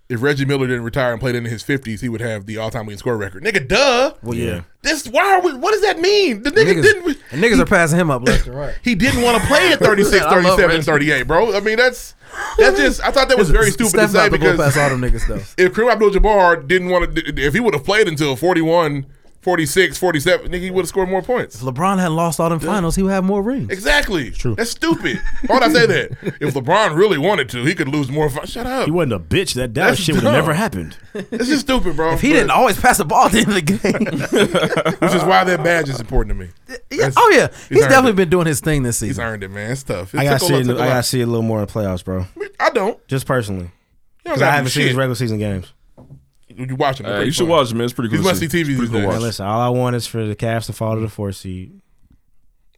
[SPEAKER 4] if Reggie Miller didn't retire and played into his fifties, he would have the all time leading score record. Nigga, duh.
[SPEAKER 5] Well, yeah.
[SPEAKER 4] This why are we what does that mean? The nigga
[SPEAKER 6] Niggas,
[SPEAKER 4] didn't
[SPEAKER 6] and niggas are passing him up left and right.
[SPEAKER 4] he didn't want to play at 36,
[SPEAKER 6] I love
[SPEAKER 4] 37,
[SPEAKER 6] Reggie.
[SPEAKER 4] 38, bro. I mean that's that's just I thought that was very stupid
[SPEAKER 6] Steph's
[SPEAKER 4] to say
[SPEAKER 6] not gonna go
[SPEAKER 4] because
[SPEAKER 6] past all them niggas though.
[SPEAKER 4] if Kareem Abdul Jabbar didn't want to if he would have played until 41, 46, 47, nigga he would have scored more points.
[SPEAKER 6] LeBron had lost all them finals, he would have more rings.
[SPEAKER 4] Exactly. True. That's stupid. Why would I say that? If LeBron really wanted to, he could lose more. Fi- Shut up.
[SPEAKER 5] He wasn't a bitch. That Dallas
[SPEAKER 4] That's
[SPEAKER 5] shit would have
[SPEAKER 4] dumb.
[SPEAKER 5] never happened.
[SPEAKER 4] It's just stupid, bro.
[SPEAKER 6] If he didn't always pass the ball at the end of the game.
[SPEAKER 4] which is why that badge is important to me.
[SPEAKER 6] Yeah, oh yeah, he's,
[SPEAKER 4] he's earned
[SPEAKER 6] definitely
[SPEAKER 4] it.
[SPEAKER 6] been doing his thing this
[SPEAKER 4] He's
[SPEAKER 6] season.
[SPEAKER 4] earned it, man. It's tough. It
[SPEAKER 5] I gotta
[SPEAKER 4] took a
[SPEAKER 5] see.
[SPEAKER 4] lot-
[SPEAKER 5] It,
[SPEAKER 4] took a
[SPEAKER 5] I
[SPEAKER 4] lot.
[SPEAKER 5] gotta see it a little more in playoffs, bro.
[SPEAKER 4] I don't.
[SPEAKER 5] Just personally,
[SPEAKER 4] You don't
[SPEAKER 5] because I
[SPEAKER 4] gotta do
[SPEAKER 5] haven't seen his
[SPEAKER 4] shit.
[SPEAKER 5] regular season games.
[SPEAKER 4] You watch him.
[SPEAKER 7] Hey, you should watch it, man. It's pretty cool.
[SPEAKER 4] These
[SPEAKER 7] to
[SPEAKER 4] must see TV these
[SPEAKER 7] Pretty cool
[SPEAKER 4] days.
[SPEAKER 5] Man,
[SPEAKER 7] watch.
[SPEAKER 5] listen, all I want is for the Cavs to fall to the four seed,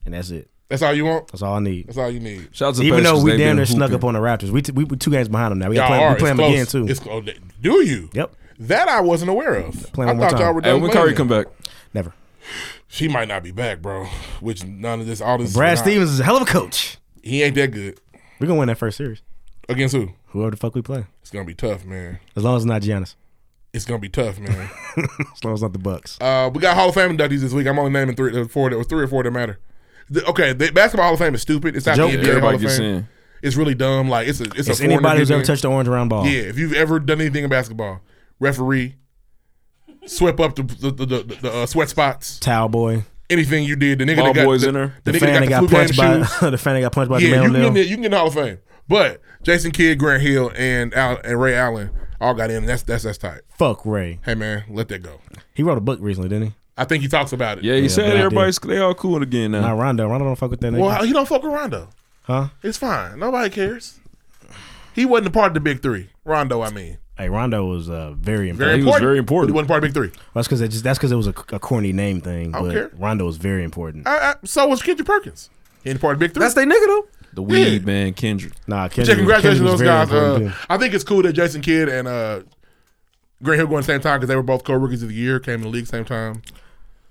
[SPEAKER 5] and that's it.
[SPEAKER 4] That's all you want.
[SPEAKER 5] That's all I need.
[SPEAKER 4] That's all you need.
[SPEAKER 7] Shout out to the
[SPEAKER 5] Even though
[SPEAKER 7] Pacers,
[SPEAKER 5] we
[SPEAKER 7] they've
[SPEAKER 5] damn
[SPEAKER 7] been
[SPEAKER 5] near snuck
[SPEAKER 7] hooping.
[SPEAKER 5] up on the Raptors, we, t- we we two games behind them now. We
[SPEAKER 4] Y'all
[SPEAKER 5] got play,
[SPEAKER 4] are.
[SPEAKER 5] we play them
[SPEAKER 4] It's
[SPEAKER 5] again
[SPEAKER 4] close.
[SPEAKER 5] too.
[SPEAKER 4] It's close. Do you?
[SPEAKER 5] Yep.
[SPEAKER 4] That I wasn't aware of.
[SPEAKER 5] Play 'em
[SPEAKER 4] I
[SPEAKER 5] one more
[SPEAKER 4] thought y'all
[SPEAKER 5] time.
[SPEAKER 4] were done.
[SPEAKER 7] Hey, when
[SPEAKER 4] playing
[SPEAKER 7] Kyrie
[SPEAKER 4] it.
[SPEAKER 7] come back?
[SPEAKER 5] Never.
[SPEAKER 4] she might not be back, bro. Which none of this, all this.
[SPEAKER 5] Brad
[SPEAKER 4] nah,
[SPEAKER 5] Stevens is a hell of a coach.
[SPEAKER 4] he ain't that good.
[SPEAKER 5] We're gonna win that first series.
[SPEAKER 4] Against who?
[SPEAKER 5] Whoever the fuck we play,
[SPEAKER 4] It's gonna be tough, man.
[SPEAKER 5] as long as it's not Giannis,
[SPEAKER 4] It's gonna be tough, man.
[SPEAKER 5] as long as it's not the Bucks.
[SPEAKER 4] Uh, we got Hall of Fame inductees this week. I'm only naming three, uh, four, that- or three or four that matter. The- okay, the basketball Hall of Fame is stupid. It's not
[SPEAKER 5] Joke.
[SPEAKER 4] the NBA Hall
[SPEAKER 7] Everybody
[SPEAKER 4] of
[SPEAKER 7] gets
[SPEAKER 4] Fame.
[SPEAKER 7] in.
[SPEAKER 4] It's really dumb. Like it's a it's,
[SPEAKER 5] It's
[SPEAKER 4] a foreign
[SPEAKER 5] anybody who's ever
[SPEAKER 4] opinion.
[SPEAKER 5] touched the orange round ball.
[SPEAKER 4] Yeah, if you've ever done anything in basketball, referee, swept up the the, the, the, the uh, sweat spots,
[SPEAKER 5] Towel boy.
[SPEAKER 4] anything you did, the nigga
[SPEAKER 7] Ball
[SPEAKER 4] that got
[SPEAKER 7] boys
[SPEAKER 4] the,
[SPEAKER 7] in there.
[SPEAKER 4] the
[SPEAKER 5] The
[SPEAKER 4] nigga that
[SPEAKER 5] fan that
[SPEAKER 4] got,
[SPEAKER 5] got
[SPEAKER 4] the
[SPEAKER 5] punched
[SPEAKER 4] flu game shoes.
[SPEAKER 5] by the fan that got punched by
[SPEAKER 4] Yeah,
[SPEAKER 5] the
[SPEAKER 4] you can,
[SPEAKER 5] mail.
[SPEAKER 4] get, you can get in the Hall of Fame. But Jason Kidd, Grant Hill, and Al, and Ray Allen all got in. That's that's that's tight.
[SPEAKER 5] Fuck Ray.
[SPEAKER 4] Hey man, let that go.
[SPEAKER 5] He wrote a book recently, didn't he?
[SPEAKER 4] I think he talks about it.
[SPEAKER 7] Yeah, he
[SPEAKER 5] but I
[SPEAKER 7] said
[SPEAKER 5] did.
[SPEAKER 7] everybody's they all cool again now.
[SPEAKER 4] Uh-huh.
[SPEAKER 5] Not Rondo. Rondo don't fuck with that nigga.
[SPEAKER 4] Well, he don't fuck with Rondo.
[SPEAKER 5] Huh?
[SPEAKER 4] It's fine. Nobody cares. He wasn't a part of the big three. Rondo, I mean.
[SPEAKER 5] Hey, Rondo was uh,
[SPEAKER 4] Very
[SPEAKER 5] very important.
[SPEAKER 7] He was
[SPEAKER 4] important.
[SPEAKER 7] very important.
[SPEAKER 4] But He wasn't part of the big three.
[SPEAKER 5] That's because just that's because it was a, a corny name thing.
[SPEAKER 4] I don't
[SPEAKER 5] But
[SPEAKER 4] care.
[SPEAKER 5] Rondo was very important.
[SPEAKER 4] I, I, so was Kendrick Perkins. He ain't part of the big three.
[SPEAKER 6] That's they nigga though.
[SPEAKER 7] The weed
[SPEAKER 4] Yeah.
[SPEAKER 7] man, Kendrick.
[SPEAKER 5] Nah,
[SPEAKER 4] yeah,
[SPEAKER 5] Kendrick,
[SPEAKER 4] congratulations to
[SPEAKER 5] Kendrick
[SPEAKER 4] those
[SPEAKER 5] was very
[SPEAKER 4] guys.
[SPEAKER 5] important,
[SPEAKER 4] Uh, I think it's cool that Jason Kidd and uh, Grant Hill going at the same time because they were both co rookies of the year, came in the league same time.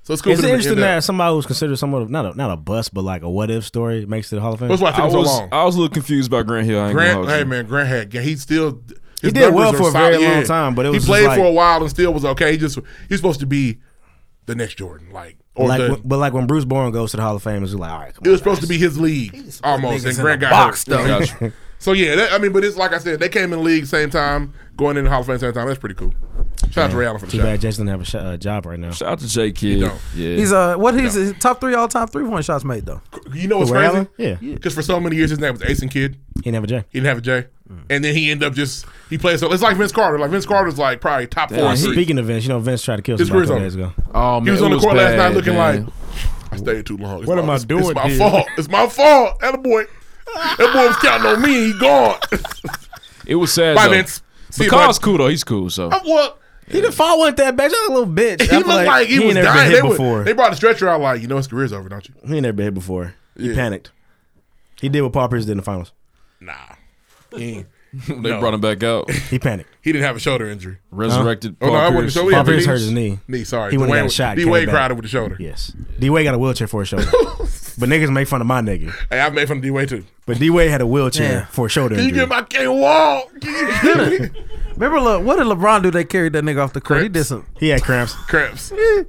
[SPEAKER 4] So it's
[SPEAKER 5] too.
[SPEAKER 4] cool.
[SPEAKER 5] It's
[SPEAKER 4] for them to
[SPEAKER 5] interesting
[SPEAKER 4] end up-
[SPEAKER 5] that somebody who's considered somewhat of not a not a bust, but like a what if story makes it the Hall of Fame.
[SPEAKER 4] That's why it took
[SPEAKER 7] I
[SPEAKER 4] him so
[SPEAKER 7] was
[SPEAKER 4] long.
[SPEAKER 7] I was a little confused by Grant Hill. I ain't gonna
[SPEAKER 4] Grant,
[SPEAKER 7] hold
[SPEAKER 4] hey
[SPEAKER 7] you.
[SPEAKER 4] man, Grant had yeah, he still
[SPEAKER 5] He
[SPEAKER 4] his
[SPEAKER 5] did well
[SPEAKER 4] numbers are
[SPEAKER 5] for a very
[SPEAKER 4] solid,
[SPEAKER 5] long time, but it was
[SPEAKER 4] he
[SPEAKER 5] just
[SPEAKER 4] played
[SPEAKER 5] like-
[SPEAKER 4] for a while and still was okay. He just he was supposed to be the next Jordan. Like Or
[SPEAKER 5] like,
[SPEAKER 4] the-
[SPEAKER 5] when- but like when Bruce Bowen goes to the Hall of Fame, it's like, all right,
[SPEAKER 4] it
[SPEAKER 5] come on.
[SPEAKER 4] was supposed to be his league almost,
[SPEAKER 6] niggas
[SPEAKER 4] and
[SPEAKER 6] in
[SPEAKER 4] Grant
[SPEAKER 6] the
[SPEAKER 4] got
[SPEAKER 6] box,
[SPEAKER 4] hurt. You know?
[SPEAKER 7] Got you.
[SPEAKER 4] So yeah, that, I mean, but it's like I said, they came in the league same time, going in the Hall of Fame same time. That's pretty cool. Shout out to Ray Allen for the
[SPEAKER 5] Too bad
[SPEAKER 4] shot.
[SPEAKER 5] Jason doesn't have a sh- uh, job right now.
[SPEAKER 7] Shout out to J Kid.
[SPEAKER 4] don't.
[SPEAKER 7] Yeah.
[SPEAKER 6] He's uh, what is his top three all time three point shots made though?
[SPEAKER 4] You know what's
[SPEAKER 5] Ray
[SPEAKER 4] crazy?
[SPEAKER 5] Allen? Oh, Yeah.
[SPEAKER 4] Because for so many years his name was Ace and Kid.
[SPEAKER 5] He didn't have a J.
[SPEAKER 4] He didn't have a J, and then he ended up just he plays. So it's like Vince Carter. Like Vince Carter's like probably top four.
[SPEAKER 7] Damn,
[SPEAKER 4] and
[SPEAKER 7] he-
[SPEAKER 4] three.
[SPEAKER 5] Speaking of Vince, you know Vince tried to kill
[SPEAKER 4] His
[SPEAKER 5] somebody a couple
[SPEAKER 4] career's
[SPEAKER 5] days ago.
[SPEAKER 7] oh, man,
[SPEAKER 4] He was
[SPEAKER 7] it
[SPEAKER 4] on the court last
[SPEAKER 7] bad,
[SPEAKER 4] night looking
[SPEAKER 7] man.
[SPEAKER 4] like I stayed too long. It's
[SPEAKER 5] What
[SPEAKER 4] my-
[SPEAKER 5] am I
[SPEAKER 4] it's-
[SPEAKER 5] doing
[SPEAKER 4] It's my
[SPEAKER 5] here?"
[SPEAKER 4] fault. It's my fault. That boy. That boy was counting on me. and He gone.
[SPEAKER 7] It was sad.
[SPEAKER 4] Bye,
[SPEAKER 7] though.
[SPEAKER 4] Vince. See you,
[SPEAKER 7] McCall's
[SPEAKER 4] bud.
[SPEAKER 7] cool though. He's cool. So
[SPEAKER 4] I'm what.
[SPEAKER 5] He didn't fall with that bitch. That little bitch.
[SPEAKER 4] He looked like, he, was
[SPEAKER 5] ain't never
[SPEAKER 4] dying.
[SPEAKER 5] Been
[SPEAKER 4] They,
[SPEAKER 5] hit
[SPEAKER 4] were-
[SPEAKER 5] before.
[SPEAKER 4] they brought the stretcher out like, you know his career's over, don't you?
[SPEAKER 5] He ain't never been hit before. He
[SPEAKER 4] Yeah.
[SPEAKER 5] panicked. He did what Paul Pierce did in the finals.
[SPEAKER 4] Nah. He, ain't-
[SPEAKER 7] they brought him back out.
[SPEAKER 5] He panicked.
[SPEAKER 4] he didn't have a shoulder injury.
[SPEAKER 7] Resurrected.
[SPEAKER 4] Oh, no, I
[SPEAKER 7] Paul
[SPEAKER 4] wouldn't
[SPEAKER 7] Pierce.
[SPEAKER 4] show yeah,
[SPEAKER 5] Paul
[SPEAKER 4] the
[SPEAKER 5] Pierce
[SPEAKER 4] knees.
[SPEAKER 5] hurt his knee.
[SPEAKER 4] Knee, sorry.
[SPEAKER 5] He went and
[SPEAKER 4] Dwayne-
[SPEAKER 5] got a shot.
[SPEAKER 4] D
[SPEAKER 5] came
[SPEAKER 4] Wade
[SPEAKER 5] back.
[SPEAKER 4] Crowder with the shoulder.
[SPEAKER 5] Yes. D Wade got a wheelchair for a shoulder. but niggas make fun of my nigga.
[SPEAKER 4] Hey, I made fun of D Wade too.
[SPEAKER 5] But D Wade had a wheelchair
[SPEAKER 6] Yeah.
[SPEAKER 5] for a shoulder
[SPEAKER 4] Can you
[SPEAKER 5] injury.
[SPEAKER 4] get my can't walk?
[SPEAKER 6] Remember, look, what did LeBron do? They carried that nigga off the court. He did
[SPEAKER 4] Crips.
[SPEAKER 6] some.
[SPEAKER 5] he had cramps.
[SPEAKER 4] Cramps.
[SPEAKER 5] He had a
[SPEAKER 4] And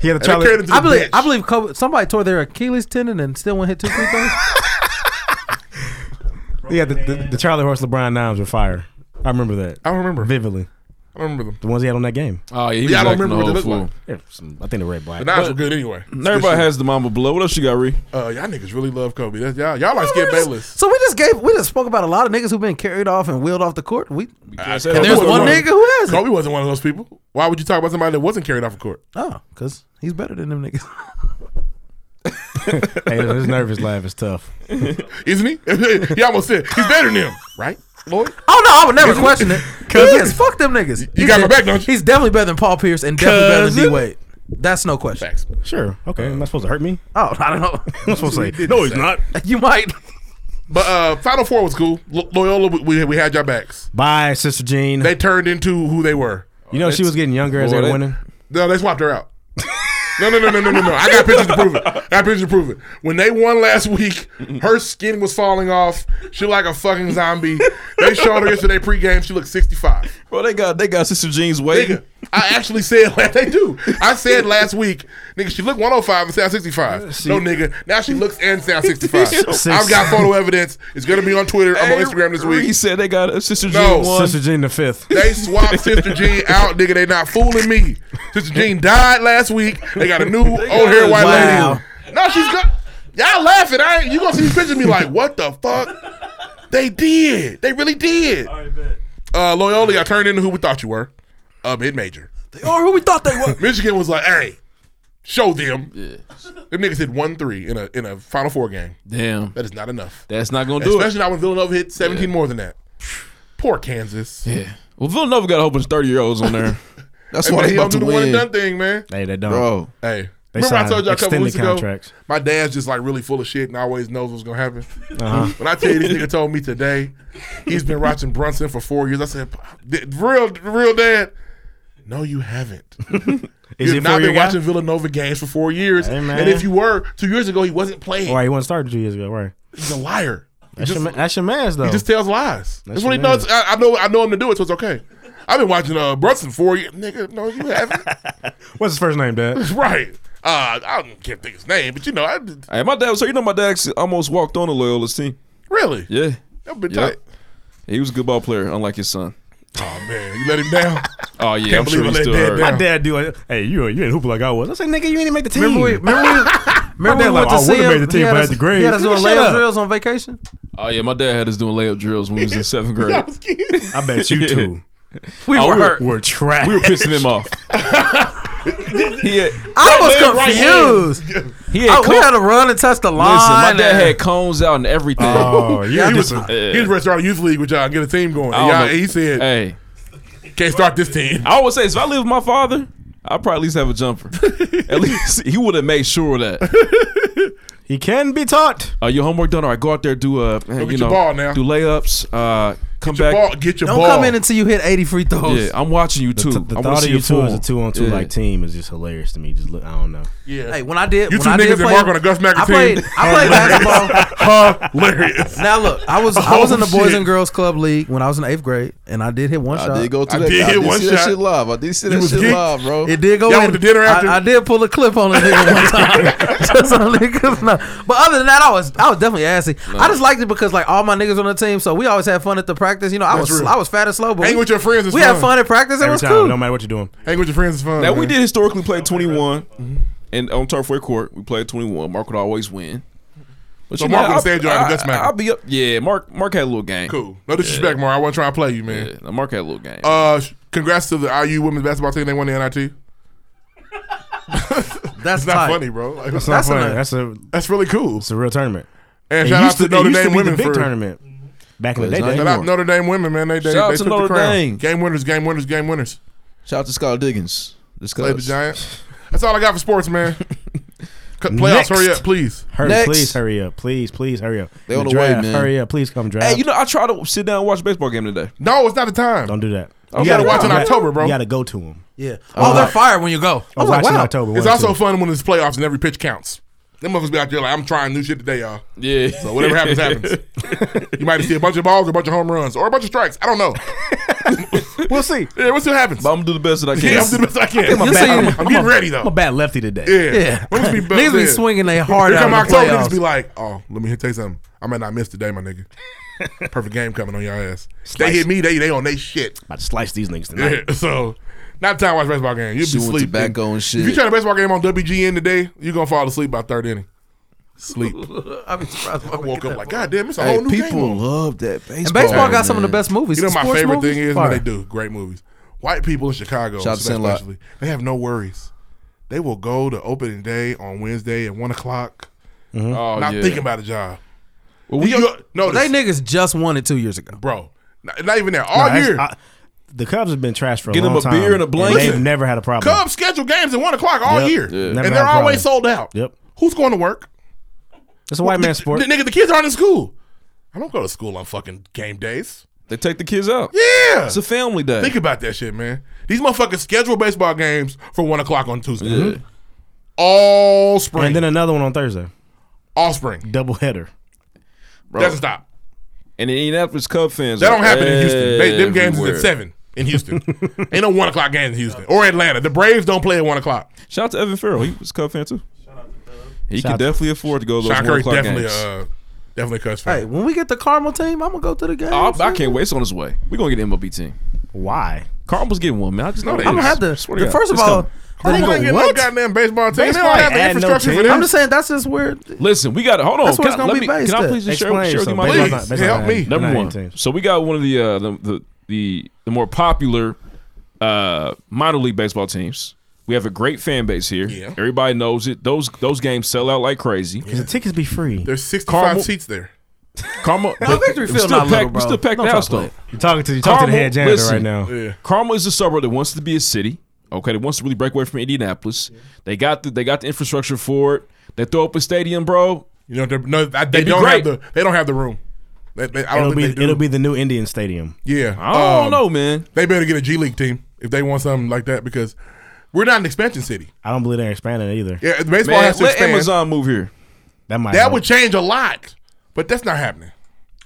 [SPEAKER 4] they carried him
[SPEAKER 5] Charlie.
[SPEAKER 4] to the
[SPEAKER 6] I believe,
[SPEAKER 4] bench.
[SPEAKER 6] I believe Kobe, somebody tore their Achilles tendon and still went hit two free throws.
[SPEAKER 5] He had the, the, the Charlie Horse LeBron Nines were fire. I remember that
[SPEAKER 4] I don't remember.
[SPEAKER 5] vividly.
[SPEAKER 4] I don't remember them.
[SPEAKER 5] The ones he had on that game.
[SPEAKER 7] Oh yeah,
[SPEAKER 4] Yeah, I
[SPEAKER 7] he was
[SPEAKER 4] don't
[SPEAKER 7] acting
[SPEAKER 4] remember
[SPEAKER 7] a
[SPEAKER 4] what they
[SPEAKER 7] whole
[SPEAKER 4] look like.
[SPEAKER 7] fool.
[SPEAKER 5] Yeah, some- I think they were red
[SPEAKER 4] The
[SPEAKER 5] black.
[SPEAKER 4] Nines were good anyway.
[SPEAKER 7] Everybody has the mama below. What else you got, Ree?
[SPEAKER 4] Uh, y'all niggas really love Kobe. That's y'all. Y'all like Skip Bayless.
[SPEAKER 6] So we just gave, we just spoke about a lot of niggas who've been carried off and wheeled off the court. We
[SPEAKER 7] There's
[SPEAKER 6] there's
[SPEAKER 4] Kobe
[SPEAKER 6] one
[SPEAKER 4] wasn't
[SPEAKER 6] nigga who has it.
[SPEAKER 4] Kobe wasn't one of those people. Why would you talk about somebody that wasn't carried off the court?
[SPEAKER 6] Oh, because he's better than them niggas.
[SPEAKER 5] hey, his- his nervous laugh is tough.
[SPEAKER 4] Isn't he? he almost said he's better than him, right, Lloyd?
[SPEAKER 6] Oh no, I would never question it. He
[SPEAKER 4] Cousin.
[SPEAKER 6] is. Fuck them niggas.
[SPEAKER 4] You
[SPEAKER 6] He's
[SPEAKER 4] got my
[SPEAKER 6] de-
[SPEAKER 4] back, don't you?
[SPEAKER 6] He's definitely better than Paul Pierce and definitely better than D
[SPEAKER 4] Cousin.
[SPEAKER 6] Wade. That's no question.
[SPEAKER 4] Facts.
[SPEAKER 5] Sure. Okay. Am I supposed to hurt me?
[SPEAKER 6] Oh, I don't know.
[SPEAKER 5] I'm supposed to say
[SPEAKER 4] didn't say.
[SPEAKER 5] not.
[SPEAKER 6] you might.
[SPEAKER 4] But uh, Final Four was cool. Lo- Loyola, we- we, we had your backs.
[SPEAKER 5] Bye, Sister Jean.
[SPEAKER 4] They turned into who they were.
[SPEAKER 5] you know she was getting younger as
[SPEAKER 7] Boy,
[SPEAKER 5] they were
[SPEAKER 7] that-
[SPEAKER 5] winning.
[SPEAKER 4] No, they swapped her out. No, no, no, no, no, no, no. I got pictures to prove it. I got pictures to prove it. When they won last week, her skin was falling off. She like a fucking zombie. They showed her yesterday pregame. She looked 65.
[SPEAKER 7] Bro, they got they got Sister Jean's waiting.
[SPEAKER 4] Nigga, I actually said last they do. I said last week, nigga, she looked 105 and sound 65. no, nigga, now she looks and sound 65.
[SPEAKER 5] Six.
[SPEAKER 4] I've got photo evidence. It's gonna be on Twitter. I'm on Instagram this
[SPEAKER 7] He
[SPEAKER 4] week.
[SPEAKER 7] said they got a Sister
[SPEAKER 4] No.
[SPEAKER 7] Jean one.
[SPEAKER 5] Sister Jean the fifth.
[SPEAKER 4] They swapped Sister Jean out, nigga. They not fooling me. Sister Jean died last week. They got a new old hair white
[SPEAKER 6] Wow.
[SPEAKER 4] lady. No, she's got y'all laughing. I ain't, you gonna see these pictures of me like, what the fuck? They did. They really did.
[SPEAKER 8] I bet.
[SPEAKER 4] Uh, Loyola, I turned into who we thought you were. A mid major.
[SPEAKER 6] Or who we thought they were.
[SPEAKER 4] Michigan was like, "Hey, show them." Yeah. Them niggas hit one three in a in a Final Four game.
[SPEAKER 7] Damn,
[SPEAKER 4] That is not enough,
[SPEAKER 7] that's not gonna do
[SPEAKER 4] especially not when Villanova hit seventeen more than that. Poor Kansas.
[SPEAKER 7] it. Yeah. Well, Villanova got a whole bunch of thirty year olds on there. That's
[SPEAKER 4] Hey,
[SPEAKER 7] why
[SPEAKER 4] man,
[SPEAKER 7] they
[SPEAKER 4] he don't
[SPEAKER 7] about
[SPEAKER 4] do
[SPEAKER 7] to
[SPEAKER 4] the one and
[SPEAKER 7] win,
[SPEAKER 4] done thing, man.
[SPEAKER 5] Hey, they don't.
[SPEAKER 7] bro.
[SPEAKER 4] Hey,
[SPEAKER 5] They
[SPEAKER 4] remember I
[SPEAKER 5] signed
[SPEAKER 4] told y'all a couple
[SPEAKER 5] extended
[SPEAKER 4] weeks
[SPEAKER 5] contracts.
[SPEAKER 4] ago, my dad's just like really full of shit and always knows what's gonna happen.
[SPEAKER 5] Uh-huh.
[SPEAKER 4] When I tell you this nigga told me today, he's been watching Brunson for four years. I said, "Th- "Real, real dad." No, you haven't.
[SPEAKER 5] Is
[SPEAKER 4] You've
[SPEAKER 5] it
[SPEAKER 4] not
[SPEAKER 5] for your
[SPEAKER 4] been
[SPEAKER 5] guy?
[SPEAKER 4] watching Villanova games for four years,
[SPEAKER 5] Hey, man.
[SPEAKER 4] and if you were two years ago, he wasn't playing.
[SPEAKER 5] All right, he wasn't started two years ago. Right.
[SPEAKER 4] He's a liar.
[SPEAKER 5] That's, your, ma- that's your man's though.
[SPEAKER 4] He just tells lies. That's, what he
[SPEAKER 5] your man.
[SPEAKER 4] does. I, I know. I know him to do it, so it's okay. I've been watching uh, Brunson for you, nigga. No, you haven't.
[SPEAKER 5] What's his first name, Dad?
[SPEAKER 4] right. Uh, I don't- can't think his name, but you know, I
[SPEAKER 7] Hey, my dad. So you know, my dad actually almost walked on the Loyola's team.
[SPEAKER 4] really.
[SPEAKER 7] Yeah,
[SPEAKER 4] I've been
[SPEAKER 7] Yep.
[SPEAKER 4] tight.
[SPEAKER 7] he was a good ball player, unlike his son.
[SPEAKER 4] Oh man, you let him down.
[SPEAKER 7] Oh yeah,
[SPEAKER 4] Can't
[SPEAKER 7] I'm sure
[SPEAKER 4] believe
[SPEAKER 7] he's
[SPEAKER 4] I
[SPEAKER 7] still
[SPEAKER 4] let dad
[SPEAKER 7] hurt.
[SPEAKER 4] down.
[SPEAKER 5] My dad do like, hey, you you ain't hoop like I was. I say, nigga, you ain't even make the team.
[SPEAKER 6] Remember we, remember we, remember
[SPEAKER 5] dad
[SPEAKER 6] we
[SPEAKER 5] like,
[SPEAKER 6] went
[SPEAKER 5] I
[SPEAKER 6] to see
[SPEAKER 5] would've
[SPEAKER 6] him.
[SPEAKER 5] made the team if
[SPEAKER 6] he
[SPEAKER 5] I
[SPEAKER 6] had
[SPEAKER 5] had
[SPEAKER 6] us,
[SPEAKER 5] the grades.
[SPEAKER 6] He had us doing
[SPEAKER 5] Nigga, shut
[SPEAKER 6] layup
[SPEAKER 5] up.
[SPEAKER 6] drills on vacation.
[SPEAKER 7] Oh yeah, my dad had us doing layup drills when we was in seventh grade.
[SPEAKER 5] I bet you two
[SPEAKER 6] We
[SPEAKER 7] Oh,
[SPEAKER 6] were
[SPEAKER 7] we were-
[SPEAKER 6] hurt.
[SPEAKER 5] were trash.
[SPEAKER 7] We were pissing him off. he had,
[SPEAKER 6] I was
[SPEAKER 4] man, right
[SPEAKER 6] confused.
[SPEAKER 7] he had
[SPEAKER 6] I-
[SPEAKER 7] cone-
[SPEAKER 6] we had to run and touch the line.
[SPEAKER 7] listen, my dad
[SPEAKER 6] and-
[SPEAKER 7] had cones out and everything.
[SPEAKER 5] Oh, yeah,
[SPEAKER 4] he was,
[SPEAKER 5] just,
[SPEAKER 4] he was ready to start a youth league with y'all and get a team going.
[SPEAKER 7] I
[SPEAKER 4] And
[SPEAKER 7] don't
[SPEAKER 4] y'all,
[SPEAKER 7] know.
[SPEAKER 4] he said,
[SPEAKER 7] hey,
[SPEAKER 4] "Can't start this team."
[SPEAKER 7] I always say, if I live with my father, I'd probably at least have a jumper. at least he would have made sure of that.
[SPEAKER 5] he can be taught.
[SPEAKER 7] Uh, your homework done? All right, go out there, do uh, man,
[SPEAKER 4] get your
[SPEAKER 7] you know,
[SPEAKER 4] ball now.
[SPEAKER 7] do layups, uh, come
[SPEAKER 4] Get your
[SPEAKER 7] back.
[SPEAKER 4] ball. Get your
[SPEAKER 6] Don't
[SPEAKER 4] ball.
[SPEAKER 6] come in until you hit 83 throws.
[SPEAKER 7] Yeah, I'm watching you
[SPEAKER 5] The,
[SPEAKER 7] too.
[SPEAKER 5] t- the
[SPEAKER 7] I want
[SPEAKER 5] thought
[SPEAKER 7] to
[SPEAKER 5] of
[SPEAKER 7] see
[SPEAKER 5] you
[SPEAKER 7] a
[SPEAKER 5] two
[SPEAKER 7] fool.
[SPEAKER 5] as a two on two
[SPEAKER 7] Yeah.
[SPEAKER 5] like team is just hilarious to me. Just look, I don't know.
[SPEAKER 4] yeah.
[SPEAKER 6] Hey, when I did,
[SPEAKER 4] you two
[SPEAKER 6] when I
[SPEAKER 4] niggas
[SPEAKER 6] did
[SPEAKER 4] and
[SPEAKER 6] play,
[SPEAKER 4] Mark on a Gus
[SPEAKER 6] I
[SPEAKER 4] McAtee.
[SPEAKER 6] played, I played basketball.
[SPEAKER 4] Hilarious.
[SPEAKER 6] Now look, I was I
[SPEAKER 4] Oh,
[SPEAKER 6] was in the Boys
[SPEAKER 4] shit.
[SPEAKER 6] and Girls Club League when I was in eighth grade, and I did hit one
[SPEAKER 10] I
[SPEAKER 6] shot.
[SPEAKER 10] did go to
[SPEAKER 4] I
[SPEAKER 10] that.
[SPEAKER 4] did
[SPEAKER 10] I
[SPEAKER 4] hit
[SPEAKER 10] did
[SPEAKER 4] one
[SPEAKER 10] see that
[SPEAKER 4] shot.
[SPEAKER 10] shit live. I did see
[SPEAKER 4] You
[SPEAKER 10] that
[SPEAKER 4] was
[SPEAKER 10] shit
[SPEAKER 4] geeked.
[SPEAKER 10] live, bro.
[SPEAKER 6] It did go
[SPEAKER 4] Y'all
[SPEAKER 6] in.
[SPEAKER 4] went to dinner after?
[SPEAKER 6] I, I did pull a clip on a nigga one time. Just on a nigga's nut. But other than that, I was I was definitely assy. I just liked it because like all my niggas on the team, so we always had fun at the practice. You know, I
[SPEAKER 4] That's
[SPEAKER 6] was
[SPEAKER 4] real.
[SPEAKER 6] I was fat and slow, but
[SPEAKER 4] Hang
[SPEAKER 6] we,
[SPEAKER 4] with your friends. Is
[SPEAKER 6] we
[SPEAKER 4] fun.
[SPEAKER 6] had fun at practice. It
[SPEAKER 5] Every
[SPEAKER 6] was
[SPEAKER 5] time,
[SPEAKER 6] cool.
[SPEAKER 5] no matter what you're doing.
[SPEAKER 4] Hang with your friends is fun.
[SPEAKER 7] Now we
[SPEAKER 4] man.
[SPEAKER 7] did historically play 21 and on Turfway Court. We played 21. Mark would always win. But
[SPEAKER 4] So Mark would stand your ass,
[SPEAKER 7] I-
[SPEAKER 4] that's
[SPEAKER 7] I-
[SPEAKER 4] smack him.
[SPEAKER 7] I'll be up. Yeah, Mark. Mark had a little game.
[SPEAKER 4] Cool. No disrespect, Mark. I wasn't trying to play you, man.
[SPEAKER 7] Yeah, Mark had a little game.
[SPEAKER 4] Uh, sh- congrats to the IU women's basketball team. They won the NIT.
[SPEAKER 6] That's
[SPEAKER 4] It's not
[SPEAKER 6] tight.
[SPEAKER 4] funny, bro. Like,
[SPEAKER 5] That's
[SPEAKER 4] that's,
[SPEAKER 5] not
[SPEAKER 6] That's
[SPEAKER 5] funny.
[SPEAKER 6] a-
[SPEAKER 5] That's a
[SPEAKER 4] really cool.
[SPEAKER 5] it's a real tournament.
[SPEAKER 4] And
[SPEAKER 5] It
[SPEAKER 4] shout out
[SPEAKER 5] used
[SPEAKER 4] to,
[SPEAKER 5] it
[SPEAKER 4] Notre
[SPEAKER 5] used to
[SPEAKER 4] Dame
[SPEAKER 5] be the
[SPEAKER 4] women
[SPEAKER 5] big
[SPEAKER 4] for
[SPEAKER 5] tournament back in the
[SPEAKER 10] It's
[SPEAKER 5] day.
[SPEAKER 10] not
[SPEAKER 4] shout
[SPEAKER 5] They,
[SPEAKER 10] that-
[SPEAKER 4] out Notre Dame women, man. They they,
[SPEAKER 7] Shout out
[SPEAKER 4] they
[SPEAKER 7] to
[SPEAKER 4] took
[SPEAKER 7] Notre
[SPEAKER 4] the crown.
[SPEAKER 7] Dame.
[SPEAKER 4] Game winners, game winners, game winners.
[SPEAKER 10] Shout out to Scott Diggins. This
[SPEAKER 4] Play the
[SPEAKER 10] cuz.
[SPEAKER 4] Giants. That's all I got for sports, man. Cut- Playoffs, hurry up, please.
[SPEAKER 5] hurry,
[SPEAKER 10] Next.
[SPEAKER 5] please hurry up. Please, please hurry up.
[SPEAKER 10] They on the way,
[SPEAKER 5] draft,
[SPEAKER 10] man.
[SPEAKER 5] Hurry up. Please come draft.
[SPEAKER 7] Hey, you know, I tried to sit down and watch a baseball game today.
[SPEAKER 4] No, it's not the time.
[SPEAKER 5] don't do that.
[SPEAKER 7] You gotta watch
[SPEAKER 4] in October, bro.
[SPEAKER 5] You gotta go to them.
[SPEAKER 6] Yeah. Oh, they're fired when you go. I
[SPEAKER 5] Or
[SPEAKER 6] was like,
[SPEAKER 5] watch in
[SPEAKER 6] wow.
[SPEAKER 5] October.
[SPEAKER 4] It's
[SPEAKER 5] one or
[SPEAKER 4] also
[SPEAKER 5] two.
[SPEAKER 4] fun when it's playoffs and every pitch counts. Them motherfuckers be out there like, I'm trying new shit today, y'all.
[SPEAKER 7] Yeah.
[SPEAKER 4] So whatever happens, happens. You might see a bunch of balls, a bunch of home runs, or a bunch of strikes. I don't know.
[SPEAKER 5] We'll see.
[SPEAKER 4] Yeah, we'll see what happens.
[SPEAKER 7] But I'm gonna do the best that I can.
[SPEAKER 4] Yeah, I'm doing the best I can.
[SPEAKER 6] You
[SPEAKER 4] I'm,
[SPEAKER 6] see-
[SPEAKER 4] getting ready though.
[SPEAKER 5] I'm a bad lefty today.
[SPEAKER 4] yeah,
[SPEAKER 6] Yeah.
[SPEAKER 4] Let me be
[SPEAKER 6] Niggas be swinging they hard
[SPEAKER 4] Here
[SPEAKER 6] out
[SPEAKER 4] come
[SPEAKER 6] in the
[SPEAKER 4] October, niggas
[SPEAKER 6] playoffs.
[SPEAKER 4] be like, oh, let me tell you something. I might not miss today, my nigga. Perfect game coming on your ass. They hit me, they they on they shit.
[SPEAKER 5] About to slice these niggas tonight.
[SPEAKER 4] Yeah, so not time to watch baseball game. You'll be
[SPEAKER 10] She went
[SPEAKER 4] sleeping.
[SPEAKER 10] tobacco and shit.
[SPEAKER 4] If you turn a baseball game on WGN today, you're gonna fall asleep by third inning. Sleep.
[SPEAKER 6] I'd be surprised.
[SPEAKER 4] I woke up like, God damn, it's a
[SPEAKER 10] Hey,
[SPEAKER 4] whole new game.
[SPEAKER 10] people
[SPEAKER 4] on."
[SPEAKER 10] love that baseball.
[SPEAKER 6] And baseball got some of the best movies.
[SPEAKER 4] You know, my
[SPEAKER 6] Sports
[SPEAKER 4] favorite
[SPEAKER 6] movies?
[SPEAKER 4] thing is
[SPEAKER 6] Fire.
[SPEAKER 4] when they do great movies. White people in Chicago,
[SPEAKER 10] Shout out to Sandlot.
[SPEAKER 4] especially, they have no worries. They will go to opening day on Wednesday at one o'clock,
[SPEAKER 7] Oh,
[SPEAKER 4] not
[SPEAKER 7] yeah.
[SPEAKER 4] thinking about a job.
[SPEAKER 7] Well, we
[SPEAKER 4] You-
[SPEAKER 7] go-
[SPEAKER 4] no,
[SPEAKER 6] They
[SPEAKER 4] they
[SPEAKER 6] niggas just won it two years ago.
[SPEAKER 4] bro, not, not even there all
[SPEAKER 5] Nah, that's-
[SPEAKER 4] year.
[SPEAKER 5] I- the Cubs have been trash for
[SPEAKER 7] Get
[SPEAKER 5] a
[SPEAKER 7] them
[SPEAKER 5] long
[SPEAKER 7] a
[SPEAKER 5] time.
[SPEAKER 7] beer and a blanket.
[SPEAKER 5] they've never had a problem.
[SPEAKER 4] Cubs schedule games at one o'clock all
[SPEAKER 5] Yep.
[SPEAKER 4] year,
[SPEAKER 5] Yeah. Never
[SPEAKER 4] and
[SPEAKER 5] had
[SPEAKER 4] they're
[SPEAKER 5] a
[SPEAKER 4] always
[SPEAKER 5] problem.
[SPEAKER 4] sold out.
[SPEAKER 5] Yep.
[SPEAKER 4] Who's going to work?
[SPEAKER 5] It's a white man sport.
[SPEAKER 4] The, nigga, the kids aren't in school. I don't go to school on fucking game days.
[SPEAKER 7] They take the kids out.
[SPEAKER 4] Yeah,
[SPEAKER 7] It's a family day.
[SPEAKER 4] Think about that shit, man. These motherfuckers schedule baseball games for one o'clock on Tuesday. All spring.
[SPEAKER 5] And then another one on Thursday.
[SPEAKER 4] all spring.
[SPEAKER 5] Double header.
[SPEAKER 7] bro.
[SPEAKER 4] Doesn't stop.
[SPEAKER 7] And the Indianapolis Cub fans.
[SPEAKER 4] That
[SPEAKER 7] are
[SPEAKER 4] don't happen in Houston. They, them games is
[SPEAKER 7] everywhere.
[SPEAKER 4] at seven in Houston. Ain't no one o'clock game in Houston or Atlanta. The Braves don't play at one o'clock.
[SPEAKER 7] Shout out to Evan Farrell. He was a Cub fan too. He
[SPEAKER 5] Shout
[SPEAKER 7] can
[SPEAKER 5] out to-
[SPEAKER 7] definitely afford to go to those
[SPEAKER 4] Sean
[SPEAKER 7] one
[SPEAKER 4] Curry
[SPEAKER 7] o'clock
[SPEAKER 4] definitely,
[SPEAKER 7] games.
[SPEAKER 4] uh, definitely cuts for.
[SPEAKER 6] Hey, when we get the Carmel team, I'm gonna go to the game.
[SPEAKER 7] I, I can't wait. It's on his way. We're gonna get an MLB team.
[SPEAKER 5] Why?
[SPEAKER 7] Carmel's getting one, man. I just know
[SPEAKER 4] No,
[SPEAKER 7] that.
[SPEAKER 4] they
[SPEAKER 6] I'm gonna have to.
[SPEAKER 7] Swear to
[SPEAKER 6] the
[SPEAKER 7] God.
[SPEAKER 6] first of
[SPEAKER 7] It's
[SPEAKER 6] all,
[SPEAKER 7] coming.
[SPEAKER 6] the
[SPEAKER 4] They
[SPEAKER 6] nigga,
[SPEAKER 4] don't get no
[SPEAKER 6] what?
[SPEAKER 4] goddamn baseball team. they
[SPEAKER 5] Baseball
[SPEAKER 4] don't have
[SPEAKER 5] ain't
[SPEAKER 4] the
[SPEAKER 5] add no
[SPEAKER 4] infrastructure
[SPEAKER 5] team.
[SPEAKER 4] for this.
[SPEAKER 6] I'm just saying that's just where.
[SPEAKER 7] Listen, we got hold on.
[SPEAKER 6] That's what
[SPEAKER 7] Can
[SPEAKER 6] it's
[SPEAKER 7] I-
[SPEAKER 6] gonna be
[SPEAKER 7] let me-
[SPEAKER 6] based
[SPEAKER 7] Can I
[SPEAKER 6] at.
[SPEAKER 7] please just share,
[SPEAKER 5] Explain
[SPEAKER 7] share with you
[SPEAKER 5] yourself.
[SPEAKER 7] my
[SPEAKER 5] Baseball's
[SPEAKER 4] Please,
[SPEAKER 5] not- baseball's
[SPEAKER 4] help
[SPEAKER 5] not
[SPEAKER 4] me.
[SPEAKER 5] adding-
[SPEAKER 7] number
[SPEAKER 5] not
[SPEAKER 7] one.
[SPEAKER 5] adding teams.
[SPEAKER 7] So we got one of the uh, the, the the the more popular uh, minor league baseball teams. We have a great fan base here.
[SPEAKER 4] Yeah.
[SPEAKER 7] Everybody knows it. Those those games sell out like crazy.
[SPEAKER 5] The tickets be free.
[SPEAKER 4] There's 65
[SPEAKER 7] Carmel-
[SPEAKER 4] seats there.
[SPEAKER 7] Carmel,
[SPEAKER 6] Now, Victory
[SPEAKER 7] we
[SPEAKER 6] Field
[SPEAKER 7] still
[SPEAKER 6] not
[SPEAKER 7] packed,
[SPEAKER 6] little,
[SPEAKER 7] we
[SPEAKER 6] bro.
[SPEAKER 7] still packed
[SPEAKER 6] Don't try
[SPEAKER 7] the house
[SPEAKER 6] to play
[SPEAKER 7] though.
[SPEAKER 6] it.
[SPEAKER 5] You're talking to, you're talking to the
[SPEAKER 7] Carmel-
[SPEAKER 5] head janitor
[SPEAKER 7] listen.
[SPEAKER 5] right now.
[SPEAKER 4] Yeah.
[SPEAKER 7] Carmel is a suburb that wants to be a city. Okay, that wants to really break away from Indianapolis. They got the they got the infrastructure for it. They throw up a stadium, bro.
[SPEAKER 4] You know, they're- no, I- they
[SPEAKER 7] It'd be
[SPEAKER 4] don't have
[SPEAKER 7] great.
[SPEAKER 4] the. They don't have the room. They, they, I don't
[SPEAKER 5] It'll be
[SPEAKER 4] think they do.
[SPEAKER 5] it'll be the new Indian Stadium.
[SPEAKER 4] yeah.
[SPEAKER 7] I don't
[SPEAKER 4] Um,
[SPEAKER 7] know, man.
[SPEAKER 4] They better get a G League team if they want something like that because we're not an expansion city.
[SPEAKER 5] I don't believe they're expanding it either.
[SPEAKER 4] Yeah, baseball
[SPEAKER 7] Man,
[SPEAKER 4] has to
[SPEAKER 7] let
[SPEAKER 4] expand.
[SPEAKER 7] Amazon move here.
[SPEAKER 5] That might
[SPEAKER 4] That
[SPEAKER 5] help.
[SPEAKER 4] would change a lot, but that's not happening.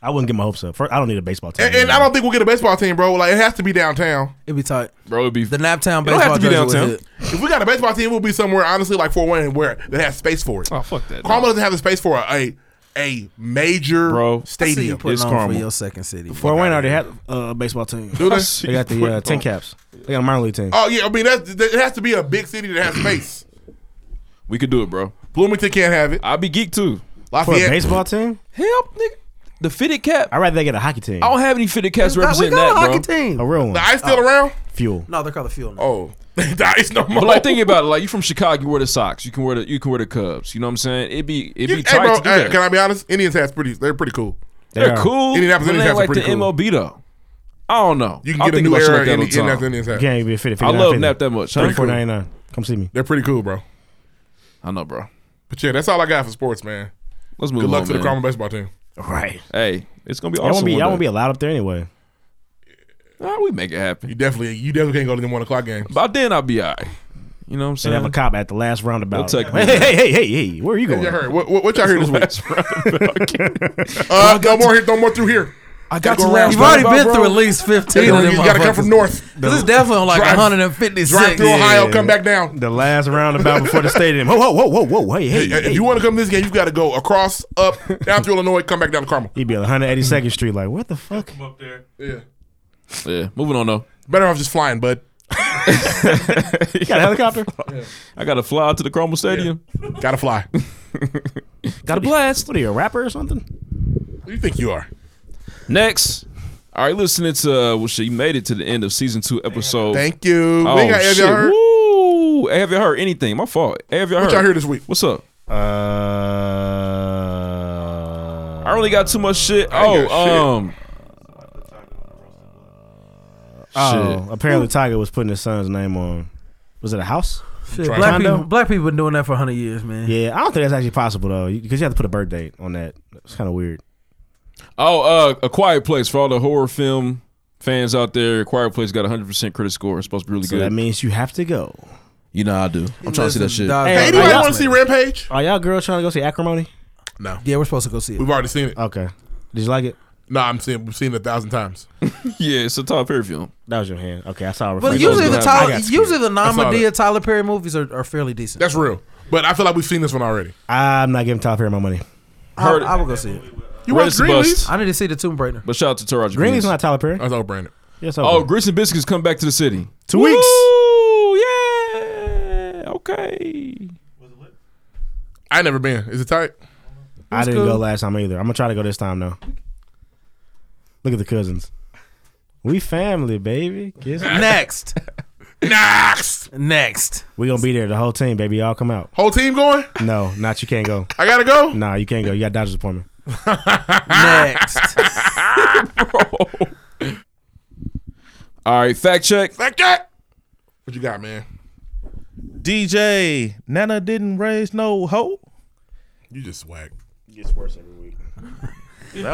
[SPEAKER 5] I wouldn't get my hopes up. First, I don't need a baseball team.
[SPEAKER 4] And, and I don't think we'll get a baseball team, bro. Like it has to be downtown.
[SPEAKER 6] It'd be tight.
[SPEAKER 7] Bro, it'd be
[SPEAKER 6] The Naptown
[SPEAKER 7] It don't
[SPEAKER 6] baseball
[SPEAKER 7] have to be
[SPEAKER 6] jersey was
[SPEAKER 7] downtown.
[SPEAKER 6] it.
[SPEAKER 4] If we got a baseball team, we'll be somewhere honestly like Fort Wayne where that has space for it.
[SPEAKER 7] Oh fuck that.
[SPEAKER 4] Carmel doesn't have the space for a a, a major
[SPEAKER 6] I
[SPEAKER 7] Bro,
[SPEAKER 6] see you
[SPEAKER 4] stadium.
[SPEAKER 7] put- It's
[SPEAKER 6] putting on for
[SPEAKER 7] Carmel.
[SPEAKER 6] your second city.
[SPEAKER 5] Fort Wayne already had uh, a baseball team.
[SPEAKER 4] Do they?
[SPEAKER 5] They got the uh, ten caps. They got a minor league team.
[SPEAKER 4] Oh yeah, I mean that's, that, it has to be a big city that has space.
[SPEAKER 7] We could do it, bro.
[SPEAKER 4] Bloomington can't have it.
[SPEAKER 7] I'll be geek too.
[SPEAKER 5] For a
[SPEAKER 4] Lafayette,
[SPEAKER 5] baseball team,
[SPEAKER 7] Help, nigga. The fitted cap.
[SPEAKER 5] I'd rather they get a hockey team.
[SPEAKER 7] I
[SPEAKER 4] Oh,
[SPEAKER 7] don't have any fitted caps
[SPEAKER 6] Nah, we
[SPEAKER 7] representing
[SPEAKER 6] got a
[SPEAKER 7] that,
[SPEAKER 6] hockey
[SPEAKER 7] bro.
[SPEAKER 5] a
[SPEAKER 6] team.
[SPEAKER 5] real one.
[SPEAKER 4] the ice still around?
[SPEAKER 5] Fuel.
[SPEAKER 6] No, they're called the Field. Now.
[SPEAKER 4] Oh, the ice no more.
[SPEAKER 7] Oh. But like, think about it. Like, you from Chicago, you wear the socks. You can wear the you can wear the Cubs. You know what I'm saying? It'd be it'd
[SPEAKER 4] You- hey,
[SPEAKER 7] be tight
[SPEAKER 4] bro,
[SPEAKER 7] to do
[SPEAKER 4] hey,
[SPEAKER 7] that.
[SPEAKER 4] can I be honest? Indians has pretty. They're pretty cool.
[SPEAKER 5] They
[SPEAKER 7] They're
[SPEAKER 5] are.
[SPEAKER 7] cool.
[SPEAKER 4] Indianapolis
[SPEAKER 7] but they
[SPEAKER 4] Indians
[SPEAKER 7] ain't
[SPEAKER 4] are
[SPEAKER 7] like
[SPEAKER 4] pretty
[SPEAKER 7] the
[SPEAKER 4] cool.
[SPEAKER 7] MLB though. I don't know.
[SPEAKER 4] You can
[SPEAKER 7] I'll
[SPEAKER 4] get a
[SPEAKER 7] think
[SPEAKER 4] new
[SPEAKER 7] about shit
[SPEAKER 4] era
[SPEAKER 7] like that
[SPEAKER 4] in
[SPEAKER 7] all the time.
[SPEAKER 4] Indians, Indians
[SPEAKER 5] You
[SPEAKER 4] have.
[SPEAKER 5] can't even be a 50, 50,
[SPEAKER 7] I love Nap that much. Huh?
[SPEAKER 5] Thirty four ninety nine. Come see me.
[SPEAKER 4] They're pretty cool, bro.
[SPEAKER 7] I know, bro.
[SPEAKER 4] But yeah, that's all I got for sports, man.
[SPEAKER 7] Let's move
[SPEAKER 4] Good
[SPEAKER 7] on.
[SPEAKER 4] luck to the
[SPEAKER 7] man.
[SPEAKER 4] Carmel baseball team.
[SPEAKER 5] Right.
[SPEAKER 7] Hey, it's gonna be
[SPEAKER 5] I won't
[SPEAKER 7] awesome.
[SPEAKER 5] be. I
[SPEAKER 7] one
[SPEAKER 5] won't be
[SPEAKER 7] day.
[SPEAKER 5] allowed up there anyway.
[SPEAKER 7] Nah, we make it happen.
[SPEAKER 4] You definitely, you definitely can't go to the one o'clock game.
[SPEAKER 7] By then I'll be all right. You know what I'm
[SPEAKER 5] They have a
[SPEAKER 7] saying?
[SPEAKER 5] cop at the last roundabout.
[SPEAKER 7] Don't take me.
[SPEAKER 5] hey, hey, hey, hey, hey, where are you going?
[SPEAKER 4] You heard what, what, what y'all hear this week? Uh, no more, here, no more through here.
[SPEAKER 7] I got
[SPEAKER 4] Go
[SPEAKER 7] to
[SPEAKER 4] around.
[SPEAKER 7] last
[SPEAKER 6] You've already
[SPEAKER 7] roundabout,
[SPEAKER 6] been
[SPEAKER 7] bro.
[SPEAKER 6] through at least
[SPEAKER 4] You,
[SPEAKER 6] 15 of them
[SPEAKER 4] gotta come from
[SPEAKER 6] motherfuckers.
[SPEAKER 4] north.
[SPEAKER 6] This is definitely on like
[SPEAKER 4] Drive-
[SPEAKER 6] 156.
[SPEAKER 4] Drive through Ohio, come back down.
[SPEAKER 5] The last roundabout before the stadium. Whoa, whoa, whoa, whoa, whoa. Hey, hey,
[SPEAKER 4] Hey,
[SPEAKER 5] hey.
[SPEAKER 4] If you want to come to this game, you've got to go across, up, down through Illinois, come back down to Carmel.
[SPEAKER 5] He'd be on 182nd Street, like, what the fuck?
[SPEAKER 8] I'm up there.
[SPEAKER 4] Yeah.
[SPEAKER 7] Yeah, moving on though.
[SPEAKER 4] Better off just flying, bud.
[SPEAKER 5] You got a helicopter?
[SPEAKER 7] I got to fly to the Chroma Stadium.
[SPEAKER 4] Gotta fly.
[SPEAKER 7] Got a blast.
[SPEAKER 5] What are you, a rapper or something?
[SPEAKER 4] Who you think you are?
[SPEAKER 7] Next. All right, listening to uh, well, shit, you made it to the end of season two, episode.
[SPEAKER 4] Thank you.
[SPEAKER 7] Oh,
[SPEAKER 4] we got, have
[SPEAKER 7] shit.
[SPEAKER 4] y'all heard?
[SPEAKER 7] Woo. Hey, have you heard anything? My fault. Hey, have you
[SPEAKER 4] What
[SPEAKER 7] heard?
[SPEAKER 4] y'all hear this week?
[SPEAKER 7] What's up?
[SPEAKER 5] Uh,
[SPEAKER 7] I really got too much shit.
[SPEAKER 4] ain't
[SPEAKER 7] Oh,
[SPEAKER 4] got shit.
[SPEAKER 7] um,
[SPEAKER 5] oh,
[SPEAKER 7] shit.
[SPEAKER 5] apparently Tiger was putting his son's name on. Was it a house?
[SPEAKER 6] Shit,
[SPEAKER 4] Drive.
[SPEAKER 6] black,
[SPEAKER 5] Condo?
[SPEAKER 6] people, black people been doing that for 100 years, man.
[SPEAKER 5] Yeah, I don't think that's actually possible though, because you have to put a birth date on that. It's kind of weird.
[SPEAKER 7] oh, uh, a quiet place for all the horror film fans out there. A quiet place got 100 percent credit score. It's supposed to be really
[SPEAKER 5] So
[SPEAKER 7] good.
[SPEAKER 5] that means you have to go.
[SPEAKER 10] You know I do. I'm trying to see that shit.
[SPEAKER 6] Dog,
[SPEAKER 5] Hey,
[SPEAKER 6] dog,
[SPEAKER 4] Hey,
[SPEAKER 6] dog,
[SPEAKER 4] anybody
[SPEAKER 6] dog.
[SPEAKER 4] want to see Rampage?
[SPEAKER 5] Are y'all girls trying to go see Acrimony?
[SPEAKER 4] No.
[SPEAKER 6] Yeah, we're supposed to go see it.
[SPEAKER 4] We've already seen it.
[SPEAKER 5] Okay. Did you like it?
[SPEAKER 4] No, I'm seeing, we've seen it a thousand times.
[SPEAKER 7] yeah, it's a Tyler Perry film.
[SPEAKER 5] That was your hand. Okay, I saw. A
[SPEAKER 6] But
[SPEAKER 5] reflection.
[SPEAKER 6] usually the
[SPEAKER 7] I
[SPEAKER 6] Tyler,
[SPEAKER 5] got scared.
[SPEAKER 6] usually the
[SPEAKER 4] saw
[SPEAKER 6] non-Medea
[SPEAKER 4] that.
[SPEAKER 6] Tyler Perry movies are, are fairly decent.
[SPEAKER 4] That's real. But I feel like we've seen this one already.
[SPEAKER 5] I'm not giving Tyler Perry my money.
[SPEAKER 6] I,
[SPEAKER 7] Heard it.
[SPEAKER 6] I would go see it.
[SPEAKER 4] You
[SPEAKER 7] Red
[SPEAKER 4] watched
[SPEAKER 7] is a
[SPEAKER 4] Greenleaf?
[SPEAKER 7] bust.
[SPEAKER 6] I need to see the Tomb Raider.
[SPEAKER 7] But shout out to
[SPEAKER 5] Greenleaf's
[SPEAKER 7] Taraji. Greenleaf.
[SPEAKER 5] not Tyler Perry.
[SPEAKER 4] That's all Brandon.
[SPEAKER 5] Yes.
[SPEAKER 7] Oh, Grease and Biscuits come back to the city.
[SPEAKER 5] two weeks.
[SPEAKER 7] Ooh, yeah. Okay.
[SPEAKER 4] I never been. Is it tight?
[SPEAKER 5] I didn't
[SPEAKER 6] cool.
[SPEAKER 5] go last time either. I'm gonna try to go this time though. Look at the cousins. We family, baby. Kiss me.
[SPEAKER 6] Next,
[SPEAKER 4] Next.
[SPEAKER 6] next.
[SPEAKER 5] we gonna be there. The whole team, baby. Y'all come out.
[SPEAKER 4] Whole team going?
[SPEAKER 5] No, not you can't go.
[SPEAKER 4] I gotta go.
[SPEAKER 5] Nah, you can't go. You got doctor's appointment.
[SPEAKER 6] Next.
[SPEAKER 7] All right, fact check.
[SPEAKER 4] Like that. What you got, man?
[SPEAKER 11] DJ Nana didn't raise no hoe.
[SPEAKER 4] You just swag.
[SPEAKER 11] That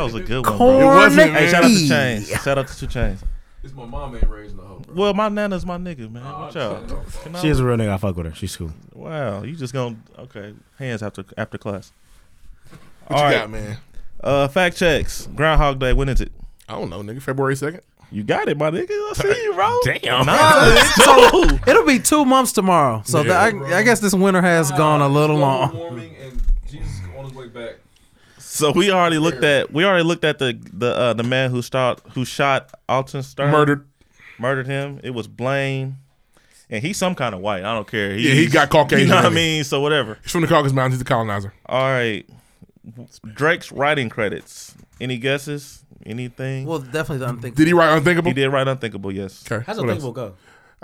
[SPEAKER 11] was a good one,
[SPEAKER 4] It
[SPEAKER 11] bro.
[SPEAKER 4] wasn't,
[SPEAKER 11] Hey, shout
[SPEAKER 4] man.
[SPEAKER 11] out to Chains. Shout out to Two Chains.
[SPEAKER 7] It's my mom ain't raising the hoe.
[SPEAKER 11] Well, my Nana's my nigga, man.
[SPEAKER 4] Oh,
[SPEAKER 11] What y'all? Can I-
[SPEAKER 5] She is a real nigga. I fuck with her. She's cool.
[SPEAKER 11] Wow, you just gonna okay hands after after class.
[SPEAKER 4] What you
[SPEAKER 11] All right.
[SPEAKER 4] got, man?
[SPEAKER 11] Uh, fact checks. Groundhog Day. When is it?
[SPEAKER 4] I don't know, nigga. February second.
[SPEAKER 11] You got it, my nigga. I see you, bro.
[SPEAKER 5] Damn.
[SPEAKER 11] No,
[SPEAKER 6] It'll be two months tomorrow, so
[SPEAKER 4] Yeah.
[SPEAKER 6] that- I, I guess this winter has gone a little long.
[SPEAKER 7] Warming and Jesus on his way back.
[SPEAKER 11] so we already looked at we already looked at the the uh, the man who shot who shot Alton Stern
[SPEAKER 4] Murdered.
[SPEAKER 11] murdered him. It was Blaine, and he's some kind of white. I don't care.
[SPEAKER 4] Yeah, he got Caucasian
[SPEAKER 11] You know what I
[SPEAKER 4] in him.
[SPEAKER 11] mean? So whatever.
[SPEAKER 4] He's from the Caucasus Mountains. He's a colonizer.
[SPEAKER 11] All right. Drake's writing credits. Any guesses? Anything?
[SPEAKER 6] Well, definitely the unthinkable.
[SPEAKER 4] Did he write Unthinkable?
[SPEAKER 11] he did write Unthinkable. Yes.
[SPEAKER 4] Okay.
[SPEAKER 6] How's
[SPEAKER 4] what
[SPEAKER 6] unthinkable
[SPEAKER 4] else?
[SPEAKER 6] go?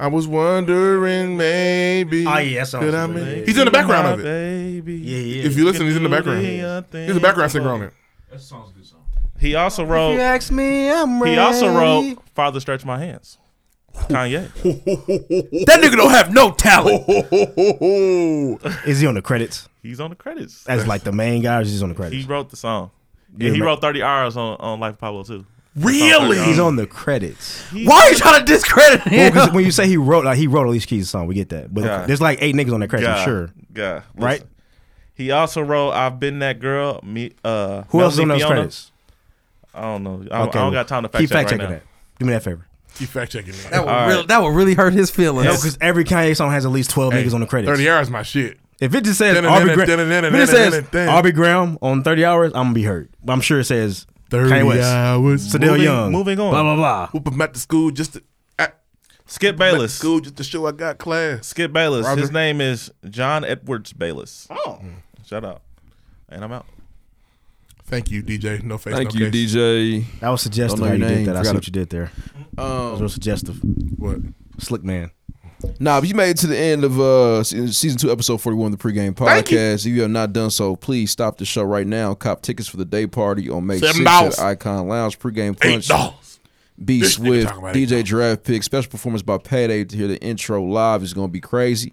[SPEAKER 4] I was wondering maybe.
[SPEAKER 5] Oh, yeah, that's all.
[SPEAKER 4] could I
[SPEAKER 5] Yeah,
[SPEAKER 4] make-
[SPEAKER 5] yeah,
[SPEAKER 4] He's in the background of
[SPEAKER 11] My
[SPEAKER 4] it.
[SPEAKER 11] Baby.
[SPEAKER 5] Yeah, yeah.
[SPEAKER 4] If you listen, he's in the background. He's
[SPEAKER 11] He's
[SPEAKER 4] a background singer on it.
[SPEAKER 8] That sounds good, song.
[SPEAKER 11] He also wrote.
[SPEAKER 6] ask me, I'm
[SPEAKER 11] He also wrote "Father Stretch My Hands." Kanye.
[SPEAKER 6] That nigga don't have no talent.
[SPEAKER 5] is he on the credits
[SPEAKER 11] He's on the credits.
[SPEAKER 5] as like the main guy? Or is he on the
[SPEAKER 11] He
[SPEAKER 5] credits?
[SPEAKER 11] wrote the song.
[SPEAKER 5] Yeah,
[SPEAKER 11] and he
[SPEAKER 5] man.
[SPEAKER 11] wrote 30 hours on, on Life of Pablo too.
[SPEAKER 4] Really?
[SPEAKER 5] He's on the credits.
[SPEAKER 6] Why are you trying to discredit
[SPEAKER 5] Well,
[SPEAKER 6] him?
[SPEAKER 5] 'cause when you say he wrote, like he wrote Alicia Keys' song, we get that. But
[SPEAKER 11] Yeah.
[SPEAKER 5] there's like eight niggas on that credits, I'm sure.
[SPEAKER 11] God.
[SPEAKER 5] Right?
[SPEAKER 11] Listen. He also wrote "I've Been That Girl." Me. Uh,
[SPEAKER 5] Who else is
[SPEAKER 11] Melanie
[SPEAKER 5] on those
[SPEAKER 11] Fiona.
[SPEAKER 5] credits?
[SPEAKER 11] I don't know. I, I
[SPEAKER 5] well,
[SPEAKER 11] don't got time to fact
[SPEAKER 5] keep
[SPEAKER 11] check
[SPEAKER 5] fact
[SPEAKER 11] right
[SPEAKER 5] checking
[SPEAKER 11] now.
[SPEAKER 5] that. Do me that favor.
[SPEAKER 4] Keep fact checking me.
[SPEAKER 6] that, would
[SPEAKER 11] All
[SPEAKER 6] really,
[SPEAKER 11] right.
[SPEAKER 6] that would really hurt his feelings.
[SPEAKER 5] No, because every Kanye song has at least twelve
[SPEAKER 4] Hey,
[SPEAKER 5] niggas on the credits.
[SPEAKER 4] Thirty hours, my shit.
[SPEAKER 5] If it just says
[SPEAKER 4] Dun-
[SPEAKER 5] Aubrey
[SPEAKER 4] dun-
[SPEAKER 5] Graham,
[SPEAKER 4] dun- dun-
[SPEAKER 5] if it just
[SPEAKER 4] dun-
[SPEAKER 5] says
[SPEAKER 4] dun- dun.
[SPEAKER 5] Aubrey Graham on thirty hours, I'm gonna be hurt. But I'm sure it says Kanye West,
[SPEAKER 4] hours.
[SPEAKER 5] Sadell
[SPEAKER 11] Moving-
[SPEAKER 5] Young,
[SPEAKER 11] moving on.
[SPEAKER 5] blah blah blah.
[SPEAKER 4] Whoop him at the school just to. At,
[SPEAKER 11] Skip
[SPEAKER 4] at
[SPEAKER 11] Bayless.
[SPEAKER 4] school just to show I got class.
[SPEAKER 11] Skip Bayless. His
[SPEAKER 4] Roger.
[SPEAKER 11] name is John Edwards Bayless. Oh. Shout out. And I'm out.
[SPEAKER 4] Thank you, DJ. No face.
[SPEAKER 7] Thank
[SPEAKER 4] no
[SPEAKER 7] you,
[SPEAKER 4] case.
[SPEAKER 7] DJ.
[SPEAKER 5] That was
[SPEAKER 10] Don't
[SPEAKER 5] suggestive
[SPEAKER 10] know
[SPEAKER 5] how you
[SPEAKER 10] your
[SPEAKER 5] did
[SPEAKER 10] name.
[SPEAKER 5] that. I see
[SPEAKER 10] Forgot
[SPEAKER 5] what you did there. That was real suggestive.
[SPEAKER 4] What?
[SPEAKER 5] Slick man.
[SPEAKER 10] Nah, if you made it to the end of uh se- season two, episode forty-one of the pregame
[SPEAKER 4] Thank you.
[SPEAKER 10] podcast, if you have not done so, please stop the show right now. Cop tickets for the day party on May
[SPEAKER 4] Seven
[SPEAKER 10] sixth
[SPEAKER 4] dollars.
[SPEAKER 10] at Icon Lounge. Pregame
[SPEAKER 4] Eight
[SPEAKER 10] punch.
[SPEAKER 4] dollars.
[SPEAKER 10] B
[SPEAKER 4] This nigga
[SPEAKER 10] Swift,
[SPEAKER 4] talking about eight
[SPEAKER 10] DJ Draft Pick, special performance by Payday to hear the intro live is going to be crazy.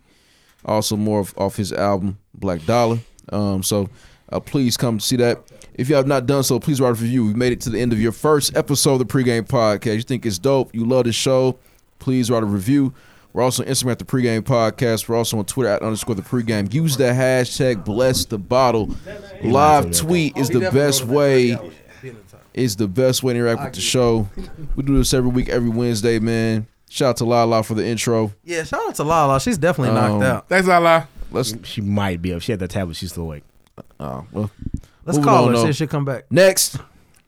[SPEAKER 10] Also, more of, off his album Black Dollar. Um, so
[SPEAKER 7] Uh, please come see that. If you have not done so, please write a review. We've made it to the end of your first episode of the pregame podcast. You think it's dope, you love the show, please write a review. We're also on Instagram at the pregame podcast. We're also on Twitter at underscore the pregame. Use the hashtag bless the bottle. Live tweet is the best way. Is the best way to interact with the show. We do this every week, every Wednesday, man. Shout out to Lala for the intro.
[SPEAKER 6] Yeah, shout out to Lala. She's definitely
[SPEAKER 7] Um,
[SPEAKER 6] knocked out.
[SPEAKER 4] Thanks, Lala.
[SPEAKER 7] Let's
[SPEAKER 5] She might be up. She had that tablet. She's still awake.
[SPEAKER 7] Oh well.
[SPEAKER 6] Let's
[SPEAKER 7] moving
[SPEAKER 6] call
[SPEAKER 7] on,
[SPEAKER 6] her. See
[SPEAKER 7] though.
[SPEAKER 6] if she'll come back.
[SPEAKER 7] Next.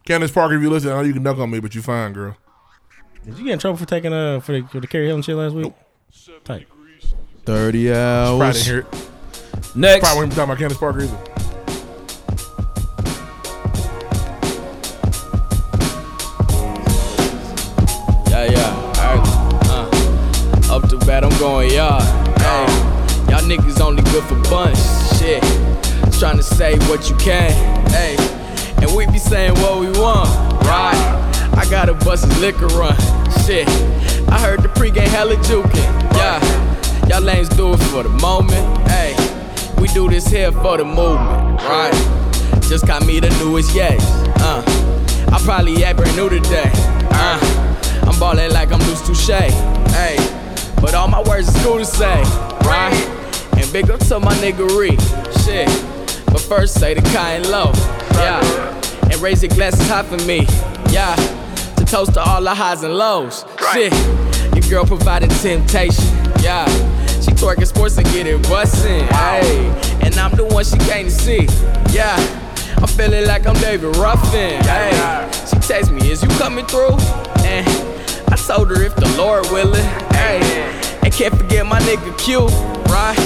[SPEAKER 4] Candace Parker, if you listen, I know you can duck on me, but you fine, girl.
[SPEAKER 5] Did you get in trouble for taking uh for the, for the Carrie Hilton shit last week? Tight.
[SPEAKER 7] 30 hours.
[SPEAKER 4] Probably didn't hear it.
[SPEAKER 7] Next.
[SPEAKER 4] Probably wasn't talking about Candace Parker either.
[SPEAKER 3] Yeah, yeah. Alright. Uh, up to bat, I'm going yard. Hey, y'all niggas only good for bunch. Shit. Trying to say what you can. Hey, and we be saying what we want. Right. I got a bus of liquor run. Shit. I heard the pregame hella jukin'. Yeah. Y'all lanes do it for the moment. Hey, we do this here for the movement. Right. Just got me the newest yes. Uh, I probably act brand new today. Uh, I'm ballin' like I'm loose touche. Hey, but all my words is cool to say, right? And big up to my niggery, shit. But first say the kind low, yeah. And raise your glasses high for me, yeah. To toast to all the highs and lows, shit. Your girl provided temptation, yeah. She twerking sports and get it bustin', ayy. And I'm the one she came to see, yeah. I'm feeling like I'm David Ruffin, ayy. She text me, is you coming through? And I told her if the Lord willing, ayy. And can't forget my nigga Q, right?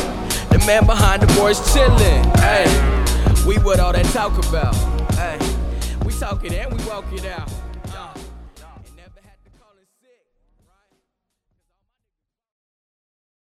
[SPEAKER 3] The man behind the boys chillin', ayy. We what all that talk about, ayy. We talk it and we walk it out.